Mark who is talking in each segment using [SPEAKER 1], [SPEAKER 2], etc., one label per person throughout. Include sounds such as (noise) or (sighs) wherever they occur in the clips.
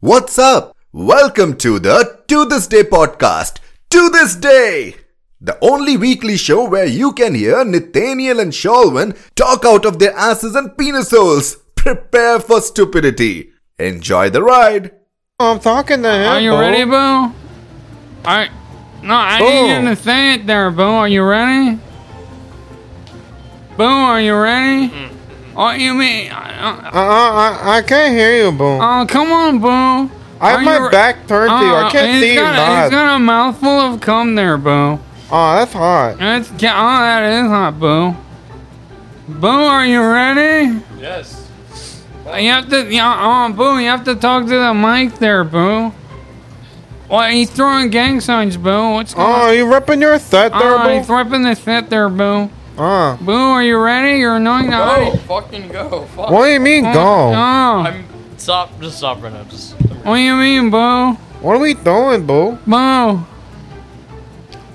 [SPEAKER 1] What's up? Welcome to the To This Day podcast. To This Day! The only weekly show where you can hear Nathaniel and Shalwin talk out of their asses and penis holes. Prepare for stupidity. Enjoy the ride.
[SPEAKER 2] I'm talking to him.
[SPEAKER 3] Are you
[SPEAKER 2] bro.
[SPEAKER 3] ready, Boo? Are no, I
[SPEAKER 2] Boo.
[SPEAKER 3] need you to say it there, Boo. Are you ready? Boo, are you ready?
[SPEAKER 2] Mm-hmm.
[SPEAKER 3] What you mean? Uh,
[SPEAKER 2] Uh, uh, I, I can't hear you, boom.
[SPEAKER 3] uh, come on, Boo.
[SPEAKER 2] I have
[SPEAKER 3] Are
[SPEAKER 2] my
[SPEAKER 3] you re-
[SPEAKER 2] back turned to you. I
[SPEAKER 3] Uh,
[SPEAKER 2] can't
[SPEAKER 3] he's
[SPEAKER 2] see you
[SPEAKER 3] got, He's
[SPEAKER 2] nod.
[SPEAKER 3] got a mouthful of cum there, Boo.
[SPEAKER 2] oh, that's hot.
[SPEAKER 3] That's oh, that is hot, Boo. Boo, are you ready?
[SPEAKER 4] Yes.
[SPEAKER 3] You have to, yeah, oh, Boo, you have to talk to the mic there, Boo. Well, he's throwing gang signs, Boo. What's going on?
[SPEAKER 2] Oh, you ripping your thigh there,
[SPEAKER 3] Oh, Uh, he's
[SPEAKER 2] boom?
[SPEAKER 3] ripping the set there, Boo.
[SPEAKER 2] Uh,
[SPEAKER 3] Boo, are you ready? You're annoying the
[SPEAKER 4] Go.
[SPEAKER 3] audience.
[SPEAKER 4] Oh, Fucking go. Fuck.
[SPEAKER 2] what do you
[SPEAKER 3] Uh,
[SPEAKER 2] mean, gone?
[SPEAKER 3] Oh,
[SPEAKER 4] I'm stop. Just stop right now. Just.
[SPEAKER 3] what do you mean, Boo?
[SPEAKER 2] What are we doing, boo?
[SPEAKER 3] Boo.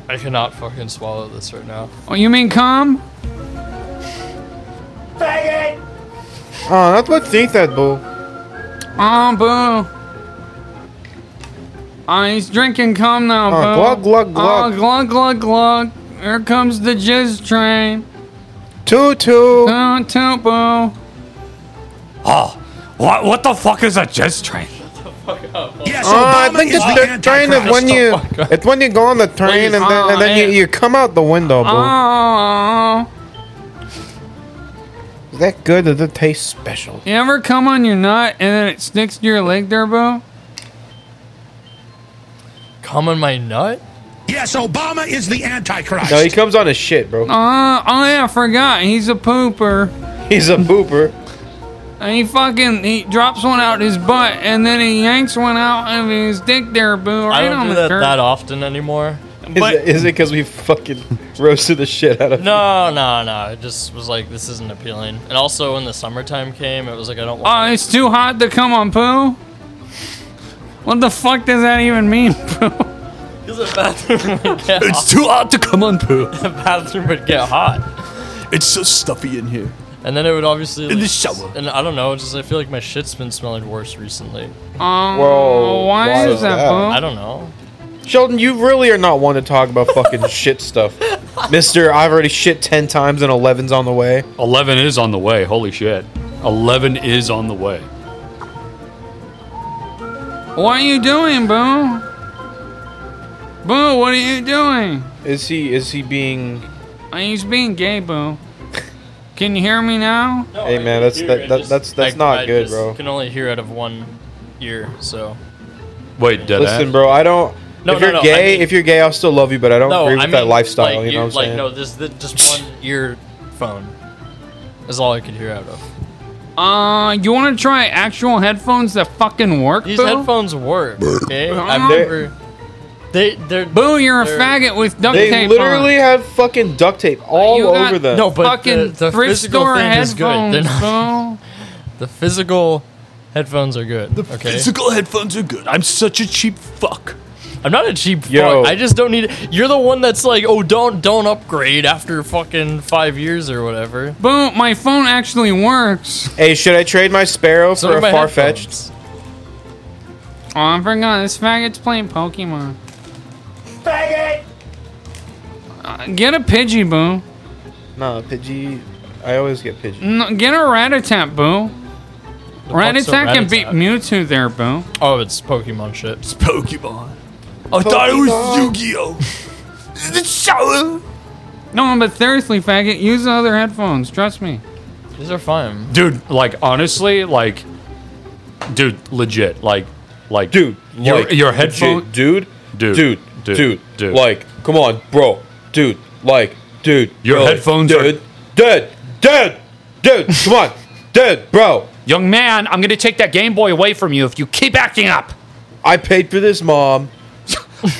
[SPEAKER 4] I cannot fucking swallow this right now.
[SPEAKER 3] Oh, you mean come?
[SPEAKER 2] Oh, that's what she said, boo.
[SPEAKER 3] Oh, Boo. Oh, he's drinking cum now,
[SPEAKER 2] Oh,
[SPEAKER 3] Boo.
[SPEAKER 2] glug, glug, glug.
[SPEAKER 3] Oh, glug, glug, glug. Here comes the jizz train.
[SPEAKER 2] Two, two.
[SPEAKER 3] Toot, toot, Boo.
[SPEAKER 5] Oh, what what the fuck is a jizz train? Yes,
[SPEAKER 2] Oh, I think it's the train is when you,
[SPEAKER 4] Antichrist.
[SPEAKER 2] it's when you go on the train and then, and then you,
[SPEAKER 3] Oh Please, Uh,
[SPEAKER 2] you come out the window, boo.
[SPEAKER 3] Oh.
[SPEAKER 2] Is that good? Does it taste special?
[SPEAKER 3] You ever come on your nut and then it sticks to your leg there, Boo?
[SPEAKER 4] Come on my nut.
[SPEAKER 5] Yes, Obama is the Antichrist.
[SPEAKER 2] No, he comes on his shit, bro.
[SPEAKER 3] Uh, oh, yeah, I forgot. He's a pooper.
[SPEAKER 2] He's a booper.
[SPEAKER 3] And he fucking he drops one out his butt and then he yanks one out of his dick there, boo, right
[SPEAKER 4] I
[SPEAKER 3] on
[SPEAKER 4] don't do
[SPEAKER 3] the
[SPEAKER 4] that
[SPEAKER 3] dirt.
[SPEAKER 4] that often anymore.
[SPEAKER 2] Is
[SPEAKER 4] But
[SPEAKER 2] it is it because we fucking roasted the shit out of
[SPEAKER 4] no, no, no. It just was like this isn't appealing. And also when the summertime came, it was like I don't want.
[SPEAKER 3] Oh, it's too hot to come on poo. What the fuck does that even mean, (laughs) poo? Ah.
[SPEAKER 4] (laughs) Because the bathroom would get hot.
[SPEAKER 5] too hot to come on poo.
[SPEAKER 4] The bathroom would get hot.
[SPEAKER 5] It's so stuffy in here.
[SPEAKER 4] And then it would obviously in
[SPEAKER 5] the shower.
[SPEAKER 4] And I don't know. It's just I feel like my shit's been smelling worse recently.
[SPEAKER 3] Oh,
[SPEAKER 2] Whoa,
[SPEAKER 3] why,
[SPEAKER 2] why
[SPEAKER 3] is
[SPEAKER 2] is
[SPEAKER 3] that,
[SPEAKER 2] that?
[SPEAKER 4] I
[SPEAKER 3] boo?
[SPEAKER 4] don't know.
[SPEAKER 2] Sheldon, you really are not one to talk about fucking
[SPEAKER 4] (laughs)
[SPEAKER 2] shit stuff. Mister, I've already shit 10 times and 11's on the way.
[SPEAKER 5] Eleven is on the way. Holy shit. Eleven is on the way.
[SPEAKER 3] What are you doing, boo? Boo, what are you doing?
[SPEAKER 2] Is he is he being
[SPEAKER 3] Oh, He's being gay, boo. Can you hear me now?
[SPEAKER 2] Hey, I man, can that's- hear that- it, that- just- that's- that's
[SPEAKER 4] I-
[SPEAKER 2] not
[SPEAKER 4] I
[SPEAKER 2] good,
[SPEAKER 4] just
[SPEAKER 2] bro.
[SPEAKER 4] Can only hear out of one ear, so
[SPEAKER 5] Wait, dead
[SPEAKER 2] Listen,
[SPEAKER 5] ass.
[SPEAKER 2] bro, I don't
[SPEAKER 4] No,
[SPEAKER 2] if
[SPEAKER 4] no,
[SPEAKER 2] you're
[SPEAKER 4] no, I
[SPEAKER 2] gay,
[SPEAKER 4] mean-
[SPEAKER 2] if you're gay, I'll still love you, but I don't
[SPEAKER 4] no,
[SPEAKER 2] agree with
[SPEAKER 4] I mean,
[SPEAKER 2] that lifestyle,
[SPEAKER 4] Like,
[SPEAKER 2] you know what I'm
[SPEAKER 4] like
[SPEAKER 2] saying?
[SPEAKER 4] no, this the, just one ear phone is all I could hear out of.
[SPEAKER 3] Uh, you want to try actual headphones that fucking work,
[SPEAKER 4] These
[SPEAKER 3] boo?
[SPEAKER 4] headphones work. Okay,
[SPEAKER 5] Uh-huh.
[SPEAKER 4] I've
[SPEAKER 2] They're-
[SPEAKER 4] never. They they're
[SPEAKER 3] Boo, you're a
[SPEAKER 4] They're-
[SPEAKER 3] faggot with duct
[SPEAKER 2] they
[SPEAKER 3] tape.
[SPEAKER 2] literally
[SPEAKER 3] on.
[SPEAKER 2] have fucking duct tape all
[SPEAKER 3] You got-
[SPEAKER 2] over them.
[SPEAKER 4] no, Oh, but
[SPEAKER 3] fucking
[SPEAKER 4] the, the
[SPEAKER 3] thrift
[SPEAKER 4] physical
[SPEAKER 3] store
[SPEAKER 4] thing
[SPEAKER 3] headphones,
[SPEAKER 4] is good. They're not,
[SPEAKER 3] bro.
[SPEAKER 4] the physical headphones are good. okay,
[SPEAKER 5] Physical headphones are good. I'm such a cheap fuck.
[SPEAKER 4] I'm not a cheap
[SPEAKER 2] Yo.
[SPEAKER 4] fuck. I just don't need. You're the one that's like, oh, don't don't upgrade after fucking five years or whatever.
[SPEAKER 3] Boom, my phone actually works.
[SPEAKER 2] Hey, should I trade my sparrow
[SPEAKER 4] So
[SPEAKER 2] for
[SPEAKER 4] are
[SPEAKER 2] a
[SPEAKER 4] my
[SPEAKER 2] far fetched?
[SPEAKER 4] headphones.
[SPEAKER 3] Oh, I forgot. This faggot's playing Pokemon. Faggot! Uh, get a Pidgey, boo.
[SPEAKER 2] No, Pidgey I always get Pidgey.
[SPEAKER 3] No, get a Ratatat, boo.
[SPEAKER 4] The fuck's a
[SPEAKER 3] Ratatat can beat
[SPEAKER 4] Rattata?
[SPEAKER 3] Mewtwo there, boo.
[SPEAKER 4] Oh, it's Pokemon shit.
[SPEAKER 5] It's Pokemon. I thought it was Yu-Gi-Oh! the shower!
[SPEAKER 3] No, but seriously, faggot, use the other headphones. Trust me.
[SPEAKER 4] These are fine.
[SPEAKER 5] Dude, like honestly, like dude, legit, like like
[SPEAKER 2] Dude,
[SPEAKER 5] your,
[SPEAKER 2] like,
[SPEAKER 5] your
[SPEAKER 2] legit,
[SPEAKER 5] headphone
[SPEAKER 2] dude, dude,
[SPEAKER 5] Dude, dude,
[SPEAKER 2] dude,
[SPEAKER 5] dude.
[SPEAKER 2] Like, come on, bro, dude, like, dude.
[SPEAKER 5] Your
[SPEAKER 2] bro,
[SPEAKER 5] headphones are-
[SPEAKER 2] dude, dude, dude, dude. Come on, (laughs) dude, bro.
[SPEAKER 5] Young man, I'm gonna take that Game Boy away from you if you keep acting up.
[SPEAKER 2] I paid for this, mom.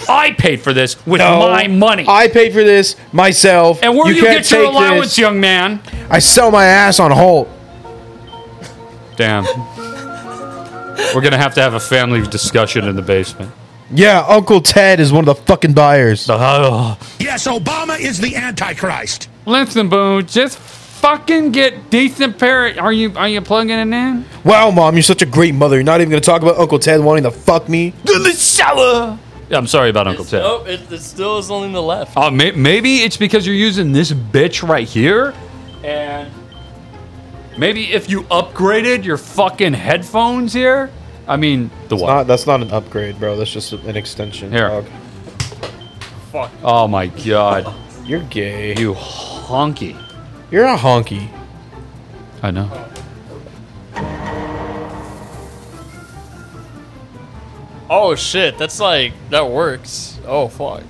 [SPEAKER 5] I paid for this with
[SPEAKER 2] No,
[SPEAKER 5] my money.
[SPEAKER 2] I paid for this myself.
[SPEAKER 5] and where do you
[SPEAKER 2] can't
[SPEAKER 5] get your
[SPEAKER 2] take
[SPEAKER 5] allowance,
[SPEAKER 2] this.
[SPEAKER 5] young man?
[SPEAKER 2] I sell my ass on Holt. (laughs)
[SPEAKER 5] Damn. We're gonna have to have a family discussion in the basement.
[SPEAKER 2] Yeah, Uncle Ted is one of the fucking buyers.
[SPEAKER 5] Oh,
[SPEAKER 6] Yes, Obama is the Antichrist.
[SPEAKER 3] Listen, boo, just fucking get decent parrot. Are you are you plugging it in?
[SPEAKER 2] Wow, mom, you're such a great mother. You're not even gonna talk about Uncle Ted wanting to fuck me.
[SPEAKER 5] Yeah, I'm sorry about Uncle Ted.
[SPEAKER 4] Oh, it, it still is only the left.
[SPEAKER 5] Uh, may- maybe it's because you're using this bitch right here, and maybe if you upgraded your fucking headphones here. I mean, the what?
[SPEAKER 2] Not, that's not an upgrade, bro. That's just an extension.
[SPEAKER 5] Here.
[SPEAKER 2] dog.
[SPEAKER 5] oh my god,
[SPEAKER 2] You're gay.
[SPEAKER 5] you honky!
[SPEAKER 2] You're a honky.
[SPEAKER 5] I know.
[SPEAKER 4] Oh shit, that's like that works. Oh fuck.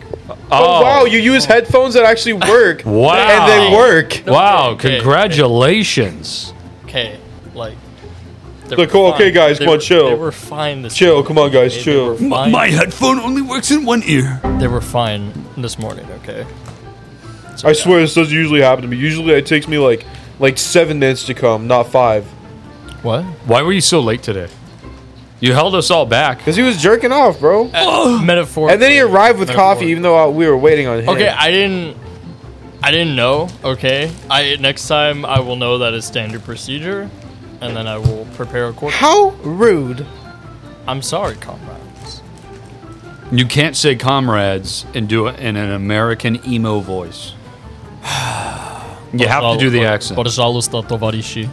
[SPEAKER 2] Oh, wow, you use headphones that actually (laughs) work.
[SPEAKER 5] Wow.
[SPEAKER 2] And they work.
[SPEAKER 5] Wow,
[SPEAKER 4] Okay, okay.
[SPEAKER 5] congratulations.
[SPEAKER 4] Okay, like. they
[SPEAKER 2] Like,
[SPEAKER 4] were
[SPEAKER 2] oh, okay,
[SPEAKER 4] fine.
[SPEAKER 2] guys,
[SPEAKER 4] They
[SPEAKER 2] come on,
[SPEAKER 4] were-
[SPEAKER 2] chill.
[SPEAKER 4] They were fine this
[SPEAKER 2] Chill,
[SPEAKER 4] morning,
[SPEAKER 2] come on, guys,
[SPEAKER 4] okay?
[SPEAKER 2] chill.
[SPEAKER 4] They were, fine.
[SPEAKER 5] headphone only works in one ear.
[SPEAKER 4] they were fine this morning, okay?
[SPEAKER 2] I swear this doesn't usually happen to me. Usually it takes me like like seven minutes to come, not five.
[SPEAKER 4] What?
[SPEAKER 5] Why were you so late today? You held us all back.
[SPEAKER 2] Because he was jerking off, bro.
[SPEAKER 4] Uh, Metaphor.
[SPEAKER 2] And then he arrived with coffee, even though uh, we were waiting on him.
[SPEAKER 4] Okay, I didn't. I didn't know. Okay, I next time I will know that is standard procedure, and then I will prepare accordingly.
[SPEAKER 2] How rude.
[SPEAKER 4] I'm sorry, comrades.
[SPEAKER 5] You can't say comrades and do it in an American emo voice. (sighs) You have to do the accent.
[SPEAKER 4] Пожалуйста, товарищи.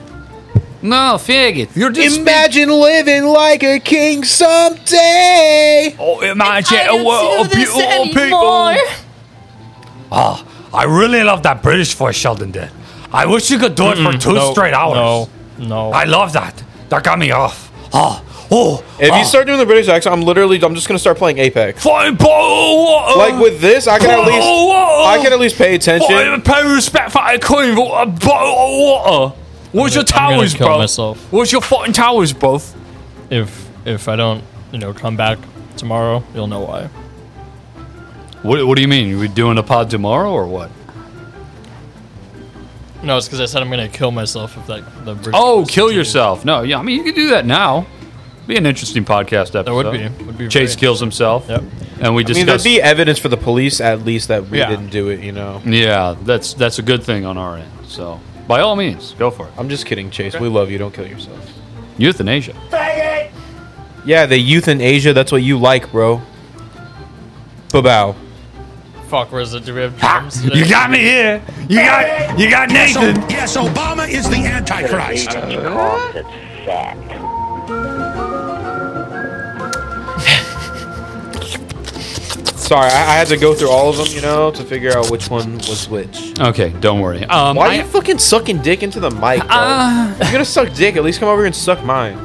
[SPEAKER 3] No, faggot. You're just
[SPEAKER 2] Imagine living like a king someday.
[SPEAKER 5] Oh, imagine
[SPEAKER 6] I don't
[SPEAKER 3] oh,
[SPEAKER 6] do this anymore.
[SPEAKER 5] I really love that British voice Sheldon did. I wish you could do it for two straight hours.
[SPEAKER 4] No, no.
[SPEAKER 5] I love that. That got me off. Oh, oh.
[SPEAKER 2] If
[SPEAKER 5] oh.
[SPEAKER 2] you start doing the British accent, I'm literally I'm just gonna start playing Apex.
[SPEAKER 5] Fine, bo- oh, oh,
[SPEAKER 2] Like with this, I can at least I can at
[SPEAKER 5] can
[SPEAKER 2] least pay attention.
[SPEAKER 5] oh. pay respect for I couldn't even a oh, bottle of water. What's your
[SPEAKER 4] gonna- I'm gonna
[SPEAKER 5] towers,
[SPEAKER 4] kill
[SPEAKER 5] bro?
[SPEAKER 4] myself.
[SPEAKER 5] What's your fucking towers, bro?
[SPEAKER 4] if if I don't, you know, come back tomorrow, you'll know why.
[SPEAKER 5] What, what do you mean? We doing a pod tomorrow or what?
[SPEAKER 4] No, it's because I said I'm gonna kill myself if that. The British
[SPEAKER 5] Oh,
[SPEAKER 4] person
[SPEAKER 5] kill
[SPEAKER 4] did.
[SPEAKER 5] yourself. No, yeah, I mean, you could do that now. Be an interesting podcast episode.
[SPEAKER 4] That would be. Would be
[SPEAKER 5] Chase
[SPEAKER 4] very-
[SPEAKER 5] kills himself.
[SPEAKER 4] Yep.
[SPEAKER 5] And we
[SPEAKER 2] I mean, there'd
[SPEAKER 5] discuss.
[SPEAKER 2] be evidence for the police at least that we
[SPEAKER 4] Yeah.
[SPEAKER 2] didn't do it. You know.
[SPEAKER 5] yeah, that's that's a good thing on our end. So, by all means, go for it.
[SPEAKER 2] I'm just kidding, Chase. We love you. Don't kill yourself.
[SPEAKER 5] Euthanasia.
[SPEAKER 2] Yeah, the youth in Asia. That's what you like, bro. Bow.
[SPEAKER 4] Fuck, where is it? Do we have drums? today?
[SPEAKER 5] got me here. You got you got Nathan.
[SPEAKER 7] Yes, Obama is the Antichrist.
[SPEAKER 2] Sorry, I, I had to go through all of them, you know, to figure out which one was which.
[SPEAKER 5] Okay, don't worry. Um,
[SPEAKER 2] Why
[SPEAKER 5] I-
[SPEAKER 2] are you fucking sucking dick into the mic, bro? You're gonna suck dick. At least come over here and suck mine.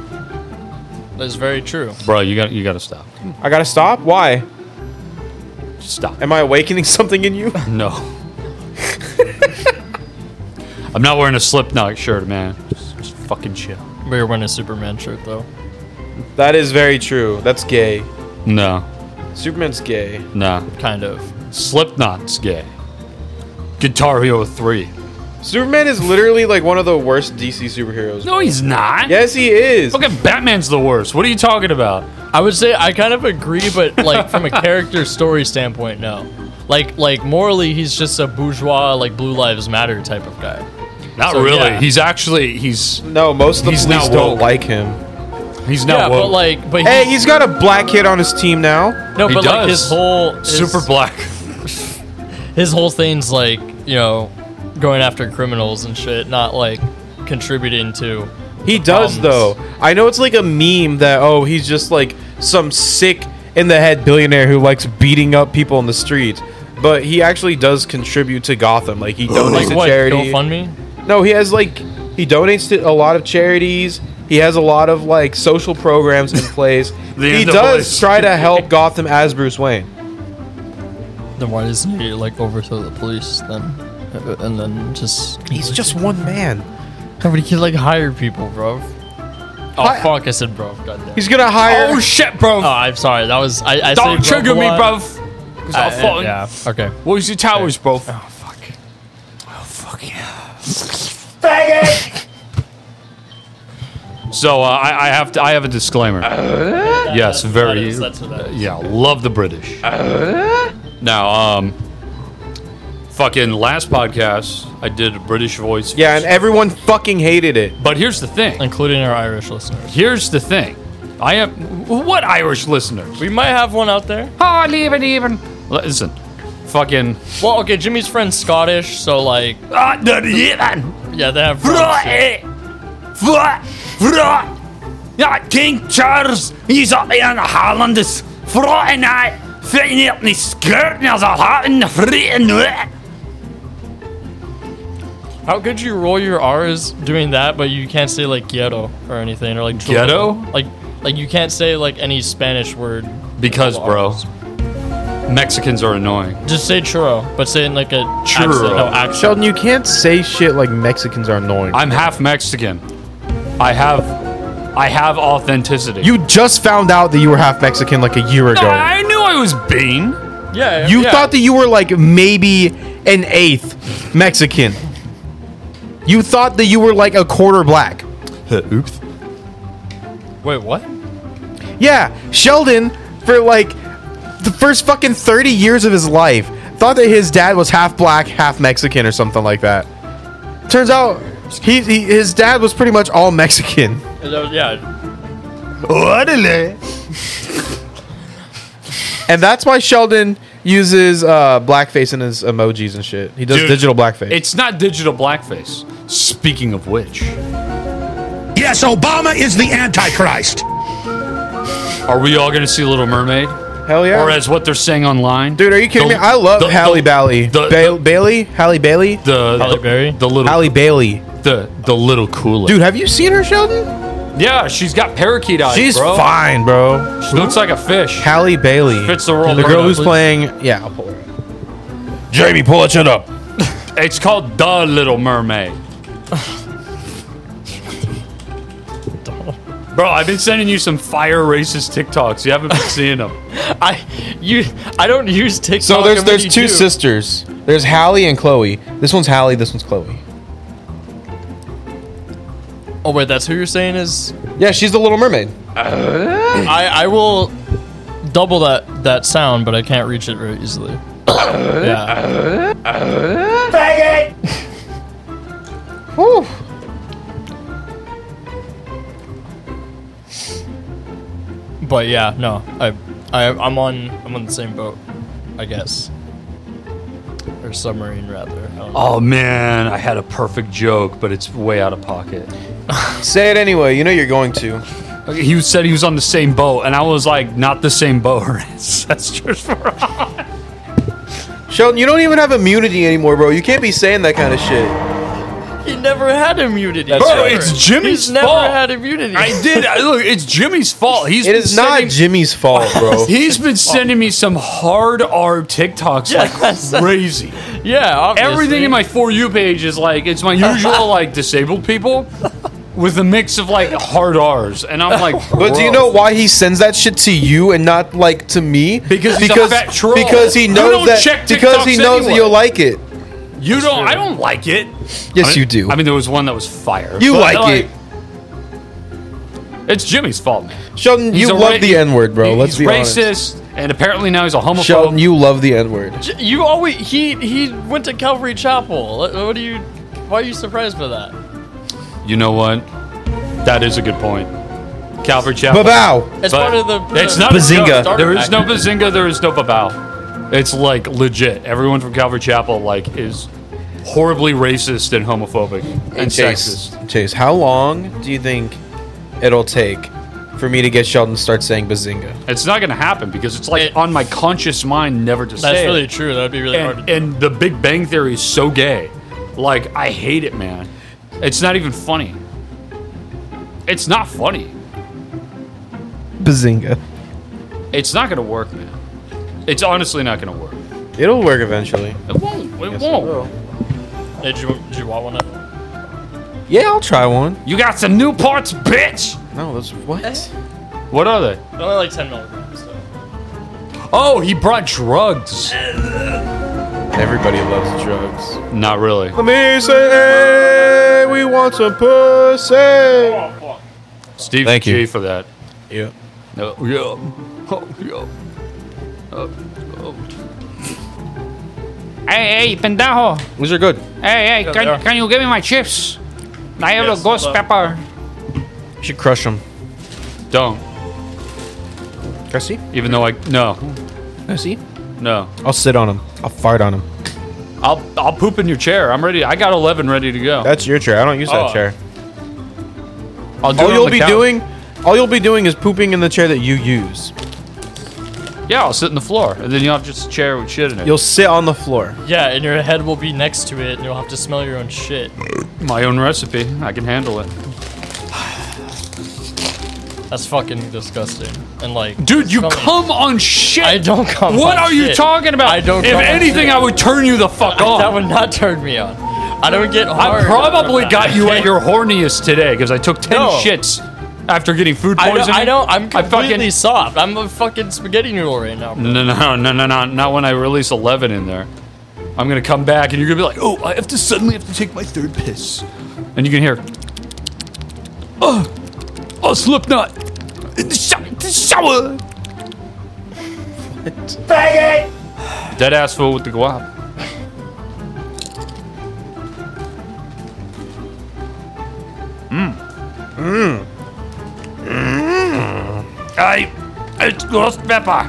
[SPEAKER 4] That's very true.
[SPEAKER 5] bro, you got you got to stop.
[SPEAKER 2] I gotta stop. Why?
[SPEAKER 5] Stop.
[SPEAKER 2] Am I awakening (laughs) something in you?
[SPEAKER 5] No. (laughs) I'm not wearing a Slipknot shirt, man. Just, just fucking chill.
[SPEAKER 4] We were wearing a Superman shirt though.
[SPEAKER 2] That is very true. That's gay.
[SPEAKER 5] No,
[SPEAKER 2] Superman's gay.
[SPEAKER 5] no.
[SPEAKER 4] Kind of.
[SPEAKER 5] Slipknot's gay. Guitar Hero 3.
[SPEAKER 2] Superman is literally like one of the worst DC superheroes.
[SPEAKER 5] No, he's not.
[SPEAKER 2] Yes, he is.
[SPEAKER 5] Look at Batman's the worst. What are you talking about?
[SPEAKER 4] I would say I kind of agree, but like
[SPEAKER 5] (laughs)
[SPEAKER 4] from a character story standpoint, no. Like like morally, he's just a bourgeois like Blue Lives Matter type of guy.
[SPEAKER 5] Not
[SPEAKER 4] So,
[SPEAKER 5] really.
[SPEAKER 4] yeah.
[SPEAKER 5] He's actually he's
[SPEAKER 2] No, most of the
[SPEAKER 5] He's
[SPEAKER 2] police
[SPEAKER 5] not
[SPEAKER 2] don't
[SPEAKER 5] woke.
[SPEAKER 2] like him.
[SPEAKER 5] he's
[SPEAKER 4] yeah,
[SPEAKER 5] not woke.
[SPEAKER 4] but like, but
[SPEAKER 2] Hey, he's got a black kid on his team now.
[SPEAKER 4] no,
[SPEAKER 5] He
[SPEAKER 4] but like
[SPEAKER 5] does.
[SPEAKER 4] his whole his,
[SPEAKER 5] super black.
[SPEAKER 4] His whole thing's like you know going after criminals and shit, not like contributing to.
[SPEAKER 2] He does
[SPEAKER 4] problems.
[SPEAKER 2] though. I know it's like a meme that oh he's just like some sick in the head billionaire who likes beating up people in the street, but he actually does contribute to Gotham. Like he donates
[SPEAKER 4] Like
[SPEAKER 2] to
[SPEAKER 4] what?
[SPEAKER 2] Oh, charity.
[SPEAKER 4] GoFundMe.
[SPEAKER 2] No, he has like he donates to a lot of charities. He has a lot of like social programs in place. he does
[SPEAKER 5] NAACP.
[SPEAKER 2] try to help Gotham as Bruce Wayne.
[SPEAKER 4] Then why doesn't he like overthrow the police then, Uh, and then just
[SPEAKER 2] He's just one man.
[SPEAKER 4] nobody can like hire people, bro. Oh
[SPEAKER 2] Hi-
[SPEAKER 4] fuck! I said, bro. Goddamn.
[SPEAKER 2] He's gonna hire.
[SPEAKER 5] Oh shit, bro.
[SPEAKER 4] Oh, I'm sorry. That was I. I
[SPEAKER 5] Don't
[SPEAKER 4] say broke
[SPEAKER 5] trigger
[SPEAKER 4] a
[SPEAKER 5] me,
[SPEAKER 4] lot.
[SPEAKER 5] bro. 'Cause
[SPEAKER 4] I-
[SPEAKER 5] I'll
[SPEAKER 4] I-
[SPEAKER 5] fucking-
[SPEAKER 4] yeah. Okay.
[SPEAKER 5] Where's your towers, bro?
[SPEAKER 4] Oh fuck.
[SPEAKER 5] So uh, I, I have to. I have a disclaimer. yes, very.
[SPEAKER 4] that is- that's what that is.
[SPEAKER 5] Yeah, love the British. now, um, fucking last podcast, I did a British voice.
[SPEAKER 2] Yeah, and everyone fucking hated it.
[SPEAKER 5] but here's the thing.
[SPEAKER 4] including our Irish listeners.
[SPEAKER 5] Here's the thing. I am. What Irish listeners?
[SPEAKER 4] We might have one out there.
[SPEAKER 3] Oh, leave it even.
[SPEAKER 5] Listen, fucking.
[SPEAKER 4] Well, okay, Jimmy's friend's Scottish, so like,
[SPEAKER 5] Ah, no, yeah,
[SPEAKER 4] yeah, they have. eh,
[SPEAKER 5] Ja, King Charles, he's up in the Highlanders. Friday night, fitting up in his skirt and there's a hat in the
[SPEAKER 4] How could you roll your R's doing that, but you can't say like ghetto or anything, or like
[SPEAKER 5] Ghetto?
[SPEAKER 4] churro? Like, like you can't say like any Spanish word.
[SPEAKER 5] Because, bro, Mexicans are annoying.
[SPEAKER 4] Just say churro, but say it in like a
[SPEAKER 5] Churro.
[SPEAKER 4] accent. No, accent.
[SPEAKER 2] Sheldon, you can't say shit like Mexicans are annoying.
[SPEAKER 5] I'm half Mexican. I have, I have authenticity.
[SPEAKER 2] you just found out that you were half Mexican like a year ago.
[SPEAKER 5] I knew I was Bean.
[SPEAKER 4] Yeah,
[SPEAKER 2] You
[SPEAKER 4] yeah.
[SPEAKER 2] thought that you were like maybe an eighth Mexican. You thought that you were like a quarter black. Oops.
[SPEAKER 4] Wait, what?
[SPEAKER 2] Yeah, Sheldon, for like the first fucking 30 years of his life, thought that his dad was half black, half Mexican, or something like that. Turns out he, he his dad was pretty much all Mexican.
[SPEAKER 4] That was- Yeah,
[SPEAKER 2] And that's why Sheldon uses uh, blackface in his emojis and shit. He does
[SPEAKER 5] Dude,
[SPEAKER 2] digital blackface.
[SPEAKER 5] It's not digital blackface. Speaking of which,
[SPEAKER 7] Yes, Obama is the Antichrist.
[SPEAKER 5] are we all gonna see Little Mermaid?
[SPEAKER 2] Hell yeah.
[SPEAKER 5] Or as what they're saying online?
[SPEAKER 2] Dude, are you kidding
[SPEAKER 5] The-
[SPEAKER 2] me? I love
[SPEAKER 5] the-
[SPEAKER 2] Halle
[SPEAKER 5] the-
[SPEAKER 2] Bailey.
[SPEAKER 5] the-
[SPEAKER 2] Ba-
[SPEAKER 5] the-
[SPEAKER 2] Bailey? Halle Bailey?
[SPEAKER 5] The
[SPEAKER 4] Halle
[SPEAKER 5] the-
[SPEAKER 4] Berry?
[SPEAKER 5] the little
[SPEAKER 2] Halle Bailey.
[SPEAKER 5] the the little cooler.
[SPEAKER 2] Dude, have you seen her, Sheldon?
[SPEAKER 5] yeah, she's got parakeet eyes.
[SPEAKER 2] She's
[SPEAKER 5] bro.
[SPEAKER 2] fine, bro.
[SPEAKER 5] She looks like a fish.
[SPEAKER 2] Halle Bailey.
[SPEAKER 5] Fits the role
[SPEAKER 2] The girl
[SPEAKER 5] perfectly.
[SPEAKER 2] who's playing. Yeah, I'll pull her. up.
[SPEAKER 5] Jamie, pull that shit up. it's called the
[SPEAKER 4] (laughs)
[SPEAKER 5] Little Mermaid. Bro, I've been sending you some fire racist TikToks. You haven't been seeing them.
[SPEAKER 4] I (laughs) you I don't use TikTok.
[SPEAKER 2] So there's
[SPEAKER 4] and when
[SPEAKER 2] there's
[SPEAKER 4] you
[SPEAKER 2] two
[SPEAKER 4] do-
[SPEAKER 2] sisters. There's Hallie and Chloe. This one's Hallie. This one's Chloe.
[SPEAKER 4] Oh wait, that's who you're saying is.
[SPEAKER 2] Yeah, she's the Little Mermaid.
[SPEAKER 4] I I will double that that sound, but I can't reach it very easily. yeah. But yeah, no, I, I I'm on I'm on the same boat, I guess, or submarine rather. I don't know.
[SPEAKER 5] Oh man, I had a perfect joke, but it's way out of pocket.
[SPEAKER 2] Say it anyway. You know you're going to.
[SPEAKER 5] Okay, He said he was on the same boat, and I was like, not the same boat. Our (laughs) ancestors for
[SPEAKER 2] Sheldon, you don't even have immunity anymore, bro. You can't be saying that kind of shit.
[SPEAKER 4] He never had immunity.
[SPEAKER 5] Bro, right. it's Jimmy's
[SPEAKER 4] He's never
[SPEAKER 5] fault.
[SPEAKER 4] had immunity.
[SPEAKER 5] I did. I- Look, it's Jimmy's fault. He's
[SPEAKER 2] It
[SPEAKER 5] been
[SPEAKER 2] is not
[SPEAKER 5] sending-
[SPEAKER 2] Jimmy's fault, (laughs) bro.
[SPEAKER 5] He's been sending me some hard R TikToks
[SPEAKER 2] (laughs)
[SPEAKER 4] Yes.
[SPEAKER 5] like crazy.
[SPEAKER 4] Yeah, obviously.
[SPEAKER 5] Everything in my for you page is like it's
[SPEAKER 2] (laughs)
[SPEAKER 5] my usual like disabled people with a mix of like hard R's, and I'm
[SPEAKER 2] (laughs)
[SPEAKER 5] like,
[SPEAKER 2] But do you
[SPEAKER 5] bro.
[SPEAKER 2] know why he sends that shit to you and not like to me?
[SPEAKER 5] Because he's a fat troll.
[SPEAKER 2] Because he
[SPEAKER 5] You
[SPEAKER 2] knows
[SPEAKER 5] don't
[SPEAKER 2] that.
[SPEAKER 5] check
[SPEAKER 2] because he
[SPEAKER 5] TikToks
[SPEAKER 2] knows that
[SPEAKER 5] anyway.
[SPEAKER 2] you'll like it.
[SPEAKER 5] You don't. I don't like it.
[SPEAKER 2] Yes,
[SPEAKER 5] I mean-
[SPEAKER 2] you do.
[SPEAKER 5] I mean, there was one that was fire.
[SPEAKER 2] you
[SPEAKER 5] but,
[SPEAKER 2] like, it,
[SPEAKER 5] It's Jimmy's fault, man.
[SPEAKER 2] Sheldon. You
[SPEAKER 5] He's a
[SPEAKER 2] love
[SPEAKER 5] ra-
[SPEAKER 2] the N word, bro.
[SPEAKER 5] he-
[SPEAKER 2] Let's
[SPEAKER 5] he's
[SPEAKER 2] be honest.
[SPEAKER 5] racist, and apparently now he's a homophobe.
[SPEAKER 2] Sheldon, you love the N word.
[SPEAKER 4] J- You always he he went to Calvary Chapel. What what do you? Why are you surprised by that?
[SPEAKER 5] You know what? That is a good point. Calvert Chapel.
[SPEAKER 2] Bow.
[SPEAKER 4] It's
[SPEAKER 5] But
[SPEAKER 4] part of the.
[SPEAKER 5] It's not
[SPEAKER 2] Bazinga.
[SPEAKER 5] a joke.
[SPEAKER 4] Starter
[SPEAKER 5] There is
[SPEAKER 4] pack.
[SPEAKER 5] no bazinga. There is no babao. It's like legit. Everyone from Calvert Chapel like is horribly racist and homophobic and
[SPEAKER 2] Chase.
[SPEAKER 5] sexist.
[SPEAKER 2] Chase, how long do you think it'll take for me to get Sheldon to start saying bazinga?
[SPEAKER 5] It's not going to happen because it's like on my conscious mind never to
[SPEAKER 4] That's
[SPEAKER 5] say.
[SPEAKER 4] really
[SPEAKER 5] it.
[SPEAKER 4] true. That'd be really hard.
[SPEAKER 5] And,
[SPEAKER 4] To
[SPEAKER 5] and the Big Bang Theory is so gay. Like I hate it, man. It's not even funny. It's not funny.
[SPEAKER 2] Bazinga.
[SPEAKER 5] It's not going to work, man. It's honestly not going to work.
[SPEAKER 2] It'll work eventually.
[SPEAKER 5] It won't. It won't.
[SPEAKER 4] did you did you want one? Of?
[SPEAKER 2] Yeah, I'll try one.
[SPEAKER 5] You got some new parts, bitch.
[SPEAKER 2] No, that's what?
[SPEAKER 5] What are they?
[SPEAKER 4] They're Only like ten milligrams. So.
[SPEAKER 5] Oh, he brought drugs.
[SPEAKER 2] Everybody loves drugs.
[SPEAKER 5] Not really.
[SPEAKER 2] Let me say we want some pussy. Yeah.
[SPEAKER 5] Steve
[SPEAKER 2] Thank
[SPEAKER 5] G
[SPEAKER 2] you.
[SPEAKER 5] for that. No. Yeah. Oh, yeah. Oh, oh.
[SPEAKER 3] Hey, hey, pendejo.
[SPEAKER 2] These are good.
[SPEAKER 3] Hey, hey,
[SPEAKER 4] they are.
[SPEAKER 3] can, can you give me my chips? I have
[SPEAKER 4] Yes,
[SPEAKER 3] a ghost
[SPEAKER 4] hold on.
[SPEAKER 3] pepper.
[SPEAKER 2] You should crush them.
[SPEAKER 5] Don't.
[SPEAKER 2] Can I see?
[SPEAKER 5] Even though I no
[SPEAKER 2] Can I see?
[SPEAKER 5] no.
[SPEAKER 2] I'll sit on them. I'll fart on them.
[SPEAKER 5] I'll I'll poop in your chair. I'm ready. I got eleven ready to go.
[SPEAKER 2] That's your chair. I don't use that
[SPEAKER 5] Oh.
[SPEAKER 2] chair.
[SPEAKER 5] I'll
[SPEAKER 2] All
[SPEAKER 5] do it on
[SPEAKER 2] Oh, you'll
[SPEAKER 5] the
[SPEAKER 2] be
[SPEAKER 5] couch.
[SPEAKER 2] doing, all you'll be doing is pooping in the chair that you use.
[SPEAKER 5] Yeah, I'll sit in the floor, and then you'll have just a chair with shit in it.
[SPEAKER 2] You'll sit on the floor.
[SPEAKER 4] Yeah, and your head will be next to it, and you'll have to smell your own shit.
[SPEAKER 5] My own recipe. I can handle it.
[SPEAKER 4] That's fucking disgusting. And like,
[SPEAKER 5] Dude, you
[SPEAKER 4] smelling-
[SPEAKER 5] come on shit.
[SPEAKER 4] I don't come.
[SPEAKER 5] What
[SPEAKER 4] on
[SPEAKER 5] are you
[SPEAKER 4] shit.
[SPEAKER 5] talking about?
[SPEAKER 4] I don't.
[SPEAKER 5] If
[SPEAKER 4] come on
[SPEAKER 5] anything,
[SPEAKER 4] shit.
[SPEAKER 5] I would turn you the fuck
[SPEAKER 4] (laughs)
[SPEAKER 5] off.
[SPEAKER 4] That would not turn me on. I don't get hard.
[SPEAKER 5] I probably got
[SPEAKER 4] (laughs)
[SPEAKER 5] you at your horniest today because I took ten
[SPEAKER 4] No.
[SPEAKER 5] shits after getting food
[SPEAKER 4] I
[SPEAKER 5] poisoning.
[SPEAKER 4] don't, I don't. I'm
[SPEAKER 5] I
[SPEAKER 4] completely
[SPEAKER 5] fucking
[SPEAKER 4] soft. I'm a fucking spaghetti noodle right now. bro.
[SPEAKER 5] no, no, no, no, no, not when I release eleven in there. I'm gonna come back and you're gonna be like, oh, I have to suddenly have to take my third piss, and you can hear, oh, oh, Slipknot, in the shower, the shower. Dead ass fool with the guap. I, it's ghost pepper.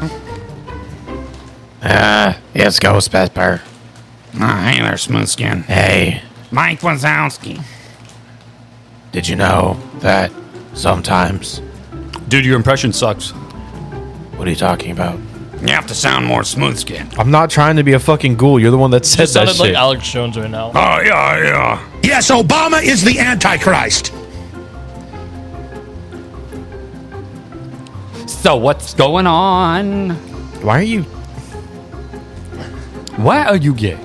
[SPEAKER 8] Yes, Ghost Pepper.
[SPEAKER 3] Oh, hey there, smooth skin.
[SPEAKER 8] Hey,
[SPEAKER 3] Mike Wazowski.
[SPEAKER 8] did you know that sometimes?
[SPEAKER 5] Dude, your impression sucks.
[SPEAKER 8] What are you talking about?
[SPEAKER 3] You have to sound more smooth skin.
[SPEAKER 2] I'm not trying to be a fucking ghoul. You're the one that said
[SPEAKER 4] It
[SPEAKER 2] that
[SPEAKER 4] sounded like
[SPEAKER 2] shit.
[SPEAKER 4] Alex Jones right now.
[SPEAKER 5] Ah.
[SPEAKER 7] Oh, yeah, yeah. Yes, Obama is the Antichrist.
[SPEAKER 5] So what's going on?
[SPEAKER 2] Why are you?
[SPEAKER 5] Why are you gay?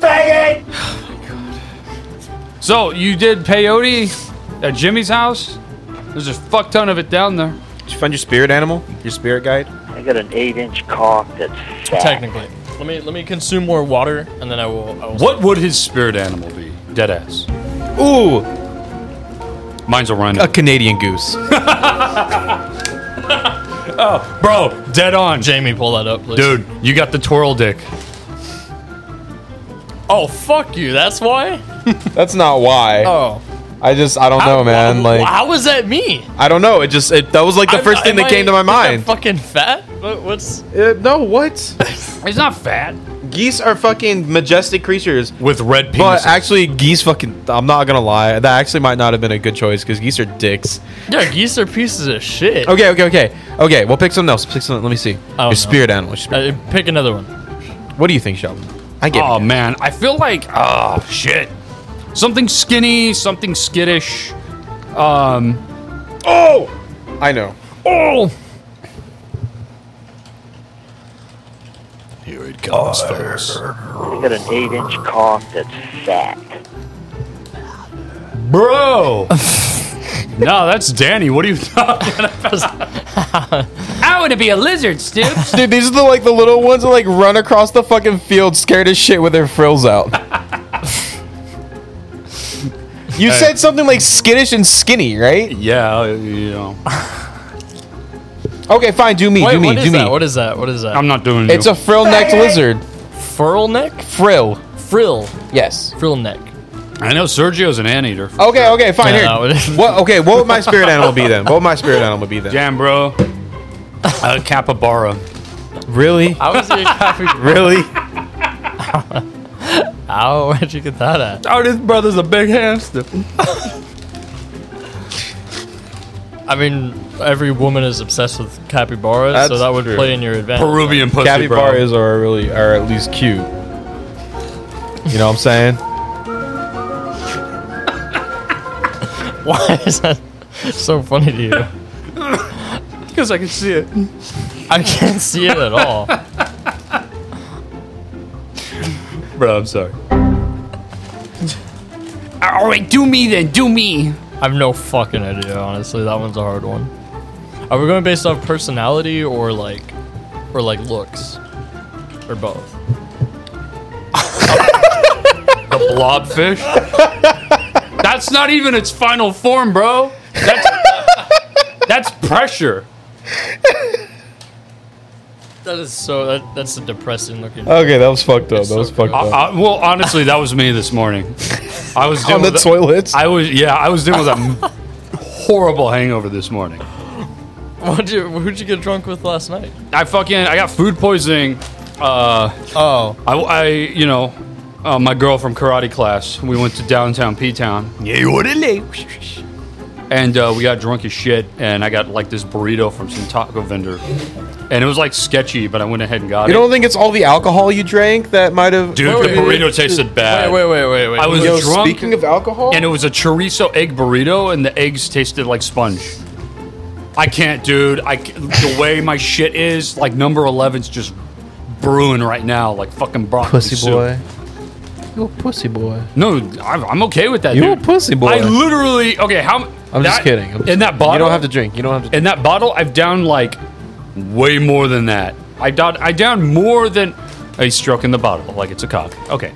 [SPEAKER 5] Faggot! Oh my god. So you did peyote at Jimmy's house? There's a fuck ton of it down there.
[SPEAKER 2] Did you find your spirit animal? Your spirit guide?
[SPEAKER 9] I got an eight-inch cock that's fat.
[SPEAKER 4] Technically, let me let me consume more water, and then I will. I will
[SPEAKER 5] What would his spirit animal be? Deadass.
[SPEAKER 2] Ooh,
[SPEAKER 5] Mine's a rhino.
[SPEAKER 2] a Canadian goose. (laughs)
[SPEAKER 5] Uh, Bro, dead on.
[SPEAKER 4] Jamie, pull that up, please.
[SPEAKER 5] Dude, you got the twirl dick.
[SPEAKER 4] Oh fuck you. That's why.
[SPEAKER 2] That's not why.
[SPEAKER 4] Oh.
[SPEAKER 2] I just I don't know, man. Like
[SPEAKER 4] how was that me?
[SPEAKER 2] I don't know. It just it that was like the
[SPEAKER 4] I'm-
[SPEAKER 2] first thing
[SPEAKER 4] am
[SPEAKER 2] that came to my
[SPEAKER 4] I- like, I'm
[SPEAKER 2] mind.
[SPEAKER 4] Fucking fat? What, what's
[SPEAKER 2] Uh, no, what?
[SPEAKER 5] He's not fat.
[SPEAKER 2] geese are fucking majestic creatures.
[SPEAKER 5] With red penises.
[SPEAKER 2] But actually, geese fucking. I'm not gonna lie. That actually might not have been a good choice because geese are dicks.
[SPEAKER 4] yeah? Geese are pieces of shit.
[SPEAKER 2] Okay, okay, okay, okay. Well, pick something else. Pick something. Let me see. Your
[SPEAKER 4] know.
[SPEAKER 2] spirit animal. Your spirit-
[SPEAKER 4] Uh, pick another one.
[SPEAKER 2] What do you think, Sheldon? I get.
[SPEAKER 5] oh
[SPEAKER 2] it.
[SPEAKER 5] man, I feel like oh shit. Something skinny, something skittish. Um
[SPEAKER 2] I know.
[SPEAKER 5] Oh
[SPEAKER 9] I got an eight-inch cock that's fat.
[SPEAKER 5] Bro. no, that's Danny. What are you talking
[SPEAKER 3] I want to be a
[SPEAKER 2] (laughs)
[SPEAKER 3] lizard, Stoops.
[SPEAKER 2] Dude, these are the like the little ones that like run across the fucking field, scared as shit with their frills out. you said something like skittish and skinny, right?
[SPEAKER 5] (laughs) Yeah, uh, you know.
[SPEAKER 2] Okay, fine. Do me.
[SPEAKER 4] Wait,
[SPEAKER 2] do me.
[SPEAKER 4] what is
[SPEAKER 2] do me.
[SPEAKER 4] that? What is that? What is that?
[SPEAKER 5] I'm not doing
[SPEAKER 2] it's
[SPEAKER 5] you.
[SPEAKER 2] a frill-necked lizard.
[SPEAKER 4] furl neck,
[SPEAKER 2] Frill.
[SPEAKER 4] frill,
[SPEAKER 2] Yes.
[SPEAKER 4] frill neck.
[SPEAKER 5] I know Sergio's an anteater.
[SPEAKER 2] Okay. Okay. Fine.
[SPEAKER 4] Yeah,
[SPEAKER 2] here.
[SPEAKER 4] that would-
[SPEAKER 2] What? Okay. What would my spirit animal be then? What would my spirit animal be then?
[SPEAKER 5] Damn, (laughs) bro. A capybara.
[SPEAKER 2] Really?
[SPEAKER 4] I was
[SPEAKER 2] (laughs)
[SPEAKER 4] a coffee.
[SPEAKER 2] Really?
[SPEAKER 4] Ow, where'd you get that at?
[SPEAKER 5] Oh, this brother's a big hamster.
[SPEAKER 4] I mean, every woman is obsessed with capybaras, so
[SPEAKER 2] That's
[SPEAKER 4] that would
[SPEAKER 2] true.
[SPEAKER 4] play in your advantage.
[SPEAKER 5] Peruvian pussy, bro.
[SPEAKER 2] Capybaras are really are at least cute. You know what I'm saying?
[SPEAKER 4] Why is that so funny to you?
[SPEAKER 5] Because I can see it.
[SPEAKER 4] I can't see it at all.
[SPEAKER 5] Bro, I'm sorry.
[SPEAKER 3] All right, do me then, do me.
[SPEAKER 4] I've no fucking idea, honestly. That one's a hard one. Are we going based off personality or like, or like looks, or both?
[SPEAKER 5] The
[SPEAKER 2] (laughs)
[SPEAKER 5] blobfish? That's not even its final form, bro. That's, that's pressure.
[SPEAKER 4] That is so. That, that's a depressing looking.
[SPEAKER 2] Okay, that was fucked up.
[SPEAKER 4] It's
[SPEAKER 2] That
[SPEAKER 4] so
[SPEAKER 2] was fucked
[SPEAKER 5] I,
[SPEAKER 2] up.
[SPEAKER 5] I, Uh, well, honestly, that was me this morning. I was
[SPEAKER 2] (laughs)
[SPEAKER 5] dealing
[SPEAKER 2] On the
[SPEAKER 5] with a-
[SPEAKER 2] toilets?
[SPEAKER 5] I was yeah, I was dealing with a (laughs) horrible hangover this morning.
[SPEAKER 4] What'd you, who'd you get drunk with last night?
[SPEAKER 5] I fucking I got food poisoning. Uh,
[SPEAKER 2] Oh.
[SPEAKER 5] I, I you know, uh, my girl from karate class. We went to downtown P Town. Yeah, you ordered late. And uh, we got drunk as shit, and I got like this burrito from some taco vendor, and it was like sketchy, but I went ahead and got
[SPEAKER 2] You
[SPEAKER 5] it.
[SPEAKER 2] don't think it's all the alcohol you drank that might have?
[SPEAKER 5] Dude,
[SPEAKER 4] Wait,
[SPEAKER 5] the
[SPEAKER 4] wait, wait,
[SPEAKER 5] burrito tasted bad.
[SPEAKER 4] Wait, wait, wait, wait, wait.
[SPEAKER 5] I was
[SPEAKER 2] Yo,
[SPEAKER 5] drunk,
[SPEAKER 2] speaking of alcohol,
[SPEAKER 5] and it was a chorizo egg burrito, and the eggs tasted like sponge. I can't, dude. I c- the way my shit is, like number 11's just brewing right now, like fucking broccoli
[SPEAKER 2] pussy
[SPEAKER 5] soup.
[SPEAKER 2] boy. You a pussy boy.
[SPEAKER 5] No, I'm, I'm okay with that.
[SPEAKER 2] You a
[SPEAKER 5] dude.
[SPEAKER 2] pussy boy.
[SPEAKER 5] I literally okay. How?
[SPEAKER 2] I'm just
[SPEAKER 5] that-
[SPEAKER 2] kidding. I'm just-
[SPEAKER 5] in that bottle,
[SPEAKER 2] you don't have to drink. You
[SPEAKER 5] (laughs)
[SPEAKER 2] don't have to.
[SPEAKER 5] In that bottle, I've downed like way more than that. I down I downed more than a stroke in the bottle, like it's a cock. Okay.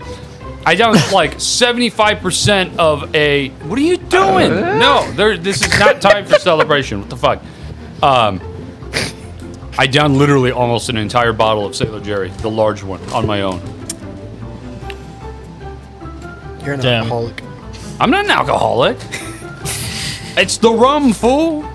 [SPEAKER 5] I downed (laughs) like 75% of a. What are you doing? No, there, this is not time for celebration. What the fuck? Um, I downed literally almost an entire bottle of Sailor Jerry, the large one, on my own.
[SPEAKER 2] You're an
[SPEAKER 4] Damn.
[SPEAKER 2] alcoholic.
[SPEAKER 5] I'm not an alcoholic. it's the rum, fool.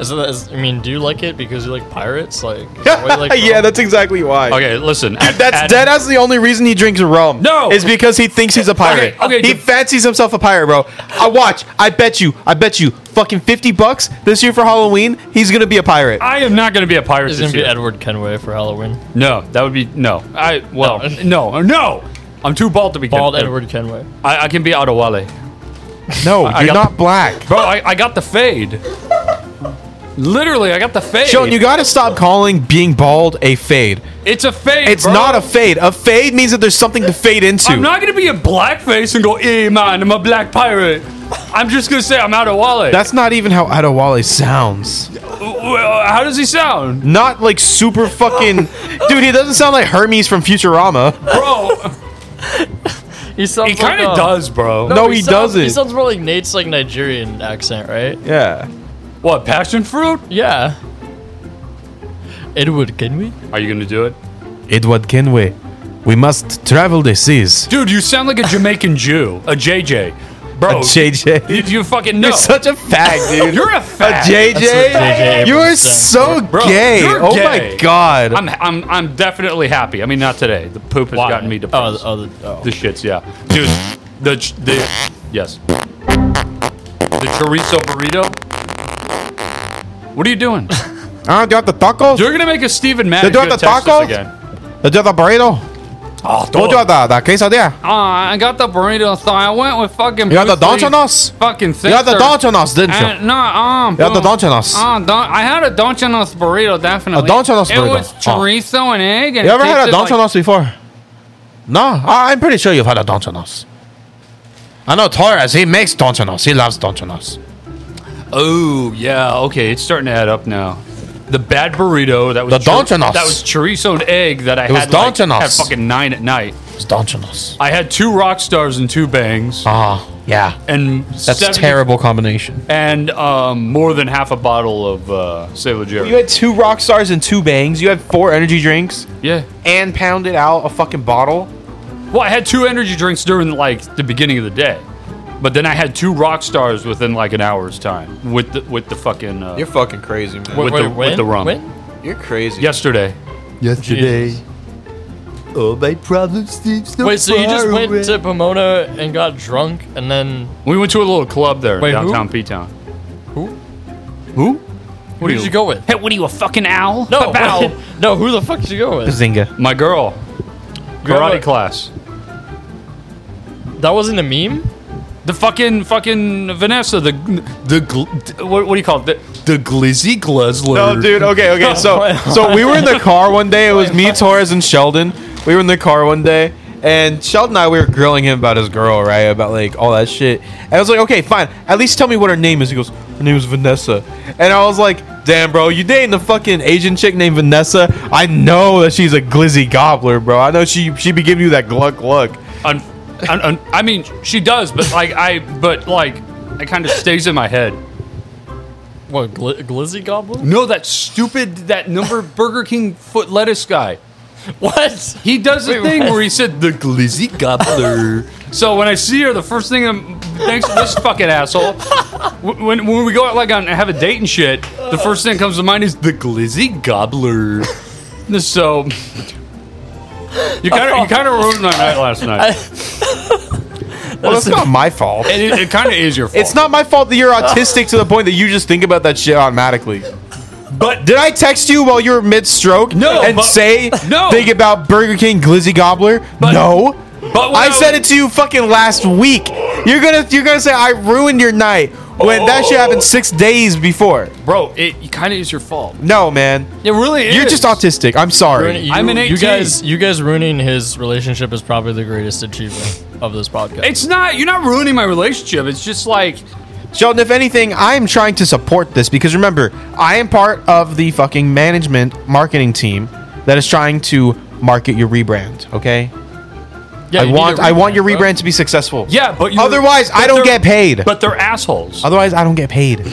[SPEAKER 4] Is it, is, I mean, do you like it because you like pirates? Like, is that why you
[SPEAKER 2] (laughs)
[SPEAKER 4] like
[SPEAKER 2] yeah,
[SPEAKER 4] rum?
[SPEAKER 2] that's exactly why.
[SPEAKER 5] Okay, listen. Dude,
[SPEAKER 2] That's dead. That's the only reason he drinks rum.
[SPEAKER 5] No.
[SPEAKER 2] is because he thinks he's a pirate.
[SPEAKER 5] Okay, okay,
[SPEAKER 2] he
[SPEAKER 5] dude.
[SPEAKER 2] fancies himself a pirate, bro. I watch. I bet you. I bet you. Fucking fifty bucks this year for Halloween. He's gonna be a pirate.
[SPEAKER 5] I am not going to be a pirate.
[SPEAKER 4] It's
[SPEAKER 5] this
[SPEAKER 4] gonna be
[SPEAKER 5] year.
[SPEAKER 4] Edward Kenway for Halloween.
[SPEAKER 5] No, that would be no. I well, no, no. I'm too bald to be
[SPEAKER 4] Bald
[SPEAKER 5] Ken-
[SPEAKER 4] Edward Kenway.
[SPEAKER 5] I, I can be Adewale,
[SPEAKER 2] no,
[SPEAKER 5] I
[SPEAKER 2] you're
[SPEAKER 5] got-
[SPEAKER 2] not black.
[SPEAKER 5] bro. I, I got the fade. Literally, I got the fade.
[SPEAKER 2] Sheldon, you gotta stop calling being bald a fade.
[SPEAKER 5] it's a fade.
[SPEAKER 2] It's
[SPEAKER 5] bro.
[SPEAKER 2] not a fade. A fade means that there's something to fade into.
[SPEAKER 5] I'm not gonna be a blackface and go, "Hey man, I'm a black pirate." I'm just gonna say I'm Adewale.
[SPEAKER 2] That's not even how Adewale sounds.
[SPEAKER 5] Well, uh, how does he sound,
[SPEAKER 2] Not like super fucking. Dude, he doesn't sound like Hermes from Futurama.
[SPEAKER 5] bro?
[SPEAKER 4] He sounds.
[SPEAKER 5] he kind of
[SPEAKER 4] like, uh,
[SPEAKER 5] does, bro.
[SPEAKER 2] No, he
[SPEAKER 4] sounds-
[SPEAKER 2] doesn't.
[SPEAKER 4] He sounds more like Nate's like Nigerian accent, right?
[SPEAKER 2] Yeah.
[SPEAKER 5] What passion fruit?
[SPEAKER 4] Yeah. Edward Kenway.
[SPEAKER 5] Are you gonna do it,
[SPEAKER 2] Edward Kenway, we must travel the seas.
[SPEAKER 5] dude? You sound like a Jamaican Jew, a JJ,
[SPEAKER 2] (laughs)
[SPEAKER 5] bro.
[SPEAKER 2] JJ.
[SPEAKER 5] you, you fucking know.
[SPEAKER 2] You're such a
[SPEAKER 5] (laughs)
[SPEAKER 2] fag, dude.
[SPEAKER 5] You're a
[SPEAKER 2] a
[SPEAKER 5] fag.
[SPEAKER 2] JJ.
[SPEAKER 4] JJ
[SPEAKER 2] You are
[SPEAKER 4] Abrams
[SPEAKER 2] so
[SPEAKER 5] Bro,
[SPEAKER 2] gay.
[SPEAKER 5] you're
[SPEAKER 2] Oh
[SPEAKER 5] gay.
[SPEAKER 2] my god.
[SPEAKER 5] I'm, I'm, I'm definitely happy. I mean, not today. The poop has gotten me
[SPEAKER 4] Oh,
[SPEAKER 5] depressed.
[SPEAKER 4] the- oh, the, oh.
[SPEAKER 5] the shits, yeah, dude. The ch- the yes, the chorizo burrito. What are you
[SPEAKER 2] (laughs)
[SPEAKER 5] doing?
[SPEAKER 2] Uh, do you have the tacos?
[SPEAKER 5] You're gonna make a Steven mad.
[SPEAKER 2] They're
[SPEAKER 5] if
[SPEAKER 2] doing
[SPEAKER 5] you
[SPEAKER 2] the
[SPEAKER 5] text
[SPEAKER 2] tacos?
[SPEAKER 5] us again.
[SPEAKER 2] Do you have the burrito?
[SPEAKER 5] Oh,
[SPEAKER 2] Do you have the, the quesadilla?
[SPEAKER 3] Uh, I got the burrito, so I went with fucking.
[SPEAKER 2] You have the
[SPEAKER 3] Bruce Lee's
[SPEAKER 2] Donchanos?
[SPEAKER 3] Fucking sister.
[SPEAKER 2] You have the Donchanos, didn't you?
[SPEAKER 3] And, no, um.
[SPEAKER 2] You have the
[SPEAKER 3] boom.
[SPEAKER 2] Donchanos.
[SPEAKER 3] Uh, don- I had a Donchanos burrito, definitely.
[SPEAKER 2] Donchanos
[SPEAKER 3] It
[SPEAKER 2] burrito.
[SPEAKER 3] was chorizo and egg. And
[SPEAKER 2] You
[SPEAKER 3] it
[SPEAKER 2] ever had a
[SPEAKER 3] tasted like-
[SPEAKER 2] Donchanos before? No, I, I'm pretty sure you've had a Donchanos. I know Torres. He makes Donchanos. He loves Donchanos.
[SPEAKER 5] Oh yeah, okay. It's starting to add up now. The bad burrito that was
[SPEAKER 2] The Donchanos.
[SPEAKER 5] that was chorizo and egg that I
[SPEAKER 2] was
[SPEAKER 5] had like,
[SPEAKER 2] Donchanos.
[SPEAKER 5] at fucking nine at night.
[SPEAKER 2] It's Donchanos.
[SPEAKER 5] I had two rock stars and two bangs
[SPEAKER 2] Ah, yeah.
[SPEAKER 5] and
[SPEAKER 2] That's a
[SPEAKER 5] 70
[SPEAKER 2] terrible combination.
[SPEAKER 5] and um, more than half a bottle of uh, Sailor Jerry.
[SPEAKER 2] You had two rock stars and two bangs. You had four energy drinks
[SPEAKER 5] yeah.
[SPEAKER 2] and pounded out a fucking bottle.
[SPEAKER 5] Well, I had two energy drinks during like the beginning of the day, but then I had two rock stars within like an hour's time with the with the fucking uh,
[SPEAKER 2] fucking crazy, man.
[SPEAKER 5] with,
[SPEAKER 4] Wait,
[SPEAKER 5] the,
[SPEAKER 4] when?
[SPEAKER 5] with the rum
[SPEAKER 4] When?
[SPEAKER 2] You're crazy.
[SPEAKER 5] yesterday.
[SPEAKER 4] Yesterday. Wait, so you just went to Pomona and got drunk, and then
[SPEAKER 5] We went to a little club there
[SPEAKER 4] Wait, who?
[SPEAKER 5] downtown P Town.
[SPEAKER 4] Who?
[SPEAKER 5] Who?
[SPEAKER 4] who did you go with?
[SPEAKER 5] Hey, what are you a fucking owl?
[SPEAKER 4] No,
[SPEAKER 5] (laughs)
[SPEAKER 3] (laughs)
[SPEAKER 5] Bow.
[SPEAKER 4] wait, (laughs) no. Who the fuck did you go with?
[SPEAKER 2] Bazinga.
[SPEAKER 5] my girl,
[SPEAKER 4] You have
[SPEAKER 5] karate
[SPEAKER 4] a-
[SPEAKER 5] class.
[SPEAKER 4] That wasn't a meme.
[SPEAKER 5] The fucking fucking Vanessa, the the gl- what, what do you call it? The, the glizzy gluzler.
[SPEAKER 2] No, dude. Okay, okay.
[SPEAKER 5] (laughs)
[SPEAKER 2] So, (laughs) so we were in the car one day. It was me, Torres, and Sheldon. We were in the car one day, and Sheldon and I we were grilling him about his girl, right? About like all that shit. And I was like, okay, fine. At least tell me what her name is. He goes, her name is Vanessa. And I was like, damn, bro, you dating the fucking Asian chick named Vanessa? I know that she's a glizzy gobbler, bro. I know she she be giving you that gluck gluck.
[SPEAKER 5] Un- un- un- I mean, she does, but like I, but like, it kind of stays in my head.
[SPEAKER 4] What gl- glizzy goblin? (laughs)
[SPEAKER 5] No, that stupid that number Burger King foot lettuce guy.
[SPEAKER 4] What?
[SPEAKER 5] He does a
[SPEAKER 4] Wait,
[SPEAKER 5] thing
[SPEAKER 4] what?
[SPEAKER 5] where he said the glizzy
[SPEAKER 4] (laughs)
[SPEAKER 5] gobbler. so when I see her, the first thing I'm thanks to this fucking asshole. wh- When when we go out like on have a date and shit, the first thing that comes to mind is the glizzy gobbler. So you kind of you kind of ruined my night last night,
[SPEAKER 4] (laughs)
[SPEAKER 2] Well, that's not my fault.
[SPEAKER 5] and it, it kind of is your fault.
[SPEAKER 2] It's not my fault that you're
[SPEAKER 5] Oh.
[SPEAKER 2] autistic to the point that you just think about that shit automatically.
[SPEAKER 5] but
[SPEAKER 2] Did I text you while you were mid stroke
[SPEAKER 5] No,
[SPEAKER 2] and
[SPEAKER 5] but-
[SPEAKER 2] say,
[SPEAKER 5] no.
[SPEAKER 2] think about Burger King Glizzy Gobbler?
[SPEAKER 5] But-
[SPEAKER 2] no.
[SPEAKER 5] but when
[SPEAKER 2] I
[SPEAKER 5] I-
[SPEAKER 2] said it to you fucking last week. You're gonna you're gonna say I ruined your night when that shit happened
[SPEAKER 5] Oh.
[SPEAKER 2] six days before.
[SPEAKER 5] bro, it kind of is your fault.
[SPEAKER 2] No, man.
[SPEAKER 5] It really is.
[SPEAKER 2] You're just autistic. I'm sorry.
[SPEAKER 4] You,
[SPEAKER 5] I'm an
[SPEAKER 4] You
[SPEAKER 5] 18.
[SPEAKER 4] guys, you guys ruining his relationship is probably the greatest achievement of this podcast.
[SPEAKER 5] It's not. You're not ruining my relationship. It's just like
[SPEAKER 2] Sheldon, if anything, I am trying to support this because remember, I am part of the fucking management marketing team that is trying to market your rebrand, okay?
[SPEAKER 4] yeah,
[SPEAKER 2] I
[SPEAKER 4] you need
[SPEAKER 2] want
[SPEAKER 4] a
[SPEAKER 2] I want your
[SPEAKER 4] bro.
[SPEAKER 2] rebrand to be successful.
[SPEAKER 5] yeah, but you're-
[SPEAKER 2] Otherwise, I
[SPEAKER 5] but
[SPEAKER 2] don't
[SPEAKER 5] they're-
[SPEAKER 2] get paid. Uh,
[SPEAKER 5] But they're assholes.
[SPEAKER 2] Otherwise, I don't get paid.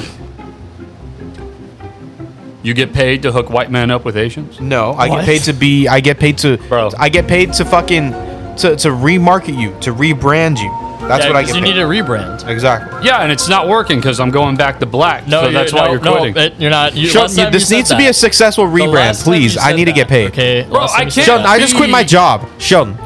[SPEAKER 5] You get paid to hook white men up with Asians?
[SPEAKER 2] No, I get paid to be. I get paid to.
[SPEAKER 5] Bro.
[SPEAKER 2] I get paid to fucking to to remarket you, to rebrand you. That's
[SPEAKER 4] Yeah,
[SPEAKER 2] what I
[SPEAKER 4] 'cause
[SPEAKER 2] get.
[SPEAKER 4] You
[SPEAKER 2] paid.
[SPEAKER 4] need a rebrand.
[SPEAKER 2] exactly.
[SPEAKER 5] Yeah, and it's not working because I'm going back to black.
[SPEAKER 4] No,
[SPEAKER 5] so that's
[SPEAKER 4] you're,
[SPEAKER 5] why
[SPEAKER 4] no,
[SPEAKER 5] you're
[SPEAKER 4] no,
[SPEAKER 5] quitting.
[SPEAKER 4] it- you're not. You,
[SPEAKER 2] Sheldon,
[SPEAKER 4] last time
[SPEAKER 2] you- this
[SPEAKER 4] you
[SPEAKER 2] needs
[SPEAKER 4] said
[SPEAKER 2] to be a
[SPEAKER 4] that.
[SPEAKER 2] successful
[SPEAKER 4] The
[SPEAKER 2] rebrand,
[SPEAKER 4] last time you
[SPEAKER 2] please. I
[SPEAKER 4] said
[SPEAKER 2] need to
[SPEAKER 4] that.
[SPEAKER 2] get paid.
[SPEAKER 4] Okay,
[SPEAKER 5] Bro,
[SPEAKER 4] last time
[SPEAKER 5] I
[SPEAKER 4] you said
[SPEAKER 5] can't-
[SPEAKER 2] Sheldon,
[SPEAKER 4] that.
[SPEAKER 2] I just quit my
[SPEAKER 5] Be-
[SPEAKER 2] job. Sheldon,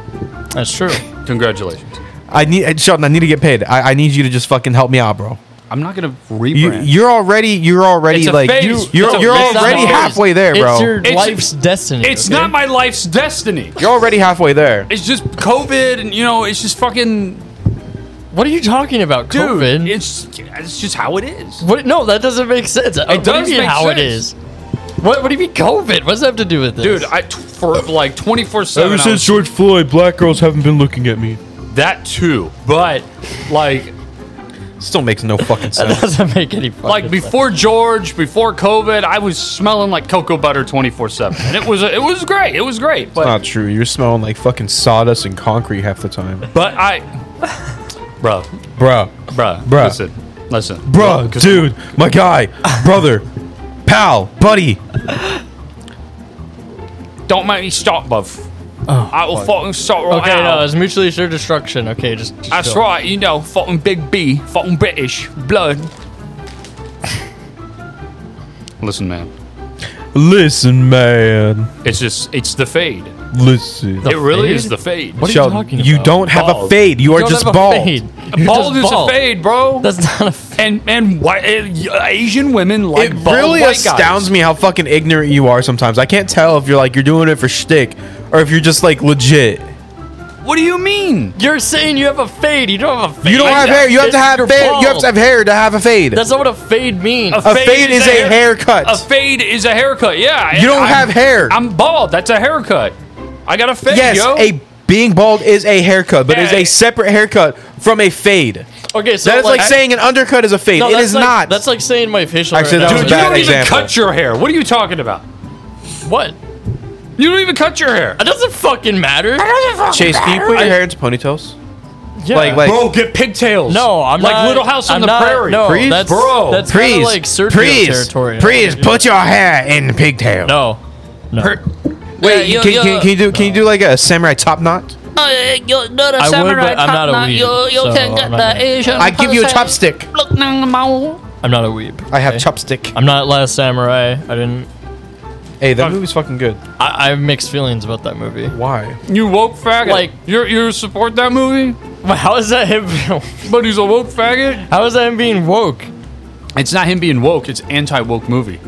[SPEAKER 4] That's true.
[SPEAKER 5] Congratulations.
[SPEAKER 2] I need uh, Sheldon. I need to get paid. I, I need you to just fucking help me out, bro.
[SPEAKER 5] I'm not gonna
[SPEAKER 2] You,
[SPEAKER 5] rebrand.
[SPEAKER 2] you're already. You're already
[SPEAKER 5] It's a
[SPEAKER 2] like.
[SPEAKER 5] phase.
[SPEAKER 2] You,
[SPEAKER 5] It's
[SPEAKER 2] you're
[SPEAKER 5] a
[SPEAKER 2] you're
[SPEAKER 5] phase.
[SPEAKER 2] already
[SPEAKER 5] It's a phase.
[SPEAKER 2] halfway there, bro.
[SPEAKER 4] It's your
[SPEAKER 5] It's-
[SPEAKER 4] life's destiny.
[SPEAKER 5] it's
[SPEAKER 4] okay?
[SPEAKER 5] not my life's destiny.
[SPEAKER 2] you're already halfway there.
[SPEAKER 5] It's just COVID, and you know, it's just fucking
[SPEAKER 4] What are you talking about,
[SPEAKER 5] dude.
[SPEAKER 4] COVID?
[SPEAKER 5] It's it's just how it is.
[SPEAKER 4] What? No, that doesn't make sense. It what
[SPEAKER 5] does
[SPEAKER 4] do you mean
[SPEAKER 5] make
[SPEAKER 4] how it
[SPEAKER 5] sense.
[SPEAKER 4] is. What? What do you mean COVID? What does that have to do with this,
[SPEAKER 5] Dude, I t- for like 24 seven. I was-
[SPEAKER 2] George Floyd, black girls haven't been looking at me.
[SPEAKER 5] that too, but like
[SPEAKER 2] Still makes no (laughs) fucking
[SPEAKER 4] that
[SPEAKER 2] sense.
[SPEAKER 4] (laughs) doesn't make any fucking
[SPEAKER 5] like
[SPEAKER 4] sense.
[SPEAKER 5] before George, before COVID, I was smelling like cocoa butter 24 seven, and it was it was great. It was great, but
[SPEAKER 2] Not true. You're smelling like fucking sawdust and concrete half the time,
[SPEAKER 5] but I, bro,
[SPEAKER 2] bro.
[SPEAKER 5] bro,
[SPEAKER 2] Bruh.
[SPEAKER 5] listen, listen,
[SPEAKER 2] bro,
[SPEAKER 5] 'cause-
[SPEAKER 2] dude, my (laughs) guy, brother, pal, buddy.
[SPEAKER 5] Don't make me stop, buff.
[SPEAKER 4] Oh,
[SPEAKER 5] I will fucking sort right
[SPEAKER 4] Okay, no,
[SPEAKER 5] out.
[SPEAKER 4] it's mutually assured destruction. Okay, just, just
[SPEAKER 5] That's
[SPEAKER 4] chill.
[SPEAKER 5] right, you know, fucking Big B, fucking British blood. Listen, man,
[SPEAKER 2] Listen, man.
[SPEAKER 5] it's just it's the fade.
[SPEAKER 2] Listen.
[SPEAKER 5] it really
[SPEAKER 4] fade?
[SPEAKER 5] is the fade.
[SPEAKER 4] What are
[SPEAKER 2] Sheldon,
[SPEAKER 4] you talking
[SPEAKER 2] you
[SPEAKER 4] about?
[SPEAKER 2] don't have a
[SPEAKER 5] Bald.
[SPEAKER 2] fade. You are
[SPEAKER 4] You don't
[SPEAKER 2] just
[SPEAKER 4] have a
[SPEAKER 2] bald.
[SPEAKER 4] fade. You're
[SPEAKER 5] Bald
[SPEAKER 4] just
[SPEAKER 5] is
[SPEAKER 4] bald.
[SPEAKER 5] a fade, bro.
[SPEAKER 4] That's not a fade.
[SPEAKER 5] and and white uh, Asian women like
[SPEAKER 2] It
[SPEAKER 5] bald
[SPEAKER 2] really
[SPEAKER 5] white
[SPEAKER 2] astounds
[SPEAKER 5] guys.
[SPEAKER 2] me how fucking ignorant you are sometimes. I can't tell if you're like you're doing it for shtick or if you're just like legit.
[SPEAKER 5] What do you mean?
[SPEAKER 4] You're saying you have a fade. You don't have a fade.
[SPEAKER 2] You don't have hair. You have to have
[SPEAKER 4] You're
[SPEAKER 2] fade. You have
[SPEAKER 4] bald.
[SPEAKER 2] to have hair to have a fade.
[SPEAKER 4] That's not what a fade means.
[SPEAKER 2] a fade, is, a, haircut.
[SPEAKER 5] A fade is a haircut. Yeah.
[SPEAKER 2] You don't
[SPEAKER 5] I'm-
[SPEAKER 2] have hair.
[SPEAKER 5] I'm bald. That's a haircut. I got a fade,
[SPEAKER 2] yes,
[SPEAKER 5] yo.
[SPEAKER 2] a being bald is a haircut, but it's
[SPEAKER 5] Yeah.
[SPEAKER 2] a separate haircut from a fade.
[SPEAKER 4] okay, so
[SPEAKER 2] That is like,
[SPEAKER 4] I-
[SPEAKER 2] saying an undercut is a fade.
[SPEAKER 4] No,
[SPEAKER 2] it
[SPEAKER 4] that's
[SPEAKER 2] is
[SPEAKER 4] like-
[SPEAKER 2] not.
[SPEAKER 4] That's like saying my facial.
[SPEAKER 2] Actually, that
[SPEAKER 4] hair
[SPEAKER 5] Dude,
[SPEAKER 2] was
[SPEAKER 5] you
[SPEAKER 2] a
[SPEAKER 4] now
[SPEAKER 2] bad
[SPEAKER 5] don't
[SPEAKER 4] is-
[SPEAKER 2] example.
[SPEAKER 5] even cut your hair. What are you talking about?
[SPEAKER 4] What?
[SPEAKER 5] You don't even cut your hair.
[SPEAKER 4] That doesn't fucking matter.
[SPEAKER 2] Chase, can you put your hair into ponytails?
[SPEAKER 4] Yeah.
[SPEAKER 2] Like, like,
[SPEAKER 5] Bro, get pigtails.
[SPEAKER 4] No, I'm
[SPEAKER 5] like
[SPEAKER 4] not.
[SPEAKER 5] Little House on
[SPEAKER 4] I'm
[SPEAKER 5] the
[SPEAKER 4] not-
[SPEAKER 5] Prairie.
[SPEAKER 4] No,
[SPEAKER 2] Please?
[SPEAKER 4] that's
[SPEAKER 5] Bro.
[SPEAKER 4] That's kind
[SPEAKER 2] please,
[SPEAKER 4] of like Sergio
[SPEAKER 2] please,
[SPEAKER 4] territory.
[SPEAKER 2] please, put your hair in the pigtail.
[SPEAKER 4] No, no.
[SPEAKER 2] Wait,
[SPEAKER 6] Yeah,
[SPEAKER 2] can,
[SPEAKER 6] yeah,
[SPEAKER 2] can,
[SPEAKER 6] yeah.
[SPEAKER 2] can you do? Can you do like a samurai top knot?
[SPEAKER 6] Uh, you're not a
[SPEAKER 4] I would,
[SPEAKER 6] samurai.
[SPEAKER 4] but I'm
[SPEAKER 6] top
[SPEAKER 4] not a
[SPEAKER 6] knot.
[SPEAKER 4] weeb,
[SPEAKER 6] You, you
[SPEAKER 4] so
[SPEAKER 6] can get
[SPEAKER 4] I'm not
[SPEAKER 6] the
[SPEAKER 4] gonna-
[SPEAKER 6] Asian.
[SPEAKER 2] I give you a
[SPEAKER 6] person.
[SPEAKER 2] chopstick.
[SPEAKER 6] Look down the mouth.
[SPEAKER 4] I'm not a weeb.
[SPEAKER 2] I have
[SPEAKER 4] okay?
[SPEAKER 2] chopstick.
[SPEAKER 4] I'm not Last Samurai. I didn't.
[SPEAKER 2] Hey, that movie's fucking good.
[SPEAKER 4] I, I have mixed feelings about that movie.
[SPEAKER 2] Why?
[SPEAKER 5] You woke faggot.
[SPEAKER 4] Like-
[SPEAKER 5] you you support that movie,
[SPEAKER 4] How is that him? (laughs)
[SPEAKER 5] but he's a woke faggot.
[SPEAKER 4] How is that him being woke?
[SPEAKER 5] It's not him being woke. It's anti woke movie.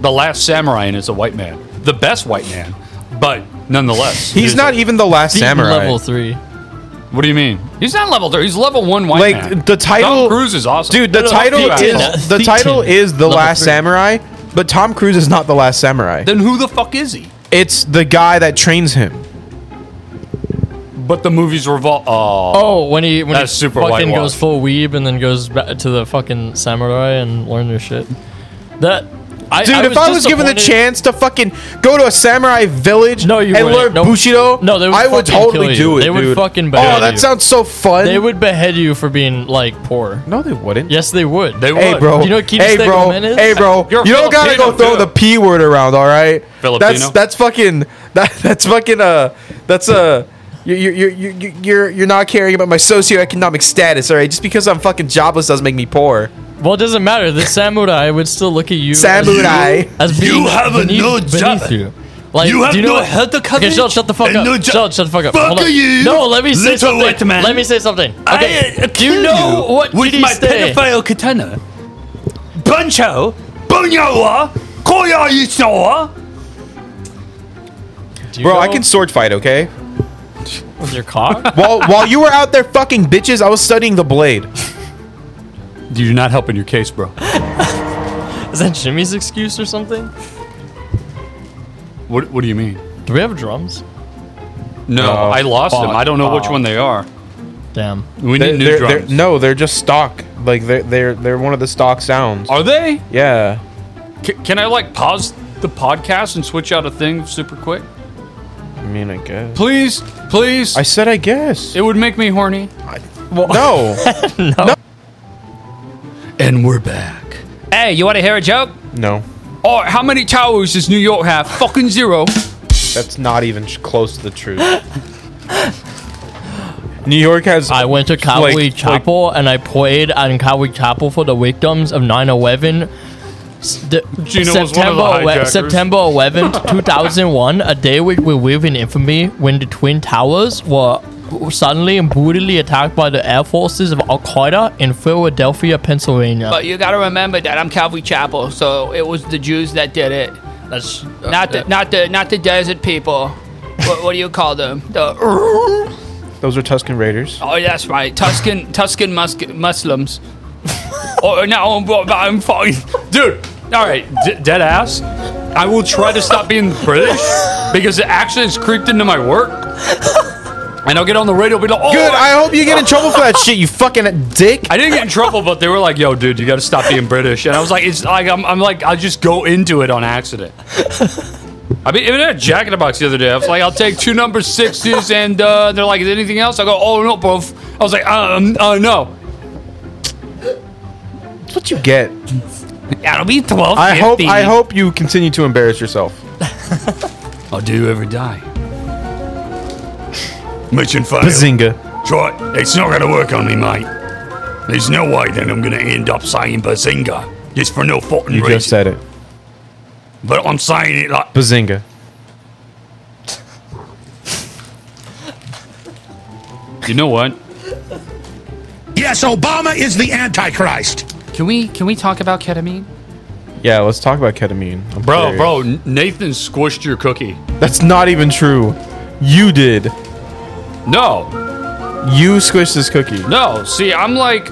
[SPEAKER 5] The Last Samurai and it's a white man, the best white man, but nonetheless,
[SPEAKER 2] He's
[SPEAKER 5] it is
[SPEAKER 2] not even the last
[SPEAKER 4] Deep
[SPEAKER 2] samurai.
[SPEAKER 4] level three.
[SPEAKER 5] a- what do you mean? He's not level three. He's level one white
[SPEAKER 2] Like,
[SPEAKER 5] man.
[SPEAKER 2] the title-
[SPEAKER 5] Tom Cruise is awesome,
[SPEAKER 2] Dude, the
[SPEAKER 4] No, no,
[SPEAKER 2] title
[SPEAKER 4] Thetan.
[SPEAKER 2] is the
[SPEAKER 4] Thetan.
[SPEAKER 2] title is the
[SPEAKER 4] Level
[SPEAKER 2] last
[SPEAKER 4] three.
[SPEAKER 2] samurai, but Tom Cruise is not the last samurai.
[SPEAKER 5] Then who the fuck is he?
[SPEAKER 2] It's the guy that trains him.
[SPEAKER 5] But the movies revolve. Oh,
[SPEAKER 4] Oh, when he when
[SPEAKER 5] That's
[SPEAKER 4] he
[SPEAKER 5] super
[SPEAKER 4] fucking
[SPEAKER 5] whitewashed.
[SPEAKER 4] goes full weeb and then goes back to the fucking samurai and learn their shit. That I,
[SPEAKER 2] Dude, if I was given the
[SPEAKER 4] disappointed-
[SPEAKER 2] chance to fucking go to a samurai village
[SPEAKER 4] No, you
[SPEAKER 2] and
[SPEAKER 4] wouldn't.
[SPEAKER 2] learn
[SPEAKER 4] Nope.
[SPEAKER 2] Bushido,
[SPEAKER 4] No, they would
[SPEAKER 2] I would
[SPEAKER 4] fucking kill
[SPEAKER 2] totally
[SPEAKER 4] you.
[SPEAKER 2] do it.
[SPEAKER 4] They would
[SPEAKER 2] dude.
[SPEAKER 4] fucking
[SPEAKER 2] Oh,
[SPEAKER 4] behead
[SPEAKER 2] that
[SPEAKER 4] you.
[SPEAKER 2] sounds so fun.
[SPEAKER 4] they would behead you for being like poor.
[SPEAKER 2] No, they wouldn't.
[SPEAKER 4] Yes, they would.
[SPEAKER 5] They
[SPEAKER 2] Hey,
[SPEAKER 5] would.
[SPEAKER 2] bro.
[SPEAKER 4] You know what Keith
[SPEAKER 2] hey,
[SPEAKER 4] Stegman
[SPEAKER 2] bro.
[SPEAKER 4] is?
[SPEAKER 2] Hey, bro.
[SPEAKER 5] (laughs) You're
[SPEAKER 2] you don't gotta go
[SPEAKER 5] Filipino,
[SPEAKER 2] throw
[SPEAKER 5] too.
[SPEAKER 2] the p word around. All right.
[SPEAKER 5] Filipino.
[SPEAKER 2] That's that's fucking that, (laughs) that's fucking uh that's uh, you you you you you- you're you're not caring about my socioeconomic status. All right. Just because I'm fucking jobless doesn't make me poor.
[SPEAKER 4] Well, it doesn't matter. The samurai would still look at you. as-
[SPEAKER 2] Samurai.
[SPEAKER 4] As being
[SPEAKER 7] You have a
[SPEAKER 4] beneath,
[SPEAKER 7] no
[SPEAKER 4] beneath
[SPEAKER 7] job.
[SPEAKER 4] you. Like,
[SPEAKER 7] You have
[SPEAKER 4] do you
[SPEAKER 7] no
[SPEAKER 4] know what?
[SPEAKER 7] health
[SPEAKER 4] Okay, shut, shut the fuck
[SPEAKER 7] and
[SPEAKER 4] up.
[SPEAKER 7] no
[SPEAKER 4] shut,
[SPEAKER 7] job.
[SPEAKER 4] shut the fuck up.
[SPEAKER 7] Fuck
[SPEAKER 4] Hold on.
[SPEAKER 7] you,
[SPEAKER 4] No, let me say
[SPEAKER 7] little
[SPEAKER 4] something.
[SPEAKER 7] white man.
[SPEAKER 4] Let me say something. Okay.
[SPEAKER 7] I, uh,
[SPEAKER 4] do you
[SPEAKER 7] kill
[SPEAKER 4] know
[SPEAKER 7] you
[SPEAKER 4] what
[SPEAKER 7] with
[SPEAKER 4] did he
[SPEAKER 7] my
[SPEAKER 4] say?
[SPEAKER 5] pedophile katana.
[SPEAKER 7] Buncho, Bunyawa, Koya Yishawa.
[SPEAKER 4] Do you
[SPEAKER 2] Bro,
[SPEAKER 4] know
[SPEAKER 2] I can sword fight. Okay.
[SPEAKER 4] your cock.
[SPEAKER 2] while (laughs) while you were out there fucking bitches, I was studying the blade.
[SPEAKER 5] You're not helping your case, bro.
[SPEAKER 4] Is that Jimmy's excuse or something?
[SPEAKER 5] What What do you mean? Uh,
[SPEAKER 4] Do we have drums?
[SPEAKER 5] No, I lost them. I don't know which one they are.
[SPEAKER 4] Damn.
[SPEAKER 5] Oh. We
[SPEAKER 2] They're-
[SPEAKER 5] need new
[SPEAKER 2] they're-
[SPEAKER 5] drums.
[SPEAKER 2] they're- no, they're just stock. Like they're they're they're one of the stock sounds.
[SPEAKER 5] Are they?
[SPEAKER 2] Yeah.
[SPEAKER 5] C- can I like pause the podcast and switch out a thing super quick?
[SPEAKER 2] I mean, I guess.
[SPEAKER 5] Please, please.
[SPEAKER 2] I said I guess.
[SPEAKER 5] it would make me horny.
[SPEAKER 4] (laughs)
[SPEAKER 2] no.
[SPEAKER 5] And we're back. Hey, you want to hear a joke?
[SPEAKER 2] No,
[SPEAKER 5] Or how many towers does New York have? Fucking zero.
[SPEAKER 2] that's not even sh- close to the
[SPEAKER 5] (gasps)
[SPEAKER 2] truth. New York has.
[SPEAKER 4] I went to Cowboy
[SPEAKER 2] like-
[SPEAKER 4] Chapel and I prayed on Cowboy Chapel for the victims of 9 11.
[SPEAKER 5] Gino was one of the hijackers.
[SPEAKER 4] September
[SPEAKER 5] (laughs)
[SPEAKER 4] 11th, 2001, a day which will live in infamy when the Twin Towers were suddenly and brutally attacked by the air forces of Al Qaeda in Philadelphia, Pennsylvania.
[SPEAKER 6] But Uh, you gotta remember that I'm Calvary Chapel, so it was the Jews that did it.
[SPEAKER 4] That's
[SPEAKER 5] uh,
[SPEAKER 6] Not the not the not the desert people. What, what do you call them? The
[SPEAKER 2] Those are Tuscan Raiders.
[SPEAKER 6] oh, that's right, Tuscan Tuscan Mus-
[SPEAKER 5] (laughs)
[SPEAKER 6] Muslims. oh, now I'm, I'm fine.
[SPEAKER 5] Dude, all right, d- dead ass. I will try to stop being (laughs) British because it actually has creeped into my work. And I'll get on the radio and be like, oh,
[SPEAKER 2] Good.
[SPEAKER 5] I,
[SPEAKER 2] I hope you
[SPEAKER 5] (laughs)
[SPEAKER 2] get in trouble for that shit, you fucking dick.
[SPEAKER 5] I didn't get in trouble, but they were like, yo, dude, you got to stop being British. And I was like, it's like, I'm, I'm like, I just go into it on accident. I mean, even at Jack in the Box the other day, I was like, I'll take two number sixes. And uh, they're like, is there anything else? I go, oh, no, bro. I was like, um, uh, no.
[SPEAKER 2] That's what you get.
[SPEAKER 5] That'll be 12.
[SPEAKER 2] I hope. I hope you continue to embarrass yourself.
[SPEAKER 5] I'll Oh, do ever die.
[SPEAKER 7] Mission failed.
[SPEAKER 2] Bazinga.
[SPEAKER 7] Try. It's not going to work on me, mate. There's no way that I'm going to end up saying Bazinga just for no fucking
[SPEAKER 2] You
[SPEAKER 7] reason.
[SPEAKER 2] just said it.
[SPEAKER 7] But I'm saying it like
[SPEAKER 2] Bazinga.
[SPEAKER 5] You know what?
[SPEAKER 7] yes, Obama is the Antichrist.
[SPEAKER 3] Can we can we talk about ketamine?
[SPEAKER 2] Yeah, let's talk about ketamine. I'm
[SPEAKER 5] Bro,
[SPEAKER 2] curious.
[SPEAKER 5] bro, N- Nathan squished your cookie.
[SPEAKER 2] That's not even true. You did.
[SPEAKER 5] No,
[SPEAKER 2] You squished this cookie.
[SPEAKER 5] no. See, I'm like,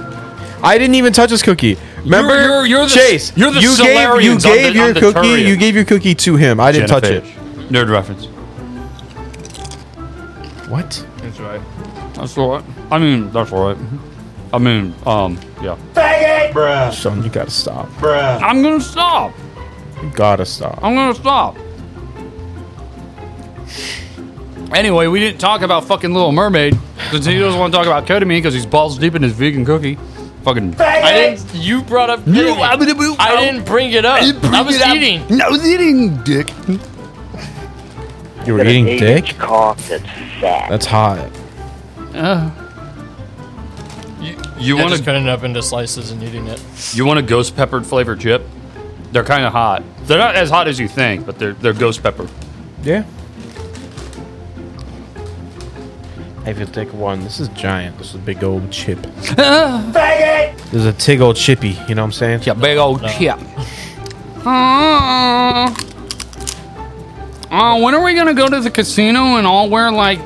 [SPEAKER 2] I didn't even touch his cookie. Remember,
[SPEAKER 5] you're- you're the-
[SPEAKER 2] Chase.
[SPEAKER 5] you're the
[SPEAKER 2] you gave you
[SPEAKER 5] Solarians on
[SPEAKER 2] gave
[SPEAKER 5] the-
[SPEAKER 2] your
[SPEAKER 5] on the
[SPEAKER 2] cookie.
[SPEAKER 5] Turian.
[SPEAKER 2] You gave your cookie to him. I didn't touch it.
[SPEAKER 5] Nerd reference.
[SPEAKER 2] What?
[SPEAKER 5] That's right. That's all right. I mean, that's all right. I mean, um, yeah.
[SPEAKER 2] Sean, you gotta stop.
[SPEAKER 5] I'm gonna stop.
[SPEAKER 2] You gotta stop.
[SPEAKER 5] I'm gonna stop. Anyway, we didn't talk about fucking Little Mermaid because he doesn't want to talk about ketamine because he's balls deep in his vegan cookie. Fucking.
[SPEAKER 4] I didn't. You brought up. You, I, didn't bring it up. I was eating.
[SPEAKER 5] No eating, dick.
[SPEAKER 2] You were
[SPEAKER 9] Got an
[SPEAKER 2] eating dick.
[SPEAKER 9] eight-inch cock that's fat.
[SPEAKER 2] That's hot.
[SPEAKER 5] You, you
[SPEAKER 4] I
[SPEAKER 5] want
[SPEAKER 4] just
[SPEAKER 5] to
[SPEAKER 4] cutting it up into slices and eating it.
[SPEAKER 5] You want a ghost peppered flavored chip? They're kind of hot. They're not as hot as you think, but they're they're ghost pepper.
[SPEAKER 2] Yeah. I will take one. This is giant. This is a big old chip. There's a tig old chippy. You know what I'm saying?
[SPEAKER 3] Yeah, big old chip. Uh, uh, when are we gonna go to the casino and all wear like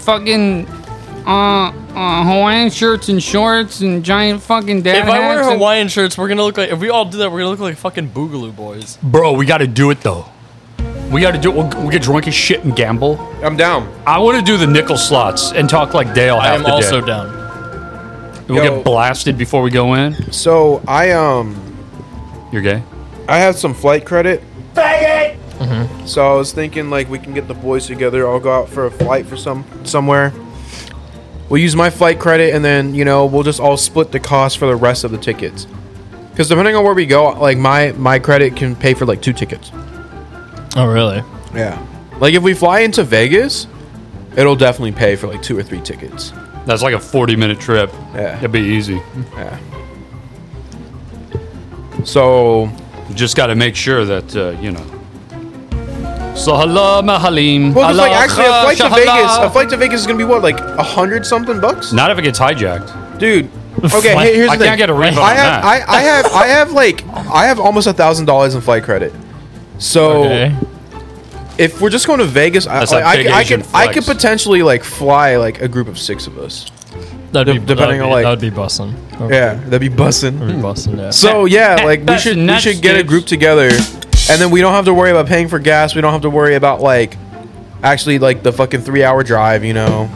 [SPEAKER 3] fucking uh, uh Hawaiian shirts and shorts and giant fucking dad
[SPEAKER 4] If I wear
[SPEAKER 3] hats and-
[SPEAKER 4] Hawaiian shirts, we're gonna look like. If we all do that, we're gonna look like fucking Boogaloo boys.
[SPEAKER 5] Bro, we got to do it though. We got to do it. We'll, we'll get drunk as shit and gamble.
[SPEAKER 2] I'm down.
[SPEAKER 5] I want to do the nickel slots and talk like Dale half
[SPEAKER 4] I am
[SPEAKER 5] the
[SPEAKER 4] also
[SPEAKER 5] day.
[SPEAKER 4] down.
[SPEAKER 5] We'll
[SPEAKER 2] Yo.
[SPEAKER 5] get blasted before we go in.
[SPEAKER 2] So I um
[SPEAKER 5] You're gay.
[SPEAKER 2] I have some flight credit. Mm-hmm. So I was thinking like we can get the boys together. I'll go out for a flight for some somewhere. We'll use my flight credit, and then you know we'll just all split the cost for the rest of the tickets. Because depending on where we go, like my my credit can pay for like two tickets.
[SPEAKER 4] Oh, really?
[SPEAKER 2] Yeah. Like if we fly into Vegas, it'll definitely pay for like two or three tickets.
[SPEAKER 5] That's like a 40 minute trip.
[SPEAKER 2] Yeah.
[SPEAKER 5] It'd be easy.
[SPEAKER 2] Yeah. So
[SPEAKER 5] You just got to make sure that, uh, you know. So, hello, Mahalim.
[SPEAKER 2] well, just like actually a flight to Vegas, a flight to Vegas is gonna be what like a hundred something bucks,
[SPEAKER 5] Not if it gets hijacked.
[SPEAKER 2] dude. Okay, hey, here's the
[SPEAKER 5] I
[SPEAKER 2] thing.
[SPEAKER 5] can't get a refund
[SPEAKER 2] I
[SPEAKER 5] on
[SPEAKER 2] have,
[SPEAKER 5] that.
[SPEAKER 2] I, I have, I have like, I have almost a thousand dollars in flight credit. So
[SPEAKER 4] Okay.
[SPEAKER 2] if we're just going to Vegas, I,
[SPEAKER 5] That's a
[SPEAKER 2] like, I,
[SPEAKER 5] big
[SPEAKER 2] could- I
[SPEAKER 5] Asian
[SPEAKER 2] could, I could
[SPEAKER 5] flex.
[SPEAKER 2] potentially like fly like a group of six of us.
[SPEAKER 4] That'd
[SPEAKER 2] De- depending
[SPEAKER 4] that'd
[SPEAKER 2] on,
[SPEAKER 4] be,
[SPEAKER 2] like-
[SPEAKER 4] that'd be bussin'. Okay.
[SPEAKER 2] Yeah, that'd be bussing.
[SPEAKER 4] That'd be bussin', yeah.
[SPEAKER 2] So yeah, like we
[SPEAKER 10] That's
[SPEAKER 2] should, we
[SPEAKER 10] nuts,
[SPEAKER 2] should get a
[SPEAKER 10] dude.
[SPEAKER 2] group together, and then we don't have to worry about paying for gas. We don't have to worry about like actually like the fucking three hour drive, you know.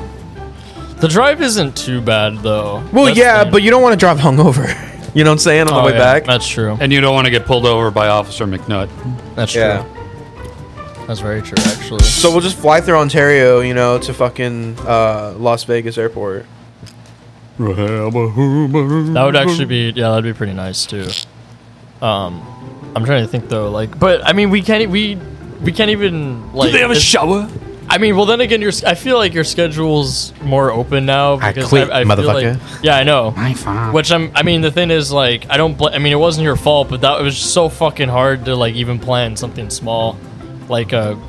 [SPEAKER 4] The drive isn't too bad though.
[SPEAKER 2] Well,
[SPEAKER 4] That's
[SPEAKER 2] yeah,
[SPEAKER 4] the-
[SPEAKER 2] but you don't want to drive hungover. (laughs) You know what I'm saying on the
[SPEAKER 4] Oh,
[SPEAKER 2] way
[SPEAKER 4] yeah,
[SPEAKER 2] back.
[SPEAKER 4] That's true.
[SPEAKER 5] And you don't want to get pulled over by Officer McNutt.
[SPEAKER 4] That's true.
[SPEAKER 2] Yeah.
[SPEAKER 4] That's very true, actually.
[SPEAKER 2] So we'll just fly through Ontario, you know, to fucking uh, Las Vegas airport.
[SPEAKER 4] That would actually be yeah, that'd be pretty nice too. Um, I'm trying to think though, like, but I mean, we can't e-, we we can't even like.
[SPEAKER 5] Do they have a
[SPEAKER 4] it's-
[SPEAKER 5] shower?
[SPEAKER 4] I mean, well, then again, your s- I feel like your schedule's more open now because
[SPEAKER 11] quit,
[SPEAKER 4] feel
[SPEAKER 11] motherfucker.
[SPEAKER 4] Like, yeah, I know.
[SPEAKER 10] My fault.
[SPEAKER 4] Which I'm. I mean, the thing is, like, I don't. Bl- I mean, it wasn't your fault, but that it was so fucking hard to like even plan something small, like a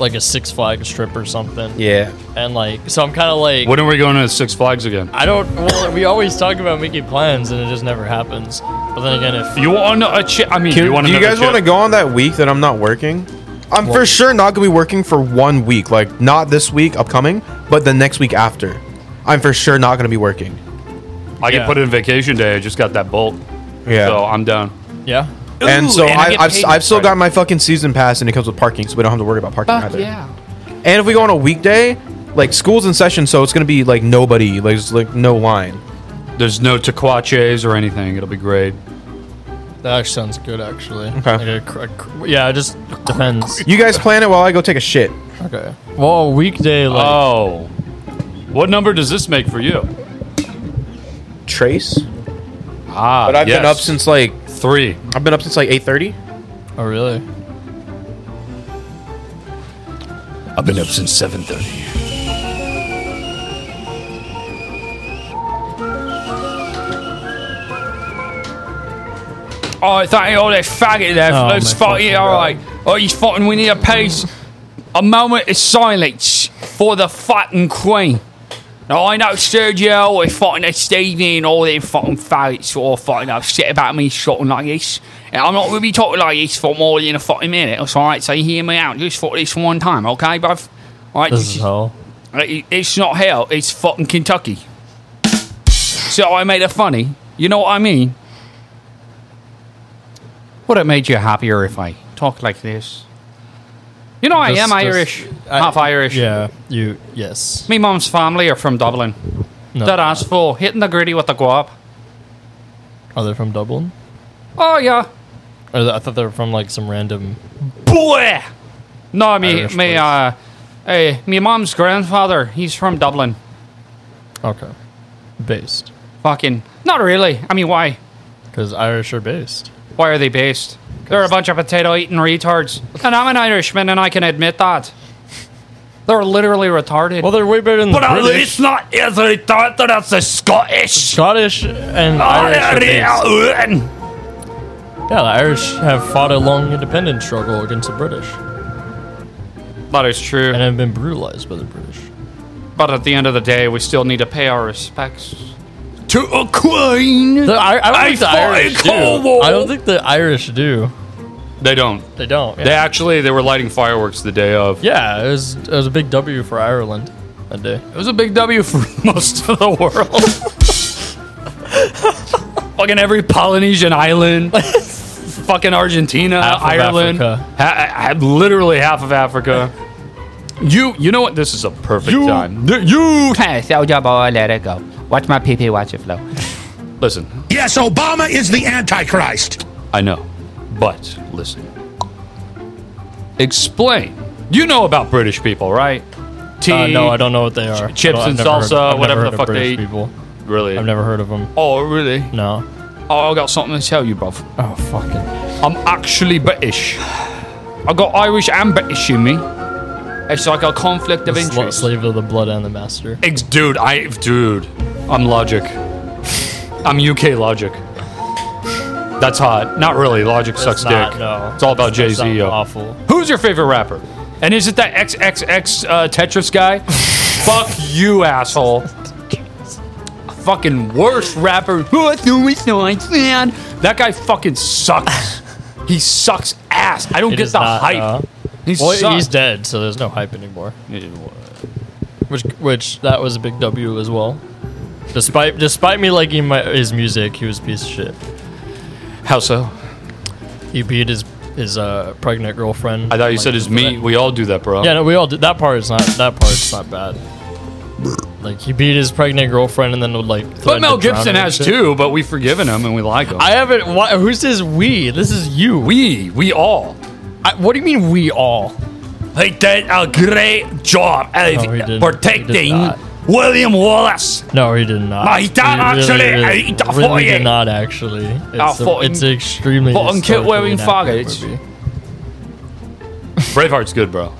[SPEAKER 4] like a Six Flags trip or something.
[SPEAKER 2] Yeah.
[SPEAKER 4] And like, so I'm kind of like.
[SPEAKER 5] When are we going to Six Flags again?
[SPEAKER 4] I don't. Well, we always talk about making plans, and it just never happens. But then again, if
[SPEAKER 5] You want a chip? I mean,
[SPEAKER 2] Can,
[SPEAKER 5] you want
[SPEAKER 2] do you
[SPEAKER 5] another
[SPEAKER 2] guys want to
[SPEAKER 5] chip?
[SPEAKER 2] go on that week that I'm not working? I'm for sure not gonna be working for one week, like not this week upcoming, but the next week after. I'm for sure not gonna be working.
[SPEAKER 5] I can
[SPEAKER 4] Yeah.
[SPEAKER 5] put in vacation day. I just got that bolt.
[SPEAKER 2] Yeah.
[SPEAKER 5] So, I'm down.
[SPEAKER 4] yeah,
[SPEAKER 2] and so
[SPEAKER 5] and I
[SPEAKER 2] I,
[SPEAKER 5] get
[SPEAKER 2] I've,
[SPEAKER 5] paid
[SPEAKER 2] I've still
[SPEAKER 5] Friday.
[SPEAKER 2] got my fucking season pass, and it comes with parking, so we don't have to worry about parking either. Yeah. And if we go on a weekday, like school's in session, so it's gonna be like nobody, like there's like no line.
[SPEAKER 5] There's no taquaches or anything. It'll be great.
[SPEAKER 4] that actually sounds good. Actually,
[SPEAKER 2] Okay.
[SPEAKER 4] Like a cr- a cr- yeah, it just depends.
[SPEAKER 2] You guys plan it while I go take a shit.
[SPEAKER 4] okay. Well, weekday like
[SPEAKER 5] Oh. What number does this make for you?
[SPEAKER 2] Trace,
[SPEAKER 5] Ah,
[SPEAKER 2] but I've been
[SPEAKER 5] yes.
[SPEAKER 2] up since like
[SPEAKER 5] three.
[SPEAKER 2] I've been up since like eight thirty.
[SPEAKER 4] oh really?
[SPEAKER 12] I've been up since 7.30.
[SPEAKER 3] All right, thank you, all that faggot there.
[SPEAKER 4] Oh,
[SPEAKER 3] Let's
[SPEAKER 4] my
[SPEAKER 3] fuck
[SPEAKER 4] fucking
[SPEAKER 3] it, all right. Oh, he's fucking, we need a pace. a moment of silence for the fucking queen. Now, I know Sergio or fucking Estevie and all them fucking faggots are all fucking upset about me shouting like this. And I'm not going to be talking like this for more than a fucking minute. It's alright, so hear me out just for this one time, okay, bruv? Alright,
[SPEAKER 4] This is hell.
[SPEAKER 3] it- It's not hell. It's fucking Kentucky. So I made it funny. You know what I mean? Would it made you happier if I talked like this? You know I
[SPEAKER 4] Just-
[SPEAKER 3] am
[SPEAKER 4] just-
[SPEAKER 3] Irish,
[SPEAKER 4] I-
[SPEAKER 3] half Irish.
[SPEAKER 4] Yeah, you yes.
[SPEAKER 3] Me mum's family are from Dublin.
[SPEAKER 4] No.
[SPEAKER 3] That ass fool hitting the gritty with the guap.
[SPEAKER 4] Are they from Dublin?
[SPEAKER 3] Oh yeah,
[SPEAKER 4] Or th- I thought they were from like some random.
[SPEAKER 3] boy. No, me,
[SPEAKER 4] Irish
[SPEAKER 3] me,
[SPEAKER 4] place.
[SPEAKER 3] uh, hey, me mum's grandfather. He's from Dublin.
[SPEAKER 4] Okay, based
[SPEAKER 3] Fucking not really. I mean, why?
[SPEAKER 4] because Irish are based.
[SPEAKER 3] Why are they based? They're a bunch of potato eating retards. And I'm an Irishman and I can admit that. They're literally retarded.
[SPEAKER 4] Well, they're way better than the British.
[SPEAKER 5] It's not easily thought that that's a Scottish.
[SPEAKER 4] Scottish
[SPEAKER 5] Oh,
[SPEAKER 4] and Irish are based. Yeah, the Irish have fought a long independence struggle against the British
[SPEAKER 3] that is true.
[SPEAKER 4] and have been brutalized by the British.
[SPEAKER 3] But at the end of the day, we still need to pay our respects.
[SPEAKER 5] To a queen.
[SPEAKER 4] The, I, I don't think the
[SPEAKER 5] fought in
[SPEAKER 4] Irish do.
[SPEAKER 5] Cornwall.
[SPEAKER 4] I don't think the Irish do.
[SPEAKER 5] They don't.
[SPEAKER 4] They don't. Yeah,
[SPEAKER 5] They actually they were lighting fireworks the day of.
[SPEAKER 4] yeah it, was, it was a big W for Ireland that day.
[SPEAKER 5] It was a big
[SPEAKER 4] (laughs)
[SPEAKER 5] W (laughs) for most of the world. (laughs) fucking every Polynesian island, fucking Argentina,
[SPEAKER 4] Half of
[SPEAKER 5] Ireland,
[SPEAKER 4] Africa.
[SPEAKER 5] ha- ha- literally half of Africa. You you know what? This is a perfect time.
[SPEAKER 3] You soldier boy, let it go. Watch my pee pee, watch it flow.
[SPEAKER 5] Listen,
[SPEAKER 12] Yes, Obama is the Antichrist.
[SPEAKER 5] I know, But listen, explain. You know about British people, right? Tea.
[SPEAKER 4] Uh, no, I don't know what they are.
[SPEAKER 5] chips
[SPEAKER 4] I don't- I've
[SPEAKER 5] and
[SPEAKER 4] never heard-
[SPEAKER 5] salsa,
[SPEAKER 4] I've never
[SPEAKER 5] whatever
[SPEAKER 4] heard
[SPEAKER 5] the
[SPEAKER 4] of
[SPEAKER 5] fuck they
[SPEAKER 4] British
[SPEAKER 5] eat.
[SPEAKER 4] People.
[SPEAKER 5] Really?
[SPEAKER 4] I've never heard of them.
[SPEAKER 5] Oh, really?
[SPEAKER 4] No.
[SPEAKER 5] Oh, I got something to tell you, bruv.
[SPEAKER 4] Oh fucking.
[SPEAKER 5] I'm actually British. I got Irish and British in me. It's like a conflict of
[SPEAKER 4] The sl-
[SPEAKER 5] interest.
[SPEAKER 4] slave of the blood and the master.
[SPEAKER 5] Ex- dude, I dude, I'm logic. I'm UK logic. That's hot. Not really. Logic sucks
[SPEAKER 4] not,
[SPEAKER 5] dick.
[SPEAKER 4] no.
[SPEAKER 5] It's all about
[SPEAKER 4] That
[SPEAKER 5] Jay Z.
[SPEAKER 4] sounds
[SPEAKER 5] Yo.
[SPEAKER 4] awful.
[SPEAKER 5] Who's your favorite rapper? And is it that XXX uh,
[SPEAKER 4] (laughs)
[SPEAKER 5] Tetris guy? Fuck you, asshole. fucking worst rapper. Oh, it's no, it's no, it's man. That guy fucking sucks. he sucks ass. I don't
[SPEAKER 4] It
[SPEAKER 5] get
[SPEAKER 4] is
[SPEAKER 5] the
[SPEAKER 4] not,
[SPEAKER 5] hype.
[SPEAKER 4] uh,
[SPEAKER 5] he
[SPEAKER 4] Well,
[SPEAKER 5] sucks.
[SPEAKER 4] he's dead, so there's no hype anymore. Which, which that was a big W as well. Despite, despite me liking my, his music, he was a piece of shit.
[SPEAKER 5] How so?
[SPEAKER 4] He beat his his uh, pregnant girlfriend.
[SPEAKER 5] I thought you
[SPEAKER 4] Like,
[SPEAKER 5] said it's
[SPEAKER 4] for
[SPEAKER 5] me.
[SPEAKER 4] that-
[SPEAKER 5] We all do that, bro.
[SPEAKER 4] Yeah, no, we all did. That part is not. That part's not bad. Like he beat his pregnant girlfriend and then would like.
[SPEAKER 5] But
[SPEAKER 4] threaten
[SPEAKER 5] Mel
[SPEAKER 4] to drown
[SPEAKER 5] Gibson
[SPEAKER 4] her and
[SPEAKER 5] has
[SPEAKER 4] shit.
[SPEAKER 5] too, but we've forgiven him and we like him.
[SPEAKER 4] I haven't. Why, who says we? This is you.
[SPEAKER 5] we, we all.
[SPEAKER 4] I, what do you mean we all?
[SPEAKER 7] He did a great job of
[SPEAKER 4] No, he didn't. He did
[SPEAKER 7] protecting
[SPEAKER 4] not.
[SPEAKER 7] William Wallace.
[SPEAKER 4] No, he did not.
[SPEAKER 7] No, he did actually. He did
[SPEAKER 4] really,
[SPEAKER 7] for you.
[SPEAKER 4] did not actually. It's,
[SPEAKER 5] Ah, for
[SPEAKER 4] a, it's
[SPEAKER 5] him-
[SPEAKER 4] extremely.
[SPEAKER 5] for him kept wearing
[SPEAKER 4] historically
[SPEAKER 5] faggots.
[SPEAKER 4] inaccurate movie.
[SPEAKER 5] Braveheart's good, bro.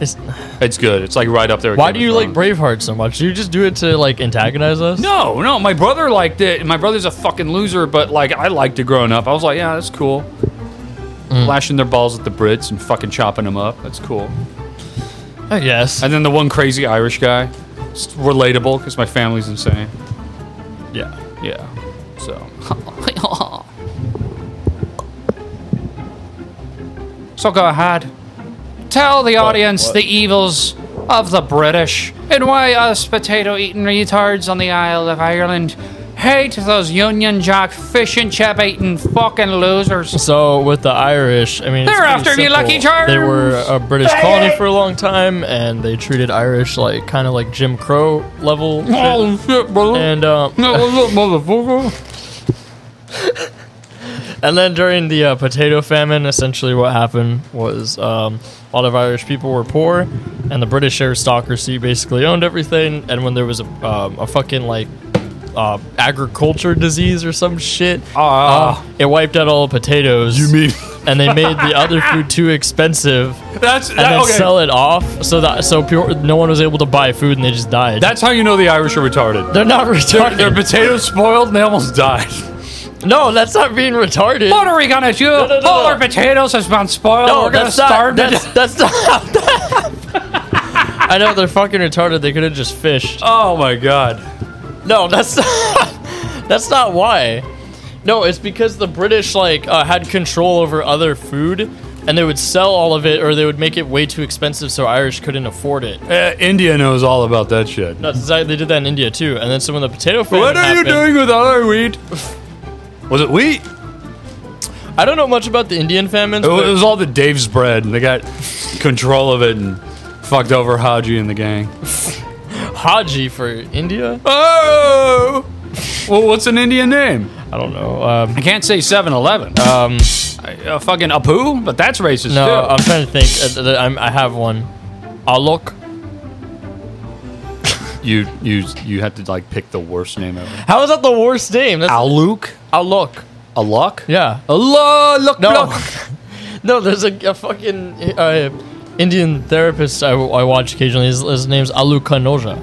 [SPEAKER 4] It's-
[SPEAKER 5] It's good. It's like right up there. with
[SPEAKER 4] why do
[SPEAKER 5] Game of
[SPEAKER 4] you like
[SPEAKER 5] Thrones.
[SPEAKER 4] Braveheart so much? Do you just do it to like antagonize us?
[SPEAKER 5] No, no. My brother liked it. My brother's a fucking loser, but like I liked it growing up. I was like, yeah, that's cool. Lashing their balls at the Brits and fucking chopping them up. That's cool.
[SPEAKER 4] I guess.
[SPEAKER 5] And then the one crazy Irish guy. It's relatable because my family's insane.
[SPEAKER 4] yeah.
[SPEAKER 5] Yeah. So. so go ahead. Tell the audience the evils of the British and why us potato eating retards on the Isle of Ireland hate those Union Jack fish and chip eating fucking losers.
[SPEAKER 4] So with the Irish, I mean, it's
[SPEAKER 5] They're
[SPEAKER 4] pretty
[SPEAKER 5] after me,
[SPEAKER 4] simple.
[SPEAKER 5] Lucky Charms!
[SPEAKER 4] They were a British colony for a long time, and they treated Irish like kind of like Jim Crow level. shit.
[SPEAKER 5] shit, brother.
[SPEAKER 4] And um,
[SPEAKER 5] motherfucker.
[SPEAKER 4] and then during the uh, potato famine, essentially what happened was um, a lot of Irish people were poor, and the British aristocracy basically owned everything. And when there was a, um, a fucking like uh, agriculture disease or some shit,
[SPEAKER 5] Ah.
[SPEAKER 4] uh, it wiped out all the potatoes. You
[SPEAKER 5] mean-
[SPEAKER 4] And they made the other food too expensive.
[SPEAKER 5] (laughs) That's
[SPEAKER 4] and
[SPEAKER 5] that,
[SPEAKER 4] then
[SPEAKER 5] okay.
[SPEAKER 4] sell it off so that so pure, no one was able to buy food and they just died.
[SPEAKER 5] That's how you know the Irish are
[SPEAKER 4] (laughs)
[SPEAKER 5] retarded.
[SPEAKER 4] they're not
[SPEAKER 5] Their,
[SPEAKER 4] retarded.
[SPEAKER 5] their potatoes spoiled and they almost died. (laughs)
[SPEAKER 4] no, that's not being retarded.
[SPEAKER 5] What are we gonna do?
[SPEAKER 4] no, no.
[SPEAKER 5] All our potatoes has been spoiled.
[SPEAKER 4] no,
[SPEAKER 5] We're gonna
[SPEAKER 4] that's not.
[SPEAKER 5] starve to
[SPEAKER 4] That's, that's not. How that happened. I know they're fucking retarded. They could have just fished.
[SPEAKER 5] Oh my god.
[SPEAKER 4] No, that's (laughs) not, that's not why. No, it's because the British like uh, had control over other food, and they would sell all of it, or they would make it way too expensive so Irish couldn't afford it.
[SPEAKER 5] Uh, India knows all about that shit.
[SPEAKER 4] That's exactly, they did that in India too. And then so when the potato famine
[SPEAKER 5] What are you
[SPEAKER 4] happened-
[SPEAKER 5] doing with our wheat? Was it wheat?
[SPEAKER 4] I don't know much about the Indian famines.
[SPEAKER 5] It
[SPEAKER 4] but-
[SPEAKER 5] was, it was all the Dave's bread, and they got control of it and fucked over Haji and the gang.
[SPEAKER 4] Haji for India?
[SPEAKER 5] Oh! Well, what's an Indian name?
[SPEAKER 4] I don't know. Um,
[SPEAKER 5] I can't say 7 Eleven.
[SPEAKER 4] um,
[SPEAKER 5] Uh, fucking Apu? But that's racist,
[SPEAKER 4] no,
[SPEAKER 5] too.
[SPEAKER 4] I'm trying to think. Uh, th- I'm, I have one. Alok.
[SPEAKER 5] you, you, you had to, like, pick the worst name ever.
[SPEAKER 4] How is that the worst name? That's
[SPEAKER 5] Aluk?
[SPEAKER 4] Alok.
[SPEAKER 5] Alok?
[SPEAKER 4] Yeah.
[SPEAKER 5] Allah, look,
[SPEAKER 4] No. no, there's a, a fucking uh, Indian therapist I, I watch occasionally. His, his name's Alok Kanoja.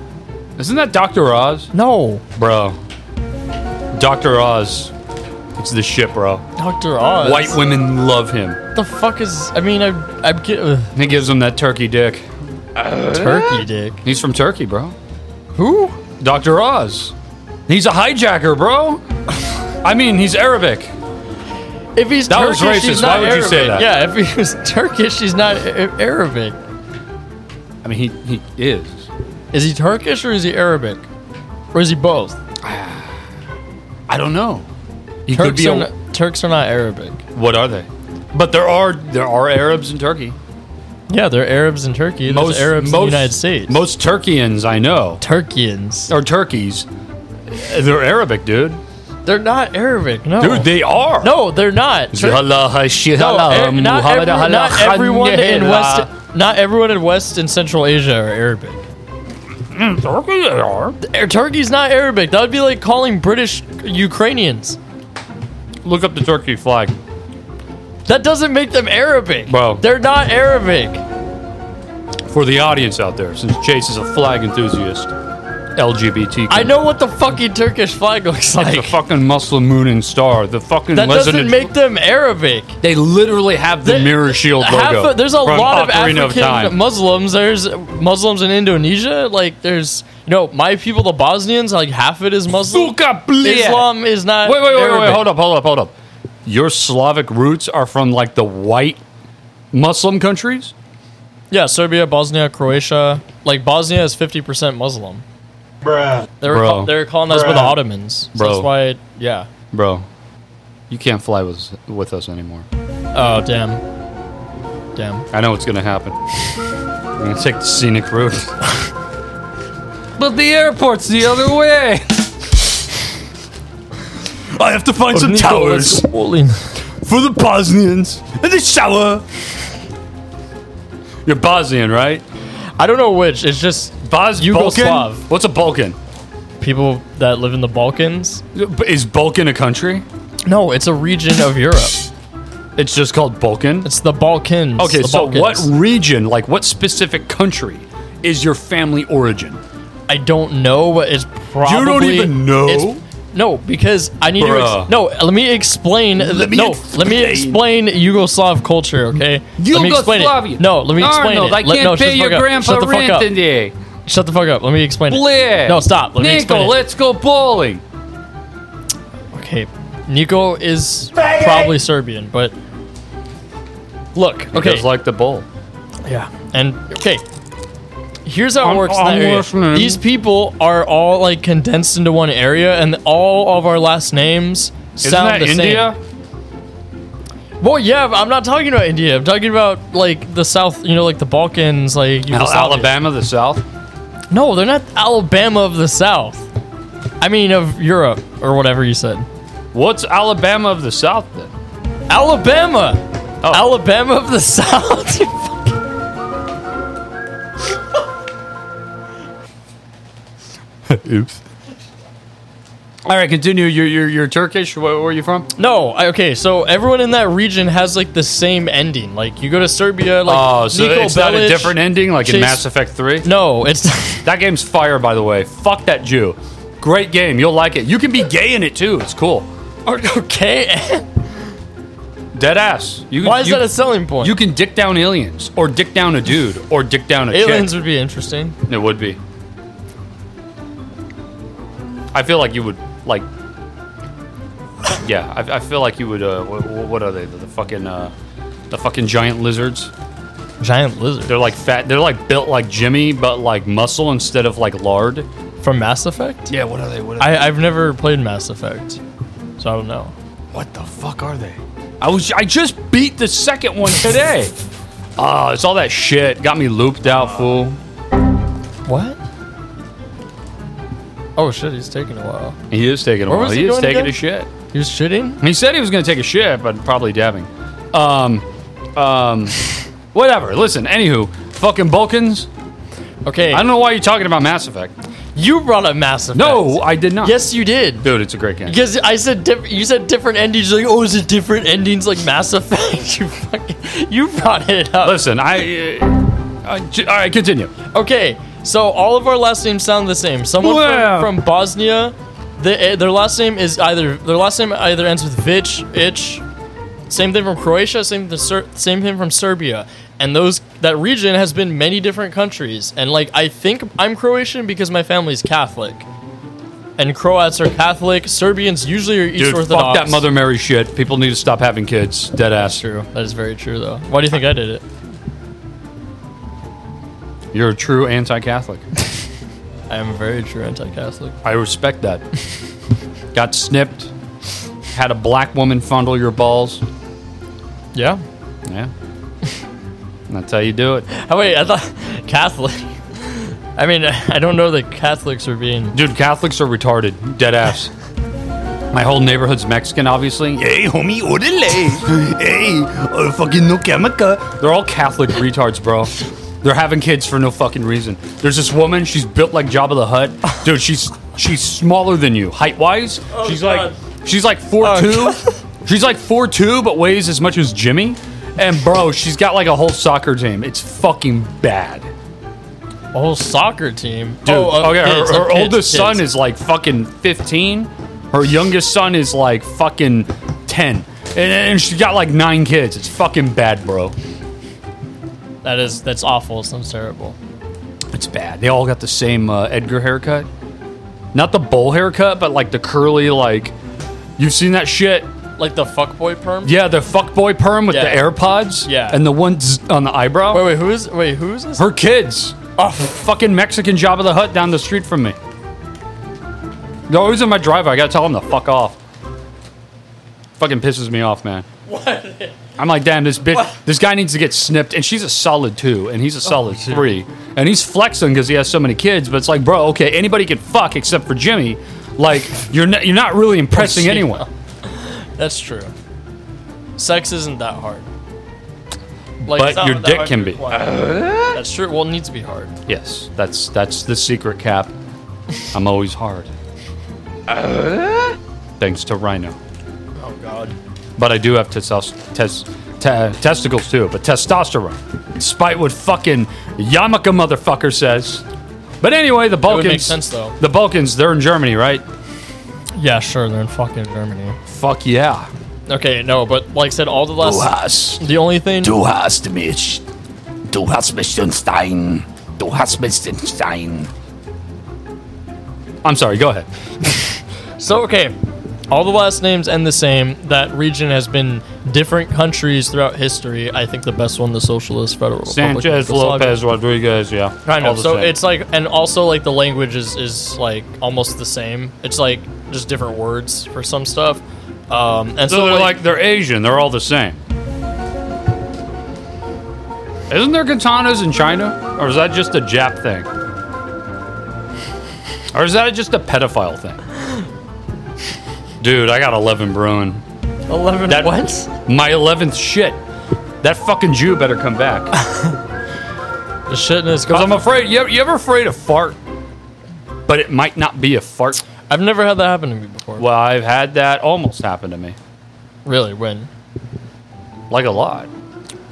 [SPEAKER 5] Isn't that Dr. Oz?
[SPEAKER 4] No.
[SPEAKER 5] Bro. Dr. Oz. It's the shit, bro.
[SPEAKER 4] Dr. Oz.
[SPEAKER 5] White women love him.
[SPEAKER 4] What the fuck is. I mean, I, I get. Uh,
[SPEAKER 5] He gives him that turkey dick.
[SPEAKER 4] turkey dick.
[SPEAKER 5] He's from Turkey, bro.
[SPEAKER 4] Who?
[SPEAKER 5] Dr. Oz. He's a hijacker, bro. I mean, he's Arabic.
[SPEAKER 4] If he's
[SPEAKER 5] That was
[SPEAKER 4] Turkish,
[SPEAKER 5] racist.
[SPEAKER 4] She's
[SPEAKER 5] Why
[SPEAKER 4] not
[SPEAKER 5] would you
[SPEAKER 4] Arabic.
[SPEAKER 5] say that?
[SPEAKER 4] Yeah, if he was Turkish, he's not A- Arabic.
[SPEAKER 5] I mean, he, he is.
[SPEAKER 4] Is he Turkish or is he Arabic? Or is he both?
[SPEAKER 5] I don't know. He could
[SPEAKER 4] Turks
[SPEAKER 5] be
[SPEAKER 4] are,
[SPEAKER 5] a,
[SPEAKER 4] not, Turks are not Arabic.
[SPEAKER 5] What are they? But there are there are Arabs in Turkey.
[SPEAKER 4] Yeah, they're Arabs in Turkey. There's Arabs in the United States.
[SPEAKER 5] Most Turkians I know
[SPEAKER 4] Turkians.
[SPEAKER 5] are Turkeys. They're Arabic, dude.
[SPEAKER 4] They're not Arabic. No,
[SPEAKER 5] Dude, they are.
[SPEAKER 4] no, they're not. Tur- no, er- not, every- not everyone in West, not everyone in West and Central Asia are Arabic.
[SPEAKER 5] Mm, Turkey they are.
[SPEAKER 4] Er, Turkey's not Arabic. That would be like calling British Ukrainians.
[SPEAKER 5] Look up the Turkey flag.
[SPEAKER 4] That doesn't make them Arabic.
[SPEAKER 5] Bro.
[SPEAKER 4] They're not Arabic.
[SPEAKER 5] For the audience out there, since Chase is a flag enthusiast, LGBT.
[SPEAKER 4] I know what the fucking Turkish flag looks
[SPEAKER 5] It's
[SPEAKER 4] like.
[SPEAKER 5] the fucking Muslim moon and star. The fucking
[SPEAKER 4] That
[SPEAKER 5] Lesbian-
[SPEAKER 4] doesn't make them Arabic.
[SPEAKER 5] They literally have the
[SPEAKER 4] They-
[SPEAKER 5] mirror shield
[SPEAKER 4] Half
[SPEAKER 5] logo.
[SPEAKER 4] of- there's a
[SPEAKER 5] from
[SPEAKER 4] lot of
[SPEAKER 5] Ocarina
[SPEAKER 4] African
[SPEAKER 5] Time.
[SPEAKER 4] Muslims. There's Muslims in Indonesia. Like there's you know my people, the Bosnians. Like half of it is Muslim.
[SPEAKER 5] Suka, please.
[SPEAKER 4] Islam is not.
[SPEAKER 5] Wait, wait, wait, wait,
[SPEAKER 4] Arabic.
[SPEAKER 5] wait. Hold up, hold up, hold up. Your Slavic roots are from like the white Muslim countries?
[SPEAKER 4] Yeah, Serbia, Bosnia, Croatia. Like Bosnia is fifty percent Muslim. Bruh. They were
[SPEAKER 5] Bro.
[SPEAKER 4] call- they were calling us with the Ottomans. So
[SPEAKER 5] Bro.
[SPEAKER 4] That's why. Yeah.
[SPEAKER 5] Bro, you can't fly with, with us anymore.
[SPEAKER 4] Oh damn. Damn.
[SPEAKER 5] I know what's going to happen. (laughs) I'm going to take the
[SPEAKER 4] (laughs)
[SPEAKER 5] scenic route.
[SPEAKER 6] But the airport's the other way.
[SPEAKER 7] I have to find some towers for the Bosnians in the shower.
[SPEAKER 5] You're Bosnian, right?
[SPEAKER 4] I don't know which. It's just
[SPEAKER 5] Bos-
[SPEAKER 4] Yugoslav.
[SPEAKER 5] Balkan? What's a Balkan?
[SPEAKER 4] people that live in the Balkans.
[SPEAKER 5] Is Balkan a country?
[SPEAKER 4] No, it's a region of Europe.
[SPEAKER 5] It's just called Balkan.
[SPEAKER 4] It's the Balkans.
[SPEAKER 5] Okay,
[SPEAKER 4] the
[SPEAKER 5] so what
[SPEAKER 4] Balkans.
[SPEAKER 5] region, like what specific country, is your family origin?
[SPEAKER 4] I don't know, but it's probably.
[SPEAKER 5] even know?
[SPEAKER 4] it's- no, because I need to.
[SPEAKER 5] Bruh.
[SPEAKER 4] Ex- no, let me explain. Let
[SPEAKER 7] me
[SPEAKER 4] no, let me explain Yugoslav culture. Okay, Let me explain it.
[SPEAKER 6] Yugoslavia.
[SPEAKER 4] No, let me explain
[SPEAKER 6] Arnold,
[SPEAKER 4] it.
[SPEAKER 6] I
[SPEAKER 4] Let-
[SPEAKER 6] can't
[SPEAKER 4] no, shut
[SPEAKER 6] pay
[SPEAKER 4] the
[SPEAKER 6] your
[SPEAKER 4] fuck up.
[SPEAKER 6] grandpa
[SPEAKER 4] Shut the fuck
[SPEAKER 6] rent
[SPEAKER 4] up.
[SPEAKER 6] today.
[SPEAKER 4] Shut the fuck up. Let me explain
[SPEAKER 6] Blair.
[SPEAKER 4] it. No, stop. Let me
[SPEAKER 6] Nico,
[SPEAKER 4] explain it.
[SPEAKER 6] let's go bowling.
[SPEAKER 4] Okay, Nico is probably Serbian, but look. Okay,
[SPEAKER 5] Because like the bowl.
[SPEAKER 4] Yeah. And okay. Here's how it
[SPEAKER 3] I'm-
[SPEAKER 4] works in that
[SPEAKER 3] I'm
[SPEAKER 4] area.
[SPEAKER 3] listening.
[SPEAKER 4] These people are all like condensed into one area and all of our last names
[SPEAKER 5] Isn't
[SPEAKER 4] sound
[SPEAKER 5] that
[SPEAKER 4] the
[SPEAKER 5] India?
[SPEAKER 4] same. Well, yeah, but I'm not talking about India. I'm talking about like the South, you know, like the Balkans, like
[SPEAKER 5] Al-
[SPEAKER 4] Yugoslavia.
[SPEAKER 5] Alabama, the South?
[SPEAKER 4] No, they're not Alabama of the South. I mean of Europe or whatever you said.
[SPEAKER 5] What's Alabama of the South then?
[SPEAKER 4] Alabama.
[SPEAKER 5] Oh.
[SPEAKER 4] Alabama of the (laughs) South. You
[SPEAKER 5] Oops.
[SPEAKER 6] All right, continue. You're you're, you're Turkish. Where, where are you from?
[SPEAKER 4] No, I- okay, so everyone in that region has like the same ending. Like you go to Serbia, like
[SPEAKER 5] Oh, so
[SPEAKER 4] Niko
[SPEAKER 5] it's not a
[SPEAKER 4] Bellic-
[SPEAKER 5] different ending like in
[SPEAKER 4] Chase-
[SPEAKER 5] Mass Effect 3?
[SPEAKER 4] No, it's (laughs)
[SPEAKER 5] That game's fire, by the way. Fuck that Jew. Great game. You'll like it. You can be gay in it too. It's cool.
[SPEAKER 4] okay.
[SPEAKER 5] Dead ass. You,
[SPEAKER 4] Why is
[SPEAKER 5] you,
[SPEAKER 4] that a selling point?
[SPEAKER 5] You can dick down aliens, or dick down a dude, or dick down a
[SPEAKER 4] Aliens
[SPEAKER 5] chick.
[SPEAKER 4] would be interesting.
[SPEAKER 5] It would be. I feel like you would like. Yeah, I, I feel like you would. Uh, what, what are they? The, the fucking, uh, the fucking giant lizards.
[SPEAKER 4] Giant lizard
[SPEAKER 5] They're like fat. They're like built like Jimmy, but like muscle instead of like lard.
[SPEAKER 4] from Mass Effect.
[SPEAKER 5] Yeah, what are they? What,
[SPEAKER 4] I, I've never played Mass Effect, so I don't know.
[SPEAKER 5] what the fuck are they? I was. I just beat the second one today. Ah, it's all that shit. Got me looped out, fool.
[SPEAKER 4] What? Oh shit, he's taking a while.
[SPEAKER 5] He is taking a
[SPEAKER 4] Where
[SPEAKER 5] while.
[SPEAKER 4] was
[SPEAKER 5] He,
[SPEAKER 4] he
[SPEAKER 5] is
[SPEAKER 4] going
[SPEAKER 5] taking
[SPEAKER 4] again?
[SPEAKER 5] a shit.
[SPEAKER 4] He was shitting.
[SPEAKER 5] He said he was going to take a shit, but probably dabbing. Um,
[SPEAKER 4] (laughs)
[SPEAKER 5] um, whatever. Listen, anywho, fucking Balkans.
[SPEAKER 4] Okay,
[SPEAKER 5] I don't know why you're talking about Mass Effect.
[SPEAKER 4] you brought up Mass Effect.
[SPEAKER 5] No, I did not.
[SPEAKER 4] yes, you did.
[SPEAKER 5] dude, it's a great game.
[SPEAKER 4] Because I said diff- you said different endings. You're like, oh, is it different endings like Mass Effect? (laughs) you fucking, you brought it up.
[SPEAKER 5] Listen, I. Uh, uh, j- all right, continue.
[SPEAKER 4] Okay, so all of our last names sound the same. Someone
[SPEAKER 5] Wow.
[SPEAKER 4] from, from Bosnia, the, eh, their last name is either their last name either ends with Vich, Itch. Same thing from Croatia. Same the Ser- same thing from Serbia. And those that region has been many different countries. And like I think I'm Croatian because my family's Catholic. And Croats are Catholic. Serbians usually are East
[SPEAKER 5] Dude, fuck
[SPEAKER 4] Orthodox.
[SPEAKER 5] that Mother Mary shit. People need to stop having kids. Dead ass.
[SPEAKER 4] True. That is very true, though. Why do you think I did it?
[SPEAKER 5] You're a true anti-Catholic.
[SPEAKER 4] I am very true anti-Catholic.
[SPEAKER 5] I respect that. Got snipped. Had a black woman fondle your balls.
[SPEAKER 4] Yeah.
[SPEAKER 5] Yeah. That's how you do it.
[SPEAKER 4] Oh, wait, I thought (laughs) Catholic. (laughs) I mean, I don't know that Catholics are being.
[SPEAKER 5] Dude, Catholics are retarded. Dead ass. My whole neighborhood's Mexican, obviously.
[SPEAKER 7] Hey, homie, orale. hey, uh, fucking no chemica.
[SPEAKER 5] They're all Catholic retards, bro. They're having kids for no fucking reason. There's this woman, she's built like Jabba the Hutt. Dude, she's she's smaller than you, height wise. she's
[SPEAKER 4] God.
[SPEAKER 5] like she's like four two.
[SPEAKER 7] Oh,
[SPEAKER 5] (laughs) she's like four two, but weighs as much as Jimmy. And bro, she's got like a whole soccer team. It's fucking bad.
[SPEAKER 4] A whole soccer team. Oh,
[SPEAKER 5] Dude, okay, her-
[SPEAKER 4] uh, kids,
[SPEAKER 5] her,
[SPEAKER 4] of kids,
[SPEAKER 5] oldest son
[SPEAKER 4] kids.
[SPEAKER 5] is like fucking 15. Her youngest son is like fucking 10. And, and she got like nine kids. It's fucking bad, bro.
[SPEAKER 4] That is that's awful. Sounds terrible.
[SPEAKER 5] It's bad. They all got the same uh, Edgar haircut. Not the bowl haircut, but like the curly, like. You've seen that shit?
[SPEAKER 4] Like the fuckboy perm.
[SPEAKER 5] Yeah, the fuckboy perm with
[SPEAKER 4] Yeah.
[SPEAKER 5] the AirPods.
[SPEAKER 4] Yeah.
[SPEAKER 5] And the ones on the eyebrow.
[SPEAKER 4] Wait, wait, who is wait who is this?
[SPEAKER 5] Her kids. Oh, fucking Mexican job of the hut down the street from me. They're always in my driveway. I gotta tell them to fuck off. Fucking pisses me off, man. What? I'm like, damn, this bitch, this guy needs to get snipped, and she's a solid two, and he's a solid three, and he's flexing because he has so many kids. But it's like, bro, okay, anybody can fuck except for Jimmy. Like, you're not, you're not really impressing
[SPEAKER 4] Jimmy.
[SPEAKER 5] anyone.
[SPEAKER 4] That's true. Sex isn't that hard. Like,
[SPEAKER 5] But
[SPEAKER 4] it's not
[SPEAKER 5] your
[SPEAKER 4] that
[SPEAKER 5] dick
[SPEAKER 4] hard
[SPEAKER 5] can
[SPEAKER 4] to
[SPEAKER 5] be.
[SPEAKER 4] acquire. That's true. Well, it needs to be hard.
[SPEAKER 5] Yes, that's that's the secret cap. I'm always hard. Thanks to Rhino.
[SPEAKER 4] Oh God.
[SPEAKER 5] But I do have testos- tes- te- testicles too, but testosterone. Despite what fucking Yamaka motherfucker says. But anyway, the Balkans.
[SPEAKER 4] would make sense, though.
[SPEAKER 5] The Balkans, they're in Germany, right?
[SPEAKER 4] Yeah, sure. They're in fucking Germany.
[SPEAKER 5] Fuck yeah.
[SPEAKER 4] Okay, no, but like I said, all the last.
[SPEAKER 7] hast,
[SPEAKER 4] The only thing.
[SPEAKER 7] du hast mich. Du hast mich in Stein. Du hast mich in Stein.
[SPEAKER 5] I'm sorry, go ahead.
[SPEAKER 4] So okay, all the last names end the same. That region has been different countries throughout history. I think the best one, the Socialist Federal Republic. of
[SPEAKER 5] Sanchez,
[SPEAKER 4] Yugoslavia.
[SPEAKER 5] Lopez, Rodriguez, yeah.
[SPEAKER 4] Kind
[SPEAKER 5] all
[SPEAKER 4] of.
[SPEAKER 5] the
[SPEAKER 4] So
[SPEAKER 5] same.
[SPEAKER 4] it's like, and also like the language is is like almost the same. It's like just different words for some stuff. Um, and so,
[SPEAKER 5] So, they're
[SPEAKER 4] like,
[SPEAKER 5] like, they're Asian, they're all the same. Isn't there katanas in China? Or is that just a Jap thing? Or is that just a pedophile thing? Dude, I got 11 brewing.
[SPEAKER 4] eleven
[SPEAKER 5] that-
[SPEAKER 4] what?
[SPEAKER 5] My 11th shit. That fucking Jew better come back.
[SPEAKER 4] The shitness.
[SPEAKER 5] Because I'm afraid, you, you ever afraid of fart? But it might not be a fart.
[SPEAKER 4] I've never had that happen to me before.
[SPEAKER 5] Well, I've had that almost happen to me.
[SPEAKER 4] Really? When?
[SPEAKER 5] Like a lot.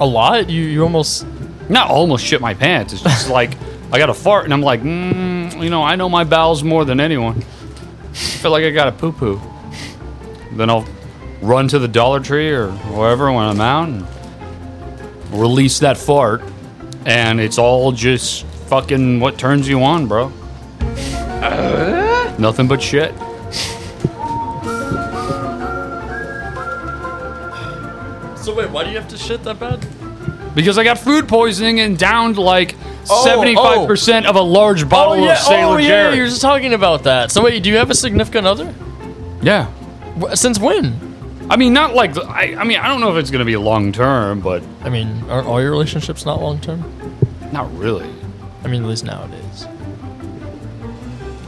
[SPEAKER 4] A lot? You you almost
[SPEAKER 5] not almost shit my pants. It's just (laughs) like I got a fart and I'm like, mm, you know, I know my bowels more than anyone. I feel like I got a poo poo. Then I'll run to the Dollar Tree or wherever when I'm out and release that fart. And it's all just fucking what turns you on, bro.
[SPEAKER 4] Uh-huh.
[SPEAKER 5] Nothing but shit.
[SPEAKER 4] So wait, why do you have to shit that bad?
[SPEAKER 5] Because I got food poisoning and downed like 75% of a large
[SPEAKER 4] Oh
[SPEAKER 5] bottle
[SPEAKER 4] yeah,
[SPEAKER 5] of Sailor
[SPEAKER 4] oh yeah,
[SPEAKER 5] Jerry.
[SPEAKER 4] you're just talking about that. So wait, do you have a significant other?
[SPEAKER 5] yeah.
[SPEAKER 4] Wh- Since when?
[SPEAKER 5] I mean, not like I, I mean, I don't know if it's gonna be long term, but
[SPEAKER 4] I mean, are all your relationships not long term?
[SPEAKER 5] not really.
[SPEAKER 4] I mean, at least nowadays.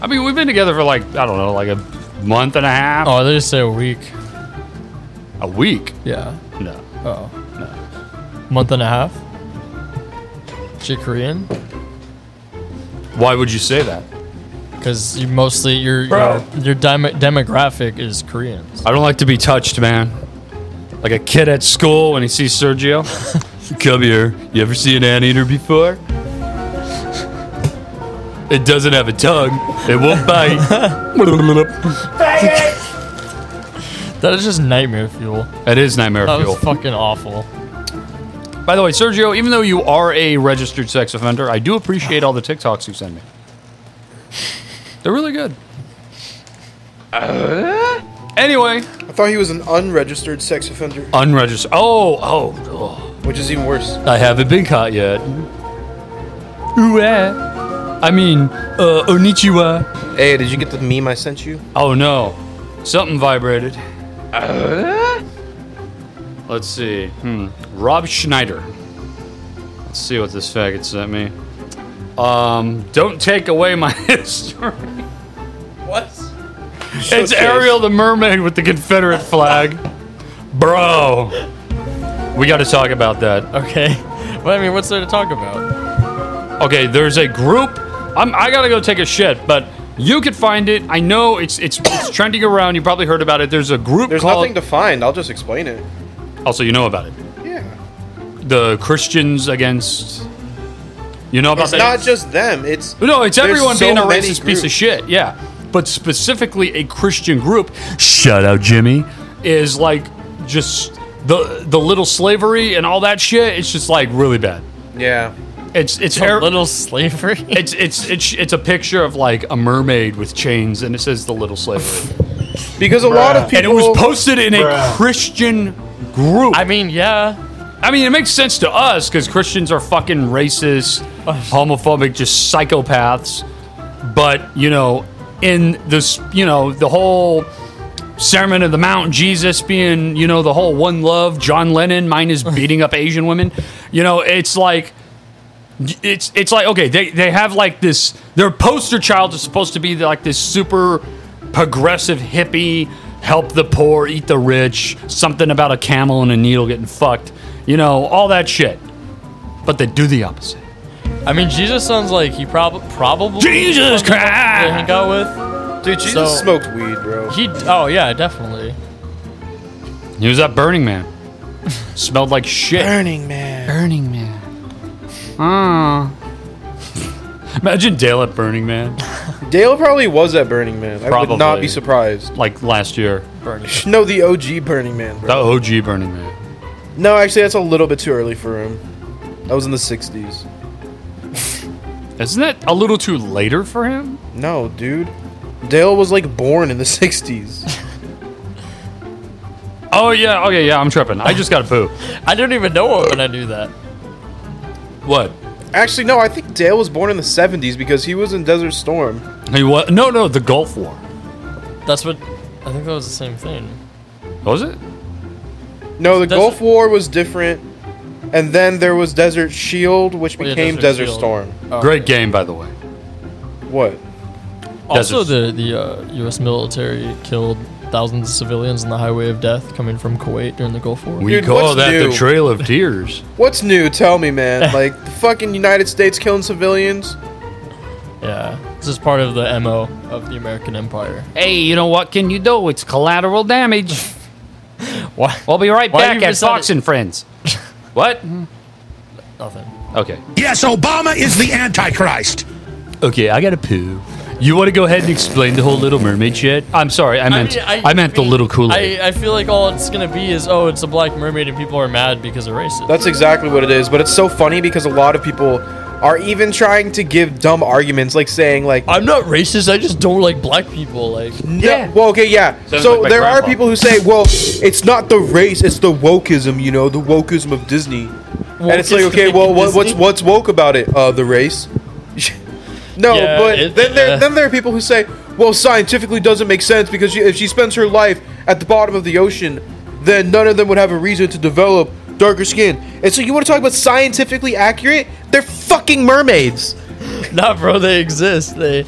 [SPEAKER 5] I mean, we've been together for like I don't know, like a month and a half,
[SPEAKER 4] Oh, they just say a week.
[SPEAKER 5] a week.
[SPEAKER 4] Yeah.
[SPEAKER 5] No,
[SPEAKER 4] Oh. Month and a half. She Korean?
[SPEAKER 5] why would you say that?
[SPEAKER 4] Because you mostly your
[SPEAKER 5] Bro.
[SPEAKER 4] your, your dem- demographic is Koreans.
[SPEAKER 5] I don't like to be touched, man. Like a kid at school when he sees (laughs) Sergio. Come here. You ever see an anteater before? It doesn't have a tongue. It won't bite.
[SPEAKER 4] That is just nightmare fuel.
[SPEAKER 5] (laughs) that is nightmare
[SPEAKER 4] That
[SPEAKER 5] fuel.
[SPEAKER 4] was fucking awful.
[SPEAKER 5] By the way, Sergio, even though you are a registered sex offender, I do appreciate all the TikToks you send me. They're really good. anyway,
[SPEAKER 13] I thought he was an unregistered sex offender,
[SPEAKER 5] unregistered. Oh, oh,
[SPEAKER 13] which is even worse.
[SPEAKER 5] oh, I haven't been caught yet. Ooh, eh. I mean, uh, Onichiwa.
[SPEAKER 13] Hey, did you get the meme I sent you?
[SPEAKER 5] Oh no, something vibrated.
[SPEAKER 2] Uh?
[SPEAKER 5] Let's see. Hmm. Rob Schneider. Let's see what this faggot sent me. (laughs) Um, don't take away my history.
[SPEAKER 4] What?
[SPEAKER 5] It's Ariel the mermaid with the Confederate flag. Bro. We got to talk about that.
[SPEAKER 4] Okay. (laughs) Well, I mean, what's there to talk about?
[SPEAKER 5] Okay, there's a group. I'm, I gotta go take a shit, but you can find it. I know it's it's, it's trending around. You probably heard about it. There's a group
[SPEAKER 2] There's
[SPEAKER 5] called.
[SPEAKER 2] nothing to find. I'll just explain it.
[SPEAKER 5] also, you know about it.
[SPEAKER 2] Yeah.
[SPEAKER 5] The Christians against. You know about
[SPEAKER 2] It's
[SPEAKER 5] that?
[SPEAKER 2] not just them. It's
[SPEAKER 5] No, it's
[SPEAKER 2] there's
[SPEAKER 5] everyone
[SPEAKER 2] so
[SPEAKER 5] being a
[SPEAKER 2] many
[SPEAKER 5] racist piece of
[SPEAKER 2] groups.
[SPEAKER 5] shit. Yeah, but specifically a Christian group. Shout out Jimmy is like just the the little slavery and all that shit. It's just like really bad.
[SPEAKER 2] Yeah.
[SPEAKER 5] It's it's
[SPEAKER 4] A
[SPEAKER 5] her-
[SPEAKER 4] little slavery. (laughs)
[SPEAKER 5] it's, it's it's it's a picture of like a mermaid with chains and it says the little slavery.
[SPEAKER 2] Because a lot of people.
[SPEAKER 5] and it was posted in a Christian group.
[SPEAKER 4] I
[SPEAKER 5] I,
[SPEAKER 4] mean, yeah.
[SPEAKER 5] mean, it makes sense to us because Christians are fucking racist, homophobic, just psychopaths. But you know, in this, you know, the whole Sermon of the Mount, Jesus being, you know, the whole one love, John Lennon minus beating up Asian women. You know, it's like it's it's like okay, they they have like this their poster child is supposed to be like this super progressive hippie, help the poor, eat the rich, something about a camel and a needle getting fucked, you know, all that shit. But they do the opposite.
[SPEAKER 4] I mean, Jesus sounds like he prob- probably
[SPEAKER 5] Jesus
[SPEAKER 4] that he
[SPEAKER 5] Christ!
[SPEAKER 4] got with.
[SPEAKER 2] Dude, Jesus
[SPEAKER 4] So-
[SPEAKER 2] smoked weed, bro.
[SPEAKER 4] He. Oh yeah, definitely.
[SPEAKER 5] He was at Burning Man. (laughs) Smelled like shit.
[SPEAKER 2] Burning man.
[SPEAKER 3] Burning Man. Ah,
[SPEAKER 5] Imagine Dale at Burning Man,
[SPEAKER 2] Dale probably was at Burning Man. I would not
[SPEAKER 5] Probably.
[SPEAKER 2] be surprised. (laughs)
[SPEAKER 5] like last year.
[SPEAKER 2] No, the OG Burning Man, bro.
[SPEAKER 5] The OG Burning Man.
[SPEAKER 2] No, actually, that's a little bit too early for him. That was in the '60s.
[SPEAKER 5] Isn't that a little too later for him?
[SPEAKER 2] No, dude. Dale was like born in the (laughs) '60s.
[SPEAKER 5] Oh yeah, okay, yeah, I'm tripping. I just gotta poo.
[SPEAKER 4] I don't even know it when I do that.
[SPEAKER 5] What?
[SPEAKER 2] actually, no, I think Dale was born in the '70s because he was in Desert Storm.
[SPEAKER 5] He what no no, the Gulf War.
[SPEAKER 4] That's what. I think that was the same thing.
[SPEAKER 5] Was it?
[SPEAKER 2] No, the
[SPEAKER 4] Desert-
[SPEAKER 2] Gulf War was different, and then there was Desert Shield, which
[SPEAKER 4] Oh, yeah,
[SPEAKER 2] became
[SPEAKER 4] Desert
[SPEAKER 2] Desert,
[SPEAKER 4] Shield.
[SPEAKER 2] Storm.
[SPEAKER 5] Great game by the way.
[SPEAKER 2] What?
[SPEAKER 4] Also,
[SPEAKER 5] Desert.
[SPEAKER 4] the the uh, U.S. military killed thousands of civilians on the highway of death coming from Kuwait during the Gulf War.
[SPEAKER 5] We
[SPEAKER 2] Dude,
[SPEAKER 5] call
[SPEAKER 2] what's
[SPEAKER 5] that
[SPEAKER 2] new?
[SPEAKER 5] the Trail of Tears.
[SPEAKER 2] What's new? Tell me,
[SPEAKER 4] (laughs)
[SPEAKER 2] man. like the fucking United States killing civilians.
[SPEAKER 4] Yeah, this is part of the mo of the American Empire.
[SPEAKER 3] hey, you know what can you do? It's collateral damage.
[SPEAKER 4] Why?
[SPEAKER 3] We'll be right
[SPEAKER 4] Why
[SPEAKER 3] back
[SPEAKER 4] you
[SPEAKER 3] at
[SPEAKER 4] decided-
[SPEAKER 3] Fox and Friends.
[SPEAKER 5] what?
[SPEAKER 4] Nothing.
[SPEAKER 5] Okay.
[SPEAKER 14] Yes, Obama is the Antichrist.
[SPEAKER 5] Okay, I gotta poo. You wanna go ahead and explain the whole little mermaid shit? I'm sorry, I meant I, meant the little Kool Aid.
[SPEAKER 4] I, I feel like all it's gonna be is oh, it's a black mermaid and people are mad because they're racist.
[SPEAKER 2] That's exactly what it is, but it's so funny because a lot of people are even trying to give dumb arguments, like saying like,
[SPEAKER 4] I'm not racist. I just don't like black people. Like
[SPEAKER 2] yeah, well, okay, yeah.
[SPEAKER 5] Sounds
[SPEAKER 2] so
[SPEAKER 5] like my
[SPEAKER 2] there are
[SPEAKER 5] grandpa.
[SPEAKER 2] people who say, well, it's not the race, it's the wokeism, you know, the wokeism of Disney, and it's like,
[SPEAKER 4] Wokeism
[SPEAKER 2] okay,
[SPEAKER 4] of
[SPEAKER 2] well, what, what's
[SPEAKER 4] Disney?
[SPEAKER 2] what's woke about it? Uh, the race. (laughs) no,
[SPEAKER 4] Yeah,
[SPEAKER 2] but
[SPEAKER 4] it-
[SPEAKER 2] then there
[SPEAKER 5] uh,
[SPEAKER 4] yeah.
[SPEAKER 2] then there are people who say, well, scientifically doesn't make sense because she, if she spends her life at the bottom of the ocean, then none of them would have a reason to develop darker skin. And so you want to talk about scientifically accurate? They're fucking mermaids.
[SPEAKER 4] nah, bro, they exist. They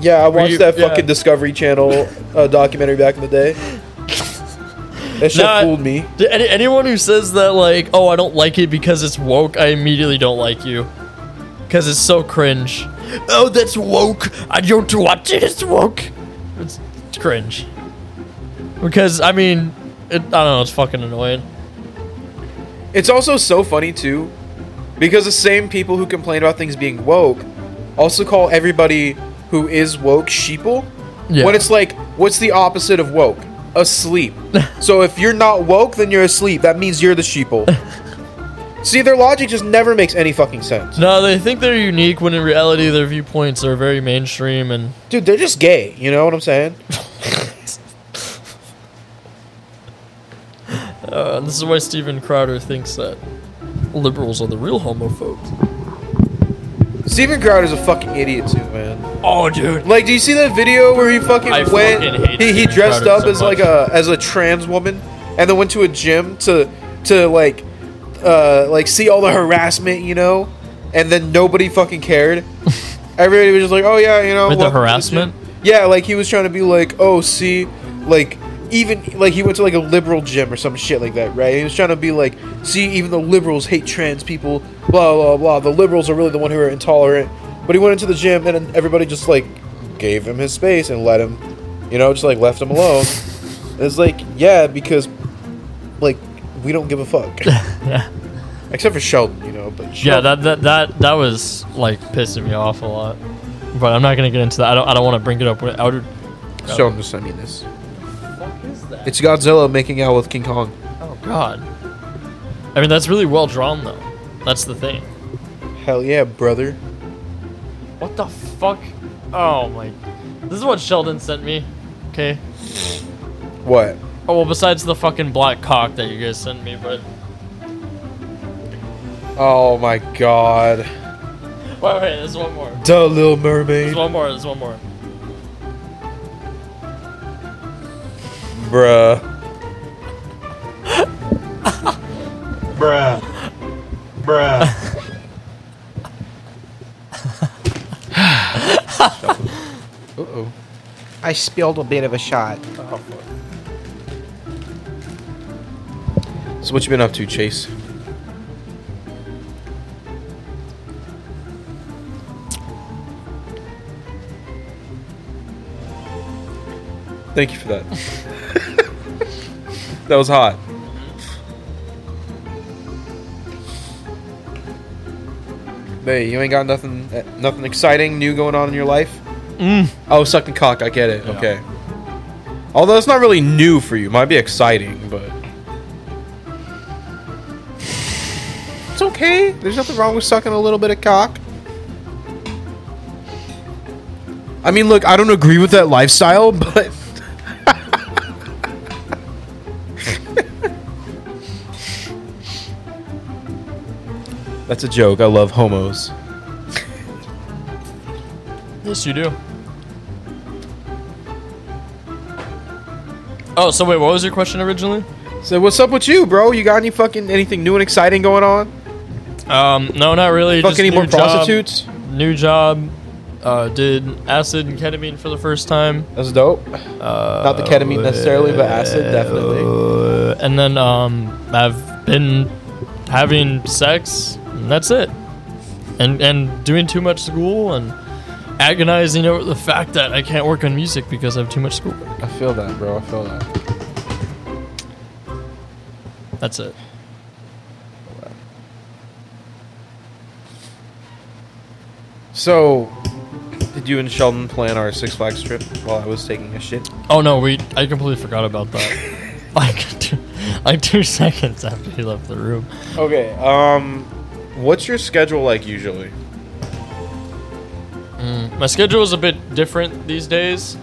[SPEAKER 2] Yeah, I watched
[SPEAKER 4] you-
[SPEAKER 2] that
[SPEAKER 4] yeah.
[SPEAKER 2] fucking Discovery Channel uh, documentary back in the day. That shit
[SPEAKER 4] Nah,
[SPEAKER 2] fooled me.
[SPEAKER 4] d- any, anyone who says that like oh I don't like it because it's woke, I immediately don't like you because it's so cringe. Oh, that's woke. I don't watch it. It's woke. It's cringe. Because I mean, it, I don't know. It's fucking annoying.
[SPEAKER 2] It's also so funny too, because the same people who complain about things being woke also call everybody who is woke sheeple.
[SPEAKER 4] Yeah.
[SPEAKER 2] When it's like, what's the opposite of woke?
[SPEAKER 4] (laughs)
[SPEAKER 2] Asleep. so if you're not woke, then you're asleep. That means you're the
[SPEAKER 4] (laughs)
[SPEAKER 2] sheeple. See, their logic just never makes any fucking sense.
[SPEAKER 4] No, they think they're unique when in reality their viewpoints are very mainstream and
[SPEAKER 2] Dude, they're just gay. You know what I'm saying?
[SPEAKER 4] uh, this is why Steven Crowder thinks that liberals are the real homophobes.
[SPEAKER 2] Steven Crowder's a fucking idiot too, man.
[SPEAKER 4] Oh, dude.
[SPEAKER 2] Like, do you see that video where he fucking
[SPEAKER 4] I
[SPEAKER 2] went?
[SPEAKER 4] fucking hate
[SPEAKER 2] he he
[SPEAKER 4] Steven
[SPEAKER 2] dressed
[SPEAKER 4] Crowder
[SPEAKER 2] up
[SPEAKER 4] so
[SPEAKER 2] as like
[SPEAKER 4] much.
[SPEAKER 2] a as a trans woman, and then went to a gym to to like uh like see all the harassment, you know, and then nobody fucking cared. Everybody was just like, oh yeah, you know,
[SPEAKER 4] With the
[SPEAKER 2] welcome to gym.
[SPEAKER 4] harassment?
[SPEAKER 2] Yeah, like he was trying to be like, oh, see, like even like he went to like a liberal gym or some shit like that, right? He was trying to be like, see, even the liberals hate trans people, blah blah blah. The liberals are really the one who are intolerant. But he went into the gym and everybody just like gave him his space and let him, you know, just like left him
[SPEAKER 4] (laughs)
[SPEAKER 2] alone. it's like, yeah, because like we don't give a fuck.
[SPEAKER 4] (laughs)
[SPEAKER 2] Except for Sheldon, you know, but
[SPEAKER 4] Yeah,
[SPEAKER 2] Sheldon,
[SPEAKER 4] that, that that that was like pissing me off a lot. But I'm not gonna get into that. I don't I don't want to bring it up. I would,
[SPEAKER 2] Sheldon just sent me this. It's Godzilla making out with King Kong.
[SPEAKER 4] oh God. I mean, that's really well drawn though. That's the thing.
[SPEAKER 2] Hell yeah, brother.
[SPEAKER 4] What the fuck? Oh my. This is what Sheldon sent me. Okay.
[SPEAKER 2] What?
[SPEAKER 4] Oh well, besides the fucking black cock that you guys sent me, but
[SPEAKER 2] Oh my god.
[SPEAKER 4] wait, wait, there's one more.
[SPEAKER 2] The Little
[SPEAKER 4] There's
[SPEAKER 2] Mermaid.
[SPEAKER 4] one more. There's one more.
[SPEAKER 2] Bruh.
[SPEAKER 15] Bruh. Bruh.
[SPEAKER 2] Uh oh.
[SPEAKER 16] I spilled a bit of a shot.
[SPEAKER 2] So, what you been up to, Chase? Thank you for that. that was hot. Hey, you ain't got nothing, eh, nothing exciting new going on in your life.
[SPEAKER 4] Mm.
[SPEAKER 2] Oh, sucking cock. I get it. Okay. Although it's not really new for you, might be exciting, but it's okay. There's nothing wrong with sucking a little bit of cock. I mean, look, I don't agree with that lifestyle, (laughs) but that's a joke. I love homos.
[SPEAKER 4] Yes, you do. Oh, so wait, what was your question originally?
[SPEAKER 2] So what's up with you, bro? You got any fucking anything new and exciting going on?
[SPEAKER 4] Um, no, not really.
[SPEAKER 2] Fuck
[SPEAKER 4] just
[SPEAKER 2] any
[SPEAKER 4] new
[SPEAKER 2] more
[SPEAKER 4] job-
[SPEAKER 2] prostitutes?
[SPEAKER 4] New job. Uh, did acid and ketamine for the first time.
[SPEAKER 2] That's dope.
[SPEAKER 4] Uh,
[SPEAKER 2] Not the ketamine necessarily, but acid definitely.
[SPEAKER 4] uh, and then um, I've been having sex. And that's it. And and doing too much school and agonizing over the fact that I can't work on music because I have too much school.
[SPEAKER 2] I feel that, bro. I feel that.
[SPEAKER 4] That's it.
[SPEAKER 2] So, did you and Sheldon plan our Six Flags trip while I was taking a shit?
[SPEAKER 4] Oh no, we I completely forgot about
[SPEAKER 2] (laughs)
[SPEAKER 4] that. like, (laughs) two, like two seconds after he left the room.
[SPEAKER 2] Okay. Um, what's your schedule like usually?
[SPEAKER 4] Mm, my schedule is a bit different these days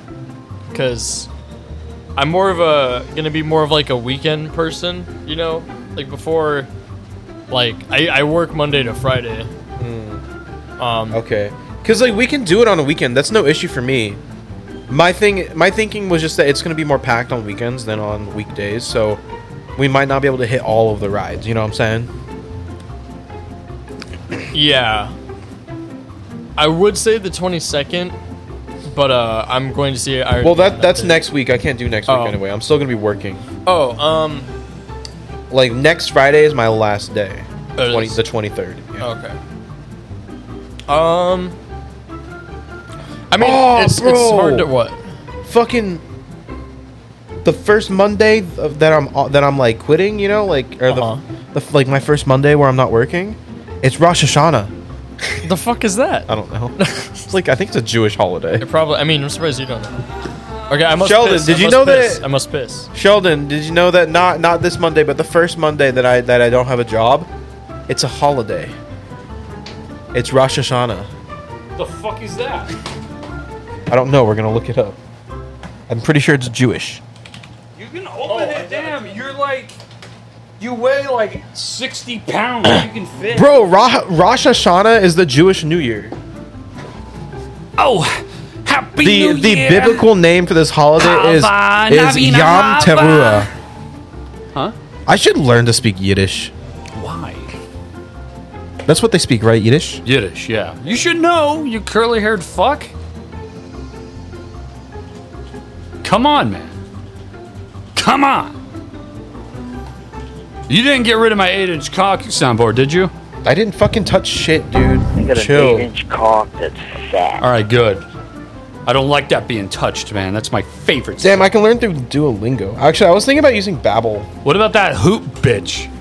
[SPEAKER 4] because I'm more of a gonna be more of like a weekend person, you know. Like before, like I, I work Monday to Friday.
[SPEAKER 2] Hmm.
[SPEAKER 4] Um,
[SPEAKER 2] Okay. Cause like we can do it on a weekend. That's no issue for me. My thing, my thinking was just that it's gonna be more packed on weekends than on weekdays, so we might not be able to hit all of the rides. You know what I'm saying?
[SPEAKER 4] yeah. I would say the 22nd, but uh, I'm going to see. I
[SPEAKER 2] Well,
[SPEAKER 4] already-
[SPEAKER 2] that that's next week. I can't do next week
[SPEAKER 4] Oh.
[SPEAKER 2] anyway. I'm still gonna be working.
[SPEAKER 4] Oh, um,
[SPEAKER 2] Like next Friday is my last day.
[SPEAKER 4] Oh, it
[SPEAKER 2] 20,
[SPEAKER 4] is.
[SPEAKER 2] the 23rd. yeah.
[SPEAKER 4] Okay. Um. I mean,
[SPEAKER 2] Oh,
[SPEAKER 4] it's, it's
[SPEAKER 2] bro.
[SPEAKER 4] hard to what?
[SPEAKER 2] Fucking the first Monday of, that I'm uh, that I'm like quitting, you know, like or
[SPEAKER 4] Uh-huh.
[SPEAKER 2] the, the like my first Monday where I'm not working. It's Rosh Hashanah.
[SPEAKER 4] The fuck is that?
[SPEAKER 2] I don't know. (laughs) it's like I think it's a Jewish holiday.
[SPEAKER 4] It probably. I mean, I'm surprised you don't know. Okay, I must.
[SPEAKER 2] Sheldon,
[SPEAKER 4] piss.
[SPEAKER 2] did
[SPEAKER 4] I
[SPEAKER 2] you
[SPEAKER 4] must
[SPEAKER 2] know that
[SPEAKER 4] piss.
[SPEAKER 2] it-
[SPEAKER 4] I must piss.
[SPEAKER 2] Sheldon, did you know that not not this Monday, but the first Monday that I that I don't have a job, it's a holiday. It's Rosh Hashanah.
[SPEAKER 5] The fuck is that?
[SPEAKER 2] I don't know. We're gonna look it up. I'm pretty sure it's Jewish.
[SPEAKER 5] You can open it, damn. You're like, you weigh like 60 pounds. you can fit.
[SPEAKER 2] Bro, Ra- Rosh Hashanah is the Jewish New Year.
[SPEAKER 17] Oh, happy
[SPEAKER 2] The
[SPEAKER 17] New
[SPEAKER 2] the
[SPEAKER 17] Year.
[SPEAKER 2] biblical name for this holiday is,
[SPEAKER 17] Hava
[SPEAKER 2] is
[SPEAKER 17] Navina
[SPEAKER 2] Yom
[SPEAKER 17] Hava.
[SPEAKER 2] Teruah.
[SPEAKER 5] Huh?
[SPEAKER 2] I should learn to speak Yiddish.
[SPEAKER 5] Why?
[SPEAKER 2] That's what they speak, right? Yiddish?
[SPEAKER 5] Yiddish, yeah. You should know, you curly haired fuck. Come on, man. Come on. You didn't get rid of my 8 inch cock soundboard, did you?
[SPEAKER 18] I didn't fucking touch shit, dude.
[SPEAKER 9] You got
[SPEAKER 5] Chill.
[SPEAKER 9] an 8 inch cock that's fat.
[SPEAKER 5] All right, good. I don't like that being touched, man. That's my favorite.
[SPEAKER 2] Damn, I can learn through Duolingo. Actually, I was thinking about using Babbel.
[SPEAKER 5] What about that hoop bitch?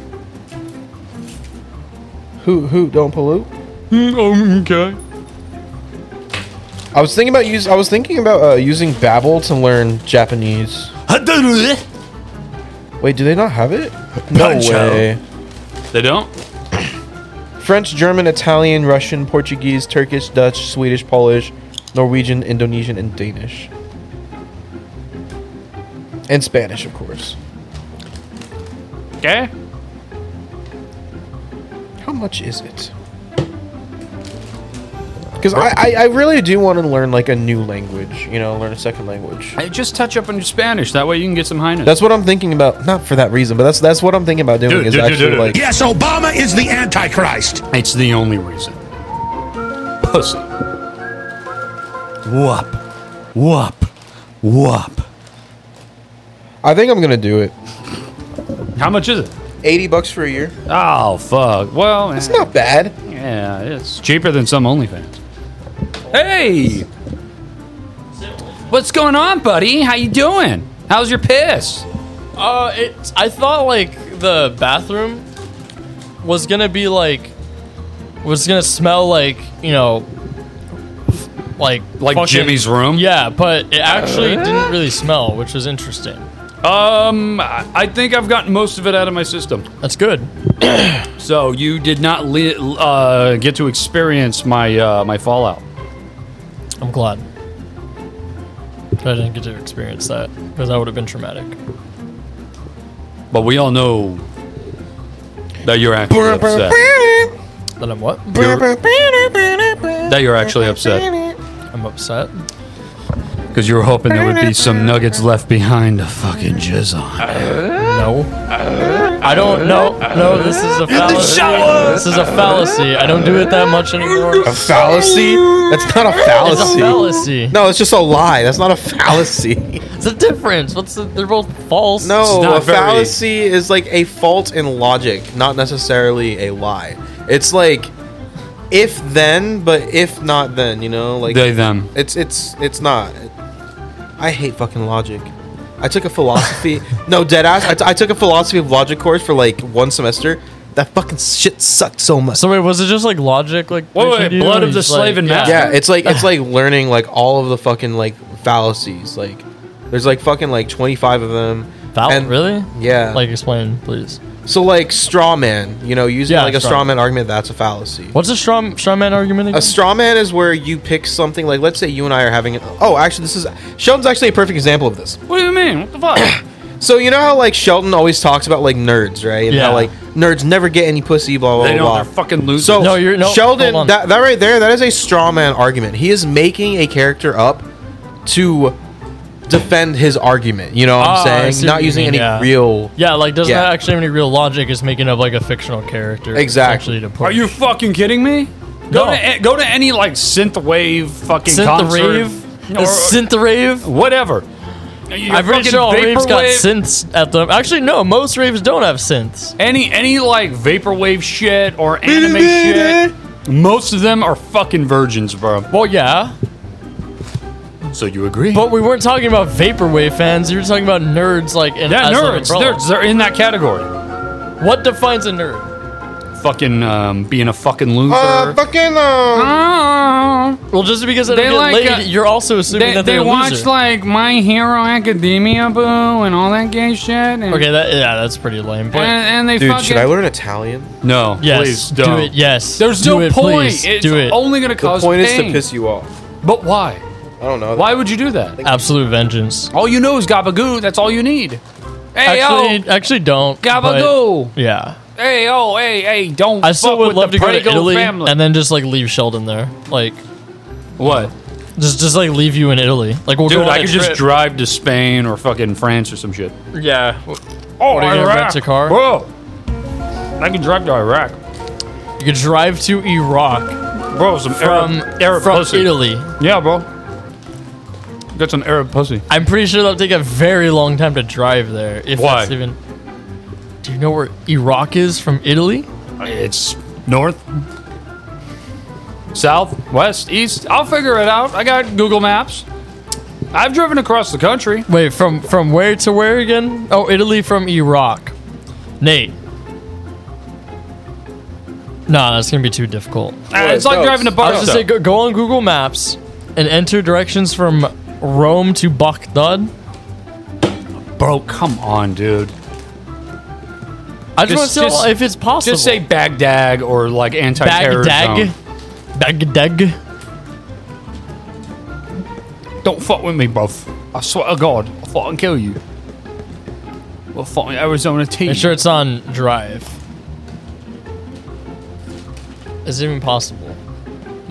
[SPEAKER 2] Who who don't pollute?
[SPEAKER 5] Okay.
[SPEAKER 2] I was thinking about use. I was thinking about uh, using Babbel to learn Japanese. Wait, do they not have it? No
[SPEAKER 5] Pancho.
[SPEAKER 2] way.
[SPEAKER 5] They don't?
[SPEAKER 2] French, German, Italian, Russian, Portuguese, Turkish, Dutch, Swedish, Polish, Norwegian, Indonesian, and Danish. And Spanish, of course.
[SPEAKER 5] Okay.
[SPEAKER 2] How much is it? Because I, I, I really do want to learn like a new language. You know, learn a second language.
[SPEAKER 5] Hey, just touch up on your Spanish. That way you can get some highness.
[SPEAKER 2] That's what I'm thinking about. Not for that reason, but that's that's what I'm thinking about doing.
[SPEAKER 5] Dude,
[SPEAKER 2] is
[SPEAKER 5] dude, dude,
[SPEAKER 2] actually
[SPEAKER 5] dude, dude.
[SPEAKER 2] like
[SPEAKER 5] Yes,
[SPEAKER 19] Obama is the Antichrist.
[SPEAKER 5] It's the only reason. Pussy.
[SPEAKER 2] Whoop. Whoop. Whoop. I think I'm gonna do it.
[SPEAKER 5] How much is it?
[SPEAKER 2] 80 bucks for a year.
[SPEAKER 5] Oh, fuck. Well, it's
[SPEAKER 2] not bad.
[SPEAKER 5] Yeah, it's cheaper than some OnlyFans. Hey! What's going on, buddy? How you doing? How's your piss?
[SPEAKER 4] Uh, it's. I thought like the bathroom was gonna be like was gonna smell like you know f- like
[SPEAKER 5] Like Jimmy's room?
[SPEAKER 4] Yeah, but it actually didn't really smell, which was interesting.
[SPEAKER 5] Um, I I think I've gotten most of it out of my system.
[SPEAKER 4] That's good.
[SPEAKER 5] so you did not li- uh, get to experience my uh, my fallout.
[SPEAKER 4] I'm glad. I didn't get to experience that because that would have been traumatic.
[SPEAKER 5] But we all know that you're actually upset.
[SPEAKER 4] Then I'm what?
[SPEAKER 5] You're- that you're actually upset
[SPEAKER 4] I'm upset.
[SPEAKER 5] because you were hoping there would be some nuggets left behind to fucking jizz on.
[SPEAKER 4] No. I don't know. No, this is a fallacy. This is a fallacy. I don't do it that much anymore.
[SPEAKER 2] A fallacy? That's not a fallacy.
[SPEAKER 4] It's a fallacy.
[SPEAKER 2] No, it's just a lie. That's not a (laughs) fallacy.
[SPEAKER 4] It's a difference. What's the, they're both false.
[SPEAKER 2] No, a fallacy is like a fault in logic, not necessarily a lie. It's like if then, but if not then, you know, like
[SPEAKER 5] They, them.
[SPEAKER 2] It's it's it's not. I hate fucking logic. I took a (laughs) philosophy. no, dead ass. I, t- I took a philosophy of logic course for like one semester. That fucking shit sucked so much.
[SPEAKER 4] So wait, was it just like logic? Like
[SPEAKER 5] Wait, wait, blood of the slave and master.
[SPEAKER 2] Yeah, it's like (laughs) it's like learning like all of the fucking like fallacies. Like there's like fucking like 25 of them.
[SPEAKER 4] Val- really?
[SPEAKER 2] Yeah.
[SPEAKER 4] Like explain, please.
[SPEAKER 2] So like straw man, you know, using
[SPEAKER 4] Yeah,
[SPEAKER 2] like a
[SPEAKER 4] straw
[SPEAKER 2] straw
[SPEAKER 4] man.
[SPEAKER 2] man argument, that's a fallacy.
[SPEAKER 4] What's a straw straw man argument? Again?
[SPEAKER 2] A straw man is where you pick something like let's say you and I are having oh actually this is Sheldon's actually a perfect example of this.
[SPEAKER 5] What do you mean? What the fuck?
[SPEAKER 2] So you know how like Sheldon always talks about like nerds, right? And
[SPEAKER 5] Yeah.
[SPEAKER 2] how like nerds never get any pussy, blah
[SPEAKER 4] Oh,
[SPEAKER 2] blah
[SPEAKER 5] They know
[SPEAKER 2] blah.
[SPEAKER 5] they're fucking losers.
[SPEAKER 2] So
[SPEAKER 5] No, you're- no, hold
[SPEAKER 2] Sheldon,
[SPEAKER 5] on.
[SPEAKER 2] that, that right there, that is a straw man argument. He is making a character up to defend his argument. You know what
[SPEAKER 4] Ah, I
[SPEAKER 2] I'm
[SPEAKER 4] see
[SPEAKER 2] saying? Not
[SPEAKER 4] what you
[SPEAKER 2] using
[SPEAKER 4] mean,
[SPEAKER 2] any
[SPEAKER 4] yeah.
[SPEAKER 2] real.
[SPEAKER 4] Yeah, like doesn't
[SPEAKER 2] Yeah.
[SPEAKER 4] actually have any real logic. It's making up like a fictional character.
[SPEAKER 2] Exactly.
[SPEAKER 4] essentially, to
[SPEAKER 5] Are
[SPEAKER 4] push.
[SPEAKER 5] you fucking kidding me? Go to go to any like synth wave fucking
[SPEAKER 4] Synth
[SPEAKER 5] concert.
[SPEAKER 4] rave? A synth rave?
[SPEAKER 5] Whatever. Your
[SPEAKER 4] I'm pretty
[SPEAKER 5] fucking
[SPEAKER 4] sure all raves got
[SPEAKER 5] vaporwave-
[SPEAKER 4] synths at them. Actually, no, most raves don't have synths.
[SPEAKER 5] Any any like vaporwave shit or anime shit. Most of them are fucking virgins, bro.
[SPEAKER 4] Well, yeah.
[SPEAKER 5] So you agree?
[SPEAKER 4] But we weren't talking about vaporwave fans. You were talking about nerds, like in as
[SPEAKER 5] yeah,
[SPEAKER 4] an
[SPEAKER 5] nerds,
[SPEAKER 4] umbrella.
[SPEAKER 5] nerds, they're in that category.
[SPEAKER 4] What defines a nerd?
[SPEAKER 5] Fucking um, being a fucking loser.
[SPEAKER 2] Ah, fucking. um,
[SPEAKER 3] Ah,
[SPEAKER 4] well, just because I don't
[SPEAKER 3] They
[SPEAKER 4] get
[SPEAKER 3] like,
[SPEAKER 4] laid,
[SPEAKER 3] uh,
[SPEAKER 4] you're also assuming
[SPEAKER 3] They,
[SPEAKER 4] that
[SPEAKER 3] they
[SPEAKER 4] they're a
[SPEAKER 3] watch
[SPEAKER 4] loser.
[SPEAKER 3] like My Hero Academia, boo, and all that gay shit. And,
[SPEAKER 4] okay, that, yeah, that's pretty lame. But
[SPEAKER 3] and, and they fucking
[SPEAKER 2] learn Italian?
[SPEAKER 5] no,
[SPEAKER 4] Yes,
[SPEAKER 5] please
[SPEAKER 4] do
[SPEAKER 5] don't.
[SPEAKER 4] it, yes.
[SPEAKER 5] There's
[SPEAKER 4] Do
[SPEAKER 5] no
[SPEAKER 4] it,
[SPEAKER 5] point.
[SPEAKER 4] please.
[SPEAKER 5] It's
[SPEAKER 4] Do it.
[SPEAKER 5] only gonna cause pain.
[SPEAKER 2] you off.
[SPEAKER 5] But why?
[SPEAKER 2] I don't know.
[SPEAKER 5] Why would you do that?
[SPEAKER 4] absolute vengeance.
[SPEAKER 5] All you know is gabagoo. That's all you need. Hey
[SPEAKER 4] actually,
[SPEAKER 5] yo,
[SPEAKER 4] actually, don't. but-
[SPEAKER 5] Gabagool.
[SPEAKER 4] Yeah.
[SPEAKER 5] hey yo, hey hey, don't.
[SPEAKER 4] I still
[SPEAKER 5] fuck
[SPEAKER 4] would
[SPEAKER 5] with
[SPEAKER 4] love
[SPEAKER 5] the
[SPEAKER 4] to go to
[SPEAKER 5] Prego
[SPEAKER 4] Italy
[SPEAKER 5] family.
[SPEAKER 4] and then just like leave Sheldon there. Like
[SPEAKER 5] what?
[SPEAKER 4] just just like leave you in Italy. Like we'll
[SPEAKER 5] Dude,
[SPEAKER 4] go on
[SPEAKER 5] I
[SPEAKER 4] a
[SPEAKER 5] could
[SPEAKER 4] trip.
[SPEAKER 5] just drive to Spain or fucking France or some shit.
[SPEAKER 4] Yeah.
[SPEAKER 5] Oh,
[SPEAKER 4] What, are you gonna
[SPEAKER 5] Iraq.
[SPEAKER 4] rent a car?
[SPEAKER 5] Bro, I can drive to Iraq.
[SPEAKER 4] You could drive to Iraq
[SPEAKER 5] Bro, some
[SPEAKER 4] from
[SPEAKER 5] Arab, Arab
[SPEAKER 4] from
[SPEAKER 5] pussy.
[SPEAKER 4] Italy.
[SPEAKER 5] Yeah, bro. That's an Arab pussy.
[SPEAKER 4] I'm pretty sure that'll take a very long time to drive there. If
[SPEAKER 5] Why?
[SPEAKER 4] That's even. Do you know where Iraq is from Italy?
[SPEAKER 5] It's
[SPEAKER 20] north.
[SPEAKER 5] South, west, east. I'll figure it out. I got Google Maps. I've driven across the country.
[SPEAKER 4] Wait, from from where to where again? Oh, Italy from Iraq. Nate. Nah, that's gonna be too difficult.
[SPEAKER 5] Uh, it's like driving to
[SPEAKER 4] I was
[SPEAKER 5] Barstow.
[SPEAKER 4] just say go, go on Google Maps and enter directions from Rome to Baghdad.
[SPEAKER 5] Bro, come on, dude.
[SPEAKER 4] I just, want to know if it's possible.
[SPEAKER 5] Just say Baghdad or like anti-terror
[SPEAKER 4] Baghdad.
[SPEAKER 5] zone.
[SPEAKER 4] Baghdad.
[SPEAKER 5] Don't fuck with me, bro. I swear to God, I'll fucking kill you. Well, fucking Arizona tea.
[SPEAKER 4] Make sure it's on drive. Is it even possible?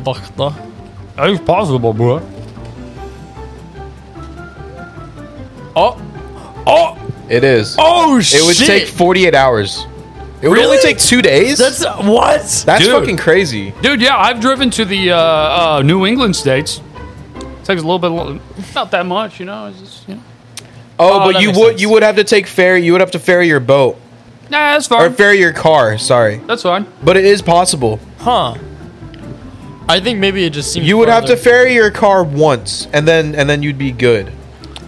[SPEAKER 4] Baghdad.
[SPEAKER 5] It's possible, bro.
[SPEAKER 4] Oh,
[SPEAKER 5] oh,
[SPEAKER 2] it is.
[SPEAKER 4] Oh
[SPEAKER 2] It would
[SPEAKER 4] shit.
[SPEAKER 2] take 48 hours. It would only
[SPEAKER 5] Really?
[SPEAKER 2] take two days.
[SPEAKER 4] That's what? That's
[SPEAKER 5] Dude.
[SPEAKER 2] fucking crazy.
[SPEAKER 5] Dude, yeah, I've driven to the uh, uh, New England states. takes a little bit, lo- not that much, you know. It's just, you know.
[SPEAKER 2] Oh,
[SPEAKER 5] Oh,
[SPEAKER 2] but
[SPEAKER 5] that
[SPEAKER 2] you
[SPEAKER 5] makes
[SPEAKER 2] would you would have to take ferry. You would have to ferry your boat
[SPEAKER 5] Nah, that's
[SPEAKER 2] or
[SPEAKER 5] fine.
[SPEAKER 2] ferry your car. Sorry,
[SPEAKER 5] that's fine.
[SPEAKER 2] but it is possible.
[SPEAKER 4] Huh. I think maybe it just seems.
[SPEAKER 2] You would have to
[SPEAKER 4] farther.
[SPEAKER 2] ferry your car once, and then and then you'd be good.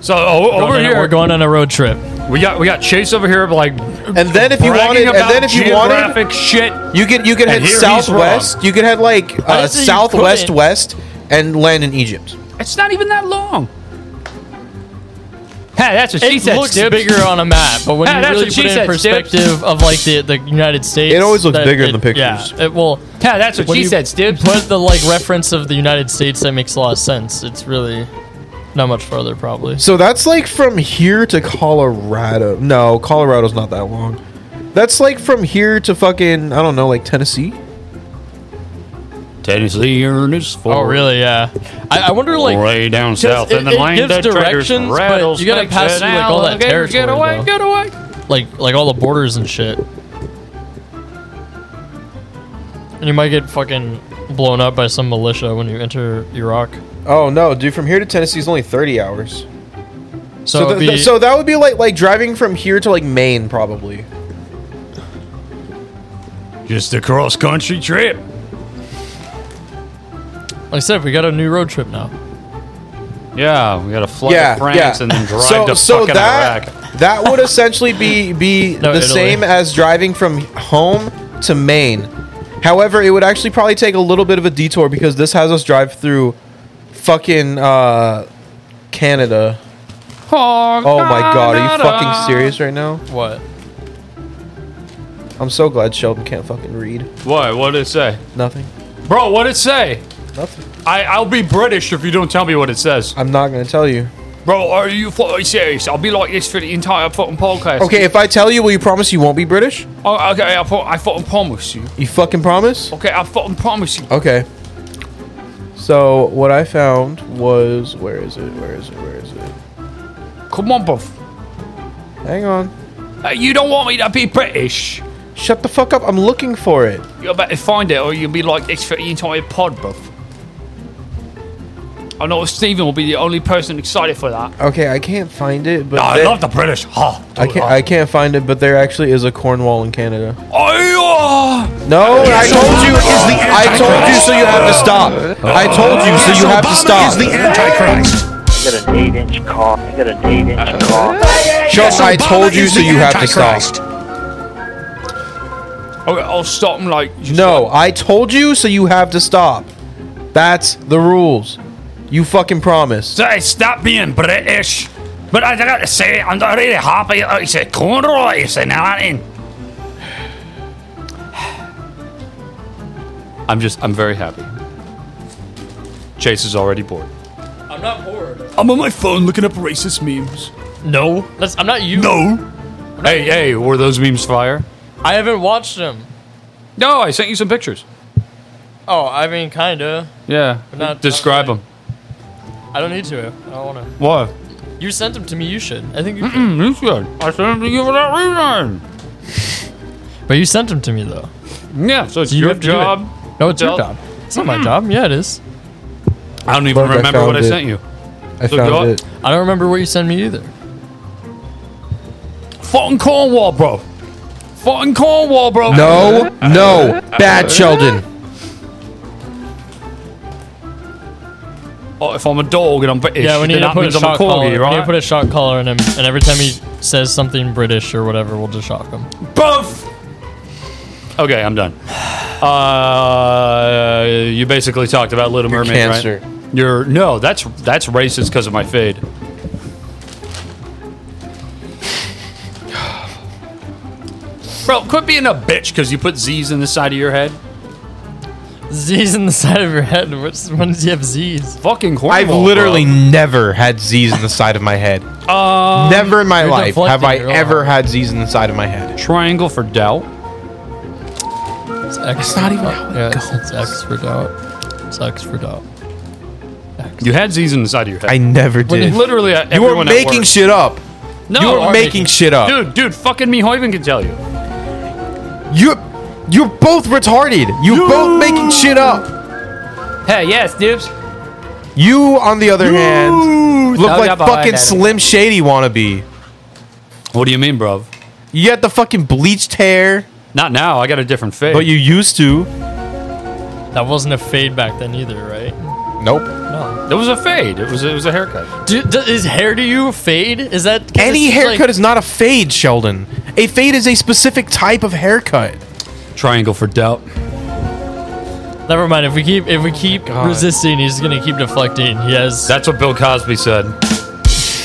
[SPEAKER 5] So o-
[SPEAKER 4] We're going
[SPEAKER 5] over
[SPEAKER 4] on a-
[SPEAKER 5] here,
[SPEAKER 4] we're going on a road trip.
[SPEAKER 5] We got we got Chase over here, like,
[SPEAKER 2] And then if you wanted, and then if you wanted,
[SPEAKER 5] graphic shit.
[SPEAKER 2] you could you could
[SPEAKER 5] And
[SPEAKER 2] head
[SPEAKER 5] here he's
[SPEAKER 2] southwest.
[SPEAKER 5] wrong.
[SPEAKER 2] You could head like
[SPEAKER 5] I
[SPEAKER 2] uh,
[SPEAKER 5] said you
[SPEAKER 2] southwest
[SPEAKER 5] couldn't.
[SPEAKER 2] west and land in Egypt.
[SPEAKER 5] It's not even that long. Hey, that's what she
[SPEAKER 4] it
[SPEAKER 5] said.
[SPEAKER 4] looks
[SPEAKER 5] Stibs.
[SPEAKER 4] bigger
[SPEAKER 5] (laughs)
[SPEAKER 4] on a map, but when
[SPEAKER 5] Hey,
[SPEAKER 4] you
[SPEAKER 5] that's
[SPEAKER 4] really
[SPEAKER 5] what
[SPEAKER 4] put
[SPEAKER 5] she
[SPEAKER 4] it in
[SPEAKER 5] said,
[SPEAKER 4] perspective
[SPEAKER 5] Stibs.
[SPEAKER 4] of like the, the United States,
[SPEAKER 2] It always looks
[SPEAKER 4] that
[SPEAKER 2] bigger in
[SPEAKER 4] it-
[SPEAKER 2] the pictures.
[SPEAKER 4] Yeah, it will.
[SPEAKER 5] Yeah, that's what
[SPEAKER 4] when
[SPEAKER 5] she
[SPEAKER 4] you
[SPEAKER 5] said, Stibs.
[SPEAKER 4] Put the like reference of the United States. That makes a lot of sense. It's really not much further, probably.
[SPEAKER 2] So that's like from here to Colorado. No, Colorado's not that long. That's like from here to fucking I don't know, like Tennessee.
[SPEAKER 5] Tennessee Ernest.
[SPEAKER 4] Oh, really? Yeah. I, I wonder, like,
[SPEAKER 5] Way down
[SPEAKER 4] 'cause
[SPEAKER 5] south
[SPEAKER 4] it,
[SPEAKER 5] in the
[SPEAKER 4] it
[SPEAKER 5] land
[SPEAKER 4] gives
[SPEAKER 5] that triggers
[SPEAKER 4] directions, but you gotta
[SPEAKER 5] rattlesnakes
[SPEAKER 4] pass
[SPEAKER 5] and
[SPEAKER 4] through like all that
[SPEAKER 5] alligators.
[SPEAKER 4] territory,
[SPEAKER 5] Get away,
[SPEAKER 4] though.
[SPEAKER 5] get away.
[SPEAKER 4] like like all the borders and shit. And you might get fucking blown up by some militia when you enter Iraq.
[SPEAKER 2] Oh no, dude! From here to Tennessee is only thirty hours.
[SPEAKER 4] So,
[SPEAKER 2] So, th-
[SPEAKER 4] it'd be-
[SPEAKER 2] th- so that would be like like driving from here to like Maine, probably.
[SPEAKER 20] Just a cross country trip.
[SPEAKER 4] like I said, we got a new road trip now.
[SPEAKER 5] Yeah, we gotta fly
[SPEAKER 2] yeah,
[SPEAKER 5] to France
[SPEAKER 2] yeah.
[SPEAKER 5] and then drive
[SPEAKER 2] so,
[SPEAKER 5] to
[SPEAKER 2] so
[SPEAKER 5] fucking
[SPEAKER 2] that
[SPEAKER 5] Iraq.
[SPEAKER 2] that would essentially be
[SPEAKER 5] (laughs)
[SPEAKER 2] be
[SPEAKER 4] No,
[SPEAKER 2] the
[SPEAKER 4] Italy.
[SPEAKER 2] same as driving from home to Maine. However, it would actually probably take a little bit of a detour because this has us drive through fucking uh, Canada.
[SPEAKER 21] Oh,
[SPEAKER 2] Oh my god, are you fucking serious right now?
[SPEAKER 4] What?
[SPEAKER 2] I'm so glad Sheldon can't fucking read.
[SPEAKER 5] What? What did it say,
[SPEAKER 2] Nothing.
[SPEAKER 5] bro? What did it say?
[SPEAKER 2] Nothing.
[SPEAKER 5] I I'll be British if you don't tell me what it says,
[SPEAKER 2] I'm not gonna tell you.
[SPEAKER 5] bro. Are you fucking serious? I'll be like this for the entire fucking podcast.
[SPEAKER 2] Okay, if I tell you, will you promise you won't be British?
[SPEAKER 5] Oh, okay. I, fu- I fucking promise you.
[SPEAKER 2] You fucking promise?
[SPEAKER 5] Okay, I fucking promise you.
[SPEAKER 2] Okay. So what I found was where is it? Where is it? Where is it?
[SPEAKER 5] Come on, bro.
[SPEAKER 2] Hang on.
[SPEAKER 5] Uh, you don't want me to be British.
[SPEAKER 2] Shut the fuck up. I'm looking for it.
[SPEAKER 5] You better find it, or you'll be like this for the entire pod, bruv. I know Steven will be the only person excited for that.
[SPEAKER 2] Okay, I can't find it, but
[SPEAKER 20] I
[SPEAKER 2] there-
[SPEAKER 20] love the British. Ha!
[SPEAKER 2] I can't I can't find it, but there actually is a Cornwall in Canada.
[SPEAKER 5] Oh,
[SPEAKER 2] No, I told you I told you so you have to stop. I told you so you have to stop.
[SPEAKER 20] Antichrist.
[SPEAKER 9] I got an eight-inch cock. I got an
[SPEAKER 22] Uh,
[SPEAKER 9] eight-inch cock.
[SPEAKER 2] Just I told you so you have to stop.
[SPEAKER 5] okay, I'll stop him like.
[SPEAKER 2] No, I told you so you have to stop. That's the rules. You fucking promise.
[SPEAKER 20] Say, stop being British. But I gotta say, I'm not really happy that it's a Cornwall, it's an Latin.
[SPEAKER 5] I'm just. I'm very happy. Chase is already bored.
[SPEAKER 4] I'm not bored.
[SPEAKER 5] I'm on my phone looking up racist memes.
[SPEAKER 4] No, that's I'm not you.
[SPEAKER 20] No.
[SPEAKER 5] Hey, hey, were those memes fire?
[SPEAKER 4] I haven't watched them.
[SPEAKER 5] No, I sent you some pictures.
[SPEAKER 4] Oh, I mean, kinda.
[SPEAKER 5] Yeah.
[SPEAKER 4] But not-
[SPEAKER 5] Describe them.
[SPEAKER 4] I don't need to. I don't want
[SPEAKER 5] What?
[SPEAKER 4] to. You sent them to me. You should. I think you. Should.
[SPEAKER 5] Mm, it's good. I sent them to you for that reason.
[SPEAKER 4] But you sent them to me though.
[SPEAKER 5] Yeah, so it's
[SPEAKER 4] So you
[SPEAKER 5] your
[SPEAKER 4] have to do it.
[SPEAKER 5] job.
[SPEAKER 4] No, Oh, it's your
[SPEAKER 5] Tell-
[SPEAKER 4] Mm-hmm. job. It's not my job. Yeah, it is.
[SPEAKER 5] I don't even
[SPEAKER 2] Look, I
[SPEAKER 5] remember what
[SPEAKER 2] found
[SPEAKER 5] I
[SPEAKER 2] it.
[SPEAKER 5] sent you.
[SPEAKER 13] I found it.
[SPEAKER 4] I don't remember where you sent me either.
[SPEAKER 6] Fought in Cornwall, bro. Fought in Cornwall, bro.
[SPEAKER 2] No, no, bad Sheldon.
[SPEAKER 6] Oh, if I'm a dog and I'm British,
[SPEAKER 4] yeah, we
[SPEAKER 6] then
[SPEAKER 4] need to
[SPEAKER 6] that
[SPEAKER 4] put a
[SPEAKER 6] means I'm
[SPEAKER 4] shock
[SPEAKER 6] corgi,
[SPEAKER 4] collar. We need
[SPEAKER 6] right?
[SPEAKER 4] to put a shock collar in him, and every time he says something British or whatever, we'll just shock him.
[SPEAKER 5] Okay, I'm done. (sighs) Uh, you basically talked about Little Mermaid,
[SPEAKER 13] cancer.
[SPEAKER 5] right? You're no, that's that's racist because of my fade. (sighs) Bro, quit being a bitch because you put Z's in the side of your head.
[SPEAKER 4] Z's in the side of your head. Which when does he have Z's?
[SPEAKER 5] Fucking
[SPEAKER 2] I've literally never had Z's in the side of my head.
[SPEAKER 4] Um,
[SPEAKER 2] never in my
[SPEAKER 4] you're
[SPEAKER 2] life have I
[SPEAKER 4] deflecting real
[SPEAKER 2] ever had Z's in the side of my head.
[SPEAKER 5] Triangle for doubt.
[SPEAKER 4] It's X.
[SPEAKER 2] That's not even how it
[SPEAKER 4] yeah, it's, it's X for doubt. It's X for doubt.
[SPEAKER 5] You had Z's in the side of your head.
[SPEAKER 2] I never
[SPEAKER 5] When
[SPEAKER 2] did.
[SPEAKER 5] literally, uh,
[SPEAKER 2] you were
[SPEAKER 5] everyone at
[SPEAKER 2] making
[SPEAKER 5] work-
[SPEAKER 2] shit up.
[SPEAKER 5] No,
[SPEAKER 2] you
[SPEAKER 5] I'm
[SPEAKER 2] were making shit up.
[SPEAKER 5] dude. Dude, fucking me, Hoyven can tell you.
[SPEAKER 2] You, you're both retarded. You both making shit up.
[SPEAKER 6] Hey, yes, dibs.
[SPEAKER 2] You, on the other hand, look
[SPEAKER 6] Now
[SPEAKER 2] like
[SPEAKER 6] we got behind
[SPEAKER 2] fucking
[SPEAKER 6] that.
[SPEAKER 2] Slim Shady wannabe.
[SPEAKER 5] What do you mean, bro?
[SPEAKER 2] You got the fucking bleached hair,
[SPEAKER 5] Not now. I got a different fade.
[SPEAKER 2] but you used to.
[SPEAKER 4] That wasn't a fade back then either, right?
[SPEAKER 2] Nope.
[SPEAKER 4] No.
[SPEAKER 5] It was a fade. It was it was a haircut.
[SPEAKER 4] Do, do, is hair to you a fade? Is that 'cause
[SPEAKER 2] Any
[SPEAKER 4] it's just
[SPEAKER 2] haircut
[SPEAKER 4] like-
[SPEAKER 2] is not a fade, Sheldon. A fade is a specific type of haircut.
[SPEAKER 5] Triangle for doubt.
[SPEAKER 4] Never mind. If we keep if we keep resisting, he's gonna keep deflecting. He has.
[SPEAKER 5] That's what Bill Cosby said.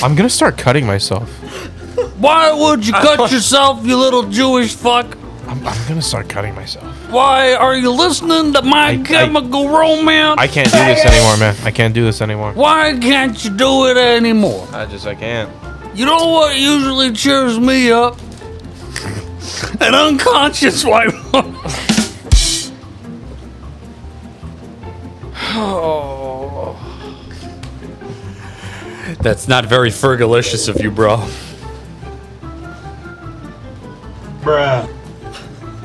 [SPEAKER 2] I'm gonna start cutting myself.
[SPEAKER 6] Why
[SPEAKER 4] (laughs)
[SPEAKER 6] would you cut yourself, you little Jewish fuck?
[SPEAKER 2] I'm, I'm gonna start cutting myself.
[SPEAKER 6] Why are you listening to My Chemical Romance?
[SPEAKER 2] I can't do this anymore, man. I can't do this anymore.
[SPEAKER 6] Why can't you do it anymore?
[SPEAKER 2] I just I can't.
[SPEAKER 6] You know what usually cheers me up? An unconscious white woman.
[SPEAKER 13] Oh.
[SPEAKER 5] That's not very fergalicious of you, bro.
[SPEAKER 23] Bruh.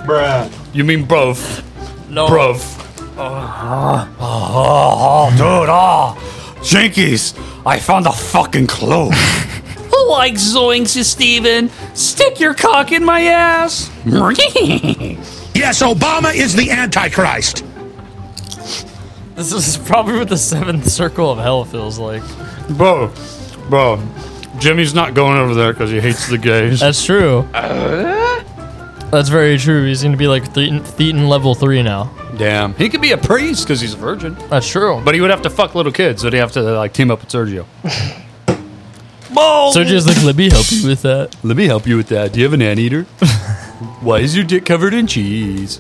[SPEAKER 23] Bruh.
[SPEAKER 5] You mean bruv?
[SPEAKER 4] No.
[SPEAKER 5] Bruv.
[SPEAKER 7] Oh, oh, oh, dude, oh. Jinkies, I found a fucking clue.
[SPEAKER 6] like (laughs) zoinks, you Steven. Stick your cock in my ass.
[SPEAKER 24] yes, Obama is the Antichrist.
[SPEAKER 4] This is probably what the seventh circle of hell feels like.
[SPEAKER 5] Bro, bro. Jimmy's not going over there because he hates the gays.
[SPEAKER 4] That's true. That's very true. He's gonna be like Thetan, Thetan level three now.
[SPEAKER 5] Damn. He could be a priest because he's a virgin.
[SPEAKER 4] That's true.
[SPEAKER 5] But he would have to fuck little kids. So he'd have to like team up with Sergio.
[SPEAKER 4] So just like let me help you with that.
[SPEAKER 5] Let me help you with that. Do you have an (laughs) anteater? Why is your dick covered in cheese?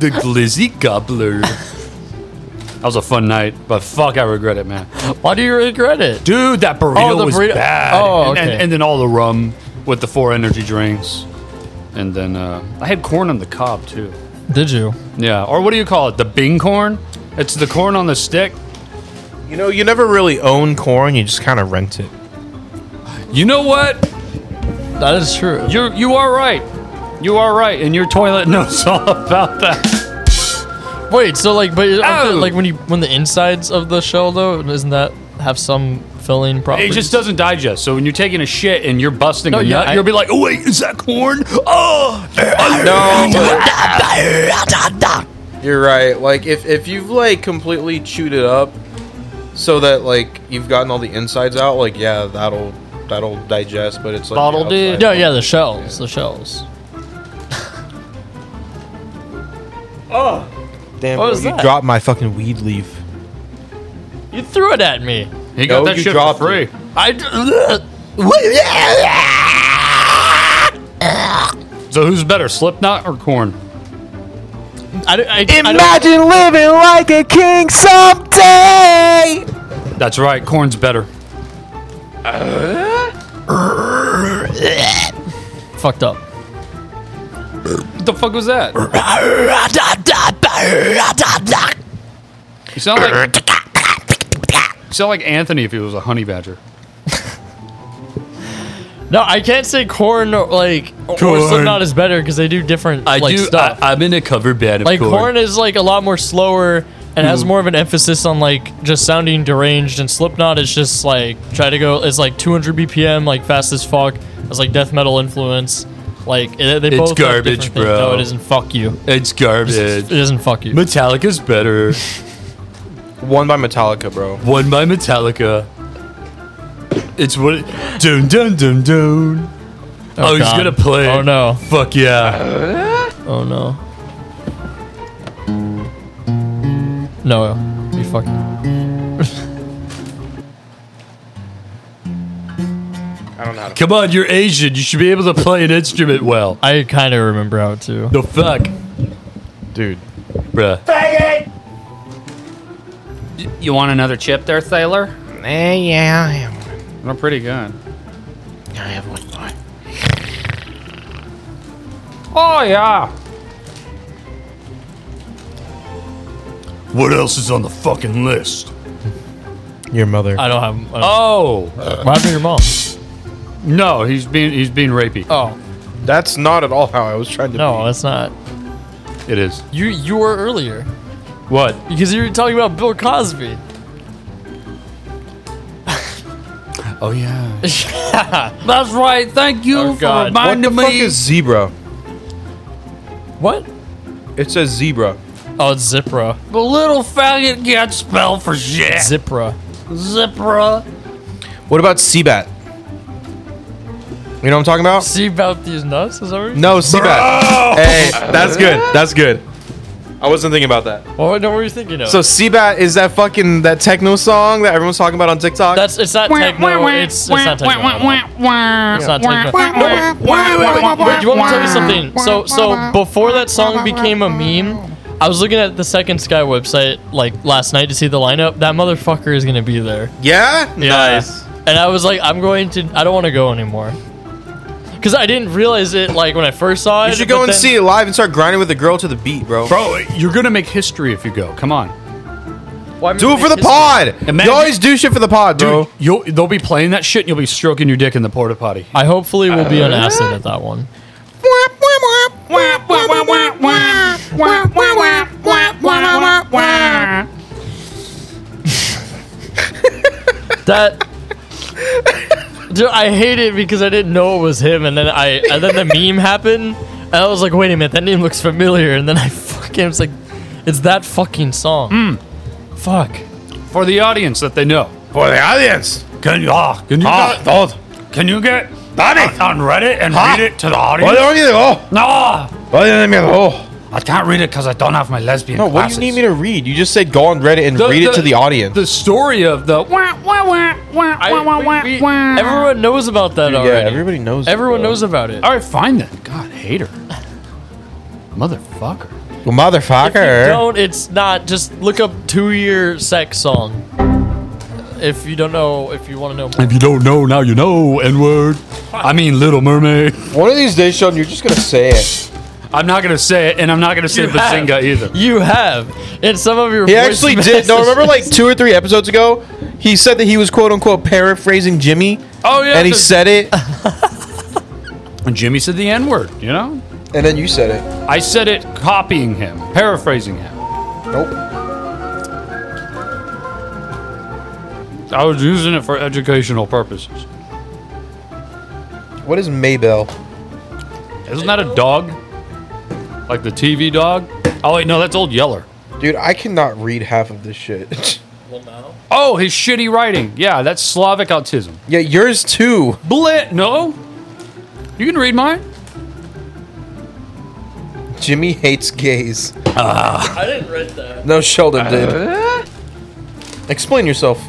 [SPEAKER 5] The (laughs) glizzy gobbler. that was a fun night, but fuck, I regret it, man.
[SPEAKER 4] Why do you regret it?
[SPEAKER 5] Dude, that burrito
[SPEAKER 4] the
[SPEAKER 5] was
[SPEAKER 4] burrito-
[SPEAKER 5] bad.
[SPEAKER 4] Oh,
[SPEAKER 5] and, and-
[SPEAKER 4] okay.
[SPEAKER 5] and then all the rum with the four energy drinks. And then uh, I had corn on the cob, too.
[SPEAKER 4] Did you?
[SPEAKER 5] Yeah, or what do you call it? The bing corn? It's the corn on the stick.
[SPEAKER 2] You know, you never really own corn. You just kind of rent it.
[SPEAKER 5] You know what?
[SPEAKER 4] That is true.
[SPEAKER 5] You're you are right. You are right, and your toilet (laughs) knows all about that.
[SPEAKER 4] Wait, so like, but aren't the-
[SPEAKER 5] Ow!
[SPEAKER 4] like when you when the insides of the shell though, doesn't that have some filling properties?
[SPEAKER 5] It just doesn't digest. So when you're taking a shit and you're busting
[SPEAKER 4] No,
[SPEAKER 5] a
[SPEAKER 4] yeah,
[SPEAKER 5] nut,
[SPEAKER 4] I-
[SPEAKER 5] you'll be like, oh wait, is that corn? Oh,
[SPEAKER 13] No. You're right. Like if if you've like completely chewed it up, so that like you've gotten all the insides out, like yeah, that'll that'll digest. But it's like the
[SPEAKER 4] bottled it.
[SPEAKER 13] outside.
[SPEAKER 4] No, yeah, the shells, the shells.
[SPEAKER 2] Damn,
[SPEAKER 4] What
[SPEAKER 2] bro,
[SPEAKER 4] was
[SPEAKER 2] you
[SPEAKER 4] that?
[SPEAKER 2] dropped my fucking weed leaf.
[SPEAKER 4] You threw it at me.
[SPEAKER 5] he
[SPEAKER 2] No,
[SPEAKER 5] got that
[SPEAKER 2] you
[SPEAKER 5] shit for
[SPEAKER 2] dropped
[SPEAKER 5] free. uh,
[SPEAKER 2] it.
[SPEAKER 4] I. d-
[SPEAKER 5] So who's better, Slipknot or corn?
[SPEAKER 4] I, don't- I, I don't-
[SPEAKER 25] Imagine living like a king someday.
[SPEAKER 5] That's right, corn's better.
[SPEAKER 4] fucked up.
[SPEAKER 5] What the fuck was that? You sound like you sound like Anthony if he was a honey badger.
[SPEAKER 4] No, I can't say corn or like or
[SPEAKER 5] Corn.
[SPEAKER 4] Slipknot is better because they do different like stuff.
[SPEAKER 5] I, I'm in a cover band.
[SPEAKER 4] like corn is like a lot more slower and It has more of an emphasis on like just sounding deranged, and Slipknot is just like try to go. It's like 200 BPM, like fast as fuck. It's like death metal influence. Like it, they
[SPEAKER 5] It's
[SPEAKER 4] both have different
[SPEAKER 5] garbage,
[SPEAKER 4] things.
[SPEAKER 5] bro.
[SPEAKER 4] No, it isn't. Fuck you.
[SPEAKER 5] It's garbage.
[SPEAKER 4] It (laughs) doesn't fuck you.
[SPEAKER 5] Metallica's better.
[SPEAKER 13] One by Metallica, bro.
[SPEAKER 5] One by Metallica. It's what. It, dun dun dun dun. Oh, he's
[SPEAKER 4] God.
[SPEAKER 5] gonna play.
[SPEAKER 4] Oh, no.
[SPEAKER 5] Fuck yeah.
[SPEAKER 4] Oh no. No, you fucking.
[SPEAKER 13] I don't know. How to
[SPEAKER 5] Come on, you're Asian. You should be able to play an instrument well.
[SPEAKER 4] I kind of remember how to.
[SPEAKER 5] The fuck,
[SPEAKER 13] dude,
[SPEAKER 5] bruh.
[SPEAKER 6] Faggot! You want another chip there, Thaler?
[SPEAKER 8] Eh, yeah, I am.
[SPEAKER 6] We're pretty good.
[SPEAKER 8] I have one more.
[SPEAKER 6] Oh, yeah.
[SPEAKER 7] What else is on the fucking list?
[SPEAKER 13] Your mother.
[SPEAKER 4] I don't have.
[SPEAKER 5] Oh,
[SPEAKER 4] what happened to your mom?
[SPEAKER 5] No, he's being he's being rapey.
[SPEAKER 4] Oh,
[SPEAKER 13] that's not at all how I was trying to.
[SPEAKER 4] No, that's not.
[SPEAKER 5] It is.
[SPEAKER 4] You you were earlier
[SPEAKER 5] What?
[SPEAKER 4] because you were talking about Bill Cosby.
[SPEAKER 5] Oh yeah.
[SPEAKER 6] That's right. Thank you
[SPEAKER 4] Oh,
[SPEAKER 6] for
[SPEAKER 4] God.
[SPEAKER 13] What the
[SPEAKER 6] reminding
[SPEAKER 13] fuck
[SPEAKER 6] me.
[SPEAKER 13] is zebra?
[SPEAKER 4] What?
[SPEAKER 13] It says zebra.
[SPEAKER 4] Oh, it's Zipra.
[SPEAKER 6] the little faggot can't spell for shit.
[SPEAKER 4] Zipra.
[SPEAKER 6] Zipra.
[SPEAKER 13] What about Seabat? You know what I'm talking about?
[SPEAKER 4] See about these nuts? Is that what you-
[SPEAKER 13] No, Seabat. Hey, that's good. That's good. I wasn't thinking about that.
[SPEAKER 4] What, what were you thinking of?
[SPEAKER 13] So Seabat is that fucking that techno song that everyone's talking about on TikTok.
[SPEAKER 4] that's it's not techno. It's, it's not techno. at all. It's not techno. Wait, wait, wait, wait, wait, you want me to tell you something? So, so before that song became a meme, I was looking at the Second Sky website like last night to see the lineup. That motherfucker is gonna be there.
[SPEAKER 13] Yeah. Nice.
[SPEAKER 4] And I was like, I'm going to. I don't want to go anymore. Cause I didn't realize it like when I first saw it.
[SPEAKER 13] You should go
[SPEAKER 4] but
[SPEAKER 13] and
[SPEAKER 4] then-
[SPEAKER 13] see it live and start grinding with a girl to the beat, bro.
[SPEAKER 5] Bro, you're gonna make history if you go. Come on.
[SPEAKER 4] Why
[SPEAKER 13] do it for the pod. You always do shit for the pod, bro.
[SPEAKER 5] Dude, you'll they'll be playing that shit and you'll be stroking your dick in the porta potty.
[SPEAKER 4] I hopefully will be
[SPEAKER 13] Uh,
[SPEAKER 4] on acid at that one. That. (laughs) Dude, I hate it because I didn't know it was him, and then I and then the
[SPEAKER 13] (laughs)
[SPEAKER 4] meme happened, and I was like, wait a minute, that name looks familiar, and then I (laughs) fucking was like, it's that fucking song.
[SPEAKER 13] Hmm.
[SPEAKER 4] Fuck.
[SPEAKER 5] For the audience that they know.
[SPEAKER 24] For the audience.
[SPEAKER 5] Can you, ah, can you
[SPEAKER 24] Ah,
[SPEAKER 5] get-
[SPEAKER 24] those.
[SPEAKER 5] can you get
[SPEAKER 24] Daddy.
[SPEAKER 5] on Reddit and
[SPEAKER 24] Ah.
[SPEAKER 5] read it to the audience?
[SPEAKER 24] Why don't you go?
[SPEAKER 5] No!
[SPEAKER 13] Why didn't I go?
[SPEAKER 5] I can't read it because I don't have my lesbian
[SPEAKER 13] No, what do
[SPEAKER 5] glasses.
[SPEAKER 13] you need me to read? You just said go on Reddit and read it to the audience.
[SPEAKER 5] The story of the
[SPEAKER 4] Everyone knows about that
[SPEAKER 13] Hmm. yeah,
[SPEAKER 4] already.
[SPEAKER 13] everybody knows. it,
[SPEAKER 4] Everyone
[SPEAKER 13] bro.
[SPEAKER 4] knows about it.
[SPEAKER 5] All right, fine then. God, hater. Motherfucker.
[SPEAKER 13] Well,
[SPEAKER 4] If you
[SPEAKER 13] motherfucker.
[SPEAKER 4] don't, it's not. Just look up two-year sex song. If you don't know, if you want to know more.
[SPEAKER 5] If you don't know, now you know, N word. I mean, Little Mermaid.
[SPEAKER 13] One of these days, Sheldon, you're just gonna say it.
[SPEAKER 5] I'm not going to say it, and I'm not going to say
[SPEAKER 4] You have.
[SPEAKER 5] Bazinga either.
[SPEAKER 4] You have. In some of your
[SPEAKER 13] He
[SPEAKER 4] voice
[SPEAKER 13] actually did. No,
[SPEAKER 4] messages-
[SPEAKER 13] remember like two or three episodes ago, he said that he was quote unquote paraphrasing Jimmy,
[SPEAKER 5] Oh, yeah.
[SPEAKER 13] and he
[SPEAKER 5] 'cause-
[SPEAKER 13] said it,
[SPEAKER 5] and Jimmy said the N word, you know?
[SPEAKER 13] and then you said it.
[SPEAKER 5] I said it copying him, paraphrasing him.
[SPEAKER 13] Nope.
[SPEAKER 5] I was using it for educational purposes.
[SPEAKER 13] What is Maybell?
[SPEAKER 5] Isn't that a dog? Like the TV dog? Oh, wait, no, that's Old Yeller.
[SPEAKER 13] Dude, I cannot read half of this shit. (laughs)
[SPEAKER 5] Oh, his shitty writing. Yeah, that's Slavic autism.
[SPEAKER 13] yeah, yours too.
[SPEAKER 5] Blit, no? You can read mine?
[SPEAKER 13] Jimmy hates gays.
[SPEAKER 4] (laughs) I didn't read that.
[SPEAKER 13] No, Sheldon did.
[SPEAKER 5] Uh.
[SPEAKER 13] Explain yourself.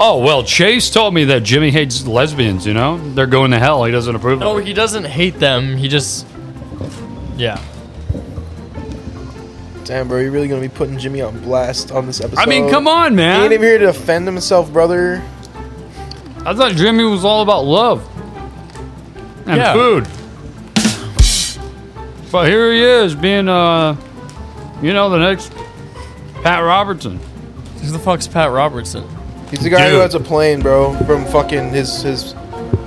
[SPEAKER 5] Oh, well, Chase told me that Jimmy hates lesbians, you know? They're going to hell. He doesn't approve
[SPEAKER 4] No,
[SPEAKER 5] of it.
[SPEAKER 4] Oh, he doesn't hate them. He just. Yeah.
[SPEAKER 13] Damn, bro, you're really gonna be putting Jimmy on blast on this episode.
[SPEAKER 5] I mean, come on,
[SPEAKER 13] He ain't
[SPEAKER 5] man.
[SPEAKER 13] even here to defend himself, brother.
[SPEAKER 5] I thought Jimmy was all about love and
[SPEAKER 4] Yeah.
[SPEAKER 5] food. But here he is being, uh, you know, the next Pat Robertson.
[SPEAKER 4] Who the fuck's Pat Robertson?
[SPEAKER 13] He's the guy who
[SPEAKER 5] Dude.
[SPEAKER 13] has a plane, bro, from fucking his his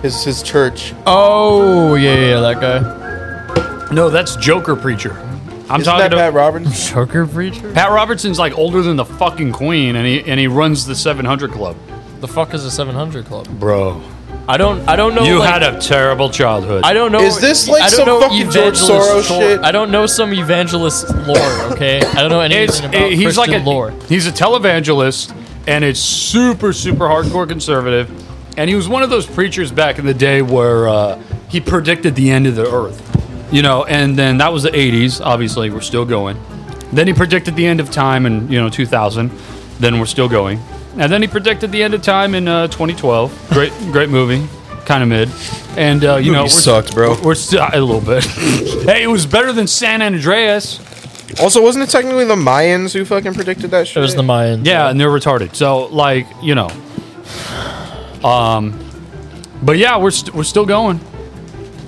[SPEAKER 13] his his church.
[SPEAKER 4] Oh yeah, yeah, that guy.
[SPEAKER 5] No, that's Joker Preacher. I'm
[SPEAKER 13] Isn't
[SPEAKER 5] talking
[SPEAKER 13] that
[SPEAKER 5] to
[SPEAKER 13] Pat Robertson.
[SPEAKER 5] (laughs)
[SPEAKER 4] Sugar preacher.
[SPEAKER 5] Pat Robertson's like older than the fucking queen, and he and he runs the 700 Club,
[SPEAKER 4] The fuck is a 700 club?
[SPEAKER 5] bro.
[SPEAKER 4] I don't. I don't know.
[SPEAKER 5] You
[SPEAKER 4] like-
[SPEAKER 5] had a terrible childhood.
[SPEAKER 4] I don't know. e,
[SPEAKER 13] Is this like
[SPEAKER 4] I don't
[SPEAKER 13] some
[SPEAKER 4] know
[SPEAKER 13] fucking George
[SPEAKER 4] evangelist
[SPEAKER 13] Soros
[SPEAKER 4] lore.
[SPEAKER 13] shit?
[SPEAKER 4] I don't know some evangelist lore. Okay, I don't know anything
[SPEAKER 5] It's,
[SPEAKER 4] about
[SPEAKER 5] he's
[SPEAKER 4] Christian
[SPEAKER 5] like a
[SPEAKER 4] lore.
[SPEAKER 5] he's a televangelist, and it's super super hardcore conservative. And he was one of those preachers back in the day where uh, he predicted the end of the earth, you know. And then that was the '80s. Obviously, we're still going. Then he predicted the end of time in you know 2000. Then we're still going. And then he predicted the end of time in uh, 2012. Great great movie, kind of mid. And uh, you know
[SPEAKER 13] Movie
[SPEAKER 5] we're-
[SPEAKER 13] sucked, bro.
[SPEAKER 5] We're still a little bit. (laughs) hey, it was better than San Andreas.
[SPEAKER 13] Also, wasn't it technically the Mayans who fucking predicted that shit?
[SPEAKER 5] It was
[SPEAKER 4] the Mayans.
[SPEAKER 5] Yeah, and they're retarded. So like you know, um, but yeah, we're st- we're still going,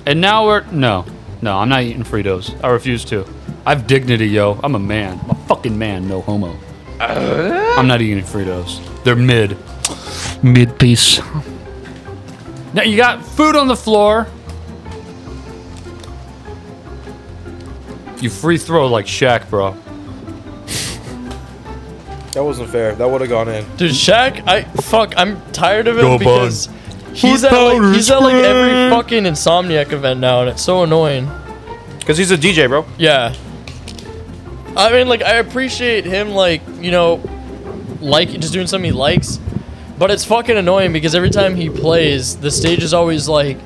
[SPEAKER 5] and now we're no, no, I'm not eating Fritos. I refuse to. I've dignity, yo. I'm a man. I'm a fucking man. No homo. I'm not eating Fritos. They're mid. Mid piece. Now you got food on the floor. You free throw like Shaq, bro.
[SPEAKER 13] That wasn't fair. That would have gone in.
[SPEAKER 4] Dude, Shaq, I fuck, I'm tired of him
[SPEAKER 13] Go, bud.
[SPEAKER 4] because he's
[SPEAKER 13] Food
[SPEAKER 4] at like
[SPEAKER 13] powder
[SPEAKER 4] he's at like every
[SPEAKER 13] spread.
[SPEAKER 4] fucking insomniac event now, and it's so annoying.
[SPEAKER 13] Because he's a DJ, bro.
[SPEAKER 4] Yeah. I mean, like, I appreciate him, like, you know, like just doing something he likes, but it's fucking annoying because every time he plays, the stage is always like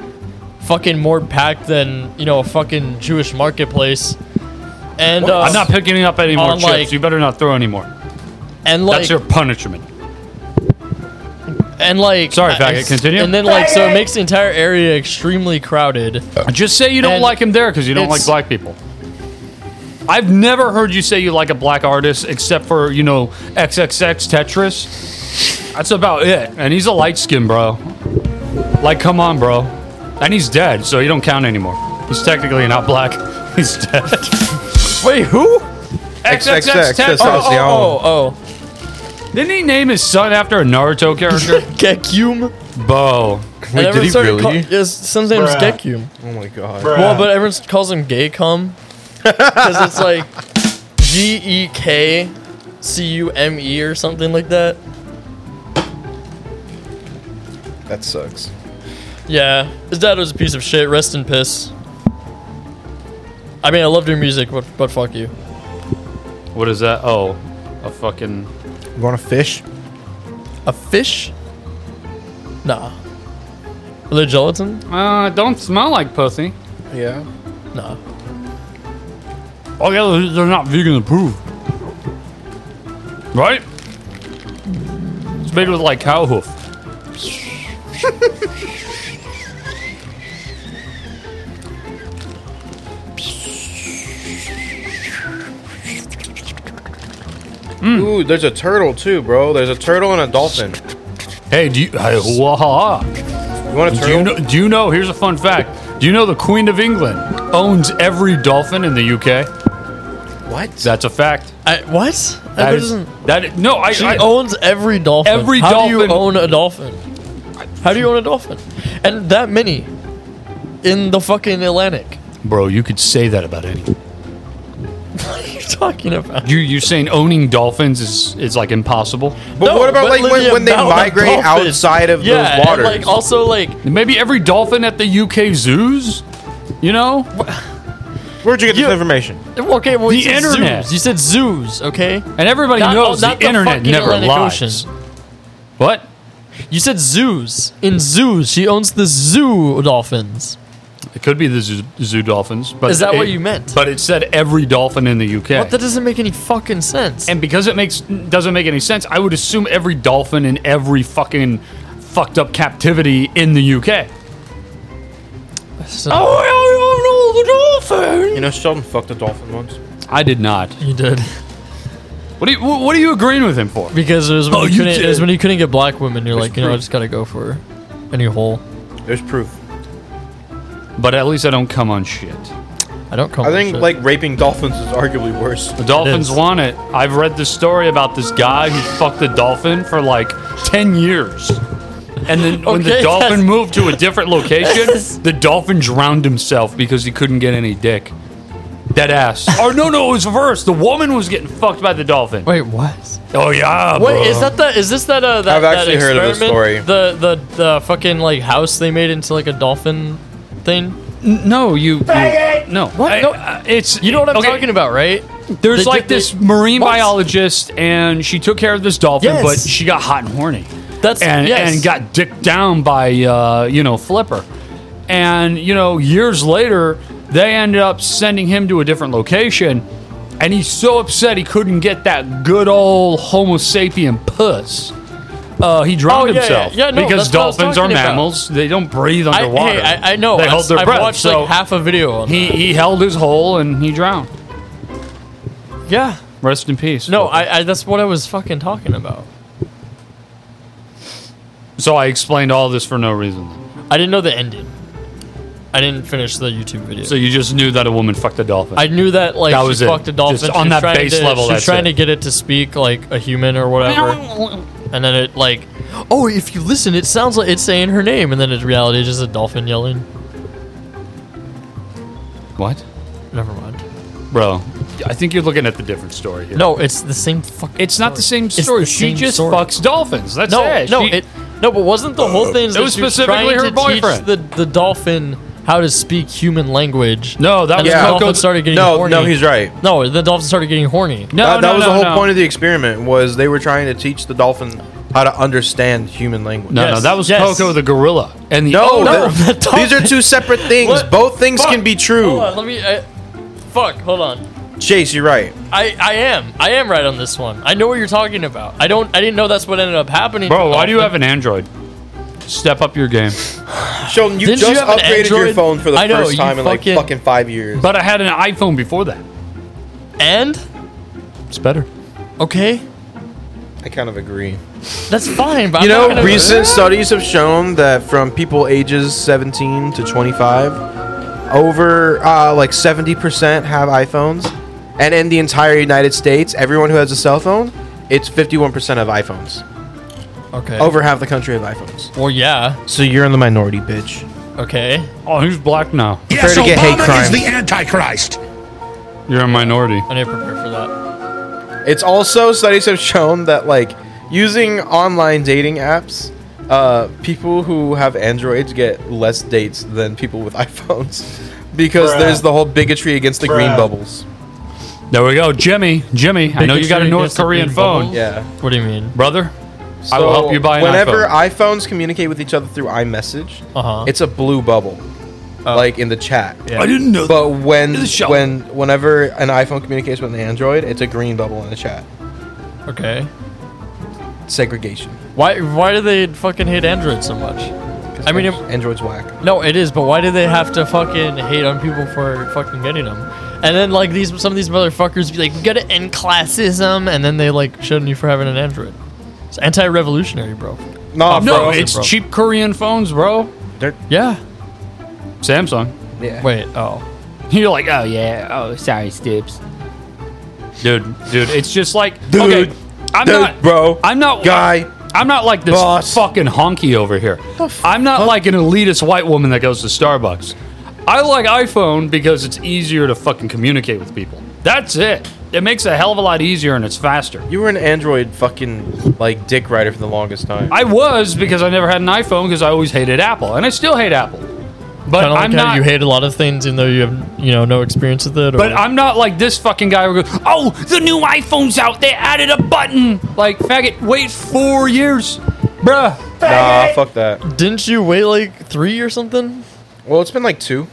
[SPEAKER 4] fucking more packed than you know a fucking Jewish marketplace. And uh,
[SPEAKER 5] I'm not picking up any more
[SPEAKER 4] on,
[SPEAKER 5] chips.
[SPEAKER 4] like-
[SPEAKER 5] you better not throw any more.
[SPEAKER 4] And like,
[SPEAKER 5] That's your punishment.
[SPEAKER 4] and like,
[SPEAKER 5] Sorry, faggot, continue.
[SPEAKER 4] And then like, so it makes the entire area extremely crowded.
[SPEAKER 5] Just say you don't
[SPEAKER 4] And
[SPEAKER 5] like him there because you don't like
[SPEAKER 4] it's-
[SPEAKER 5] black people. I've never heard you say you like a black artist except for, you know, XXX Tetris. That's about it. And he's a light skin, bro. Like, come on, bro. And he's dead, so you don't count anymore. He's technically not black. (laughs) He's dead.
[SPEAKER 4] Wait, who?
[SPEAKER 5] XXX Tetris.
[SPEAKER 4] Oh, oh, oh,
[SPEAKER 5] Didn't he name his son after a Naruto
[SPEAKER 4] (laughs)
[SPEAKER 5] character?
[SPEAKER 4] Gekyum.
[SPEAKER 5] Bo.
[SPEAKER 4] And everyone started call- yes, son's name's
[SPEAKER 5] Bruh.
[SPEAKER 4] Gekyum.
[SPEAKER 13] Oh my god.
[SPEAKER 4] Well, but everyone calls him gay cum because it's like G E K C U M E or something like that.
[SPEAKER 13] That sucks.
[SPEAKER 4] Yeah, his dad was a piece of shit. Rest in piss. I mean, I loved your music, but but fuck you.
[SPEAKER 5] What is that? Oh, a fucking.
[SPEAKER 13] You want a fish?
[SPEAKER 4] A fish? Nah. Are they gelatin?
[SPEAKER 3] Uh, it don't smell like pussy.
[SPEAKER 13] Yeah.
[SPEAKER 4] Nah.
[SPEAKER 5] Oh yeah, they're- they're not vegan approved, right? It's made with like cow hoof.
[SPEAKER 13] Ooh, there's a turtle too, bro. There's a turtle and a dolphin.
[SPEAKER 5] Hey, do you? (laughs) Hey, wah, ha,
[SPEAKER 13] You want a
[SPEAKER 5] Do you,
[SPEAKER 13] turtle?
[SPEAKER 5] know, do you know? Here's a fun fact. Do you know the Queen of England owns every dolphin in the UK?
[SPEAKER 4] What?
[SPEAKER 5] That's a fact.
[SPEAKER 4] I, what?
[SPEAKER 5] That
[SPEAKER 4] That
[SPEAKER 5] is-
[SPEAKER 4] doesn't-
[SPEAKER 5] that is- no, I-
[SPEAKER 4] she
[SPEAKER 5] I-
[SPEAKER 4] owns every dolphin.
[SPEAKER 5] Every
[SPEAKER 4] How do
[SPEAKER 5] dolphin-
[SPEAKER 4] you own a dolphin? How do you own a dolphin? And that many in the fucking Atlantic. (laughs)
[SPEAKER 5] Bro, you could say that about any.
[SPEAKER 4] What are you talking about?
[SPEAKER 5] You you're saying owning dolphins is is like impossible?
[SPEAKER 13] But what about like when,
[SPEAKER 4] literally
[SPEAKER 13] when they
[SPEAKER 4] about a
[SPEAKER 13] migrate
[SPEAKER 4] dolphin.
[SPEAKER 13] outside of
[SPEAKER 4] yeah,
[SPEAKER 13] those
[SPEAKER 4] and,
[SPEAKER 13] waters?
[SPEAKER 4] like also like
[SPEAKER 5] Maybe every dolphin at the UK zoos, you know?
[SPEAKER 13] Where'd you get this information?
[SPEAKER 4] okay, well, you
[SPEAKER 5] The
[SPEAKER 4] said
[SPEAKER 5] internet.
[SPEAKER 4] zoos. You said zoos, okay?
[SPEAKER 5] And everybody
[SPEAKER 4] Not-
[SPEAKER 5] knows
[SPEAKER 4] oh, not
[SPEAKER 5] the, internet
[SPEAKER 4] fucking
[SPEAKER 5] never
[SPEAKER 4] Atlantic
[SPEAKER 5] lies.
[SPEAKER 4] Ocean.
[SPEAKER 5] What?
[SPEAKER 4] You said zoos. In zoos, she owns the zoo dolphins.
[SPEAKER 5] It could be the zoo, zoo dolphins, but
[SPEAKER 4] Is that
[SPEAKER 5] it-
[SPEAKER 4] what you meant?
[SPEAKER 5] But it said every dolphin in the UK.
[SPEAKER 4] But that doesn't make any fucking sense.
[SPEAKER 5] and because it makes doesn't make any sense, I would assume every dolphin in every fucking fucked up captivity in the UK.
[SPEAKER 4] So- Oh, I own all the dolphins.
[SPEAKER 13] You know, Sheldon fucked a dolphin once.
[SPEAKER 5] I did not.
[SPEAKER 4] You did.
[SPEAKER 5] What are you, wh- what are you agreeing with him for?
[SPEAKER 4] Because it was when,
[SPEAKER 5] Oh,
[SPEAKER 4] you
[SPEAKER 5] you
[SPEAKER 4] couldn't, it was
[SPEAKER 5] did.
[SPEAKER 4] when you couldn't get black women, you're like, you know, I
[SPEAKER 5] proof.
[SPEAKER 4] just gotta go for any hole.
[SPEAKER 13] There's proof.
[SPEAKER 5] But at least I don't come on shit.
[SPEAKER 4] I don't come.
[SPEAKER 13] I think like raping dolphins is arguably worse.
[SPEAKER 5] The dolphins
[SPEAKER 4] is.
[SPEAKER 5] want it. I've read the story about this guy who fucked a dolphin for like 10 years.
[SPEAKER 4] (laughs)
[SPEAKER 5] And then when the
[SPEAKER 4] Okay,
[SPEAKER 5] dolphin
[SPEAKER 4] that's- (laughs)
[SPEAKER 5] moved to a different location, the dolphin drowned himself because he couldn't get any dick.
[SPEAKER 4] (laughs)
[SPEAKER 5] Dead ass. oh no, no, it was reversed. The woman was getting fucked by the dolphin.
[SPEAKER 4] Wait, what?
[SPEAKER 5] Oh yeah.
[SPEAKER 4] Wait,
[SPEAKER 5] bro.
[SPEAKER 4] is that the? Is this that? Uh, that
[SPEAKER 5] I've
[SPEAKER 4] that
[SPEAKER 5] actually heard of this
[SPEAKER 4] experiment? The the the fucking like house they made into like a dolphin thing.
[SPEAKER 3] No, you.
[SPEAKER 4] Faggot!
[SPEAKER 3] no.
[SPEAKER 4] What? no.
[SPEAKER 5] it's
[SPEAKER 4] you know what I'm
[SPEAKER 5] okay.
[SPEAKER 4] talking about, right?
[SPEAKER 5] There's
[SPEAKER 4] They
[SPEAKER 5] like
[SPEAKER 4] did
[SPEAKER 5] this
[SPEAKER 4] the-
[SPEAKER 5] marine
[SPEAKER 4] What?
[SPEAKER 5] biologist, and she took care of this dolphin,
[SPEAKER 4] Yes.
[SPEAKER 5] but she got hot and horny.
[SPEAKER 4] That's-
[SPEAKER 5] and,
[SPEAKER 4] yes.
[SPEAKER 5] and got dicked down by uh, you know Flipper, and you know years later they ended up sending him to a different location, and he's so upset he couldn't get that good old Homo sapien puss. Uh, he drowned
[SPEAKER 4] Oh, yeah, yeah,
[SPEAKER 5] himself
[SPEAKER 4] yeah, no,
[SPEAKER 5] because
[SPEAKER 4] that's what I was
[SPEAKER 5] dolphins are
[SPEAKER 4] talking about.
[SPEAKER 5] mammals; they don't breathe
[SPEAKER 4] I- hey,
[SPEAKER 5] underwater.
[SPEAKER 4] I- I know.
[SPEAKER 5] they
[SPEAKER 4] I-
[SPEAKER 5] hold their
[SPEAKER 4] I've
[SPEAKER 5] breath.
[SPEAKER 4] watched, like,
[SPEAKER 5] so
[SPEAKER 4] half a video. On
[SPEAKER 5] he he held his hole and he drowned.
[SPEAKER 4] Yeah.
[SPEAKER 5] Rest in peace.
[SPEAKER 4] No, I, I. That's what I was fucking talking about.
[SPEAKER 5] So I explained all this for no reason.
[SPEAKER 4] I didn't know the ending. I didn't finish the YouTube video.
[SPEAKER 5] So you just knew that a woman fucked a dolphin.
[SPEAKER 4] I knew that like
[SPEAKER 5] That
[SPEAKER 4] she
[SPEAKER 5] was it.
[SPEAKER 4] fucked a dolphin
[SPEAKER 5] Just
[SPEAKER 4] She
[SPEAKER 5] on
[SPEAKER 4] was
[SPEAKER 5] that
[SPEAKER 4] trying
[SPEAKER 5] base
[SPEAKER 4] to,
[SPEAKER 5] level,
[SPEAKER 4] She was
[SPEAKER 5] that's
[SPEAKER 4] trying
[SPEAKER 5] it.
[SPEAKER 4] to get it to speak like a human or whatever, and then it like, oh, if you listen, it sounds like it's saying her name, and then in reality, it's just a dolphin yelling.
[SPEAKER 5] What?
[SPEAKER 4] Never mind.
[SPEAKER 5] Bro, I think you're looking at the different story here.
[SPEAKER 4] No, it's the same fuck.
[SPEAKER 5] It's not the same
[SPEAKER 4] It's
[SPEAKER 5] story.
[SPEAKER 4] the
[SPEAKER 5] She
[SPEAKER 4] same
[SPEAKER 5] just
[SPEAKER 4] story.
[SPEAKER 5] fucks dolphins. That's
[SPEAKER 4] no,
[SPEAKER 5] it.
[SPEAKER 4] No,
[SPEAKER 5] She-
[SPEAKER 4] it no, but wasn't the whole thing
[SPEAKER 5] It
[SPEAKER 4] that
[SPEAKER 5] was
[SPEAKER 4] she
[SPEAKER 5] specifically
[SPEAKER 4] trying
[SPEAKER 5] her
[SPEAKER 4] to
[SPEAKER 5] boyfriend.
[SPEAKER 4] Teach the the dolphin how to speak human language.
[SPEAKER 5] No, that
[SPEAKER 4] and
[SPEAKER 5] was
[SPEAKER 4] the
[SPEAKER 5] Coco-
[SPEAKER 4] dolphin started getting
[SPEAKER 13] No,
[SPEAKER 4] horny. Oh,
[SPEAKER 13] no, he's right. Uh,
[SPEAKER 4] No, the dolphin started getting horny.
[SPEAKER 13] that, that was the whole point of the experiment was they were trying to teach the dolphin how to understand human language.
[SPEAKER 5] no, no, that was Coco the gorilla. And the
[SPEAKER 13] No,
[SPEAKER 4] (laughs)
[SPEAKER 5] oh,
[SPEAKER 13] the- these are two separate things.
[SPEAKER 4] What?
[SPEAKER 13] Both things
[SPEAKER 4] Fuck.
[SPEAKER 13] can be true.
[SPEAKER 4] Hold on, let me. I, fuck, hold on.
[SPEAKER 13] Chase, you're right.
[SPEAKER 4] I, I am I am right on this one. I know what you're talking about. I don't I didn't know that's what ended up happening. to
[SPEAKER 5] Bro,
[SPEAKER 4] the
[SPEAKER 5] why do you have
[SPEAKER 4] dolphin.
[SPEAKER 5] an Android? Step up your game.
[SPEAKER 13] Sheldon, you
[SPEAKER 4] Didn't you
[SPEAKER 13] just
[SPEAKER 4] have an
[SPEAKER 13] upgraded your
[SPEAKER 4] Android?
[SPEAKER 13] phone for the
[SPEAKER 4] I know,
[SPEAKER 13] first
[SPEAKER 4] you
[SPEAKER 13] time in like
[SPEAKER 4] fucking-
[SPEAKER 13] fucking five years.
[SPEAKER 5] But I had an iPhone before that.
[SPEAKER 4] And
[SPEAKER 5] It's better.
[SPEAKER 4] okay,
[SPEAKER 13] I kind of agree.
[SPEAKER 4] that's fine. But
[SPEAKER 13] You
[SPEAKER 4] I'm not
[SPEAKER 13] know,
[SPEAKER 4] gonna-
[SPEAKER 13] recent studies have shown that from people ages 17 to 25, over uh, like 70% have iPhones. And in the entire United States, everyone who has a cell phone, it's 51% of iPhones.
[SPEAKER 4] Okay.
[SPEAKER 5] Oh.
[SPEAKER 13] Over half the country have iPhones.
[SPEAKER 4] Well, yeah.
[SPEAKER 13] So you're in the minority, bitch.
[SPEAKER 4] Okay.
[SPEAKER 5] Oh, who's black now?
[SPEAKER 13] Prepare to get hate crimes.
[SPEAKER 24] Antichrist.
[SPEAKER 5] You're a minority.
[SPEAKER 4] I didn't prepare for that.
[SPEAKER 13] It's also studies have shown that like using online dating apps, uh, people who have Androids get less dates than people with (laughs) iPhones because
[SPEAKER 23] Bruh.
[SPEAKER 13] there's the whole bigotry against the green
[SPEAKER 23] Bruh.
[SPEAKER 13] bubbles.
[SPEAKER 5] There we go. Jimmy, Jimmy, I know you got a
[SPEAKER 4] Bigotry
[SPEAKER 5] North
[SPEAKER 4] against the
[SPEAKER 5] Korean
[SPEAKER 4] green
[SPEAKER 5] phone.
[SPEAKER 4] bubble?
[SPEAKER 13] Yeah.
[SPEAKER 4] What do you mean?
[SPEAKER 5] Brother, I will help you buy an
[SPEAKER 13] whenever
[SPEAKER 5] iPhone.
[SPEAKER 13] iPhones communicate with each other through iMessage,
[SPEAKER 4] Uh-huh.
[SPEAKER 13] it's a blue bubble, like in the chat.
[SPEAKER 4] Yeah. I didn't know
[SPEAKER 13] But when
[SPEAKER 4] This is Sheldon.
[SPEAKER 13] when whenever an iPhone communicates with an Android, it's a green bubble in the chat.
[SPEAKER 4] Okay.
[SPEAKER 13] Segregation.
[SPEAKER 4] Why why do they fucking hate Android so much? I mean, it-
[SPEAKER 13] Android's whack.
[SPEAKER 4] no, it is, but why do they have to fucking hate on people for fucking getting them? And then like these some of these motherfuckers be like, we gotta end classism, and then they like shun you for having an Android. It's anti-revolutionary, bro.
[SPEAKER 13] No,
[SPEAKER 5] no,
[SPEAKER 4] Frozen,
[SPEAKER 5] it's
[SPEAKER 4] bro.
[SPEAKER 5] cheap Korean phones, bro.
[SPEAKER 13] They're-
[SPEAKER 4] Yeah.
[SPEAKER 5] Samsung. (laughs)
[SPEAKER 13] yeah.
[SPEAKER 4] Wait. Oh.
[SPEAKER 6] You're like, oh yeah, oh sorry, Stips.
[SPEAKER 5] Dude, dude, it's just like
[SPEAKER 13] Dude.
[SPEAKER 5] okay, I'm
[SPEAKER 13] Dude,
[SPEAKER 5] not
[SPEAKER 13] bro.
[SPEAKER 5] I'm not
[SPEAKER 13] Guy.
[SPEAKER 5] I'm not like this
[SPEAKER 13] Boss.
[SPEAKER 5] fucking honky over here. I'm not like an elitist white woman that goes to Starbucks. I like iPhone because it's easier to fucking communicate with people. That's it. It makes a hell of a lot easier and it's faster.
[SPEAKER 13] You were an Android fucking like dick rider for the longest time.
[SPEAKER 5] I was because I never had an iPhone because I always hated Apple and I still hate Apple. But
[SPEAKER 4] Kinda like
[SPEAKER 5] I'm
[SPEAKER 4] how
[SPEAKER 5] not
[SPEAKER 4] You hate a lot of things, even though you have you know no experience with it. Or,
[SPEAKER 5] But I'm not like this fucking guy who goes, "Oh, the new iPhone's out. They added a button." Like faggot, wait four years, bruh.
[SPEAKER 13] nah, Ah, fuck that.
[SPEAKER 4] didn't you wait like three or something?
[SPEAKER 13] Well, it's been like two.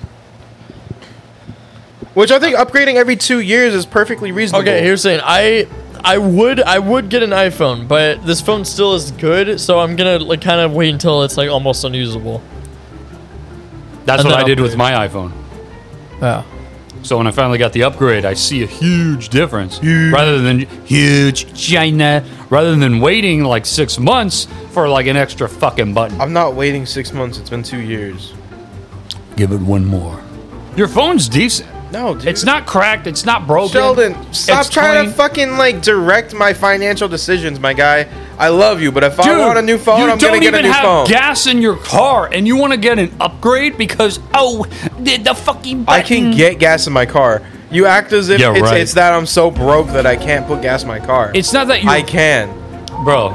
[SPEAKER 13] Which I think upgrading every two years is perfectly reasonable.
[SPEAKER 4] Okay, here's the thing. I I would I would get an iPhone, but this phone still is good, so I'm gonna like kind of wait until it's like almost unusable.
[SPEAKER 5] That's
[SPEAKER 4] And
[SPEAKER 5] what
[SPEAKER 4] then
[SPEAKER 5] I did with
[SPEAKER 4] upgrade.
[SPEAKER 5] my iPhone.
[SPEAKER 4] Yeah.
[SPEAKER 5] So when I finally got the upgrade, I see a huge difference. Rather than huge China, rather than waiting like six months for like an extra fucking button.
[SPEAKER 13] I'm not waiting six months. It's been two years.
[SPEAKER 5] Give it one more. Your phone's decent.
[SPEAKER 13] No, dude.
[SPEAKER 5] It's not cracked. It's not broken.
[SPEAKER 13] Sheldon, stop
[SPEAKER 5] It's
[SPEAKER 13] trying
[SPEAKER 5] clean.
[SPEAKER 13] to fucking like direct my financial decisions, my guy. I love you, but if I want a new phone,
[SPEAKER 5] you
[SPEAKER 13] I'm
[SPEAKER 5] don't
[SPEAKER 13] gonna get
[SPEAKER 5] even
[SPEAKER 13] a new
[SPEAKER 5] have
[SPEAKER 13] phone.
[SPEAKER 5] gas in your car, and you want to get an upgrade because oh,
[SPEAKER 6] The, the fucking
[SPEAKER 13] I
[SPEAKER 5] Mm.
[SPEAKER 6] button.
[SPEAKER 13] can get gas in my car. You act as if
[SPEAKER 5] Yeah,
[SPEAKER 13] it's,
[SPEAKER 5] right.
[SPEAKER 13] it's that I'm so broke that I can't put gas in my car.
[SPEAKER 5] It's not that you-
[SPEAKER 13] I can,
[SPEAKER 5] bro.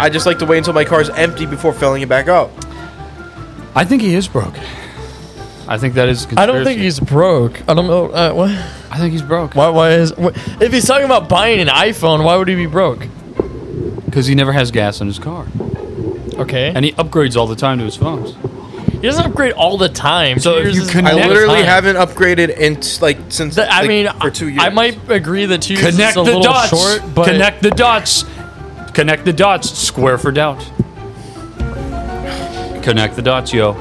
[SPEAKER 13] I just like to wait until my car's empty before filling it back up.
[SPEAKER 5] I think he is broke. I think that is. a
[SPEAKER 4] I don't think
[SPEAKER 5] conspiracy.
[SPEAKER 4] he's broke. I don't know. Uh, what? I
[SPEAKER 5] think he's broke.
[SPEAKER 4] Why? Why is? wh- if he's talking about buying an iPhone, why would he be broke?
[SPEAKER 5] Because he never has gas in his car.
[SPEAKER 4] Okay.
[SPEAKER 5] And he upgrades all the time to his phones.
[SPEAKER 4] He doesn't upgrade all the time.
[SPEAKER 5] So
[SPEAKER 4] Two
[SPEAKER 5] if
[SPEAKER 4] years
[SPEAKER 5] you
[SPEAKER 4] is
[SPEAKER 5] connect-
[SPEAKER 13] I
[SPEAKER 4] not
[SPEAKER 13] literally
[SPEAKER 4] time.
[SPEAKER 13] haven't upgraded in like since.
[SPEAKER 4] Th- I
[SPEAKER 13] like,
[SPEAKER 4] mean,
[SPEAKER 13] for two years.
[SPEAKER 4] I might agree that two years
[SPEAKER 5] Connect
[SPEAKER 4] is a
[SPEAKER 5] the
[SPEAKER 4] little
[SPEAKER 5] dots.
[SPEAKER 4] short, but
[SPEAKER 5] Connect the dots. Connect the dots. Square for doubt. Connect the dots, yo.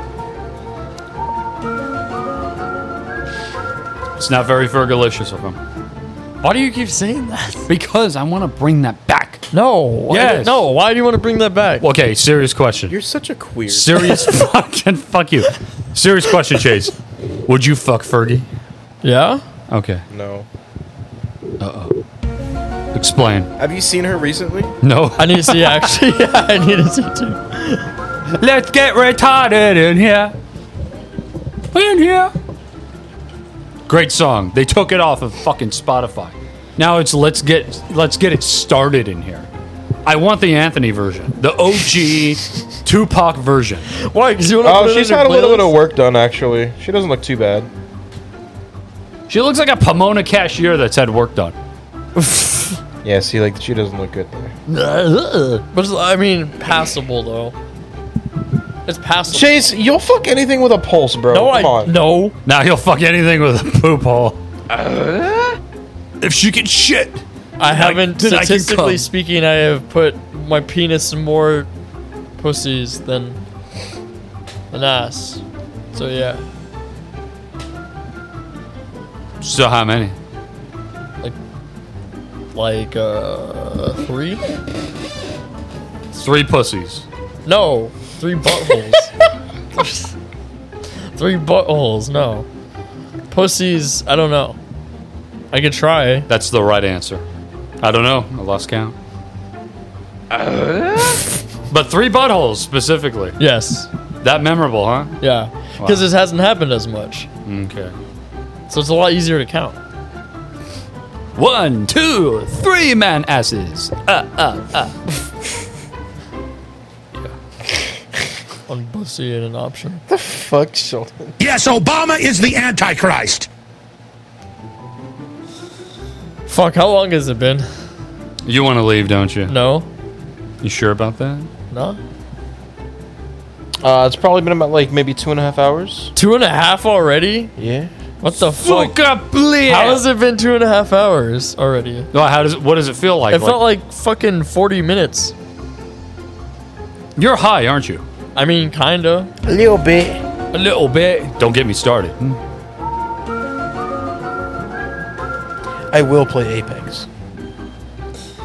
[SPEAKER 5] It's not very Fergalicious of him.
[SPEAKER 4] Why do you keep saying that?
[SPEAKER 5] Because I want to bring that back.
[SPEAKER 4] No.
[SPEAKER 5] Yes.
[SPEAKER 4] No. Why do you want to bring that back?
[SPEAKER 5] Okay, serious question.
[SPEAKER 13] You're such a queer.
[SPEAKER 5] Serious fucking fuck you. Serious question, Chase. Would you fuck Fergie?
[SPEAKER 4] Yeah.
[SPEAKER 5] Okay.
[SPEAKER 13] No.
[SPEAKER 5] Uh oh. Explain.
[SPEAKER 13] Have you seen her recently?
[SPEAKER 5] No.
[SPEAKER 4] I need to see. Actually, (laughs) yeah, I need to see too.
[SPEAKER 5] Let's get retarded in here. In here. Great song. They took it off of fucking Spotify. Now it's let's get let's get it started in here. I want the Anthony version, the (laughs) OG Tupac version.
[SPEAKER 4] Why? Because you want
[SPEAKER 13] Oh, she's had a little bit of work done actually. She doesn't look too bad.
[SPEAKER 5] She looks like a Pomona cashier that's had work done.
[SPEAKER 13] Yeah, see, like she doesn't look good there.
[SPEAKER 5] Uh-huh.
[SPEAKER 4] But it's- I mean, passable though. It's passable.
[SPEAKER 13] Chase, you'll fuck anything with a pulse, bro.
[SPEAKER 4] No,
[SPEAKER 13] Come
[SPEAKER 4] I-
[SPEAKER 13] on.
[SPEAKER 4] No.
[SPEAKER 5] Oh, Now he'll fuck anything with a poop hole. Uh-huh.
[SPEAKER 7] If she can shit,
[SPEAKER 4] I haven't
[SPEAKER 7] then I can
[SPEAKER 4] statistically
[SPEAKER 7] come.
[SPEAKER 4] speaking. I have put my penis in more pussies than an ass. So yeah,
[SPEAKER 5] So how many?
[SPEAKER 4] like uh three?
[SPEAKER 5] Three pussies.
[SPEAKER 4] No, three buttholes. three buttholes. No, pussies. I don't know. I could try.
[SPEAKER 5] That's the right answer. I don't know. I lost count.
[SPEAKER 4] Uh?
[SPEAKER 5] but three buttholes specifically.
[SPEAKER 4] Yes.
[SPEAKER 5] That memorable, huh?
[SPEAKER 4] Yeah,
[SPEAKER 5] Wow.
[SPEAKER 4] because this hasn't happened as much,
[SPEAKER 5] Okay.
[SPEAKER 4] so it's a lot easier to count.
[SPEAKER 5] One, two, three man asses. Uh, uh, uh.
[SPEAKER 4] One pussy and an option.
[SPEAKER 13] The fuck, Sheldon?
[SPEAKER 24] Yes, Obama is the Antichrist.
[SPEAKER 4] Fuck. How long has it been?
[SPEAKER 5] You want to leave, don't you?
[SPEAKER 4] No.
[SPEAKER 5] You sure about that?
[SPEAKER 4] No.
[SPEAKER 13] Uh, it's probably been about like maybe two and a half hours.
[SPEAKER 4] Two and a half already?
[SPEAKER 13] Yeah.
[SPEAKER 4] What the fuck? How has it been two and a half hours already?
[SPEAKER 5] No, how does it, what does it feel like?
[SPEAKER 4] it felt like fucking 40 minutes.
[SPEAKER 5] You're high, aren't you?
[SPEAKER 4] I mean, kinda.
[SPEAKER 8] A little bit.
[SPEAKER 5] A little bit. Don't get me started.
[SPEAKER 8] I will play Apex.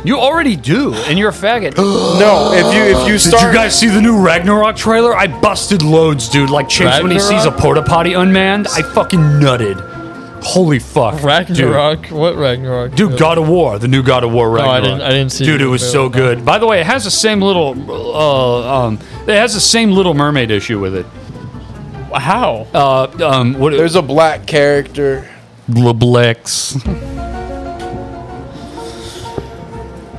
[SPEAKER 5] You already do, and you're a faggot.
[SPEAKER 13] (gasps) No, if you if you
[SPEAKER 5] Did
[SPEAKER 13] start
[SPEAKER 5] you guys see the new Ragnarok trailer? I busted loads, dude. Like Chase when he sees a
[SPEAKER 4] Ragnarok?
[SPEAKER 5] porta potty unmanned, I fucking nutted. Holy fuck,
[SPEAKER 4] Ragnarok? What Ragnarok?
[SPEAKER 5] Dude, dude God of War, the new God of War Ragnarok.
[SPEAKER 4] didn't- I didn't see
[SPEAKER 5] Dude,
[SPEAKER 4] the
[SPEAKER 5] it was
[SPEAKER 4] trailer.
[SPEAKER 5] so good. By the way, it has the same little, uh, um, it has the same Little Mermaid issue with it.
[SPEAKER 4] How?
[SPEAKER 5] Uh, um, what?
[SPEAKER 13] there's a black character.
[SPEAKER 5] Blablex.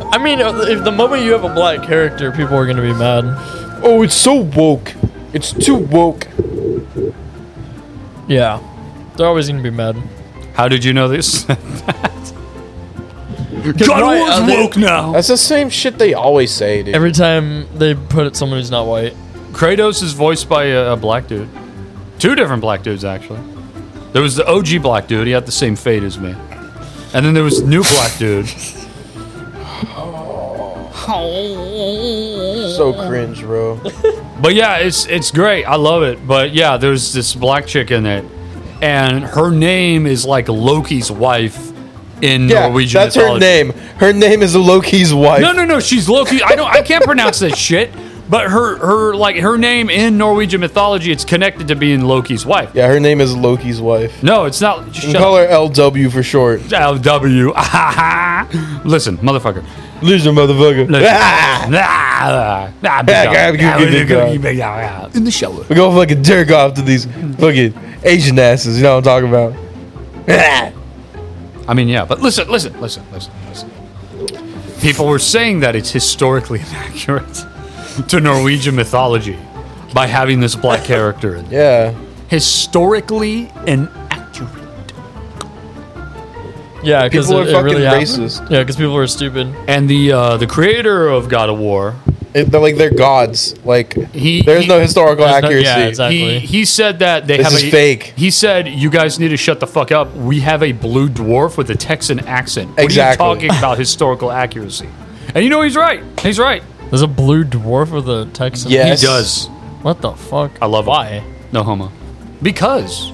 [SPEAKER 4] I mean, uh, if the moment you have a black character, people are gonna be mad.
[SPEAKER 13] Oh, it's so woke. It's too woke.
[SPEAKER 4] Yeah. They're always gonna be mad.
[SPEAKER 5] How did you know this? (laughs)
[SPEAKER 4] God why War's are they-
[SPEAKER 5] woke now.
[SPEAKER 13] That's the same shit they always say, dude.
[SPEAKER 4] Every time they put it someone who's not white.
[SPEAKER 5] Kratos is voiced by a, a black dude. Two different black dudes, actually. There was the OG black dude. He had the same fate as me. And then there was new black dude.
[SPEAKER 13] so cringe, bro.
[SPEAKER 5] But yeah, it's it's great. I love it. But yeah, there's this black chick in it, and her name is like Loki's wife in
[SPEAKER 13] yeah,
[SPEAKER 5] Norwegian.
[SPEAKER 13] that's
[SPEAKER 5] mythology.
[SPEAKER 13] her name. Her name is Loki's wife.
[SPEAKER 5] No, no, no. She's Loki. I don't. I can't pronounce that shit. But her her like her name in Norwegian mythology, it's connected to being Loki's wife.
[SPEAKER 13] Yeah, her name is Loki's wife.
[SPEAKER 5] No, it's not.
[SPEAKER 13] You
[SPEAKER 5] Shut
[SPEAKER 13] can
[SPEAKER 5] up.
[SPEAKER 13] call her LW for short.
[SPEAKER 5] LW. (laughs) Listen, motherfucker.
[SPEAKER 13] Loser, motherfucker.
[SPEAKER 5] (laughs) Listen.
[SPEAKER 13] Ah!
[SPEAKER 5] Ah, ah, big
[SPEAKER 13] Ah,
[SPEAKER 5] dog.
[SPEAKER 13] God, you good, good
[SPEAKER 5] Ah,
[SPEAKER 13] dog.
[SPEAKER 5] big dog. In the shower.
[SPEAKER 13] We go fucking jerk off to these fucking Asian asses. You know what I'm talking about? Ah!
[SPEAKER 5] I mean, yeah, but listen, listen, listen, listen, listen. People were saying that it's historically (laughs) inaccurate to Norwegian mythology by having this (laughs) black character in.
[SPEAKER 13] Yeah.
[SPEAKER 5] Historically inaccurate.
[SPEAKER 4] Yeah, because
[SPEAKER 5] People
[SPEAKER 4] it,
[SPEAKER 5] are
[SPEAKER 4] it
[SPEAKER 5] fucking
[SPEAKER 4] really happened.
[SPEAKER 5] racist.
[SPEAKER 4] Yeah, because people are stupid.
[SPEAKER 5] And the uh, the creator of God of War,
[SPEAKER 13] they're like they're gods. Like
[SPEAKER 5] he,
[SPEAKER 13] there's no historical
[SPEAKER 5] there's no- He,
[SPEAKER 13] accuracy.
[SPEAKER 5] he said that they
[SPEAKER 13] This
[SPEAKER 5] have
[SPEAKER 13] is
[SPEAKER 5] a,
[SPEAKER 13] fake.
[SPEAKER 5] He said you guys need to shut the fuck up. We have a blue dwarf with a Texan accent. What
[SPEAKER 13] Exactly.
[SPEAKER 5] are you talking about historical accuracy? And you know he's right. He's right.
[SPEAKER 4] There's a blue dwarf with a Texan.
[SPEAKER 5] Yes. He does.
[SPEAKER 4] What the fuck?
[SPEAKER 5] I love
[SPEAKER 4] Why?
[SPEAKER 5] No homo. Because.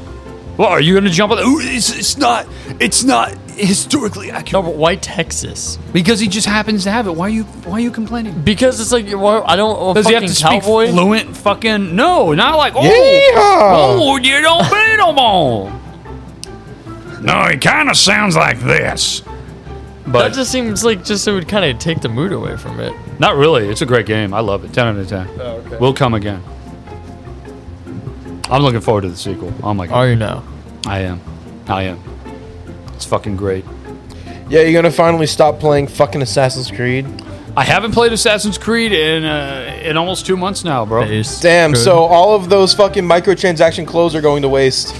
[SPEAKER 5] Well, are you going to jump on? Ooh, it's, it's not. It's not historically accurate.
[SPEAKER 4] No, but why Texas?
[SPEAKER 5] Because he just happens to have it. Why are you? Why are you complaining?
[SPEAKER 4] Because it's like why, I don't. a
[SPEAKER 5] Does he have to
[SPEAKER 4] fucking
[SPEAKER 5] speak
[SPEAKER 4] cowboy?
[SPEAKER 5] fluent? Fucking no. Not like oh,
[SPEAKER 7] Yeehaw!
[SPEAKER 5] oh, you don't beat them all.
[SPEAKER 7] No, it kind of sounds like this.
[SPEAKER 5] But
[SPEAKER 4] that just seems like just it would kind of take the mood away from it.
[SPEAKER 5] Not really. It's a great game. I love it. 10 out of 10.
[SPEAKER 4] Oh, okay.
[SPEAKER 5] We'll come again. I'm looking forward to the sequel. Oh my god.
[SPEAKER 4] Are you now?
[SPEAKER 5] I am. I am. It's fucking great.
[SPEAKER 13] yeah, you're gonna finally stop playing fucking Assassin's Creed.
[SPEAKER 5] I haven't played Assassin's Creed in uh, in almost 2 months now, bro.
[SPEAKER 13] Damn. So all of those fucking microtransaction clothes are going to waste.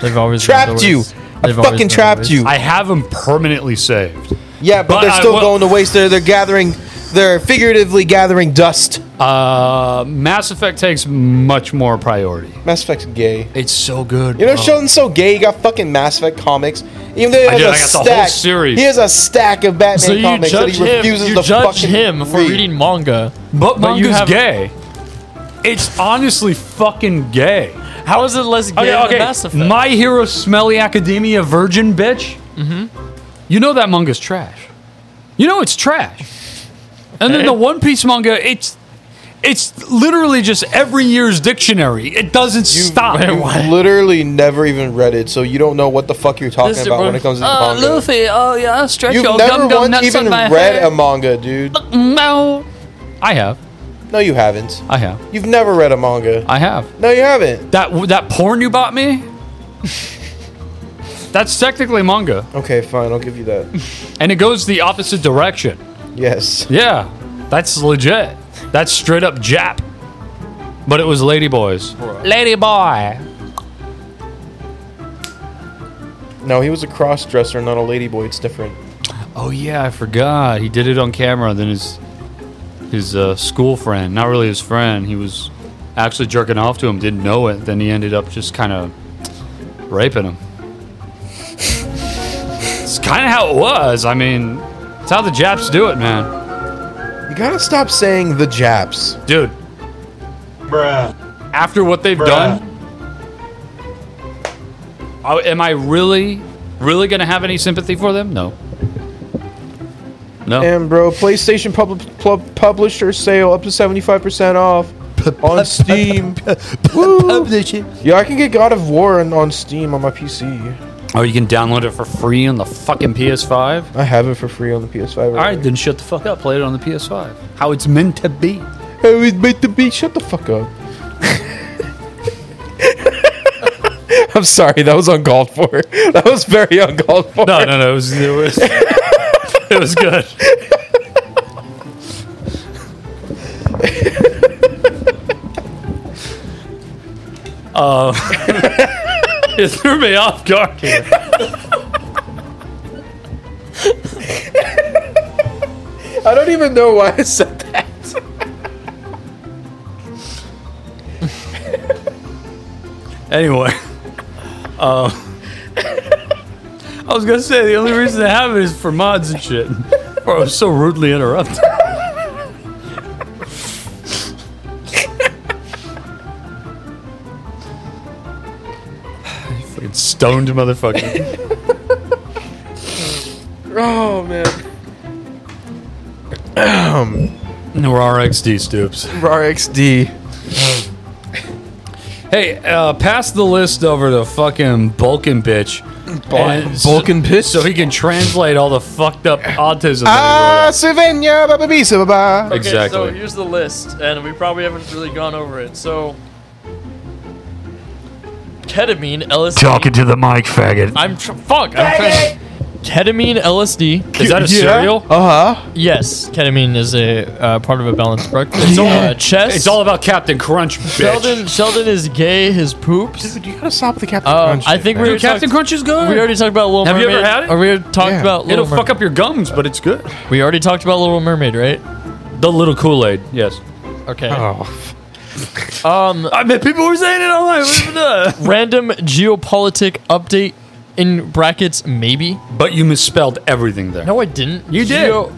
[SPEAKER 4] They've always
[SPEAKER 13] Trapped you. I fucking trapped you.
[SPEAKER 5] I have them permanently saved.
[SPEAKER 13] Yeah, but,
[SPEAKER 5] But
[SPEAKER 13] they're
[SPEAKER 5] I
[SPEAKER 13] still
[SPEAKER 5] will-
[SPEAKER 13] going to waste. They're, they're gathering. They're figuratively gathering dust.
[SPEAKER 5] Uh, Mass Effect takes much more priority.
[SPEAKER 13] Mass Effect's gay.
[SPEAKER 5] It's so good.
[SPEAKER 13] You know,
[SPEAKER 5] bro.
[SPEAKER 13] Sheldon's so gay. He got fucking Mass Effect comics. Even though he
[SPEAKER 5] Oh. I
[SPEAKER 13] has
[SPEAKER 5] do,
[SPEAKER 13] a
[SPEAKER 5] I got the whole
[SPEAKER 13] stack,
[SPEAKER 5] series.
[SPEAKER 13] he has a stack of Batman
[SPEAKER 4] So you
[SPEAKER 13] comics that
[SPEAKER 4] judge
[SPEAKER 13] he refuses
[SPEAKER 4] him. You
[SPEAKER 13] to
[SPEAKER 4] judge
[SPEAKER 13] fucking
[SPEAKER 4] him for
[SPEAKER 13] read. (laughs)
[SPEAKER 4] reading manga,
[SPEAKER 5] But
[SPEAKER 4] you
[SPEAKER 5] manga's
[SPEAKER 4] have-
[SPEAKER 5] gay. It's honestly fucking gay.
[SPEAKER 4] How is it less gay than Mass Effect?
[SPEAKER 5] My Hero Smelly Academia Virgin Bitch. Mm-hmm. You know that manga's trash. You know it's trash. And then the One Piece manga, it's it's literally just every year's dictionary. It doesn't
[SPEAKER 13] (laughs)
[SPEAKER 5] stop.
[SPEAKER 13] You literally never even read it, so you don't know what the fuck you're talking about when it comes to
[SPEAKER 5] Uh,
[SPEAKER 3] Oh,
[SPEAKER 13] manga.
[SPEAKER 3] Luffy, oh yeah, stretch
[SPEAKER 13] You've
[SPEAKER 3] your
[SPEAKER 13] never
[SPEAKER 3] gum gum
[SPEAKER 13] once
[SPEAKER 3] nuts
[SPEAKER 13] even
[SPEAKER 3] on my
[SPEAKER 13] read
[SPEAKER 3] head.
[SPEAKER 13] a manga, dude.
[SPEAKER 3] No.
[SPEAKER 5] I have.
[SPEAKER 13] No, you haven't.
[SPEAKER 5] I have.
[SPEAKER 13] You've never read a manga.
[SPEAKER 5] I have.
[SPEAKER 13] No, you haven't.
[SPEAKER 5] That that porn you bought
[SPEAKER 13] (laughs)
[SPEAKER 5] me? That's technically manga.
[SPEAKER 13] Okay, fine. I'll give you that.
[SPEAKER 3] (laughs)
[SPEAKER 5] And it goes the opposite direction.
[SPEAKER 13] Yes.
[SPEAKER 5] Yeah. That's legit. That's straight up Jap. But it was Ladyboys.
[SPEAKER 3] Lady boy.
[SPEAKER 13] No, he was a cross dresser, not a ladyboy. It's different.
[SPEAKER 5] Oh yeah, I forgot. He did it on camera. Then his his uh, school friend, not really his friend, he was actually jerking off to him. Didn't know it. Then he ended up just kind of raping him. it's kind of how it was. I mean, it's how the Japs do it, man.
[SPEAKER 13] You gotta stop saying the Japs.
[SPEAKER 5] Dude,
[SPEAKER 23] Bruh.
[SPEAKER 5] after what they've done, I, am I really, really gonna have any sympathy for them? No. No.
[SPEAKER 13] And bro, PlayStation pub- pub- publisher sale up to seventy five percent off
[SPEAKER 3] (laughs)
[SPEAKER 13] on Steam. Woo! Yeah, I can get God of War on, on Steam on my PC.
[SPEAKER 5] Oh, you can download it for free on the fucking PS5.
[SPEAKER 13] I have it for free on the PS5.
[SPEAKER 5] All right, then shut the fuck up. Play it on the PS5. How it's meant to be.
[SPEAKER 13] Hey, we made the beat. Shut the fuck up. (laughs) I'm sorry, that was uncalled for. (laughs) That was very uncalled for.
[SPEAKER 5] No, no, no. It was it was, it was good. Uh, (laughs) it threw me off guard here.
[SPEAKER 13] I don't even know why I said that.
[SPEAKER 5] Anyway, uh, I was gonna say the only reason I have it is for mods and shit. Or I was Oh, so rudely interrupted. (laughs) Fucking stoned motherfucker.
[SPEAKER 13] Oh man,
[SPEAKER 5] No, (clears throat) we're RXD stoops.
[SPEAKER 13] RxD.
[SPEAKER 5] Hey, uh, pass the list over to fucking Bulkin bitch. And s-
[SPEAKER 13] Bulkin bitch?
[SPEAKER 5] So he can translate all the fucked up autism.
[SPEAKER 13] Ah, Sylvania, ba ba bee, sa ba ba.
[SPEAKER 5] Okay, Exactly.
[SPEAKER 4] So here's the list, and we probably haven't really gone over it. So ketamine, LSD.
[SPEAKER 7] Talking to the mic, faggot.
[SPEAKER 4] I'm tr- fuck. I'm trying. Ketamine, LSD.
[SPEAKER 5] Is that a cereal?
[SPEAKER 4] Uh
[SPEAKER 13] Uh-huh.
[SPEAKER 4] huh. Yes, ketamine is a uh, part of a balanced breakfast. It's uh, chess.
[SPEAKER 5] It's all about Captain Crunch, bitch.
[SPEAKER 4] Sheldon. Sheldon is gay. His poops.
[SPEAKER 13] Dude, you gotta stop with the Captain
[SPEAKER 4] Um,
[SPEAKER 13] Crunch.
[SPEAKER 4] I
[SPEAKER 13] shit,
[SPEAKER 4] think
[SPEAKER 13] man.
[SPEAKER 4] we already talked- We already talked about Little
[SPEAKER 5] Have you
[SPEAKER 4] Mermaid.
[SPEAKER 5] ever had it?
[SPEAKER 4] Or we already talked
[SPEAKER 5] Yeah.
[SPEAKER 4] about Little
[SPEAKER 5] It'll fuck up your gums, but it's good.
[SPEAKER 4] We already talked about Little Mermaid, right?
[SPEAKER 5] The little Kool Aid, yes.
[SPEAKER 4] Okay.
[SPEAKER 13] Oh.
[SPEAKER 4] Um,
[SPEAKER 5] I bet people were saying it online.
[SPEAKER 4] Random geopolitic update in brackets, maybe.
[SPEAKER 5] (laughs) But you misspelled everything there.
[SPEAKER 4] No, I didn't.
[SPEAKER 5] You did.
[SPEAKER 4] Geo-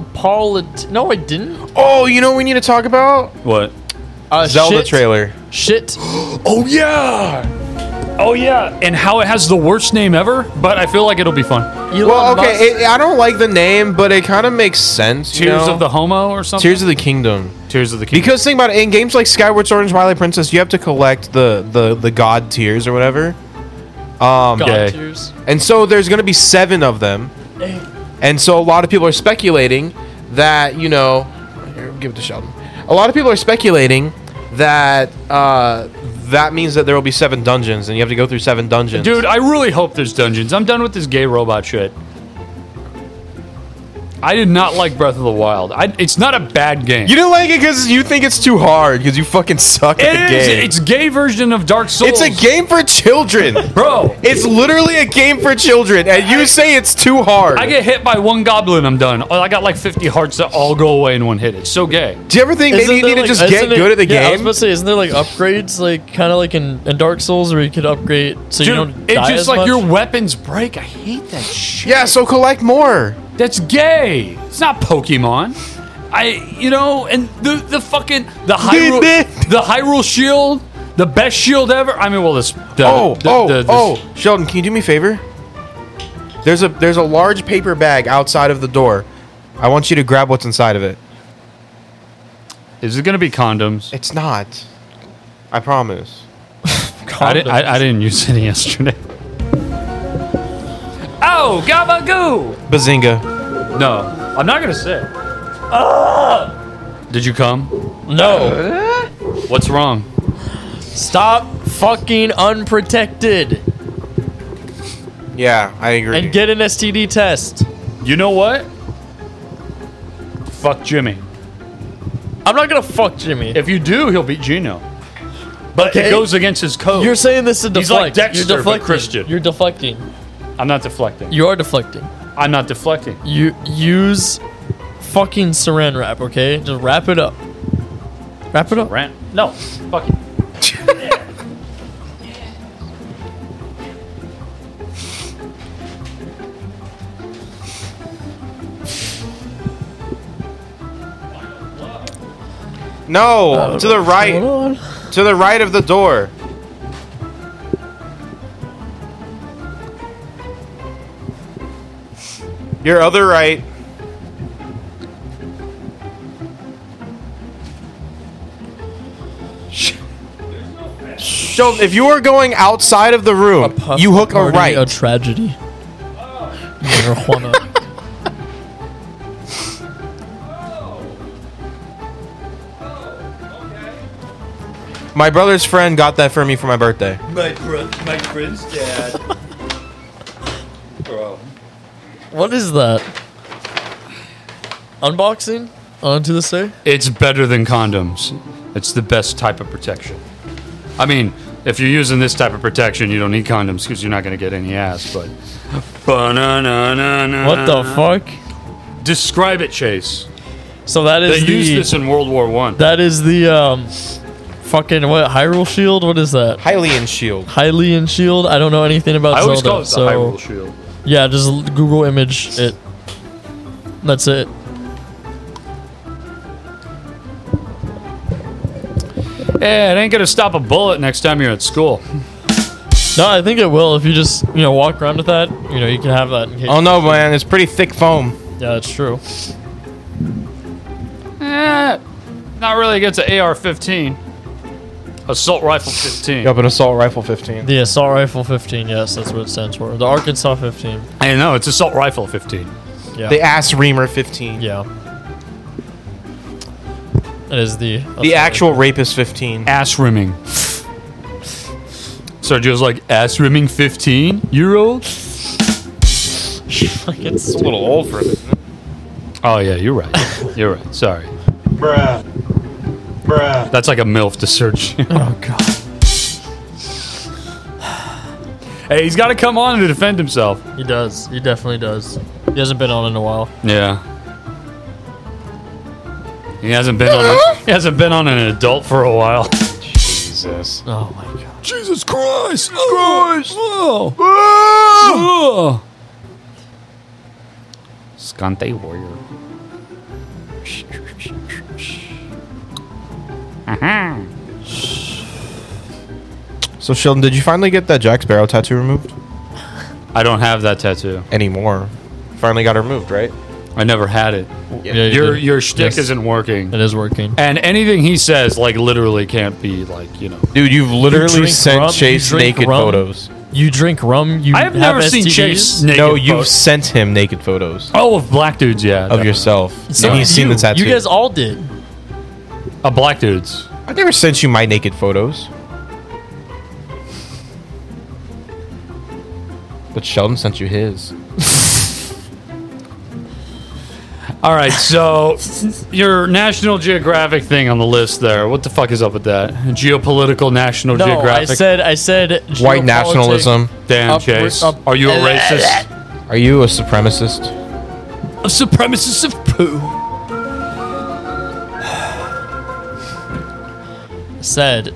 [SPEAKER 4] geopolit. No, I didn't.
[SPEAKER 13] Oh, you know what we need to talk about?
[SPEAKER 5] What?
[SPEAKER 4] Uh,
[SPEAKER 13] Zelda
[SPEAKER 4] shit.
[SPEAKER 13] trailer.
[SPEAKER 4] Shit.
[SPEAKER 5] oh yeah. Oh yeah, and how it has the worst name ever, but I feel like it'll be fun.
[SPEAKER 13] well, okay, it, I don't like the name, but it kind of makes sense. you
[SPEAKER 5] Tears
[SPEAKER 13] know?
[SPEAKER 5] of the Homo or something.
[SPEAKER 13] Tears of the Kingdom.
[SPEAKER 5] Tears of the Kingdom.
[SPEAKER 13] Because think about it, in games like Skyward Sword and Twilight Princess, you have to collect the the the god tiers or whatever. Um,
[SPEAKER 4] God tiers.
[SPEAKER 13] and so there's going to be seven of them, and so a lot of people are speculating that you know, here, give it to Sheldon. A lot of people are speculating that uh, that means that there will be seven dungeons, and you have to go through seven dungeons.
[SPEAKER 5] Dude, I really hope there's dungeons. I'm done with this gay robot shit. I did not like Breath of the Wild. I, it's not a bad game.
[SPEAKER 13] You didn't like it because you think it's too hard because you fucking suck at
[SPEAKER 5] It
[SPEAKER 13] the
[SPEAKER 5] is.
[SPEAKER 13] game.
[SPEAKER 5] It's gay version of Dark Souls.
[SPEAKER 13] It's a game for children,
[SPEAKER 5] bro.
[SPEAKER 13] It's literally a game for children, and you say it's too hard.
[SPEAKER 5] I get hit by one goblin, I'm done. Oh, I got like 50 hearts that all go away in one hit. It's so gay.
[SPEAKER 13] Do you ever think
[SPEAKER 4] Isn't
[SPEAKER 13] maybe you
[SPEAKER 4] there, like-
[SPEAKER 13] need to just get
[SPEAKER 4] isn't it-
[SPEAKER 13] good at the
[SPEAKER 4] yeah, I was
[SPEAKER 13] game?
[SPEAKER 4] about to say, isn't there like upgrades, like kind of like in, in Dark Souls, where you could upgrade so you
[SPEAKER 5] Dude,
[SPEAKER 4] don't
[SPEAKER 5] it's
[SPEAKER 4] die
[SPEAKER 5] just
[SPEAKER 4] as
[SPEAKER 5] like
[SPEAKER 4] much?
[SPEAKER 5] your weapons break. I hate that shit.
[SPEAKER 13] Yeah, so collect more.
[SPEAKER 5] That's gay. It's not Pokemon. I, you know, and the the fucking the Hyrule the Hyrule Shield, the best shield ever. I mean, well, this the,
[SPEAKER 13] oh,
[SPEAKER 5] the-
[SPEAKER 13] oh,
[SPEAKER 5] the- this-
[SPEAKER 13] oh, Sheldon, can you do me a favor? There's a there's a large paper bag outside of the door. I want you to grab what's inside of it.
[SPEAKER 5] Is it gonna be condoms?
[SPEAKER 13] It's not. I promise.
[SPEAKER 5] I, didn't, I, I didn't use any (laughs) yesterday. Oh, gabagoo!
[SPEAKER 13] Bazinga.
[SPEAKER 5] No, I'm not gonna say. it. Did you come?
[SPEAKER 4] no.
[SPEAKER 5] What's wrong?
[SPEAKER 4] Stop fucking unprotected
[SPEAKER 13] Yeah, I agree.
[SPEAKER 4] and get an STD test.
[SPEAKER 5] You know what? Fuck Jimmy.
[SPEAKER 4] I'm not gonna fuck Jimmy.
[SPEAKER 5] If you do, he'll beat Gino. But
[SPEAKER 4] Okay.
[SPEAKER 5] it goes against his code.
[SPEAKER 4] You're saying this to deflect.
[SPEAKER 5] He's like Dexter,
[SPEAKER 4] You're
[SPEAKER 5] but
[SPEAKER 4] deflecting.
[SPEAKER 5] Christian.
[SPEAKER 4] You're deflecting.
[SPEAKER 5] I'm not deflecting.
[SPEAKER 4] You are deflecting.
[SPEAKER 5] I'm not deflecting.
[SPEAKER 4] You use fucking saran wrap, okay? Just wrap it up. Wrap it up.
[SPEAKER 5] Rant? No. Fuck it.
[SPEAKER 13] No, to the right, to the right of the door. Your other right. Sh- Sheldon, if you are going outside of the room, you hook a
[SPEAKER 4] Party,
[SPEAKER 13] right.
[SPEAKER 4] A tragedy. Marijuana.
[SPEAKER 5] (laughs)
[SPEAKER 13] my brother's friend got that for me for my birthday.
[SPEAKER 6] My bro- my friend's dad. Bro.
[SPEAKER 4] what is that? Unboxing? Onto this day?
[SPEAKER 5] It's better than condoms. It's the best type of protection. I mean, if you're using this type of protection, you don't need condoms because you're not going to get any ass. But Ba-na-na-na-na.
[SPEAKER 4] What the
[SPEAKER 5] Uh-huh.
[SPEAKER 4] fuck?
[SPEAKER 5] Describe it, Chase.
[SPEAKER 4] So that
[SPEAKER 5] They
[SPEAKER 4] is
[SPEAKER 5] used
[SPEAKER 4] the
[SPEAKER 5] this in World War One.
[SPEAKER 4] that is the um fucking what Hyrule Shield? What is that?
[SPEAKER 13] Hylian shield.
[SPEAKER 4] Hylian Shield? I don't know anything about
[SPEAKER 5] I always
[SPEAKER 4] Zelda.
[SPEAKER 5] call it the
[SPEAKER 4] so
[SPEAKER 5] Hyrule Shield.
[SPEAKER 4] yeah, just l- Google image it. That's it.
[SPEAKER 5] Yeah, it ain't going to stop a bullet next time you're at school.
[SPEAKER 4] No, I think it will if you just you know walk around with that. You know you can have that. In case.
[SPEAKER 13] Oh no, man, it's pretty thick foam.
[SPEAKER 4] Yeah, that's true.
[SPEAKER 5] Eh, not really against an AR-15. Assault rifle 15.
[SPEAKER 13] Yup, an assault rifle 15.
[SPEAKER 4] The assault rifle 15. Yes, that's what it stands for. The Arkansas 15.
[SPEAKER 5] I know it's assault rifle 15.
[SPEAKER 4] Yeah.
[SPEAKER 13] The ass reamer 15.
[SPEAKER 4] yeah. It is the
[SPEAKER 13] The actual rapist 15.
[SPEAKER 5] Ass rimming. Sergio's like ass rimming fifteen year old.
[SPEAKER 4] (laughs) It's
[SPEAKER 5] a little old for it. Oh yeah, you're right. You're right. Sorry.
[SPEAKER 23] Bruh. Bruh.
[SPEAKER 5] That's like a MILF to search. (laughs) oh god. hey, he's gotta come on to defend himself.
[SPEAKER 4] He does. He definitely does. He hasn't been on in a while.
[SPEAKER 5] Yeah. He hasn't been on a, he hasn't been on an adult for a while.
[SPEAKER 2] Jesus.
[SPEAKER 4] Oh my god.
[SPEAKER 5] Jesus Christ! Christ! Oh, Whoa! Whoa! Scante warrior.
[SPEAKER 3] Uh-huh.
[SPEAKER 2] So Sheldon, did you finally get that Jack Sparrow tattoo removed
[SPEAKER 5] I don't have that tattoo.
[SPEAKER 2] anymore? Finally got it removed, right?
[SPEAKER 5] I never had it.
[SPEAKER 4] Yeah, you
[SPEAKER 5] your
[SPEAKER 4] did.
[SPEAKER 5] your shtick
[SPEAKER 4] Yes.
[SPEAKER 5] isn't working.
[SPEAKER 4] It is working.
[SPEAKER 5] And anything he says, like literally, can't be like you know.
[SPEAKER 2] Dude, you've literally
[SPEAKER 4] drink
[SPEAKER 2] sent
[SPEAKER 4] rum-
[SPEAKER 2] Chase
[SPEAKER 4] you drink
[SPEAKER 2] naked
[SPEAKER 4] rum-
[SPEAKER 2] photos.
[SPEAKER 4] You drink rum. You
[SPEAKER 5] I have never seen
[SPEAKER 4] STDs?
[SPEAKER 5] Chase naked.
[SPEAKER 2] no, you've
[SPEAKER 5] photos.
[SPEAKER 2] sent him naked photos
[SPEAKER 5] Oh, of black dudes, yeah.
[SPEAKER 2] of yourself.
[SPEAKER 4] So
[SPEAKER 2] and he's
[SPEAKER 4] you,
[SPEAKER 2] seen the tattoo.
[SPEAKER 4] You guys all did.
[SPEAKER 5] Of black dudes.
[SPEAKER 2] I never sent you my naked photos. But Sheldon sent you his.
[SPEAKER 5] All right, so your National Geographic thing on the list there. What the fuck is up with that? Geopolitical National
[SPEAKER 4] No, I
[SPEAKER 5] Geographic.
[SPEAKER 4] said. I said.
[SPEAKER 2] White
[SPEAKER 4] geopolitics-
[SPEAKER 2] nationalism.
[SPEAKER 5] Damn,
[SPEAKER 4] Up-
[SPEAKER 5] Chase.
[SPEAKER 4] up-
[SPEAKER 5] Are you a racist?
[SPEAKER 2] Are you a supremacist?
[SPEAKER 5] A supremacist of poo.
[SPEAKER 4] Said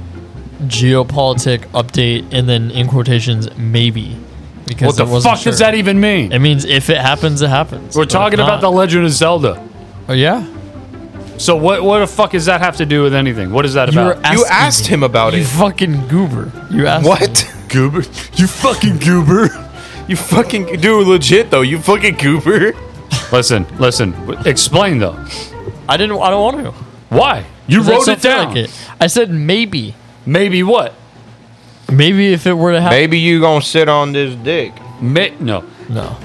[SPEAKER 4] geopolitic update, and then in quotations maybe. Because
[SPEAKER 5] What the
[SPEAKER 4] I wasn't
[SPEAKER 5] fuck
[SPEAKER 4] sure.
[SPEAKER 5] does that even mean?
[SPEAKER 4] It means if it happens, it happens.
[SPEAKER 5] We're talking about The Legend of Zelda.
[SPEAKER 4] Oh yeah.
[SPEAKER 5] So what? What the fuck does that have to do with anything? What is that
[SPEAKER 4] You were
[SPEAKER 5] about?
[SPEAKER 2] You asked him about
[SPEAKER 4] You
[SPEAKER 2] it.
[SPEAKER 4] fucking goober. You asked.
[SPEAKER 2] What? (laughs)
[SPEAKER 5] goober. (laughs) You fucking goober.
[SPEAKER 2] You fucking dude, legit though. You fucking goober.
[SPEAKER 5] (laughs) listen, listen. Explain though.
[SPEAKER 4] I didn't. I don't want to.
[SPEAKER 5] Why? You
[SPEAKER 4] 'Cause I
[SPEAKER 5] wrote
[SPEAKER 4] still
[SPEAKER 5] it
[SPEAKER 4] feel
[SPEAKER 5] down.
[SPEAKER 4] like it. I said maybe.
[SPEAKER 5] Maybe what?
[SPEAKER 4] Maybe if it were to happen.
[SPEAKER 2] Maybe you gonna sit on this dick.
[SPEAKER 5] May- no.
[SPEAKER 4] No.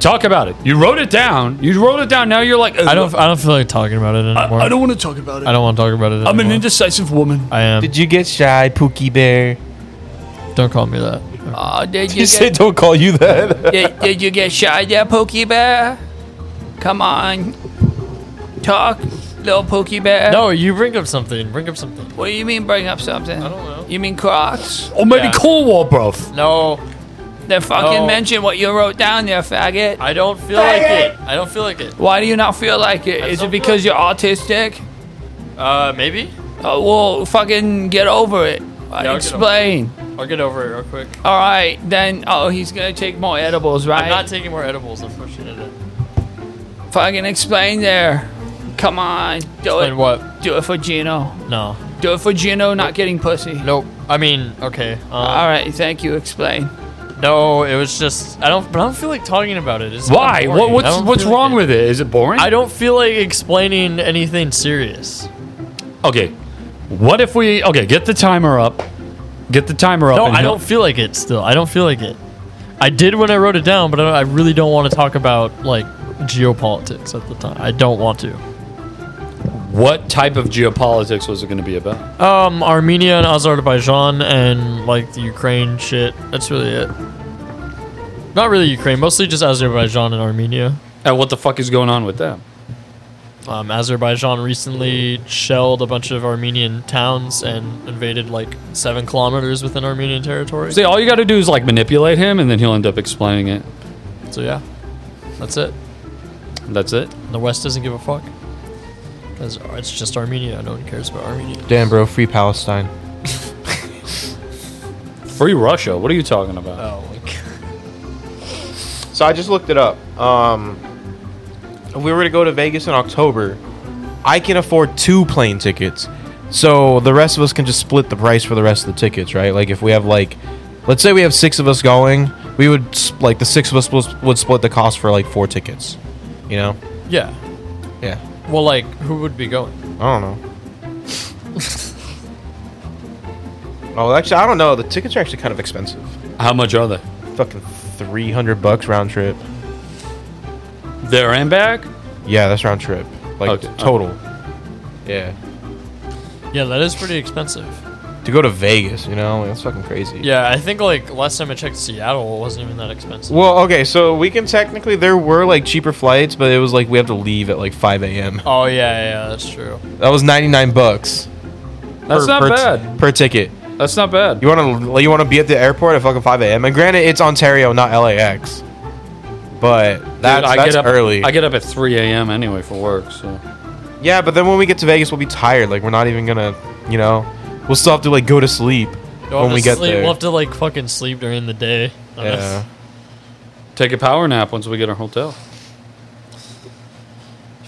[SPEAKER 5] Talk about it. You wrote it down. You wrote it down. Now you're like,
[SPEAKER 4] I don't. I don't feel like talking about it anymore. I,
[SPEAKER 5] I don't want to talk about it.
[SPEAKER 4] don't want to talk about it.
[SPEAKER 5] I'm an
[SPEAKER 4] anymore.
[SPEAKER 5] indecisive woman.
[SPEAKER 4] I am.
[SPEAKER 2] Did you get shy, Pookie Bear?
[SPEAKER 4] Don't call me that. (laughs)
[SPEAKER 6] Oh, did
[SPEAKER 2] You
[SPEAKER 6] you,
[SPEAKER 2] said
[SPEAKER 6] get,
[SPEAKER 2] don't call you that.
[SPEAKER 6] did, did you get shy there, Pokey Bear? Come on. Talk, little Pokey Bear.
[SPEAKER 4] No, you bring up something. Bring up something.
[SPEAKER 6] What do you mean bring up something? I
[SPEAKER 4] don't know.
[SPEAKER 6] You mean Crocs?
[SPEAKER 5] Or maybe
[SPEAKER 4] Yeah.
[SPEAKER 5] Cornwall, bro.
[SPEAKER 4] No,
[SPEAKER 6] Then fucking
[SPEAKER 4] No.
[SPEAKER 6] mention what you wrote down there, faggot.
[SPEAKER 4] I don't feel like it. I don't feel like it.
[SPEAKER 6] Why do you not feel like it?
[SPEAKER 4] I
[SPEAKER 6] Is
[SPEAKER 4] don't
[SPEAKER 6] it because you're autistic?
[SPEAKER 4] Uh, maybe.
[SPEAKER 6] Uh, well, fucking get over it. Uh,
[SPEAKER 4] get over it.
[SPEAKER 6] explain.
[SPEAKER 4] I'll get over it real quick.
[SPEAKER 6] All right, then. Oh, he's gonna take more edibles, right?
[SPEAKER 4] I'm not taking more edibles, unfortunately.
[SPEAKER 6] fucking explain there. Come on, do it.
[SPEAKER 4] And what?
[SPEAKER 6] Do it for Gino.
[SPEAKER 4] No.
[SPEAKER 6] Do it for Gino not getting pussy.
[SPEAKER 4] Nope. I mean, okay. Um,
[SPEAKER 6] All right, thank you. Explain.
[SPEAKER 4] No, it was just I don't. But I don't feel like talking about it. It's kinda
[SPEAKER 5] Why?
[SPEAKER 4] boring.
[SPEAKER 5] What,
[SPEAKER 4] I
[SPEAKER 5] what's
[SPEAKER 4] don't
[SPEAKER 5] what's
[SPEAKER 4] feel
[SPEAKER 5] wrong
[SPEAKER 4] like
[SPEAKER 5] with it? Is it boring?
[SPEAKER 4] I don't feel like explaining anything serious.
[SPEAKER 5] Okay. What if we? Okay, get the timer up. Get the timer up.
[SPEAKER 4] No,
[SPEAKER 5] and
[SPEAKER 4] I
[SPEAKER 5] he'll-
[SPEAKER 4] don't feel like it. Still, I don't feel like it. I did when I wrote it down, but I, don't- I really don't want to talk about like geopolitics at the time. I don't want to.
[SPEAKER 5] What type of geopolitics was it going to be about?
[SPEAKER 4] Um, Armenia and Azerbaijan and like the Ukraine shit. That's really it. Not really Ukraine, mostly just Azerbaijan and Armenia.
[SPEAKER 5] And what the fuck is going on with them?
[SPEAKER 4] Um, Azerbaijan recently shelled a bunch of Armenian towns and invaded like seven kilometers within Armenian territory.
[SPEAKER 5] See, all you got to do is like manipulate him, and then he'll end up explaining it.
[SPEAKER 4] So yeah, that's it.
[SPEAKER 5] That's it.
[SPEAKER 4] The West doesn't give a fuck because it's just Armenia. No one cares about Armenia.
[SPEAKER 2] Damn, bro, free Palestine.
[SPEAKER 5] Free Russia. What are you talking about?
[SPEAKER 4] Oh my god.
[SPEAKER 2] So I just looked it up. Um, if we were to go to Vegas in October, I can afford two plane tickets. So the rest of us can just split the price for the rest of the tickets, right? Like if we have like, let's say we have six of us going, we would s- like the six of us would would split the cost for like four tickets. You know?
[SPEAKER 4] (laughs) Yeah.
[SPEAKER 2] Yeah.
[SPEAKER 4] Well, like who would be going?
[SPEAKER 2] I don't know. (laughs) oh, actually, I don't know. The tickets are actually kind of expensive.
[SPEAKER 13] Um,
[SPEAKER 5] How much are they?
[SPEAKER 2] Fucking three hundred bucks round trip.
[SPEAKER 5] There and back.
[SPEAKER 2] Yeah, that's round trip. Like
[SPEAKER 13] Oh,
[SPEAKER 5] Okay.
[SPEAKER 2] total. Yeah.
[SPEAKER 4] Yeah, that is pretty expensive.
[SPEAKER 13] to go to Vegas, you know, that's fucking crazy.
[SPEAKER 4] Yeah, I think like last time I checked Seattle, it wasn't even that expensive.
[SPEAKER 13] Well, okay, so we can technically there were like cheaper flights, but it was like we have to leave at like 5 a.m.
[SPEAKER 4] Oh yeah, yeah, that's true.
[SPEAKER 13] That was 99 bucks.
[SPEAKER 5] That's not
[SPEAKER 13] per t-
[SPEAKER 5] bad.
[SPEAKER 13] per ticket.
[SPEAKER 5] That's not bad.
[SPEAKER 13] You want to you want to be at the airport at fucking 5 a.m. And granted, it's Ontario, not LAX, but that's,
[SPEAKER 5] Dude, I
[SPEAKER 13] that's
[SPEAKER 5] get up
[SPEAKER 13] early.
[SPEAKER 5] I get up at 3 a.m. anyway for work. So
[SPEAKER 13] yeah, but then when we get to Vegas, we'll be tired. Like we're not even gonna, you know, we'll still have to like go to sleep
[SPEAKER 4] We'll
[SPEAKER 13] when
[SPEAKER 4] have
[SPEAKER 13] we
[SPEAKER 4] to
[SPEAKER 13] get
[SPEAKER 4] sleep-
[SPEAKER 13] there.
[SPEAKER 4] We'll have to like fucking sleep during the day.
[SPEAKER 13] Yeah.
[SPEAKER 5] take a power nap once we get our hotel,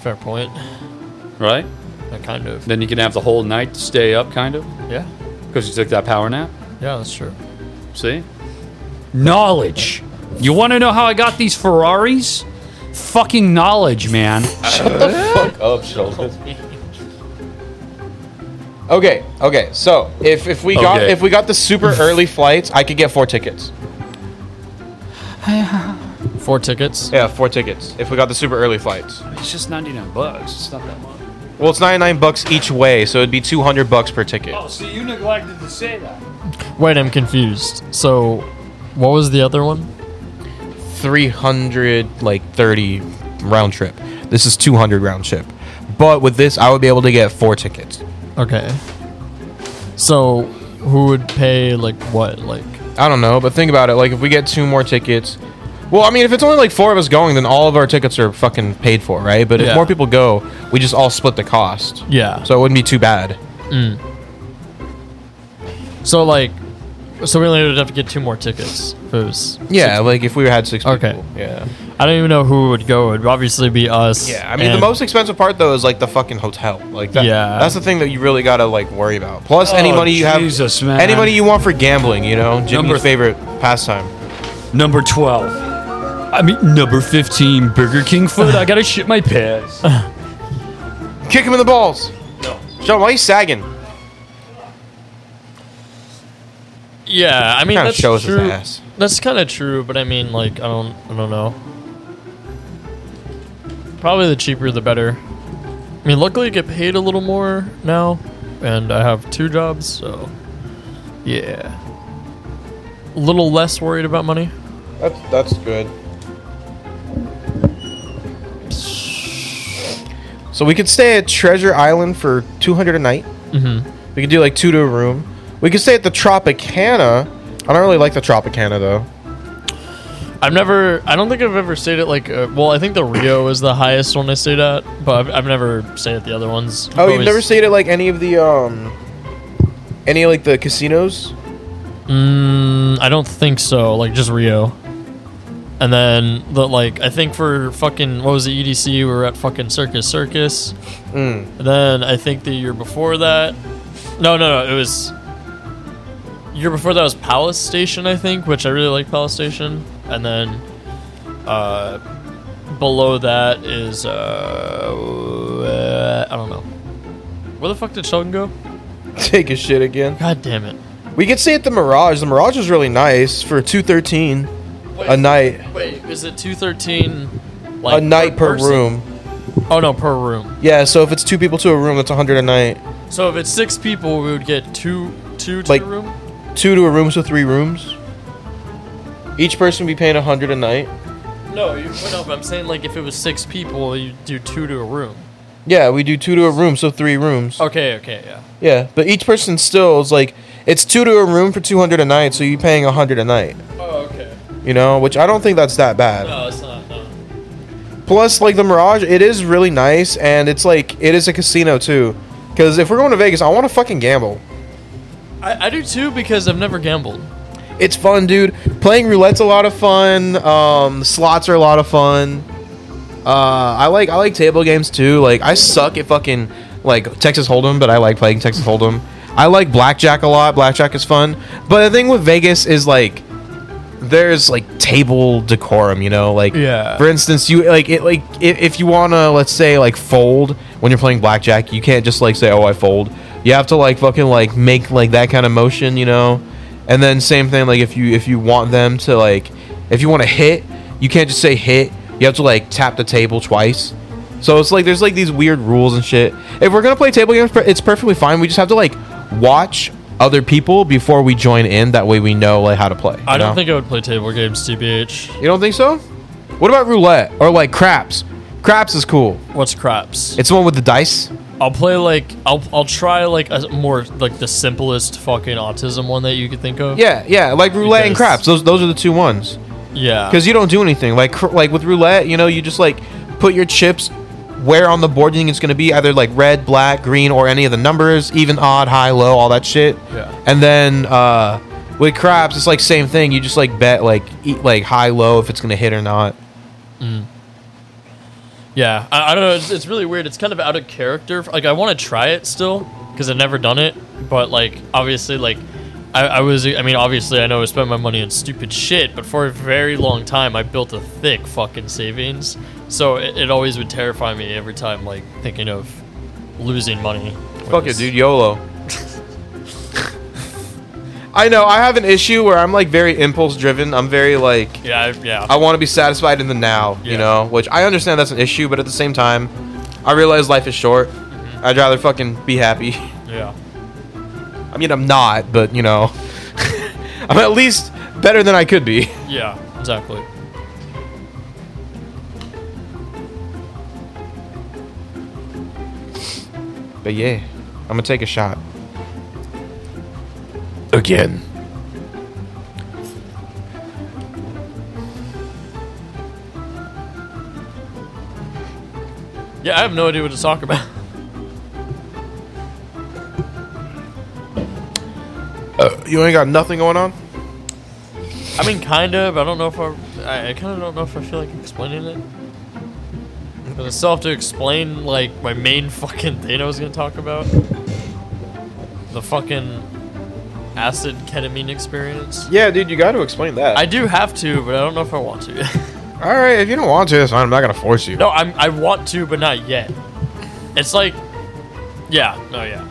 [SPEAKER 4] Fair point.
[SPEAKER 5] right?
[SPEAKER 4] Uh, kind of.
[SPEAKER 5] Then you can have the whole night to stay up, kind of,
[SPEAKER 4] Yeah.
[SPEAKER 5] because you took that power nap.
[SPEAKER 4] Yeah, that's true.
[SPEAKER 5] See? Knowledge. You want to know how I got these Ferraris? Fucking knowledge, man. Shut the fuck
[SPEAKER 13] up, Sheldon. Okay, okay. So if if we got
[SPEAKER 5] Okay.
[SPEAKER 13] if we got the super
[SPEAKER 2] (laughs)
[SPEAKER 13] early flights, I could get four tickets.
[SPEAKER 4] Four tickets.
[SPEAKER 13] Yeah, four tickets. If we got the super early flights,
[SPEAKER 5] It's just 99 bucks. It's not that much.
[SPEAKER 13] well, it's ninety nine bucks each way, so it'd be two hundred bucks per ticket.
[SPEAKER 5] Oh, see, you neglected to say that.
[SPEAKER 4] Wait, I'm confused. So, what was the other one?
[SPEAKER 13] Three hundred like thirty round trip. This is two hundred round trip. But with this, I would be able to get four tickets.
[SPEAKER 4] Okay. So, who would pay like what? Like
[SPEAKER 13] I don't know, but think about it. Like if we get two more tickets, well, I mean, if it's only like four of us going, then all of our tickets are fucking paid for, right? But if
[SPEAKER 4] Yeah.
[SPEAKER 13] more people go, we just all split the cost.
[SPEAKER 4] Yeah.
[SPEAKER 13] So it wouldn't be too bad.
[SPEAKER 4] Mm. So like, so we only would have to get two more tickets. If it was
[SPEAKER 13] Yeah, like if we had six.
[SPEAKER 4] Okay.
[SPEAKER 13] people, Yeah.
[SPEAKER 4] I don't even know who would go. It would obviously be us.
[SPEAKER 13] Yeah, I mean the
[SPEAKER 4] and-
[SPEAKER 13] most expensive part though is like the fucking hotel. Like that,
[SPEAKER 4] Yeah.
[SPEAKER 13] that's the thing that you really gotta like worry about. Plus any
[SPEAKER 5] Oh,
[SPEAKER 13] money you have,
[SPEAKER 5] Jesus, man.
[SPEAKER 13] any money you want for gambling, you know, Jimmy's
[SPEAKER 5] Number-
[SPEAKER 13] favorite pastime.
[SPEAKER 5] Number 12. I mean, number 15, Burger King food. I gotta shit my pants. (laughs)
[SPEAKER 13] Kick him in the balls. No, Sean, why are you sagging?
[SPEAKER 4] Yeah, I mean
[SPEAKER 13] Kinda
[SPEAKER 4] that's
[SPEAKER 13] shows his
[SPEAKER 4] true.
[SPEAKER 13] ass.
[SPEAKER 4] That's kind of true, but I mean, like, I don't, I don't know. Probably the cheaper, the better. I mean, luckily, I get paid a little more now, and I have two jobs, so yeah, a little less worried about money.
[SPEAKER 13] That's that's good. So we could stay at Treasure Island for two hundred a night.
[SPEAKER 4] Mhm.
[SPEAKER 13] We could do like two to a room. We could stay at the Tropicana. I don't really like the Tropicana though.
[SPEAKER 4] I've never, I don't think I've ever stayed at like, uh well, I think the Rio is the highest one I stayed at, but I've, I've never stayed at the other ones.
[SPEAKER 13] Oh, you've
[SPEAKER 4] Always-
[SPEAKER 13] never stayed at like any of the um, any like the casinos? (laughs)
[SPEAKER 4] Mm, I don't think so. Like just Rio, and then the like. I think for fucking what was the EDC? We were at fucking Circus Circus.
[SPEAKER 13] Mm.
[SPEAKER 4] And then I think the year before that, no, no, no, it was year before that was Palace Station. I think, which I really like Palace Station, and then uh, below that is uh, uh, I don't know. Where the fuck did Sheldon go?
[SPEAKER 13] Take a shit again.
[SPEAKER 4] God damn it!
[SPEAKER 13] We could stay at the Mirage. The Mirage is really nice for two thirteen a night.
[SPEAKER 4] Wait, is it two thirteen?
[SPEAKER 13] a night per, room.
[SPEAKER 4] Oh no, per room.
[SPEAKER 13] Yeah, so if it's two people to a room, that's a hundred a night.
[SPEAKER 4] So if it's six people, we would get two, two to
[SPEAKER 13] Like-
[SPEAKER 4] a room.
[SPEAKER 13] Two to a room, so three rooms. Each person would be paying a hundred a night.
[SPEAKER 4] No, you, well, no, but I'm saying like if it was six people, you do two to a room.
[SPEAKER 13] Yeah, we do two to a room, so three rooms.
[SPEAKER 4] Okay, okay, yeah.
[SPEAKER 13] Yeah, but each person still is like it's two to a room for two hundred a night, so you're paying a hundred a night.
[SPEAKER 4] Oh, okay.
[SPEAKER 13] You know, which I don't think that's that bad.
[SPEAKER 4] No, it's not. No.
[SPEAKER 13] Plus, like the Mirage, it is really nice, and it's like it is a casino too. Because if we're going to Vegas, I want to fucking gamble.
[SPEAKER 4] I, I do too because I've never gambled.
[SPEAKER 13] It's fun, dude. Playing roulette's a lot of fun. Um, slots are a lot of fun. Uh, I like I like table games too. Like I suck at fucking like Texas Hold'em, but I like playing Texas Hold'em. I like blackjack a lot. Blackjack is fun. But the thing with Vegas is like there's like table decorum, you know, like
[SPEAKER 4] Yeah.
[SPEAKER 13] For instance, you like it like i- if you wanna let's say like fold when you're playing blackjack, you can't just like say oh I fold. You have to like fucking like make like that kind of motion, you know. And then same thing like if you if you want them to like if you want to hit, you can't just say hit. You have to like tap the table twice. So it's like there's like these weird rules and shit. If we're gonna play table games, it's perfectly fine. We just have to like watch a
[SPEAKER 2] other people before we join in. That way we know like how to play.
[SPEAKER 4] I
[SPEAKER 2] you
[SPEAKER 4] don't
[SPEAKER 2] know?
[SPEAKER 4] think I would play table games, TBH.
[SPEAKER 2] You don't think so? What about roulette or like craps? Craps is cool.
[SPEAKER 4] What's craps?
[SPEAKER 2] It's the one with the dice.
[SPEAKER 4] I'll play like I'll I'll try like a more like the simplest fucking autism one that you could think of.
[SPEAKER 2] Yeah, yeah, like roulette and
[SPEAKER 4] Because-
[SPEAKER 2] craps. Those those are the two ones.
[SPEAKER 4] Yeah.
[SPEAKER 2] Because you don't do anything. Like cr- like with roulette, you know, you just like put your chips where on the board you think it's going to be, either like red, black, green, or any of the numbers, even odd, high, low, all that shit.
[SPEAKER 4] Yeah.
[SPEAKER 2] And then uh, with craps, it's like same thing. You just like bet like eat like high, low if it's going to hit or not.
[SPEAKER 4] Mm. Yeah, I, I don't know. It's, it's really weird. It's kind of out of character. Like I want to try it still because I've never done it. But like obviously, like I, I was. I mean, obviously, I know I spent my money on stupid shit. But for a very long time, I built a thick fucking savings. So it, it always would terrify me every time, like thinking of losing money.
[SPEAKER 2] Fuck it, dude. YOLO. (laughs) I know. I have an issue where I'm like very impulse driven. I'm very like.
[SPEAKER 4] Yeah, I- yeah.
[SPEAKER 2] I want to be satisfied in the now, you know, which I understand that's an issue, but at the same time, I realize life is short. I'd rather fucking be happy. (laughs)
[SPEAKER 4] Yeah.
[SPEAKER 2] I mean, I'm not, but you know, (laughs) I'm at least better than I could be.
[SPEAKER 4] Yeah. Exactly.
[SPEAKER 2] But yeah, I'm gonna take a shot. Again.
[SPEAKER 4] Yeah, I have no idea what to talk about. (laughs)
[SPEAKER 2] you ain't got nothing going on?
[SPEAKER 4] I mean, kind of. but I don't know if I. I, I kind of don't know if I feel like explaining it. 'Cause I still have to explain like my main (laughs) fucking thing I was gonna talk about. The fucking acid ketamine experience.
[SPEAKER 2] Yeah, dude, you got to explain that.
[SPEAKER 4] I do have to, but I don't know if I want to. (laughs)
[SPEAKER 2] All right, if you don't want to, that's fine. I'm not gonna force you.
[SPEAKER 4] no, I'm. I want to, but not yet. It's like, yeah, no, yeah.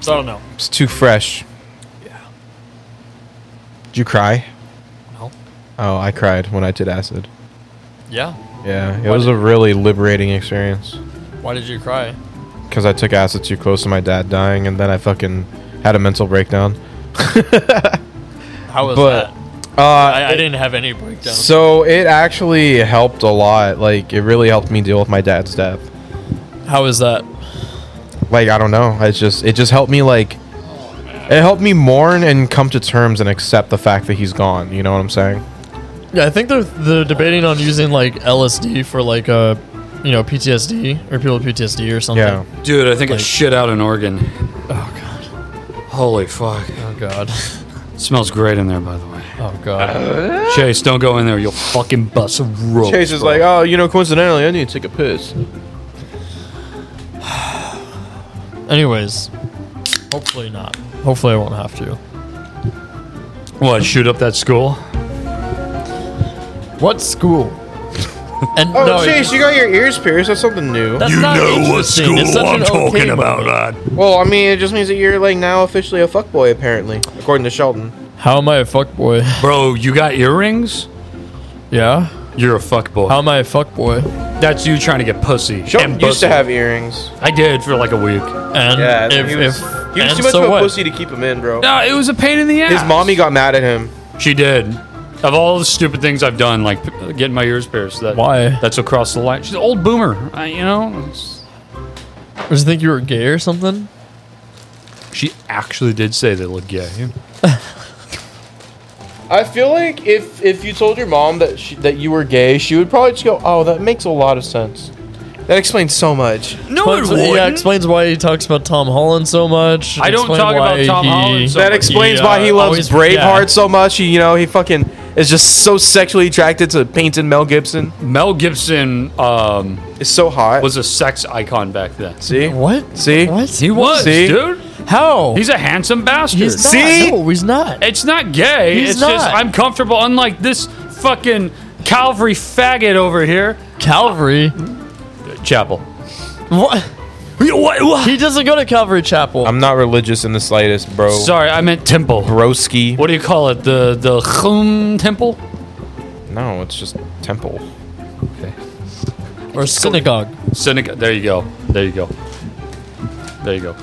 [SPEAKER 4] So I don't know.
[SPEAKER 2] It's too fresh.
[SPEAKER 4] Yeah.
[SPEAKER 2] Did you cry?
[SPEAKER 4] No.
[SPEAKER 2] Oh, I cried when I did acid.
[SPEAKER 4] Yeah.
[SPEAKER 2] Yeah, it
[SPEAKER 4] Why
[SPEAKER 2] was
[SPEAKER 4] did-
[SPEAKER 2] a really liberating experience.
[SPEAKER 4] Why did you cry?
[SPEAKER 2] because I took acid too close to my dad dying, and then I fucking had a mental breakdown.
[SPEAKER 4] How was
[SPEAKER 2] But,
[SPEAKER 4] that?
[SPEAKER 2] uh,
[SPEAKER 4] I, I didn't have any breakdown.
[SPEAKER 2] So it actually helped a lot. Like it really helped me deal with my dad's death.
[SPEAKER 4] How is that?
[SPEAKER 2] Like I don't know. It's just it just helped me like it helped me mourn and come to terms and accept the fact that he's gone. You know what I'm saying?
[SPEAKER 4] Yeah, I think they're, they're debating on using like LSD for like uh, you know PTSD or people with PTSD or something.
[SPEAKER 5] Dude, I think I shit out an organ.
[SPEAKER 4] Holy fuck! Oh god.
[SPEAKER 5] Smells great in there, by the way.
[SPEAKER 4] Oh god.
[SPEAKER 5] Chase, don't go in there. You'll fucking bust a rope.
[SPEAKER 2] Chase is
[SPEAKER 5] bro.
[SPEAKER 2] like, oh, you know, coincidentally, I need to take a piss.
[SPEAKER 4] Anyways, hopefully not. Hopefully I won't have to.
[SPEAKER 5] what? Shoot up that school?
[SPEAKER 4] What school? And
[SPEAKER 13] Oh,
[SPEAKER 4] no,
[SPEAKER 13] Chase, you got your ears pierced. That's something new.
[SPEAKER 4] That's You not know what interesting. school It's such I'm an okay talking about, uh,
[SPEAKER 13] lad. Well, I mean, it just means that you're like now officially a fuckboy, apparently, according to Sheldon.
[SPEAKER 4] How am I a fuckboy? (laughs)
[SPEAKER 5] Bro, you got earrings?
[SPEAKER 4] Yeah.
[SPEAKER 5] You're a fuckboy.
[SPEAKER 4] How am I a fuckboy?
[SPEAKER 5] That's you trying to get pussy.
[SPEAKER 13] Sheldon
[SPEAKER 5] And
[SPEAKER 13] used to
[SPEAKER 5] pussy.
[SPEAKER 13] have earrings.
[SPEAKER 5] I did for like a week.
[SPEAKER 4] And
[SPEAKER 13] Yeah,
[SPEAKER 5] Um, if-
[SPEAKER 13] he was,
[SPEAKER 5] if-
[SPEAKER 13] he was
[SPEAKER 5] and
[SPEAKER 13] too much
[SPEAKER 5] so
[SPEAKER 13] of a
[SPEAKER 5] what?
[SPEAKER 13] pussy to keep him in, bro.
[SPEAKER 5] No, it was a pain in the ass.
[SPEAKER 13] His mommy got mad at him.
[SPEAKER 5] She did. Of all the stupid things I've done, like p- getting my ears pierced. That,
[SPEAKER 4] Why?
[SPEAKER 5] That's across the line. She's an old boomer. I, you know, it's-
[SPEAKER 4] I just think you were gay or something.
[SPEAKER 5] she actually did say they look gay.
[SPEAKER 13] I feel like if if you told your mom that she, that you were gay, she would probably just go, "Oh, that makes a lot of sense. That explains so much."
[SPEAKER 4] Explains- Yeah, explains why he talks about Tom Holland so much.
[SPEAKER 13] I don't
[SPEAKER 4] Explain
[SPEAKER 13] talk about
[SPEAKER 4] why
[SPEAKER 13] Tom
[SPEAKER 4] he-
[SPEAKER 13] Holland so That
[SPEAKER 2] explains
[SPEAKER 4] uh,
[SPEAKER 2] why he loves
[SPEAKER 4] always-
[SPEAKER 2] Braveheart
[SPEAKER 4] yeah.
[SPEAKER 2] so much. He, you know, he fucking is just so sexually attracted to painted Mel Gibson.
[SPEAKER 5] Mel Gibson um,
[SPEAKER 2] is so hot.
[SPEAKER 5] Was a sex icon back then.
[SPEAKER 2] See
[SPEAKER 4] what?
[SPEAKER 2] See
[SPEAKER 4] what?
[SPEAKER 5] He was,
[SPEAKER 2] See?
[SPEAKER 5] dude.
[SPEAKER 4] How?
[SPEAKER 5] He's a handsome bastard.
[SPEAKER 4] He's not. No, he's not.
[SPEAKER 5] It's not gay.
[SPEAKER 4] He's
[SPEAKER 5] it's just
[SPEAKER 4] not.
[SPEAKER 5] I'm comfortable. Unlike this fucking Calvary faggot over here.
[SPEAKER 4] Calvary.
[SPEAKER 5] Chapel.
[SPEAKER 4] What? He doesn't go to Calvary Chapel.
[SPEAKER 2] I'm not religious in the slightest, bro.
[SPEAKER 5] Sorry, I meant temple.
[SPEAKER 2] Broski.
[SPEAKER 5] What do you call it? The the Chum temple?
[SPEAKER 2] No, it's just temple.
[SPEAKER 5] Okay.
[SPEAKER 4] Or synagogue.
[SPEAKER 5] Synagogue. There you go. There you go. There you go.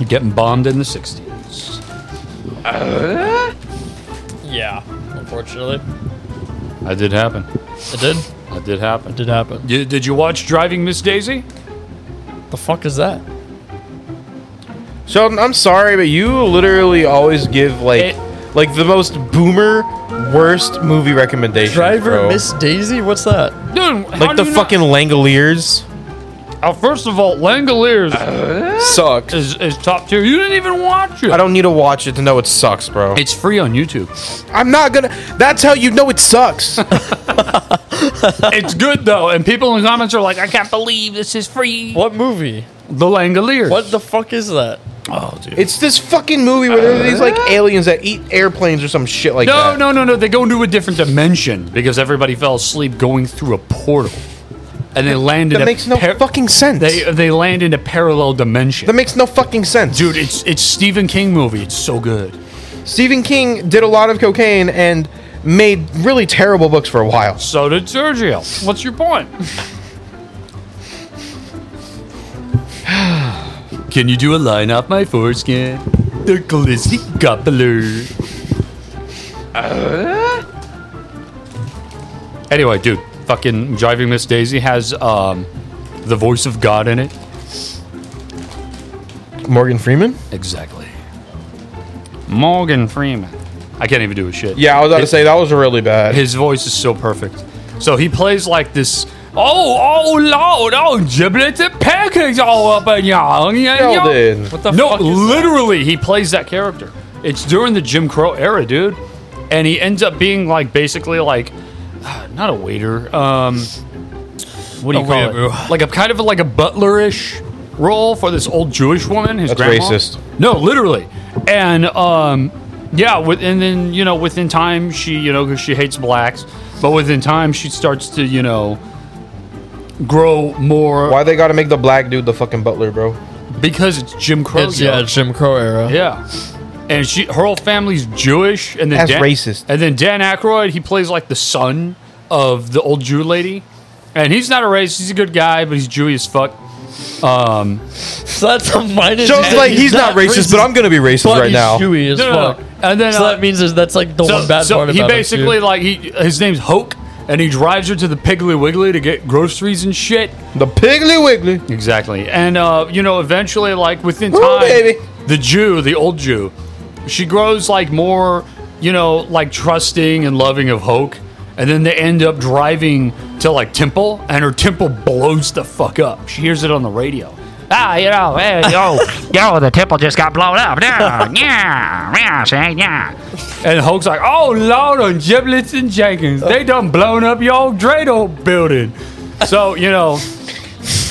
[SPEAKER 5] You're getting bombed in the 60s.
[SPEAKER 4] Yeah, unfortunately.
[SPEAKER 5] That did
[SPEAKER 13] (laughs)
[SPEAKER 5] happen.
[SPEAKER 4] It did?
[SPEAKER 5] That did happen.
[SPEAKER 4] did happen.
[SPEAKER 5] You, did you watch Driving Miss Daisy?
[SPEAKER 4] The fuck is that?
[SPEAKER 13] Sheldon, I'm sorry, but you literally always give like like the most boomer worst movie recommendation.
[SPEAKER 4] Driver Miss Daisy? What's that?
[SPEAKER 5] Dude,
[SPEAKER 13] like the fucking Langoliers.
[SPEAKER 5] Uh, first of all, Langoliers
[SPEAKER 13] sucks.
[SPEAKER 5] Is, is top tier. You didn't even watch it.
[SPEAKER 13] I don't need to watch it to know it sucks, bro.
[SPEAKER 5] It's free on YouTube.
[SPEAKER 13] I'm not gonna. That's how you know
[SPEAKER 5] (laughs)
[SPEAKER 13] it sucks.
[SPEAKER 5] it's good though, and people in the comments are like, "I can't believe this is free." What
[SPEAKER 4] movie?
[SPEAKER 5] The Langoliers.
[SPEAKER 4] What the fuck is that?
[SPEAKER 5] Oh, dude.
[SPEAKER 13] It's this fucking movie where there are these like aliens that eat airplanes or some shit like
[SPEAKER 5] no,
[SPEAKER 13] that.
[SPEAKER 5] no, no, no. They go into a different dimension because everybody fell asleep going through a portal, and they land. in
[SPEAKER 13] That
[SPEAKER 5] a
[SPEAKER 13] makes no fucking sense.
[SPEAKER 5] They uh, they land in a parallel dimension.
[SPEAKER 13] That makes no fucking sense,
[SPEAKER 5] dude. It's it's Stephen King movie. It's so good.
[SPEAKER 13] Stephen King did a lot of cocaine and made really terrible books for a while.
[SPEAKER 5] So did Sergio. What's your point? Can you do a line off my foreskin? The glizzy gobbler. Uh? Anyway, dude, fucking Driving Miss Daisy has um, the voice of God in it.
[SPEAKER 13] Morgan Freeman?
[SPEAKER 5] Exactly. Morgan Freeman. I can't even do a shit.
[SPEAKER 13] Yeah, I was about to say that was really bad.
[SPEAKER 5] His voice is so perfect. So he plays like this. Oh, oh, Lord. Oh, giblets and pancakes all up in y'all. Yeah, yeah.
[SPEAKER 13] Sheldon.
[SPEAKER 5] What the no, literally, he plays that character. It's during the Jim Crow era, dude. And he ends up being like basically like (sighs) not a waiter. Um, what do you
[SPEAKER 4] A
[SPEAKER 5] call it? Like a kind of like a butlerish role for this old Jewish woman. His
[SPEAKER 13] That's
[SPEAKER 5] grandma.
[SPEAKER 13] racist.
[SPEAKER 5] No, literally. And um, yeah, with, and then you know, within time, she you know, because she hates blacks, but within time, she starts to you know grow more
[SPEAKER 13] Why they gotta make the black dude the fucking butler, bro?
[SPEAKER 5] because it's Jim Crow.
[SPEAKER 4] It's, yeah,
[SPEAKER 5] yo.
[SPEAKER 4] it's Jim Crow
[SPEAKER 5] (laughs)
[SPEAKER 4] era.
[SPEAKER 5] Yeah. And she, her whole family's Jewish, and then
[SPEAKER 13] That's
[SPEAKER 5] Dan,
[SPEAKER 13] racist.
[SPEAKER 5] And then Dan Aykroyd, he plays like the son of the old Jew lady, and he's not a racist. He's a good guy, but he's Jewy as fuck. Um,
[SPEAKER 4] So that's a minus.
[SPEAKER 13] Sheldon's
[SPEAKER 4] ten.
[SPEAKER 13] like, he's not racist, but I'm gonna be racist
[SPEAKER 4] but
[SPEAKER 13] right
[SPEAKER 4] he's
[SPEAKER 13] now.
[SPEAKER 4] Jewy as
[SPEAKER 5] No, no, no.
[SPEAKER 4] fuck.
[SPEAKER 5] And then,
[SPEAKER 4] so
[SPEAKER 5] uh,
[SPEAKER 4] that means is that's like the
[SPEAKER 5] so,
[SPEAKER 4] one bad
[SPEAKER 5] so
[SPEAKER 4] part
[SPEAKER 5] he
[SPEAKER 4] about
[SPEAKER 5] basically
[SPEAKER 4] it.
[SPEAKER 5] like he his name's Hoke, and he drives her to the Piggly Wiggly to get groceries and shit.
[SPEAKER 13] The Piggly Wiggly.
[SPEAKER 5] Exactly, and uh, you know, eventually, like within
[SPEAKER 13] Woo,
[SPEAKER 5] time,
[SPEAKER 13] baby.
[SPEAKER 5] the Jew, the old Jew, she grows like more, you know, like trusting and loving of Hoke, and then they end up driving to like Temple, and her Temple blows the fuck up. She hears it on the radio. Ah, you know, hey, yo, yo, the Temple just got blown up. Yeah, yeah, yeah, say, yeah. And Hoke's like, oh, Lord, on Giblets and Jenkins, they done blown up your old Drado building. So, you know.
[SPEAKER 13] (laughs)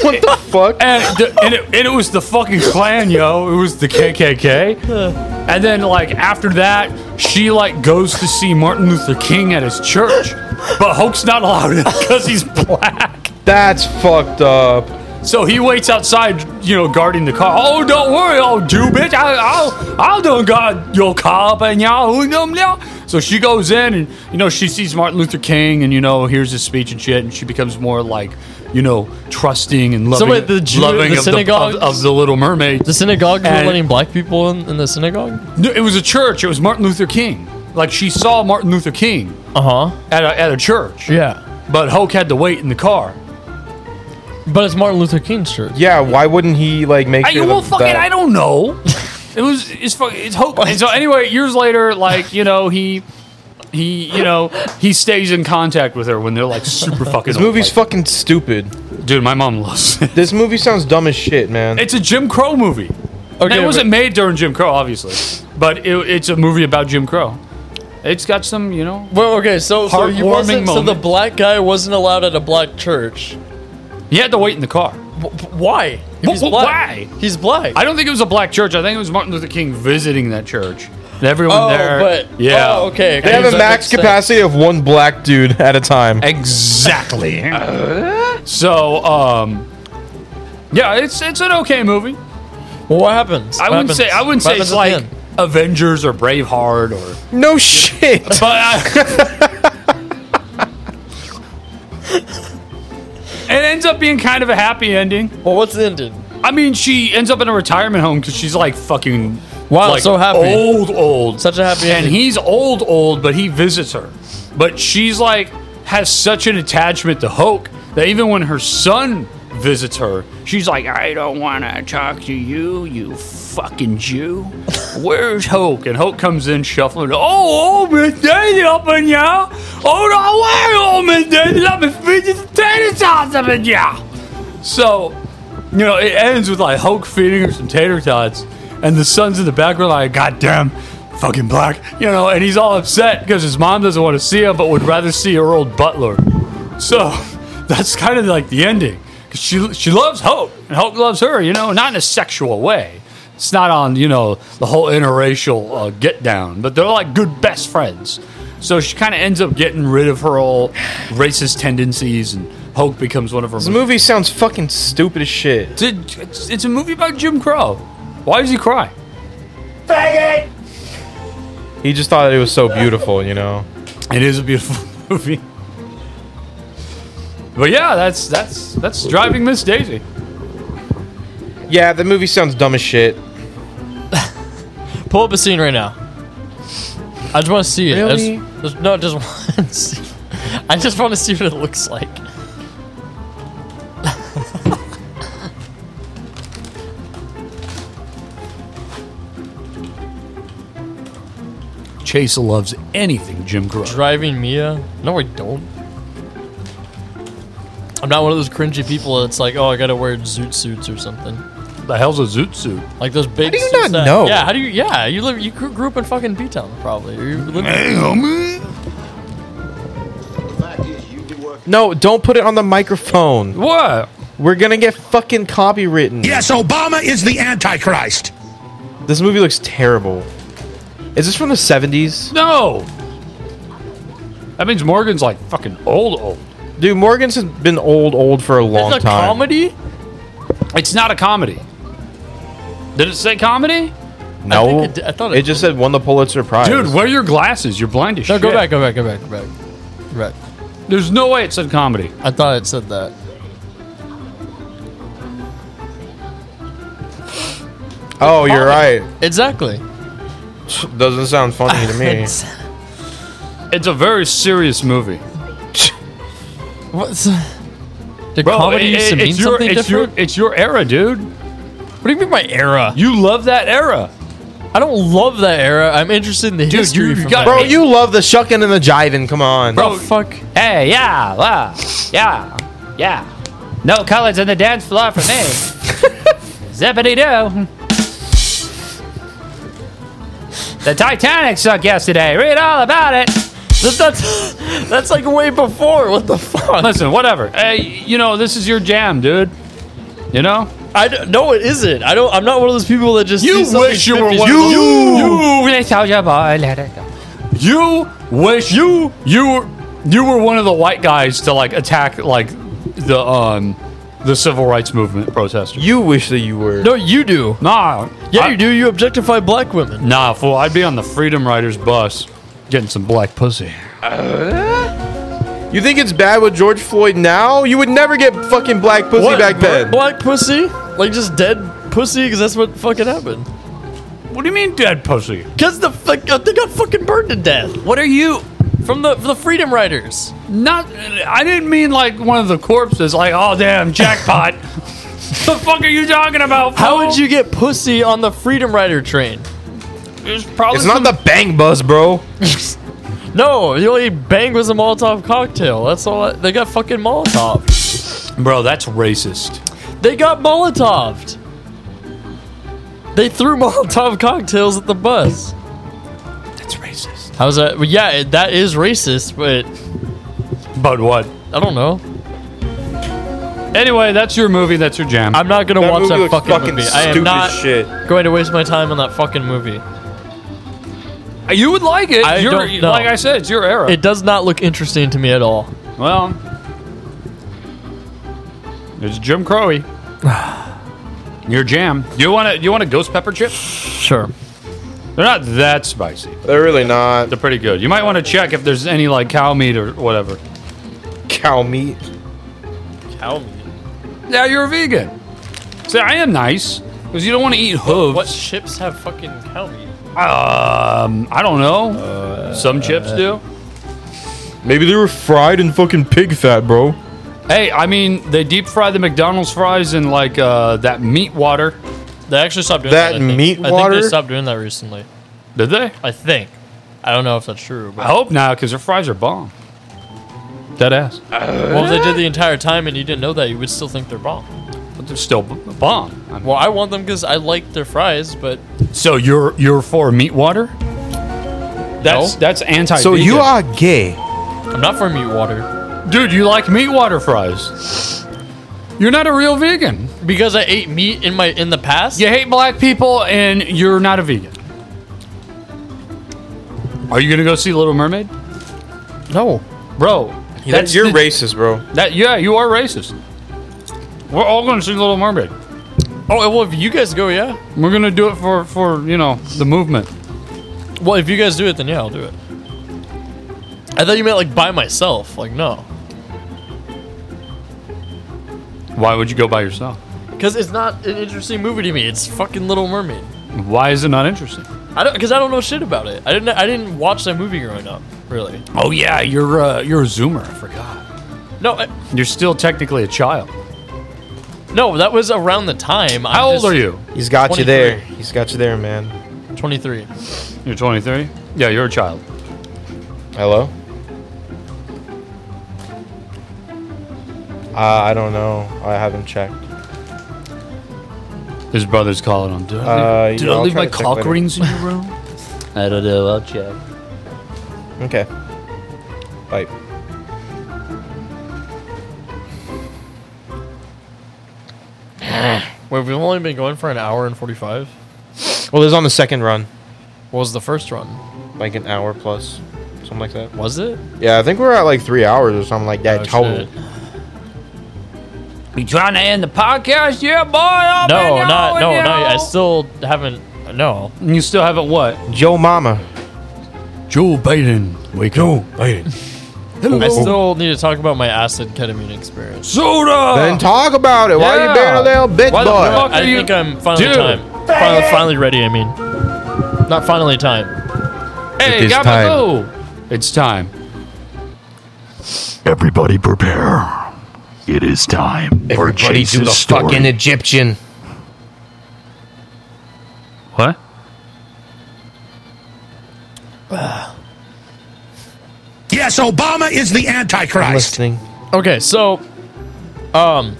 [SPEAKER 13] What the fuck?
[SPEAKER 5] And, the, and, it, and it was the fucking Klan, yo. It was the KKK. And then, like, after that, she, like, goes to see Martin Luther King at his church. But Hoke's not allowed in because he's black.
[SPEAKER 13] That's fucked up.
[SPEAKER 5] So he waits outside, you know, guarding the car. Oh, don't worry, old Jew bitch. I, I'll, I'll done guard your car up and y'all. who know now? So she goes in and, you know, she sees Martin Luther King and, you know, hears his speech and shit. And she becomes more like, you know, trusting and
[SPEAKER 4] So
[SPEAKER 5] loving,
[SPEAKER 4] wait, the Jew-
[SPEAKER 5] loving
[SPEAKER 4] the
[SPEAKER 5] of, the, of,
[SPEAKER 4] synagogues-
[SPEAKER 5] of the Little Mermaid.
[SPEAKER 4] The synagogue is
[SPEAKER 5] And-
[SPEAKER 4] letting black people in, in the synagogue.
[SPEAKER 5] No, it was a church. It was Martin Luther King. Like she saw Martin Luther King
[SPEAKER 4] Uh huh.
[SPEAKER 5] at a, at a church.
[SPEAKER 4] Yeah,
[SPEAKER 5] But Hoke had to wait in the car.
[SPEAKER 4] but it's Martin Luther King's church.
[SPEAKER 13] Yeah, why wouldn't he like make
[SPEAKER 5] I,
[SPEAKER 13] sure
[SPEAKER 5] well,
[SPEAKER 13] that-
[SPEAKER 5] fucking,
[SPEAKER 13] that-
[SPEAKER 5] I don't know. It was it's fucking it's Hoke. And so anyway, years later, like you know he. He, you know, he stays in contact with her when they're like super fucking.
[SPEAKER 13] This
[SPEAKER 5] old.
[SPEAKER 13] movie's
[SPEAKER 5] Like,
[SPEAKER 13] fucking stupid.
[SPEAKER 5] dude. My mom loves it.
[SPEAKER 13] This movie sounds dumb as shit, man.
[SPEAKER 5] It's a Jim Crow movie. Okay,
[SPEAKER 4] Okay,
[SPEAKER 5] it wasn't made during Jim Crow, obviously, but it, it's a movie about Jim Crow. It's got some, you know,
[SPEAKER 4] Well, okay, so so,
[SPEAKER 5] Heartwarming
[SPEAKER 4] you wasn't, so the
[SPEAKER 5] moment.
[SPEAKER 4] black guy wasn't allowed at a black church.
[SPEAKER 5] he had to wait in the car.
[SPEAKER 4] W- w- why? If
[SPEAKER 5] Wh-
[SPEAKER 4] he's
[SPEAKER 5] wh-
[SPEAKER 4] black,
[SPEAKER 5] why?
[SPEAKER 4] He's black.
[SPEAKER 5] I don't think it was a black church. I think it was Martin Luther King visiting that church. And everyone
[SPEAKER 4] Oh,
[SPEAKER 5] there.
[SPEAKER 4] but-
[SPEAKER 5] yeah.
[SPEAKER 4] oh, okay.
[SPEAKER 13] They have a
[SPEAKER 4] That
[SPEAKER 13] max
[SPEAKER 4] makes sense.
[SPEAKER 13] capacity of one black dude at a time.
[SPEAKER 5] Exactly. so, um, yeah, it's it's an okay movie.
[SPEAKER 4] Well, what happens?
[SPEAKER 5] I
[SPEAKER 4] What
[SPEAKER 5] wouldn't say
[SPEAKER 4] happens?
[SPEAKER 5] I wouldn't
[SPEAKER 4] What
[SPEAKER 5] say it's
[SPEAKER 4] happens
[SPEAKER 5] like
[SPEAKER 4] at the end?
[SPEAKER 5] Avengers or Braveheart or.
[SPEAKER 13] (laughs) No shit.
[SPEAKER 5] But I- (laughs) it ends up being kind of a happy ending.
[SPEAKER 4] Well, what's ended?
[SPEAKER 5] I mean, she ends up in a retirement home because she's like fucking.
[SPEAKER 4] Wow,
[SPEAKER 5] like,
[SPEAKER 4] so happy.
[SPEAKER 13] Oh,
[SPEAKER 5] Old, old.
[SPEAKER 4] Such a happy
[SPEAKER 5] And
[SPEAKER 4] ending.
[SPEAKER 5] he's old, old, but he visits her. But she's like has such an attachment to Hoke that even when her son visits her, she's like, I don't want to talk to you, you fucking Jew. Where's Hoke? And Hoke comes in shuffling. Oh, oh, Miss Daisy up in ya. Oh, no way, oh, Miss Daisy up in fidget tater tots up in ya. So, you know, it ends with like Hulk feeding her some tater tots, and the son's in the background like, God damn, fucking black, you know, and he's all upset because his mom doesn't want to see him, but would rather see her old butler. So, (laughs) that's kind of like the ending because she she loves Hulk and Hulk loves her, you know, not in a sexual way. It's not on you know the whole interracial uh, get down, but they're like good best friends. So she kind of ends up getting rid of her old racist tendencies, and Hulk becomes one of her.
[SPEAKER 13] This movie sounds fucking stupid as shit.
[SPEAKER 5] It's a, it's, it's a movie about Jim Crow. Why does he cry?
[SPEAKER 25] Faggot!
[SPEAKER 13] He just thought it was so beautiful, you know.
[SPEAKER 5] It is a beautiful (laughs) movie. But yeah, that's that's that's driving Miss Daisy.
[SPEAKER 13] Yeah, the movie sounds dumb as shit.
[SPEAKER 4] Pull up a scene right now. I just want to see it. I just-
[SPEAKER 13] Really?
[SPEAKER 4] just- no, I just (laughs) want to see. I just want to see what it looks like.
[SPEAKER 5] Chase loves anything Jim Crow.
[SPEAKER 4] Driving Mia? No, I don't. I'm not one of those cringy people that's like, oh, I gotta wear zoot suits or something.
[SPEAKER 5] The hell's a zoot suit?
[SPEAKER 4] Like those big. How
[SPEAKER 13] do you not know?
[SPEAKER 4] Yeah, how do you? Yeah, you live. You gr- grew up in fucking B Town, probably. Or You live
[SPEAKER 13] Hey, homie. No, don't put it on the microphone.
[SPEAKER 5] What?
[SPEAKER 13] We're gonna get fucking copywritten.
[SPEAKER 24] Yes, Obama is the Antichrist.
[SPEAKER 13] This movie looks terrible. Is this from the 70s?
[SPEAKER 5] No. That means Morgan's like fucking old old.
[SPEAKER 13] Dude, Morgan's has been old old for a long
[SPEAKER 5] It's a
[SPEAKER 13] time.
[SPEAKER 4] comedy?
[SPEAKER 5] It's not a comedy. Did it say comedy?
[SPEAKER 13] No,
[SPEAKER 5] think it
[SPEAKER 13] it,
[SPEAKER 5] did- I thought
[SPEAKER 13] it, just said won the Pulitzer Prize.
[SPEAKER 5] Dude, wear your glasses. You're blind as
[SPEAKER 4] No,
[SPEAKER 5] shit.
[SPEAKER 4] go back, go back, go back, go back. Right.
[SPEAKER 5] There's no way it said comedy.
[SPEAKER 4] I thought it said that.
[SPEAKER 13] Oh, you're right.
[SPEAKER 4] Exactly.
[SPEAKER 13] Doesn't sound funny to
[SPEAKER 5] (laughs)
[SPEAKER 13] me.
[SPEAKER 4] It's-
[SPEAKER 5] It's a very serious movie.
[SPEAKER 4] What's did comedy used to mean
[SPEAKER 5] it's your,
[SPEAKER 4] something
[SPEAKER 5] it's
[SPEAKER 4] different?
[SPEAKER 5] Your, it's your era, dude.
[SPEAKER 4] What do you mean by era?
[SPEAKER 5] You love that era.
[SPEAKER 4] I don't love that era. I'm interested in the
[SPEAKER 5] Dude,
[SPEAKER 4] history.
[SPEAKER 5] you (laughs)
[SPEAKER 4] from that.
[SPEAKER 5] got-
[SPEAKER 13] Bro,
[SPEAKER 4] (laughs)
[SPEAKER 13] you love the shucking and the jiving. Come on.
[SPEAKER 4] Bro, fuck.
[SPEAKER 6] Hey, yeah, wow, yeah, yeah. No colors on the dance floor for (laughs) me. Zippity doo. The Titanic sunk yesterday. Read all about it.
[SPEAKER 4] That's, that's, that's like way before. What the fuck?
[SPEAKER 5] Listen, whatever. Hey, you know this is your jam, dude. You know.
[SPEAKER 4] I d- no, it isn't. I don't. I'm not one of those people that just.
[SPEAKER 5] You
[SPEAKER 4] see something
[SPEAKER 5] wish you were
[SPEAKER 4] 50s.
[SPEAKER 5] one of those- You-
[SPEAKER 6] Ooh, they told you boy, let it go.
[SPEAKER 5] You wish you you were you were one of the white guys to like attack like the um the civil rights movement protesters.
[SPEAKER 13] You wish that you were.
[SPEAKER 4] No, you do.
[SPEAKER 5] Nah,
[SPEAKER 4] Yeah,
[SPEAKER 5] I-
[SPEAKER 4] you do. You objectify black women.
[SPEAKER 5] Nah, fool. I'd be on the Freedom Riders bus getting some black pussy.
[SPEAKER 13] You think it's bad with George Floyd now? You would never get fucking black pussy
[SPEAKER 4] What,
[SPEAKER 13] back then.
[SPEAKER 4] Black pussy, like just dead pussy, because that's what fucking happened.
[SPEAKER 5] What do you mean dead pussy?
[SPEAKER 4] Because the fuck, uh, they got fucking burned to death. What are you from the the Freedom Riders?
[SPEAKER 5] Not. I didn't mean like one of the corpses. Like, oh damn, jackpot. the fuck are you talking about?
[SPEAKER 4] How
[SPEAKER 5] fool?
[SPEAKER 4] would you get pussy on the Freedom Rider train?
[SPEAKER 5] There's probably
[SPEAKER 13] It's not the bang bus, bro.
[SPEAKER 4] No, the only bang was a Molotov cocktail. That's all. I, they got fucking Molotov.
[SPEAKER 5] the bro. That's racist.
[SPEAKER 4] They got Molotoved. They threw (laughs) Molotov cocktails at the bus.
[SPEAKER 5] That's racist.
[SPEAKER 4] How's that? Well, yeah, it, that is racist, but
[SPEAKER 5] But what?
[SPEAKER 4] I don't know.
[SPEAKER 5] Anyway, that's your movie. That's your jam.
[SPEAKER 4] I'm not gonna
[SPEAKER 13] That
[SPEAKER 4] watch
[SPEAKER 13] movie
[SPEAKER 4] that
[SPEAKER 13] looks
[SPEAKER 4] fucking,
[SPEAKER 13] fucking
[SPEAKER 4] movie. I am
[SPEAKER 13] stupid
[SPEAKER 4] not
[SPEAKER 13] as shit.
[SPEAKER 4] going to waste my time on that fucking movie.
[SPEAKER 5] you would like it.
[SPEAKER 4] I
[SPEAKER 5] Your-
[SPEAKER 4] don't know.
[SPEAKER 5] Like I said, it's your era.
[SPEAKER 4] It does not look interesting to me at all.
[SPEAKER 5] well, it's Jim Crowy. (sighs) your jam. Do you want to? You want a ghost pepper chip?
[SPEAKER 4] Sure.
[SPEAKER 5] They're not that spicy.
[SPEAKER 13] They're really not.
[SPEAKER 5] They're pretty good. You might want to check if there's any like cow meat or whatever.
[SPEAKER 13] Cow meat.
[SPEAKER 4] Cow meat.
[SPEAKER 5] Yeah, you're a vegan. See, I am nice because you don't want to eat hooves.
[SPEAKER 4] What ships have fucking helmet?
[SPEAKER 5] Um, I don't know.
[SPEAKER 4] Uh,
[SPEAKER 5] Some chips do.
[SPEAKER 26] Maybe they were fried in fucking pig fat, bro.
[SPEAKER 5] Hey, I mean, they deep fry the McDonald's fries in like uh, that meat water.
[SPEAKER 4] They actually stopped doing
[SPEAKER 5] That
[SPEAKER 4] that. I think.
[SPEAKER 5] meat
[SPEAKER 4] I think
[SPEAKER 5] water?
[SPEAKER 4] they stopped doing that recently.
[SPEAKER 5] Did they?
[SPEAKER 4] I think. I don't know if that's true. But
[SPEAKER 5] I hope not, because their fries are bomb. Dead ass.
[SPEAKER 4] Well, if they did the entire time and you didn't know that, you would still think they're bomb.
[SPEAKER 5] But they're still b- bomb.
[SPEAKER 4] well, I want them because I like their fries, but
[SPEAKER 5] So you're you're for meat water? That's that's anti.
[SPEAKER 4] So you are
[SPEAKER 5] gay.
[SPEAKER 4] I'm not for meat water.
[SPEAKER 5] Dude, you like meat water fries. You're not a real vegan.
[SPEAKER 4] Because I ate meat in my in the past.
[SPEAKER 5] You hate black people and you're not a vegan. Are you gonna go see Little Mermaid?
[SPEAKER 2] No,
[SPEAKER 5] bro.
[SPEAKER 13] That's you're racist, bro.
[SPEAKER 5] That yeah, you are racist. We're all gonna see Little Mermaid.
[SPEAKER 4] Oh well, if you guys go, yeah.
[SPEAKER 5] We're gonna do it for for you know the movement.
[SPEAKER 4] Well, if you guys do it, then yeah, I'll do it. I thought you meant like by myself. Like no,
[SPEAKER 5] Why would you go by yourself?
[SPEAKER 4] because it's not an interesting movie to me. It's fucking Little Mermaid.
[SPEAKER 5] Why is it not interesting?
[SPEAKER 4] I don't because I don't know shit about it. I didn't I didn't watch that movie growing up. Really?
[SPEAKER 5] Oh yeah, you're uh, you're a Zoomer. I forgot.
[SPEAKER 4] No, I,
[SPEAKER 5] You're still technically a child.
[SPEAKER 4] no, that was around the time. I'm
[SPEAKER 5] How old
[SPEAKER 4] just-
[SPEAKER 5] are you?
[SPEAKER 13] He's got you there. He's got you there, man.
[SPEAKER 4] 23.
[SPEAKER 5] You're 23. Yeah, you're a child.
[SPEAKER 13] Hello. Uh, I don't know. I haven't checked.
[SPEAKER 5] His brother's calling him. Did
[SPEAKER 13] Uh,
[SPEAKER 5] leave-
[SPEAKER 13] you
[SPEAKER 5] did
[SPEAKER 13] know,
[SPEAKER 5] I
[SPEAKER 13] I'll
[SPEAKER 5] leave
[SPEAKER 13] try
[SPEAKER 5] my
[SPEAKER 13] to check
[SPEAKER 5] cock
[SPEAKER 13] later.
[SPEAKER 5] rings in your (laughs) room? I don't know. I'll check.
[SPEAKER 13] Okay. Bye.
[SPEAKER 4] Wait, we've only been going for an hour and 45.
[SPEAKER 13] Well, it was on the second run,
[SPEAKER 4] What was the first run?
[SPEAKER 13] like an hour plus, something like that.
[SPEAKER 4] Was it?
[SPEAKER 13] Yeah, I think we're at like three hours or something like that
[SPEAKER 4] Oh,
[SPEAKER 13] total.
[SPEAKER 4] shit.
[SPEAKER 6] You trying to end the podcast? Yeah, boy. I've been
[SPEAKER 4] No, not
[SPEAKER 6] going
[SPEAKER 4] no, no.
[SPEAKER 6] down.
[SPEAKER 4] I still haven't. No.
[SPEAKER 5] You still haven't what?
[SPEAKER 13] Joe Mama.
[SPEAKER 5] Joe Biden. Wake Joe up. Biden.
[SPEAKER 4] I still need to talk about my acid ketamine experience.
[SPEAKER 5] Soda.
[SPEAKER 13] Then talk about it. Why you being a little bitch
[SPEAKER 4] Why the fuck
[SPEAKER 13] boy?
[SPEAKER 4] I think I'm finally
[SPEAKER 13] Dude.
[SPEAKER 4] time. Finally, finally ready. I mean, not finally time.
[SPEAKER 5] Hey,
[SPEAKER 4] is
[SPEAKER 5] Gabagoo. It's time.
[SPEAKER 7] Everybody prepare. It is time for
[SPEAKER 13] do the
[SPEAKER 7] Chase's story.
[SPEAKER 13] fucking Egyptian.
[SPEAKER 5] What?
[SPEAKER 24] Yes, Obama is the Antichrist.
[SPEAKER 13] listening.
[SPEAKER 4] Okay, so, um,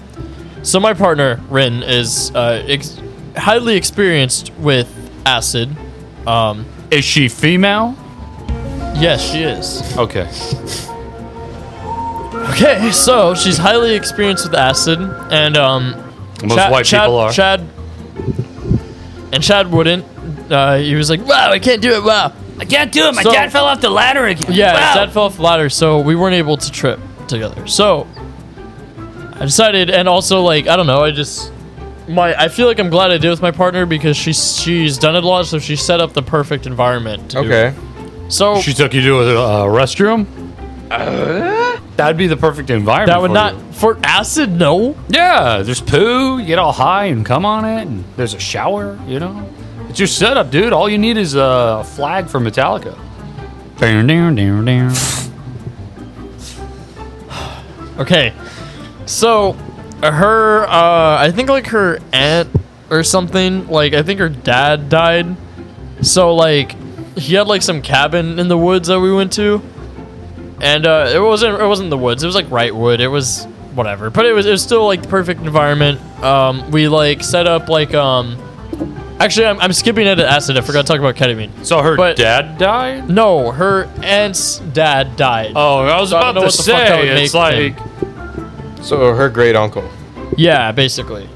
[SPEAKER 4] so my partner Rin is uh, ex- highly experienced with acid. Um,
[SPEAKER 5] is she female?
[SPEAKER 4] Yes, she is.
[SPEAKER 5] Okay.
[SPEAKER 4] Okay, so she's highly experienced with acid, and um,
[SPEAKER 5] Most white
[SPEAKER 4] Chad,
[SPEAKER 5] people are.
[SPEAKER 4] Chad, and Chad wouldn't. Uh, he was like, "Wow, I can't do it. Wow,
[SPEAKER 6] I can't do it. My
[SPEAKER 4] So-
[SPEAKER 6] dad fell off the ladder again.
[SPEAKER 4] Yeah,
[SPEAKER 6] Wow.
[SPEAKER 4] his dad fell off the ladder, so we weren't able to trip together. So I decided, and also like I don't know, I just my I feel like I'm glad I did with my partner because she's she's done it a lot, so she set up the perfect environment. To do
[SPEAKER 5] Okay.
[SPEAKER 4] it. So
[SPEAKER 5] She took you to a uh, restroom. That'd be the perfect environment.
[SPEAKER 4] that would
[SPEAKER 5] for
[SPEAKER 4] not
[SPEAKER 5] you.
[SPEAKER 4] for acid. No.
[SPEAKER 5] Yeah, there's poo. You get all high and come on it, and there's a shower. You know, it's your setup, dude. All you need is a flag for Metallica. Down, down, down, down.
[SPEAKER 4] Okay. So her uh I think like her aunt or something, like I think her dad died. So like he had like some cabin in the woods that we went to. And uh it wasn't it wasn't the woods, it was like right wood. It was whatever. But it was it was still like the perfect environment. Um we like set up like um Actually, I'm, I'm skipping it at acid. I forgot to talk about ketamine.
[SPEAKER 5] So her
[SPEAKER 4] But-
[SPEAKER 5] dad died.
[SPEAKER 4] No, her aunt's dad died.
[SPEAKER 5] Oh, I was
[SPEAKER 4] So I don't
[SPEAKER 5] about
[SPEAKER 4] know
[SPEAKER 5] to
[SPEAKER 4] what the fuck that would
[SPEAKER 5] say it's
[SPEAKER 4] make
[SPEAKER 5] like
[SPEAKER 4] him.
[SPEAKER 13] So her great uncle.
[SPEAKER 4] Yeah, basically.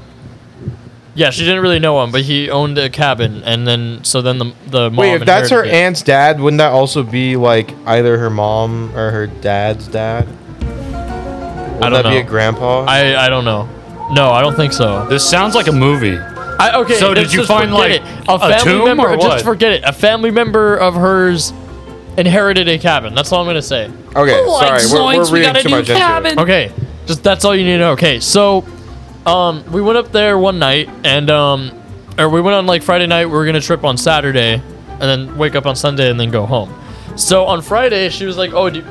[SPEAKER 4] Yeah, she didn't really know him, but he owned a cabin, and then so then the the mom.
[SPEAKER 13] Wait, if that's her
[SPEAKER 4] inherited it.
[SPEAKER 13] aunt's dad, wouldn't that also be like either her mom or her dad's dad? Would
[SPEAKER 4] I don't
[SPEAKER 13] that be
[SPEAKER 4] know.
[SPEAKER 13] a grandpa?
[SPEAKER 4] I I don't know. No, I don't think so.
[SPEAKER 5] This sounds like a movie.
[SPEAKER 4] I, okay,
[SPEAKER 5] So
[SPEAKER 4] let's
[SPEAKER 5] did you
[SPEAKER 4] just
[SPEAKER 5] find,
[SPEAKER 4] forget
[SPEAKER 5] like,
[SPEAKER 4] it.
[SPEAKER 5] a tomb
[SPEAKER 4] member?
[SPEAKER 5] or what?
[SPEAKER 4] Just forget it. A family member of hers inherited a cabin. That's all I'm gonna say.
[SPEAKER 13] Okay, sorry, we're- we're reading too much into it.
[SPEAKER 4] Okay, just that's all you need to know. Okay, so um, we went up there one night, and um, or we went on like Friday night. We were gonna trip on Saturday, and then wake up on Sunday, and then go home. So on Friday, she was like, "Oh, do you,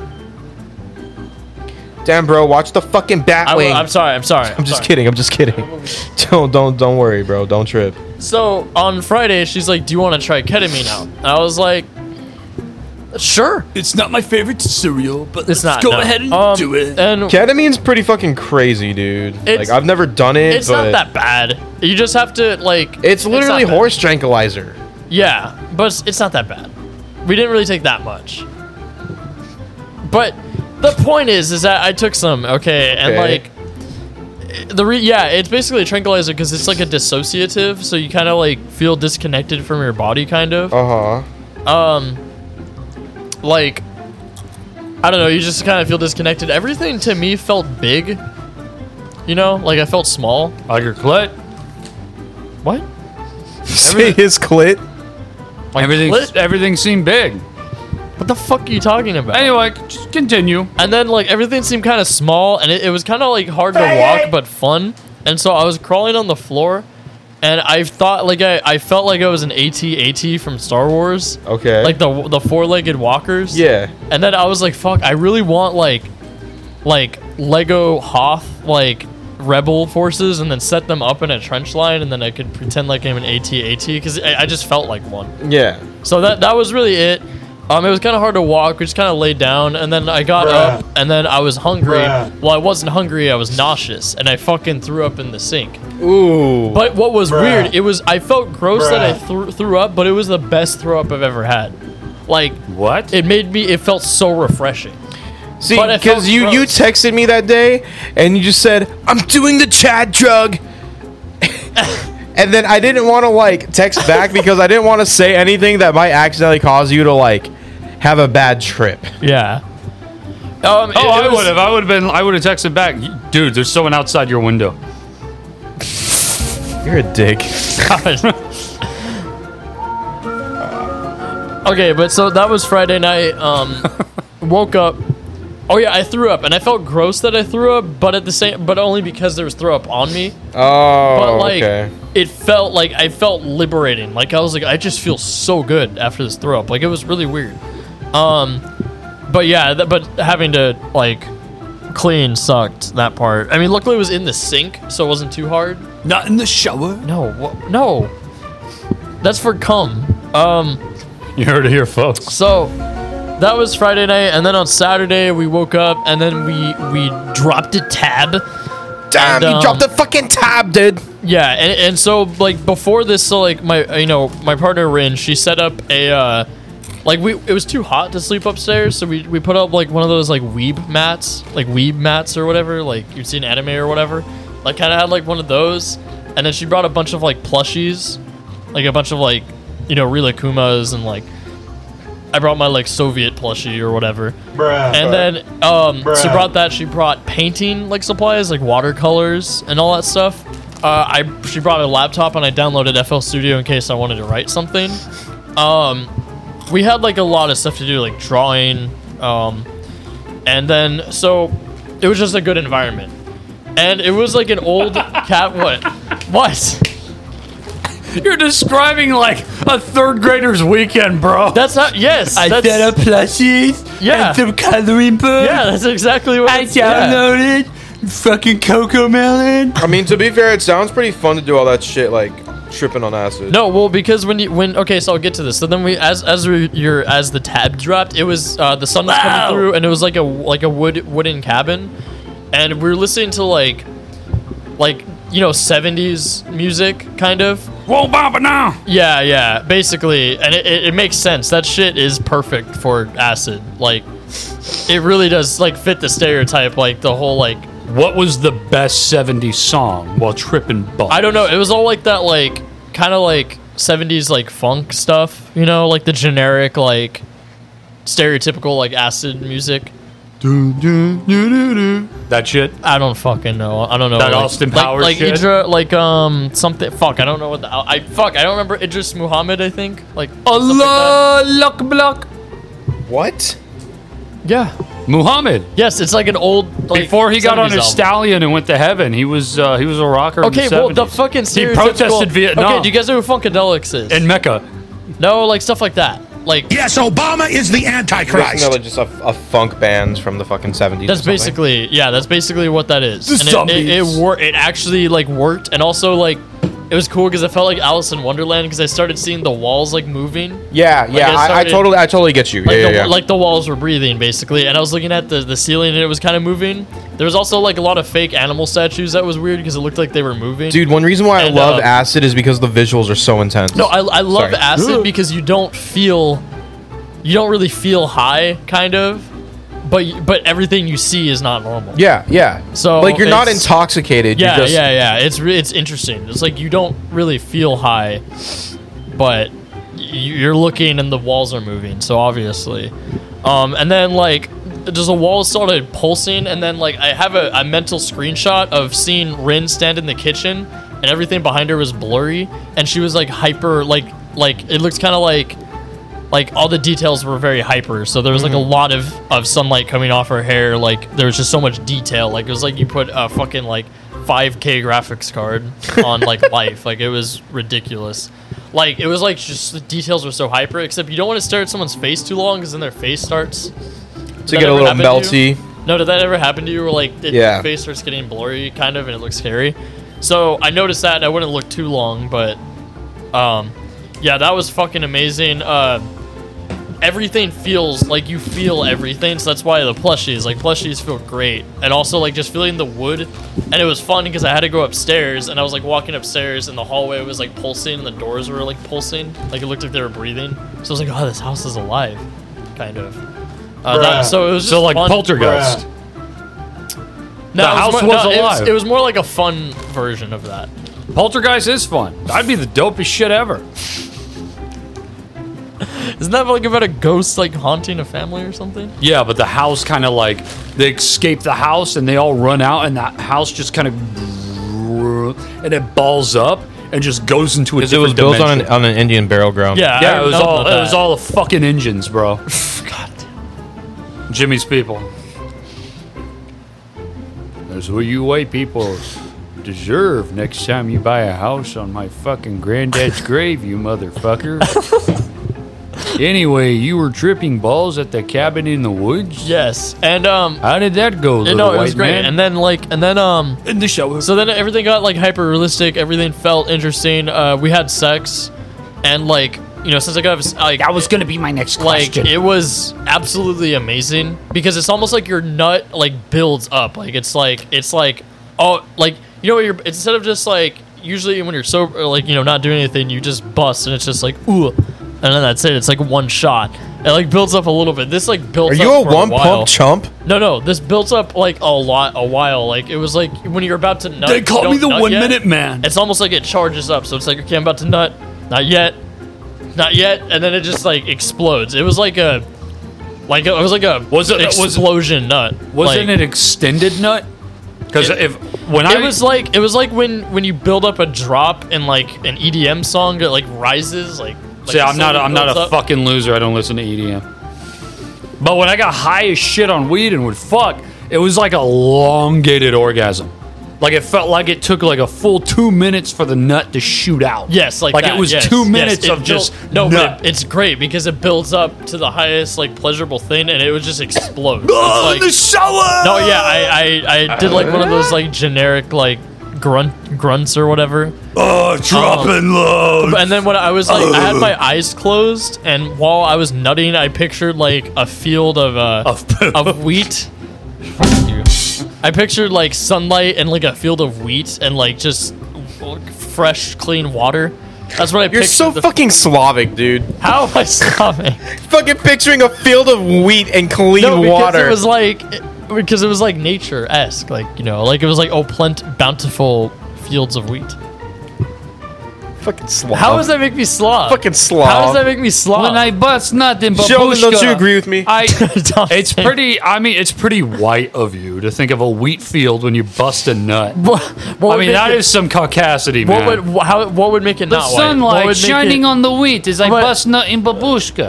[SPEAKER 13] Damn, bro, watch the fucking
[SPEAKER 4] I will,
[SPEAKER 13] Batwing.
[SPEAKER 4] I'm sorry, I'm sorry,
[SPEAKER 13] I'm just kidding. I'm just kidding.
[SPEAKER 4] (laughs)
[SPEAKER 13] don't don't don't worry, bro. Don't trip.
[SPEAKER 4] So on Friday, she's like, "Do you want to try ketamine out?" And I was like, "Sure."
[SPEAKER 5] It's not my favorite cereal, but
[SPEAKER 4] It's
[SPEAKER 5] let's
[SPEAKER 4] not,
[SPEAKER 5] go
[SPEAKER 4] no.
[SPEAKER 5] ahead and
[SPEAKER 4] Um,
[SPEAKER 5] do it.
[SPEAKER 4] And
[SPEAKER 13] Ketamine's pretty fucking crazy, dude.
[SPEAKER 4] It's-
[SPEAKER 13] Like I've never done it.
[SPEAKER 4] it's not
[SPEAKER 13] but
[SPEAKER 4] that bad. You just have to like.
[SPEAKER 13] It's literally
[SPEAKER 4] not bad.
[SPEAKER 13] horse tranquilizer.
[SPEAKER 4] Yeah, but it's, it's not that bad. We didn't really take that much. But the point is, is that I took some, okay, and
[SPEAKER 13] Okay.
[SPEAKER 4] like the re- yeah, it's basically a tranquilizer because it's like a dissociative, so you kind of like feel disconnected from your body, kind of.
[SPEAKER 13] Uh huh.
[SPEAKER 4] um like i don't know you just kind of feel disconnected everything to me felt big you know like i felt small
[SPEAKER 5] like your clit
[SPEAKER 4] what
[SPEAKER 13] Say his clit.
[SPEAKER 5] everything,
[SPEAKER 4] clit?
[SPEAKER 5] everything seemed big.
[SPEAKER 4] what the fuck are you talking about
[SPEAKER 5] Anyway, just continue.
[SPEAKER 4] and then like everything seemed kind of small and it, it was kind of like hard to walk but fun and so i was crawling on the floor and i thought like i, I felt like i was an at-at from star wars
[SPEAKER 13] Okay.
[SPEAKER 4] like the the four-legged walkers
[SPEAKER 13] Yeah.
[SPEAKER 4] And then I was like, fuck, I really want like like Lego Hoth like rebel forces and then set them up in a trench line and then I could pretend like I'm an AT-AT because I, I just felt like one.
[SPEAKER 13] Yeah.
[SPEAKER 4] So that that was really it. Um, it was kind of hard to walk. We just kind of laid down, and then I got up, and then I was hungry.
[SPEAKER 13] Bruh.
[SPEAKER 4] Well, I wasn't hungry. I was nauseous, and I fucking threw up in the sink.
[SPEAKER 13] Ooh.
[SPEAKER 4] But what was
[SPEAKER 13] Bruh.
[SPEAKER 4] weird, it was I felt gross that I
[SPEAKER 13] Bruh.
[SPEAKER 4] threw, threw up, but it was the best throw up I've ever had. Like
[SPEAKER 5] what?
[SPEAKER 4] It made me. It felt so refreshing.
[SPEAKER 13] See,
[SPEAKER 4] But it
[SPEAKER 13] because
[SPEAKER 4] felt
[SPEAKER 13] you you
[SPEAKER 4] gross.
[SPEAKER 13] texted me that day and you just said I'm doing the Chad drug, (laughs) and then I didn't want to like text back because I didn't want to say anything that might accidentally cause you to like have a bad trip.
[SPEAKER 4] Yeah. Um,
[SPEAKER 5] oh, I would have. I would have been. I would have texted back, dude. There's someone outside your window. (laughs)
[SPEAKER 13] You're a dick.
[SPEAKER 4] (laughs) okay, but so that was Friday night. Um, woke up. Oh yeah, I threw up, and I felt gross that I threw up, but at the same, but only because there was throw up on me.
[SPEAKER 13] Oh,
[SPEAKER 4] but like,
[SPEAKER 13] okay.
[SPEAKER 4] it felt like I felt liberating. Like I was like, I just feel so good after this throw up. Like it was really weird. Um, but yeah, th- but having to like clean sucked that part. I mean, luckily it was in the sink, so it wasn't too hard.
[SPEAKER 5] Not in the shower.
[SPEAKER 4] No, wha- no. That's for cum. Um,
[SPEAKER 5] you heard it here, folks.
[SPEAKER 4] So that was Friday night, and then on Saturday we woke up, and then we we dropped a tab.
[SPEAKER 13] Damn, you dropped a fucking tab, dude.
[SPEAKER 4] Yeah, and, and so like before this, so like my you know my partner Rin, she set up a uh, like we it was too hot to sleep upstairs, so we we put up like one of those like weeb mats, like weeb mats or whatever, like you've seen anime or whatever. Like kind of had like one of those, and then she brought a bunch of like plushies, like a bunch of like you know Rilakumas and like I brought my like Soviet plushie or whatever.
[SPEAKER 23] Bruh.
[SPEAKER 4] And then um, she
[SPEAKER 23] Bruh.
[SPEAKER 4] brought that. She brought painting like supplies, like watercolors and all that stuff. Uh, I she brought a laptop and I downloaded FL Studio in case I wanted to write something. Um, we had like a lot of stuff to do, like drawing. Um, and then so it was just a good environment, and it was like an
[SPEAKER 5] (laughs)
[SPEAKER 4] old cat. What? What?
[SPEAKER 5] You're describing like a third grader's weekend, bro.
[SPEAKER 4] That's not. Yes,
[SPEAKER 5] I
[SPEAKER 4] that's-
[SPEAKER 5] set up
[SPEAKER 4] (laughs)
[SPEAKER 5] plushies.
[SPEAKER 4] Yeah.
[SPEAKER 5] and some coloring book.
[SPEAKER 4] Yeah, that's exactly what
[SPEAKER 5] I
[SPEAKER 4] it's- yeah.
[SPEAKER 5] downloaded. Fucking cocoa melon.
[SPEAKER 13] I mean, to be fair, it sounds pretty fun to do all that shit like tripping on acid.
[SPEAKER 4] No, well, because when you when okay, so I'll get to this. So then we as as we your as the tab dropped, it was uh, the sun was coming through, and it was like a like a wood wooden cabin, and we were listening to like like you know seventies music kind of.
[SPEAKER 5] Whoa, Baba now.
[SPEAKER 4] Yeah, yeah, basically, and it, it, it makes sense. That shit is perfect for acid. Like, it really does like fit the stereotype. Like the whole like
[SPEAKER 5] What was the best '70s song while tripping? Balls?
[SPEAKER 4] I don't know. It was all like that, like kind of like '70s like funk stuff, you know, like the generic, like stereotypical like acid music.
[SPEAKER 5] That shit.
[SPEAKER 4] I don't fucking know. I don't know.
[SPEAKER 5] That
[SPEAKER 4] like,
[SPEAKER 5] Austin
[SPEAKER 4] like-
[SPEAKER 5] Powers
[SPEAKER 4] like,
[SPEAKER 5] shit?
[SPEAKER 4] Idra, like um something. Fuck, I don't know what the I fuck. I don't remember Idris Muhammad. I think like oh,
[SPEAKER 5] Allah luck block.
[SPEAKER 13] What?
[SPEAKER 4] Yeah.
[SPEAKER 5] Muhammad.
[SPEAKER 4] Yes, it's like an old. Like,
[SPEAKER 5] Before he got on
[SPEAKER 4] 70s
[SPEAKER 5] his
[SPEAKER 4] album.
[SPEAKER 5] stallion and went to heaven, he was uh, he was a rocker.
[SPEAKER 4] Okay,
[SPEAKER 5] in the
[SPEAKER 4] well, the
[SPEAKER 5] 70s.
[SPEAKER 4] fucking
[SPEAKER 5] he
[SPEAKER 4] stereotypical-
[SPEAKER 5] protested Vietnam.
[SPEAKER 4] Okay, do you guys know who Funkadelics is?
[SPEAKER 5] in Mecca.
[SPEAKER 4] no, like stuff like that. Like
[SPEAKER 24] yes, Obama is the Antichrist.
[SPEAKER 13] No, like just a, a funk band from the fucking 70s. or
[SPEAKER 4] That's
[SPEAKER 13] something.
[SPEAKER 4] basically yeah. That's basically what that is.
[SPEAKER 13] The
[SPEAKER 4] and it, it,
[SPEAKER 13] zombies.
[SPEAKER 4] it, wor- it actually like worked, and also like it was cool because I felt like Alice in Wonderland because I started seeing the walls like moving.
[SPEAKER 13] Yeah,
[SPEAKER 4] Like,
[SPEAKER 13] yeah.
[SPEAKER 4] it
[SPEAKER 13] I, I
[SPEAKER 4] started-
[SPEAKER 13] totally, I totally get you.
[SPEAKER 4] Like,
[SPEAKER 13] yeah,
[SPEAKER 4] the,
[SPEAKER 13] yeah, yeah.
[SPEAKER 4] like the walls were breathing basically, and I was looking at the the ceiling and it was kind of moving. There was also like a lot of fake animal statues that was weird because it looked like they were moving.
[SPEAKER 13] Dude, one reason why I
[SPEAKER 4] And,
[SPEAKER 13] love
[SPEAKER 4] uh,
[SPEAKER 13] acid is because the visuals are so intense.
[SPEAKER 4] No, I, I love
[SPEAKER 13] Sorry.
[SPEAKER 4] acid because you don't feel, you don't really feel high, kind of, but y- but everything you see is not normal.
[SPEAKER 13] Yeah, yeah.
[SPEAKER 4] So
[SPEAKER 13] like you're not
[SPEAKER 4] it's-
[SPEAKER 13] intoxicated.
[SPEAKER 4] Yeah,
[SPEAKER 13] you're just,
[SPEAKER 4] yeah, yeah. It's re- it's interesting. It's like you don't really feel high, but y- you're looking and the walls are moving. So obviously, um, and then like just the walls started pulsing, and then like I have a, a mental screenshot of seeing Rin stand in the kitchen, and everything behind her was blurry, and she was like hyper, like like it looks kind of like. Like all the details were very hyper, so there was like a
[SPEAKER 2] Mhm.
[SPEAKER 4] lot of, of sunlight coming off her hair. Like there was just so much detail. Like it was like you put a fucking like 5k graphics card on
[SPEAKER 13] (laughs)
[SPEAKER 4] like life. Like it was ridiculous. Like it was like just the details were so hyper. Except you don't want to stare at someone's face too long because then their face starts Did that
[SPEAKER 13] get a
[SPEAKER 4] ever
[SPEAKER 13] little
[SPEAKER 4] happen to you?
[SPEAKER 13] melty.
[SPEAKER 4] No, did that ever happen to you? Where like it,
[SPEAKER 13] Yeah.
[SPEAKER 4] your face starts getting blurry, kind of, and it looks scary. So I noticed that. And I wouldn't look too long, but um, yeah, that was fucking amazing. Uh, everything feels like you feel everything, so that's why the plushies like plushies feel great, and also like just feeling the wood, and it was fun because I had to go upstairs, and I was like walking upstairs, and the hallway was like pulsing, and the doors were like pulsing, like it looked like they were breathing. So I was like, oh, this house is alive, kind of. Uh, that-
[SPEAKER 5] Bruh.
[SPEAKER 4] so it was
[SPEAKER 5] So,
[SPEAKER 4] just
[SPEAKER 5] like,
[SPEAKER 4] fun.
[SPEAKER 5] Poltergeist.
[SPEAKER 4] No,
[SPEAKER 5] The
[SPEAKER 4] it
[SPEAKER 5] house
[SPEAKER 4] more-
[SPEAKER 5] was
[SPEAKER 4] no, it
[SPEAKER 5] alive.
[SPEAKER 4] It was more like a fun version of that.
[SPEAKER 5] Poltergeist is fun. That'd be the dopest shit ever.
[SPEAKER 4] Isn't that like about a ghost like haunting a family or something?
[SPEAKER 5] Yeah, but the house kind of like they escape the house and they all run out, and that house just kind of and it balls up and just goes into a
[SPEAKER 13] Because it
[SPEAKER 5] different
[SPEAKER 13] was built on an,
[SPEAKER 5] dimension.
[SPEAKER 13] on an Indian barrel ground.
[SPEAKER 5] yeah, it was all it was
[SPEAKER 4] that.
[SPEAKER 5] all the fucking engines,
[SPEAKER 4] (laughs)
[SPEAKER 5] bro. God damn. Jimmy's people. That's what you white people deserve next time you buy a house on my
[SPEAKER 4] (laughs)
[SPEAKER 5] fucking granddad's grave, you motherfucker. (laughs) anyway, you were tripping balls at the cabin in the woods?
[SPEAKER 4] Yes. And um
[SPEAKER 5] How did that go,
[SPEAKER 4] Yeah,
[SPEAKER 5] little
[SPEAKER 4] no, it
[SPEAKER 5] white
[SPEAKER 4] was great.
[SPEAKER 5] man?
[SPEAKER 4] And then like, and then um,
[SPEAKER 5] in the shower.
[SPEAKER 4] So then everything got like hyper realistic. Everything felt interesting. Uh, we had sex, and like you know, since I got like that
[SPEAKER 6] was gonna be my next
[SPEAKER 4] like
[SPEAKER 6] question.
[SPEAKER 4] it was absolutely amazing because it's almost like your nut like builds up. Like it's like it's like oh like you know what you're instead of just like usually when you're sober or, like you know not doing anything you just bust and it's just like ooh and then that's it. It's like one shot. It like builds up a little bit. This like builds.
[SPEAKER 13] Are you
[SPEAKER 4] up
[SPEAKER 13] a
[SPEAKER 4] for
[SPEAKER 13] one
[SPEAKER 4] while.
[SPEAKER 13] pump chump?
[SPEAKER 4] No, no. This built up like a lot, a while. Like it was like when you're about to nut.
[SPEAKER 5] They
[SPEAKER 4] you
[SPEAKER 5] call me
[SPEAKER 4] don't
[SPEAKER 5] the
[SPEAKER 4] nut
[SPEAKER 5] one
[SPEAKER 4] yet.
[SPEAKER 5] minute man.
[SPEAKER 4] It's almost like it charges up. So it's like okay, I'm about to nut, not yet, not yet, and then it just like explodes. It was like a, like it was like a
[SPEAKER 5] Was it- was it-
[SPEAKER 4] explosion nut?
[SPEAKER 5] Wasn't
[SPEAKER 4] like,
[SPEAKER 5] it extended nut? Because if when
[SPEAKER 4] it
[SPEAKER 5] I
[SPEAKER 4] was like it was like when when you build up a drop in like an EDM song that like rises like. like
[SPEAKER 5] See, I'm not. I'm not
[SPEAKER 4] builds
[SPEAKER 5] a
[SPEAKER 4] up.
[SPEAKER 5] fucking loser. I don't listen to EDM. But when I got high as shit on weed and would fuck, it was like a elongated orgasm. Like it felt like it took like a full two minutes for the nut to shoot out.
[SPEAKER 4] Yes, like
[SPEAKER 5] like
[SPEAKER 4] that,
[SPEAKER 5] it was
[SPEAKER 4] yes,
[SPEAKER 5] two
[SPEAKER 4] yes.
[SPEAKER 5] minutes
[SPEAKER 4] It
[SPEAKER 5] of
[SPEAKER 4] built-
[SPEAKER 5] just
[SPEAKER 4] no.
[SPEAKER 5] nut.
[SPEAKER 4] But it- it's great because it builds up to the highest like pleasurable thing, and it would just explode.
[SPEAKER 5] Oh,
[SPEAKER 4] It's
[SPEAKER 5] the
[SPEAKER 4] like-
[SPEAKER 5] shower!
[SPEAKER 4] No, yeah, I, I I did like one of those like generic like grunt grunts or whatever.
[SPEAKER 24] Oh,
[SPEAKER 5] Um,
[SPEAKER 24] dropping low.
[SPEAKER 4] (laughs) And then when I was like, I had my eyes closed, and while I was nutting, I pictured like a field of uh, of, wheat. Fuck you. I pictured like sunlight and like a field of wheat and like just like, fresh, clean water. That's what I
[SPEAKER 13] You're
[SPEAKER 4] pictured.
[SPEAKER 13] so
[SPEAKER 4] the-
[SPEAKER 13] fucking Slavic, dude.
[SPEAKER 4] How am I Slavic?
[SPEAKER 13] fucking picturing a field of wheat and clean
[SPEAKER 4] no, because
[SPEAKER 13] water.
[SPEAKER 4] it was like because it was like nature esque, like you know, like it was like oh, plant bountiful fields of wheat.
[SPEAKER 13] fucking Slav.
[SPEAKER 4] How does that make me slob?
[SPEAKER 13] Fucking Slav.
[SPEAKER 4] How does that make me slob?
[SPEAKER 5] When I bust nothing, but
[SPEAKER 13] Sheldon, don't you agree with (laughs) me?
[SPEAKER 5] I,
[SPEAKER 4] (laughs) Don't
[SPEAKER 5] it's
[SPEAKER 4] think-
[SPEAKER 5] pretty. I mean, it's pretty white of you to think of a wheat field when you bust a nut.
[SPEAKER 4] What- what
[SPEAKER 5] I mean,
[SPEAKER 4] would
[SPEAKER 5] that
[SPEAKER 4] make
[SPEAKER 5] is
[SPEAKER 4] it-
[SPEAKER 5] some caucasity,
[SPEAKER 4] What
[SPEAKER 5] man.
[SPEAKER 4] would wh- how what would make Uh, it
[SPEAKER 3] The
[SPEAKER 4] not white? What
[SPEAKER 3] sunlight
[SPEAKER 4] would make
[SPEAKER 3] shining
[SPEAKER 4] it-
[SPEAKER 3] on the wheat is I bust nut in babushka.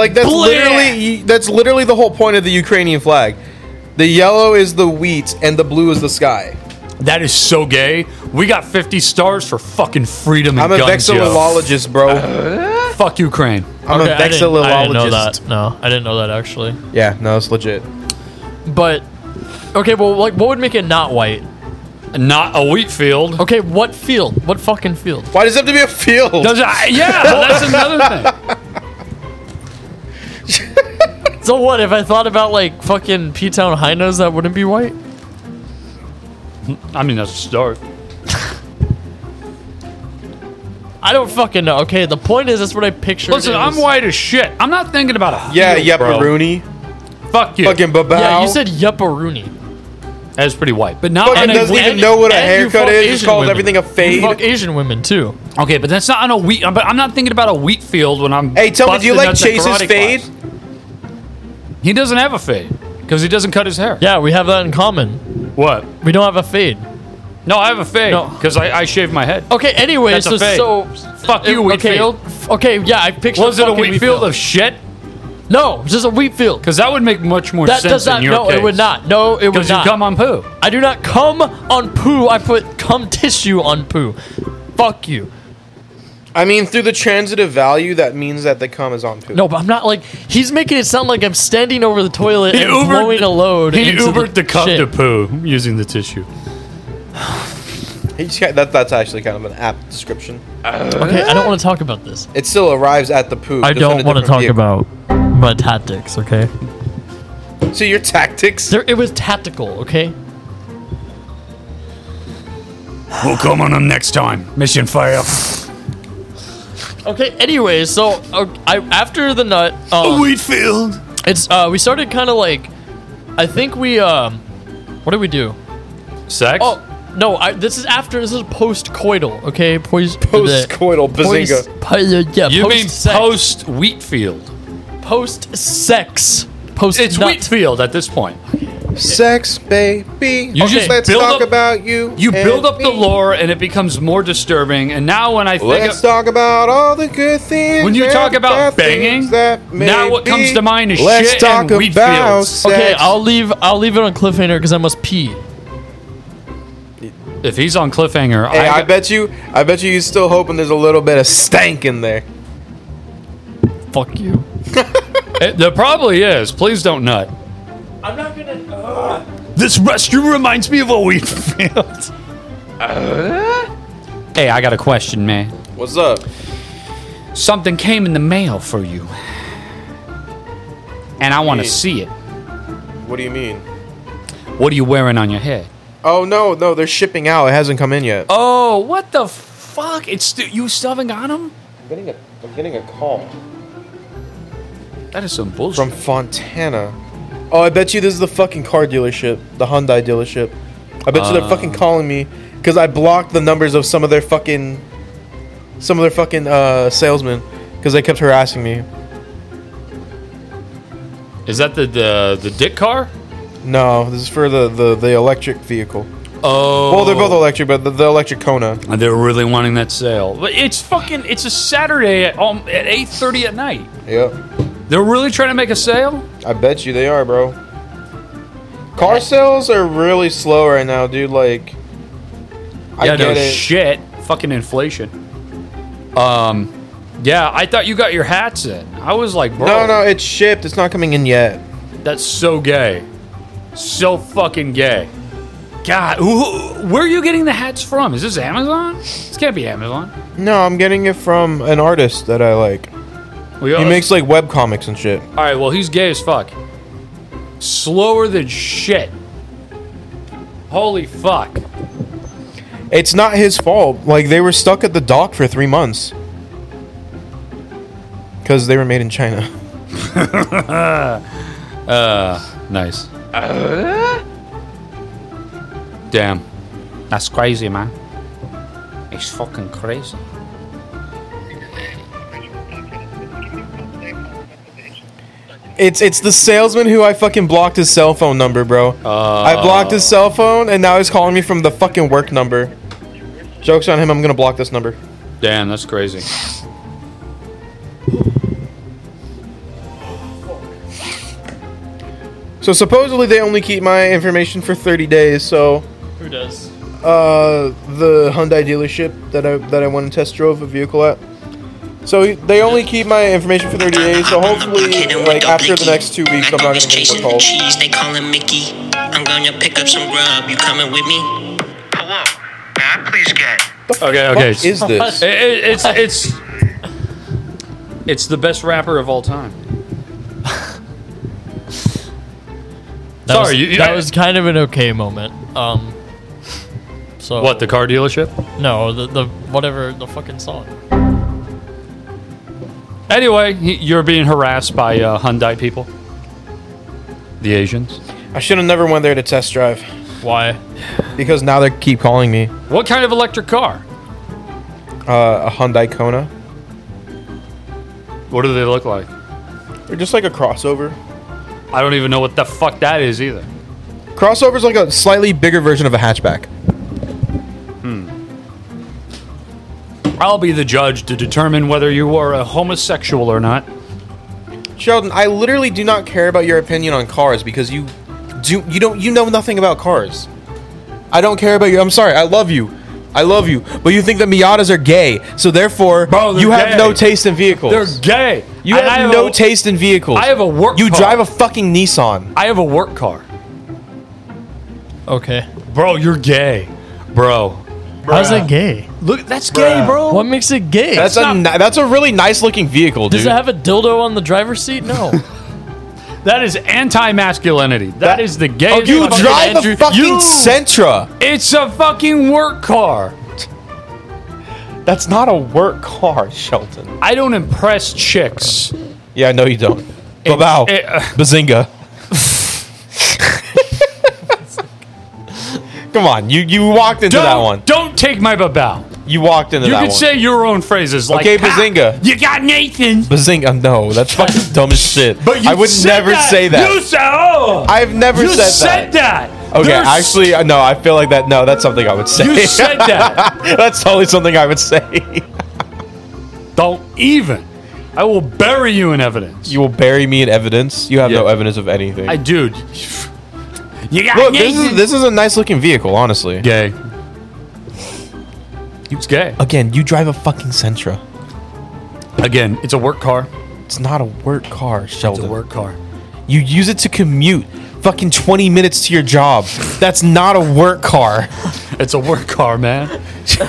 [SPEAKER 13] Like that's
[SPEAKER 25] Blah!
[SPEAKER 13] literally that's literally the whole point of the Ukrainian flag. The yellow is the wheat and the blue is the sky.
[SPEAKER 5] That is so gay. We got 50 stars for fucking freedom and
[SPEAKER 13] I'm a
[SPEAKER 5] guns, yo.
[SPEAKER 13] vexillologist, bro.
[SPEAKER 5] fuck Ukraine.
[SPEAKER 4] Uh, Okay,
[SPEAKER 13] I'm a
[SPEAKER 4] I didn't-
[SPEAKER 13] vexillologist.
[SPEAKER 4] I didn't know that. No, I didn't know that actually.
[SPEAKER 13] Yeah, no, it's legit.
[SPEAKER 4] But okay, well, like, what would make it not white?
[SPEAKER 5] Not a wheat field.
[SPEAKER 4] Okay, what field? What fucking field?
[SPEAKER 13] Why does it have to be a field?
[SPEAKER 5] Does it- I- (laughs) yeah, well, that's another
[SPEAKER 4] thing. so what if I thought about like fucking P Town Hinos that wouldn't be white?
[SPEAKER 5] I mean, that's a start.
[SPEAKER 4] I don't fucking know. Okay, the point is that's what I pictured.
[SPEAKER 5] Listen,
[SPEAKER 4] it
[SPEAKER 5] I'm
[SPEAKER 4] was-
[SPEAKER 5] white as shit. I'm not thinking about a
[SPEAKER 13] Yeah,
[SPEAKER 5] field,
[SPEAKER 13] yeah,
[SPEAKER 5] bro.
[SPEAKER 13] Peruni.
[SPEAKER 5] Fuck you.
[SPEAKER 13] Fucking babao.
[SPEAKER 4] Yeah, you said Yupperoonie.
[SPEAKER 5] That is pretty white, but not
[SPEAKER 13] Fucking
[SPEAKER 5] on a
[SPEAKER 13] doesn't
[SPEAKER 5] wheat-
[SPEAKER 13] even know what a
[SPEAKER 5] and you
[SPEAKER 13] haircut
[SPEAKER 5] fuck
[SPEAKER 13] is. Just
[SPEAKER 5] Asian
[SPEAKER 13] calls
[SPEAKER 5] women.
[SPEAKER 13] everything a fade.
[SPEAKER 5] You fuck
[SPEAKER 4] Asian women too.
[SPEAKER 5] Okay, but that's not on a wheat. But I'm not thinking about a wheat field when I'm.
[SPEAKER 13] Hey, tell me, do you
[SPEAKER 5] busting
[SPEAKER 13] like
[SPEAKER 5] nuts at
[SPEAKER 13] Chase's
[SPEAKER 5] karate
[SPEAKER 13] fade?
[SPEAKER 5] class. He doesn't have a fade because he doesn't cut his hair.
[SPEAKER 4] Yeah, we have that in common.
[SPEAKER 5] What?
[SPEAKER 4] We don't have a fade.
[SPEAKER 5] No, I have a fade
[SPEAKER 4] No.
[SPEAKER 5] because I, I shave my head.
[SPEAKER 4] Okay, anyway,
[SPEAKER 5] That's
[SPEAKER 4] so
[SPEAKER 5] a fade.
[SPEAKER 4] so
[SPEAKER 5] fuck you, wheat
[SPEAKER 4] okay,
[SPEAKER 5] field.
[SPEAKER 4] f- Okay, yeah, I pictured.
[SPEAKER 5] Was it a
[SPEAKER 4] fucking
[SPEAKER 5] wheat field of shit?
[SPEAKER 4] No, it's just a wheat field.
[SPEAKER 5] Because that would make much more
[SPEAKER 4] That
[SPEAKER 5] sense
[SPEAKER 4] does not.
[SPEAKER 5] in your
[SPEAKER 4] No,
[SPEAKER 5] case.
[SPEAKER 4] it would not. No, it would
[SPEAKER 5] Because you
[SPEAKER 4] not.
[SPEAKER 5] come on poo.
[SPEAKER 4] I do not come on poo. I put cum tissue on poo. Fuck you.
[SPEAKER 13] I mean, through the transitive value, that means that the cum is on poop.
[SPEAKER 4] No, but I'm not like he's making it sound like I'm standing over the toilet
[SPEAKER 5] He
[SPEAKER 4] and
[SPEAKER 5] Ubered-
[SPEAKER 4] blowing a load.
[SPEAKER 5] He
[SPEAKER 4] into
[SPEAKER 5] Ubered the cup
[SPEAKER 4] shit.
[SPEAKER 5] to poo using the tissue.
[SPEAKER 13] He just got- that, that's actually kind of an apt description.
[SPEAKER 4] Okay, I don't want to talk about this.
[SPEAKER 13] It still arrives at the poop.
[SPEAKER 4] I
[SPEAKER 13] just in a
[SPEAKER 4] don't want to
[SPEAKER 13] different
[SPEAKER 4] talk
[SPEAKER 13] vehicle.
[SPEAKER 4] about my tactics. Okay,
[SPEAKER 13] So your tactics?
[SPEAKER 4] There, it was tactical. Okay,
[SPEAKER 7] We'll come on them next time. Mission failed.
[SPEAKER 4] Okay. Anyway, so uh, I, after the nut, um,
[SPEAKER 7] A wheat field.
[SPEAKER 4] It's uh, we started kind of like, I think we um, what did we do?
[SPEAKER 5] Sex.
[SPEAKER 4] Oh no, I, this is after this is post coital. Okay, post
[SPEAKER 13] Post-coital, bazinga.
[SPEAKER 4] yeah,
[SPEAKER 5] you mean
[SPEAKER 4] post-sex.
[SPEAKER 5] post wheat field?
[SPEAKER 4] post sex post.
[SPEAKER 5] It's wheat field at this point.
[SPEAKER 13] Sex, baby.
[SPEAKER 5] You just
[SPEAKER 13] let's
[SPEAKER 5] build
[SPEAKER 13] talk
[SPEAKER 5] up-
[SPEAKER 13] about you.
[SPEAKER 5] You
[SPEAKER 13] and
[SPEAKER 5] build up the
[SPEAKER 13] me.
[SPEAKER 5] lore, and it becomes more disturbing. And now when I think
[SPEAKER 13] Let's
[SPEAKER 5] of-
[SPEAKER 13] talk about all the good things.
[SPEAKER 5] When you
[SPEAKER 13] and
[SPEAKER 5] talk about
[SPEAKER 13] bad
[SPEAKER 5] banging,
[SPEAKER 13] things that may
[SPEAKER 5] now what comes
[SPEAKER 13] be.
[SPEAKER 5] to mind is
[SPEAKER 13] Let's
[SPEAKER 5] shit
[SPEAKER 13] talk
[SPEAKER 5] and wheat
[SPEAKER 13] about
[SPEAKER 5] fields.
[SPEAKER 13] sex.
[SPEAKER 4] Okay, I'll leave. I'll leave it on cliffhanger because I must pee.
[SPEAKER 5] if he's on cliffhanger,
[SPEAKER 13] Hey,
[SPEAKER 5] I,
[SPEAKER 13] I, bet you, I bet you, you still hoping there's a little bit of stank in there.
[SPEAKER 4] Fuck you.
[SPEAKER 5] (laughs) it- there probably is. Please don't nut.
[SPEAKER 4] I'm not gonna.
[SPEAKER 5] uh. This restroom reminds me of a wheat field. Uh? hey, I got a question, man.
[SPEAKER 13] What's up?
[SPEAKER 5] Something came in the mail for you, and I want to
[SPEAKER 13] Hey.
[SPEAKER 5] see it.
[SPEAKER 13] What do you mean?
[SPEAKER 5] What are you wearing on your head?
[SPEAKER 13] Oh no, no, they're shipping out. It hasn't come in yet.
[SPEAKER 5] Oh, what the fuck? It's st- you still haven't got him?
[SPEAKER 13] I'm getting a, I'm getting a call
[SPEAKER 5] That is some bullshit.
[SPEAKER 13] from Fontana. Oh, I bet you this is the fucking car dealership, the Hyundai dealership. I bet you they're
[SPEAKER 5] Uh.
[SPEAKER 13] fucking calling me because I blocked the numbers of some of their fucking, some of their fucking uh, salesmen because they kept harassing me.
[SPEAKER 5] Is that the the, the dick car?
[SPEAKER 13] No, this is for the the, the electric vehicle.
[SPEAKER 5] Oh,
[SPEAKER 13] Well, they're both electric, but the, the electric Kona.
[SPEAKER 5] They're really wanting that sale. But it's fucking. It's a Saturday at um, at eight thirty at night.
[SPEAKER 13] Yep.
[SPEAKER 5] They're really trying to make a sale.
[SPEAKER 13] I bet you they are, bro. Car sales are really slow right now, dude. Like, I
[SPEAKER 5] yeah,
[SPEAKER 13] get
[SPEAKER 5] no
[SPEAKER 13] it.
[SPEAKER 5] shit. Fucking inflation. Um, yeah, I thought you got your hats in. I was like, bro,
[SPEAKER 13] no, no, it's shipped. It's not coming in yet.
[SPEAKER 5] that's so gay, so fucking gay. God, who, who- where are you getting the hats from? Is this Amazon? This can't be Amazon.
[SPEAKER 13] No, I'm getting it from an artist that I like.
[SPEAKER 5] We
[SPEAKER 13] He
[SPEAKER 5] are-
[SPEAKER 13] makes like web comics and shit.
[SPEAKER 5] All right, well, he's gay as fuck. Slower than shit. Holy fuck.
[SPEAKER 13] It's not his fault. Like they were stuck at the dock for three months because they were made in China. (laughs)
[SPEAKER 5] (laughs) uh, nice. Damn. That's crazy, man. It's fucking crazy.
[SPEAKER 13] It's it's the salesman who I fucking blocked his cell phone number, bro.
[SPEAKER 5] Uh,
[SPEAKER 13] I blocked his cell phone, and now he's calling me from the fucking work number. Jokes on him. I'm gonna block this number.
[SPEAKER 5] Damn, that's crazy.
[SPEAKER 13] So supposedly they only keep my information for 30 days. So
[SPEAKER 4] Who does?
[SPEAKER 13] uh, the Hyundai dealership that I that I went and test drove a vehicle at. So they only keep my information for 30 days. So hopefully, like after the next two weeks, I'm not gonna get more calls.
[SPEAKER 22] Cheese, they call him Mickey. I'm gonna pick up some grub. You coming with me? Hello. May I please get?
[SPEAKER 5] Okay, okay.
[SPEAKER 13] fuck is this?
[SPEAKER 5] It, it, it's it's it's the best rapper of all (laughs) time.
[SPEAKER 4] That
[SPEAKER 5] Sorry,
[SPEAKER 4] was,
[SPEAKER 5] you- you-
[SPEAKER 4] that
[SPEAKER 5] I-
[SPEAKER 4] was kind of an okay moment. Um, so
[SPEAKER 5] What the car dealership?
[SPEAKER 4] No, the the whatever the fucking song.
[SPEAKER 5] Anyway, he- you're being harassed by uh, Hyundai people, the Asians.
[SPEAKER 13] I should have never went there to test drive.
[SPEAKER 4] Why?
[SPEAKER 13] Because now they keep calling me
[SPEAKER 5] What kind of electric car?
[SPEAKER 13] uh, a Hyundai Kona.
[SPEAKER 5] What do they look like?
[SPEAKER 13] They're just like a crossover.
[SPEAKER 5] I don't even know what the fuck that is either.
[SPEAKER 13] Crossover's like a slightly bigger version of a hatchback.
[SPEAKER 5] I'll be the judge to determine whether you are a homosexual or not.
[SPEAKER 13] Sheldon, I literally do not care about your opinion on cars because you do you don't you know nothing about cars. I don't care about you. I'm sorry. I love you. I love you. But you think that Miatas are gay, so therefore
[SPEAKER 5] they're
[SPEAKER 13] you have
[SPEAKER 5] gay.
[SPEAKER 13] no taste in vehicles.
[SPEAKER 5] They're gay.
[SPEAKER 13] You
[SPEAKER 5] And
[SPEAKER 13] have,
[SPEAKER 5] I
[SPEAKER 13] no
[SPEAKER 5] a-
[SPEAKER 13] taste in vehicles.
[SPEAKER 5] I have a work
[SPEAKER 13] You
[SPEAKER 5] car.
[SPEAKER 13] drive a fucking Nissan.
[SPEAKER 5] I have a work car.
[SPEAKER 4] Okay.
[SPEAKER 5] Bro, you're gay. Bro.
[SPEAKER 4] How's that gay?
[SPEAKER 5] Look, that's gay, bro.
[SPEAKER 4] What makes it gay?
[SPEAKER 13] That's a ni- that's a really nice looking vehicle, dude.
[SPEAKER 4] Does it have a dildo on the driver's seat?
[SPEAKER 13] (laughs)
[SPEAKER 4] No.
[SPEAKER 5] That is anti masculinity. that Oh, is the gay.
[SPEAKER 13] Okay, you drive a fucking Sentra.
[SPEAKER 5] It's a fucking work car.
[SPEAKER 13] That's not a work car, Sheldon.
[SPEAKER 5] I don't impress chicks.
[SPEAKER 13] Yeah, I know you don't. Bow,
[SPEAKER 5] it- uh,
[SPEAKER 13] bazinga. Come on, you you walked into
[SPEAKER 5] Don't,
[SPEAKER 13] that one.
[SPEAKER 5] don't take my babao.
[SPEAKER 13] You walked into
[SPEAKER 5] You
[SPEAKER 13] that
[SPEAKER 5] can
[SPEAKER 13] one.
[SPEAKER 5] say your own phrases like
[SPEAKER 13] okay,
[SPEAKER 5] "Ha,
[SPEAKER 13] Bazinga.
[SPEAKER 5] You got Nathan.
[SPEAKER 13] Bazinga.
[SPEAKER 5] (laughs)
[SPEAKER 13] No, that's fucking dumb as shit.
[SPEAKER 5] But you
[SPEAKER 13] I would
[SPEAKER 5] said
[SPEAKER 13] never
[SPEAKER 5] that.
[SPEAKER 13] say that.
[SPEAKER 5] You said oh.
[SPEAKER 13] I've never
[SPEAKER 5] you
[SPEAKER 13] said that.
[SPEAKER 5] said that.
[SPEAKER 13] okay,
[SPEAKER 5] There's-
[SPEAKER 13] actually, uh, no. I feel like that. No, that's something I would say.
[SPEAKER 5] You said that. (laughs)
[SPEAKER 13] that's totally something I would say. (laughs)
[SPEAKER 5] don't even. I will bury you in evidence.
[SPEAKER 13] you will bury me in evidence. You have no evidence of anything.
[SPEAKER 5] I dude. You got
[SPEAKER 13] Look, this
[SPEAKER 5] Nathan.
[SPEAKER 13] is this is a nice looking vehicle, honestly.
[SPEAKER 5] Gay. It's gay.
[SPEAKER 13] Again, you drive a fucking Sentra.
[SPEAKER 5] Again, it's a work car.
[SPEAKER 13] It's not a work car, Sheldon.
[SPEAKER 5] work car.
[SPEAKER 13] You use it to commute fucking 20 minutes to your job. That's not a work car.
[SPEAKER 5] It's a work car, man.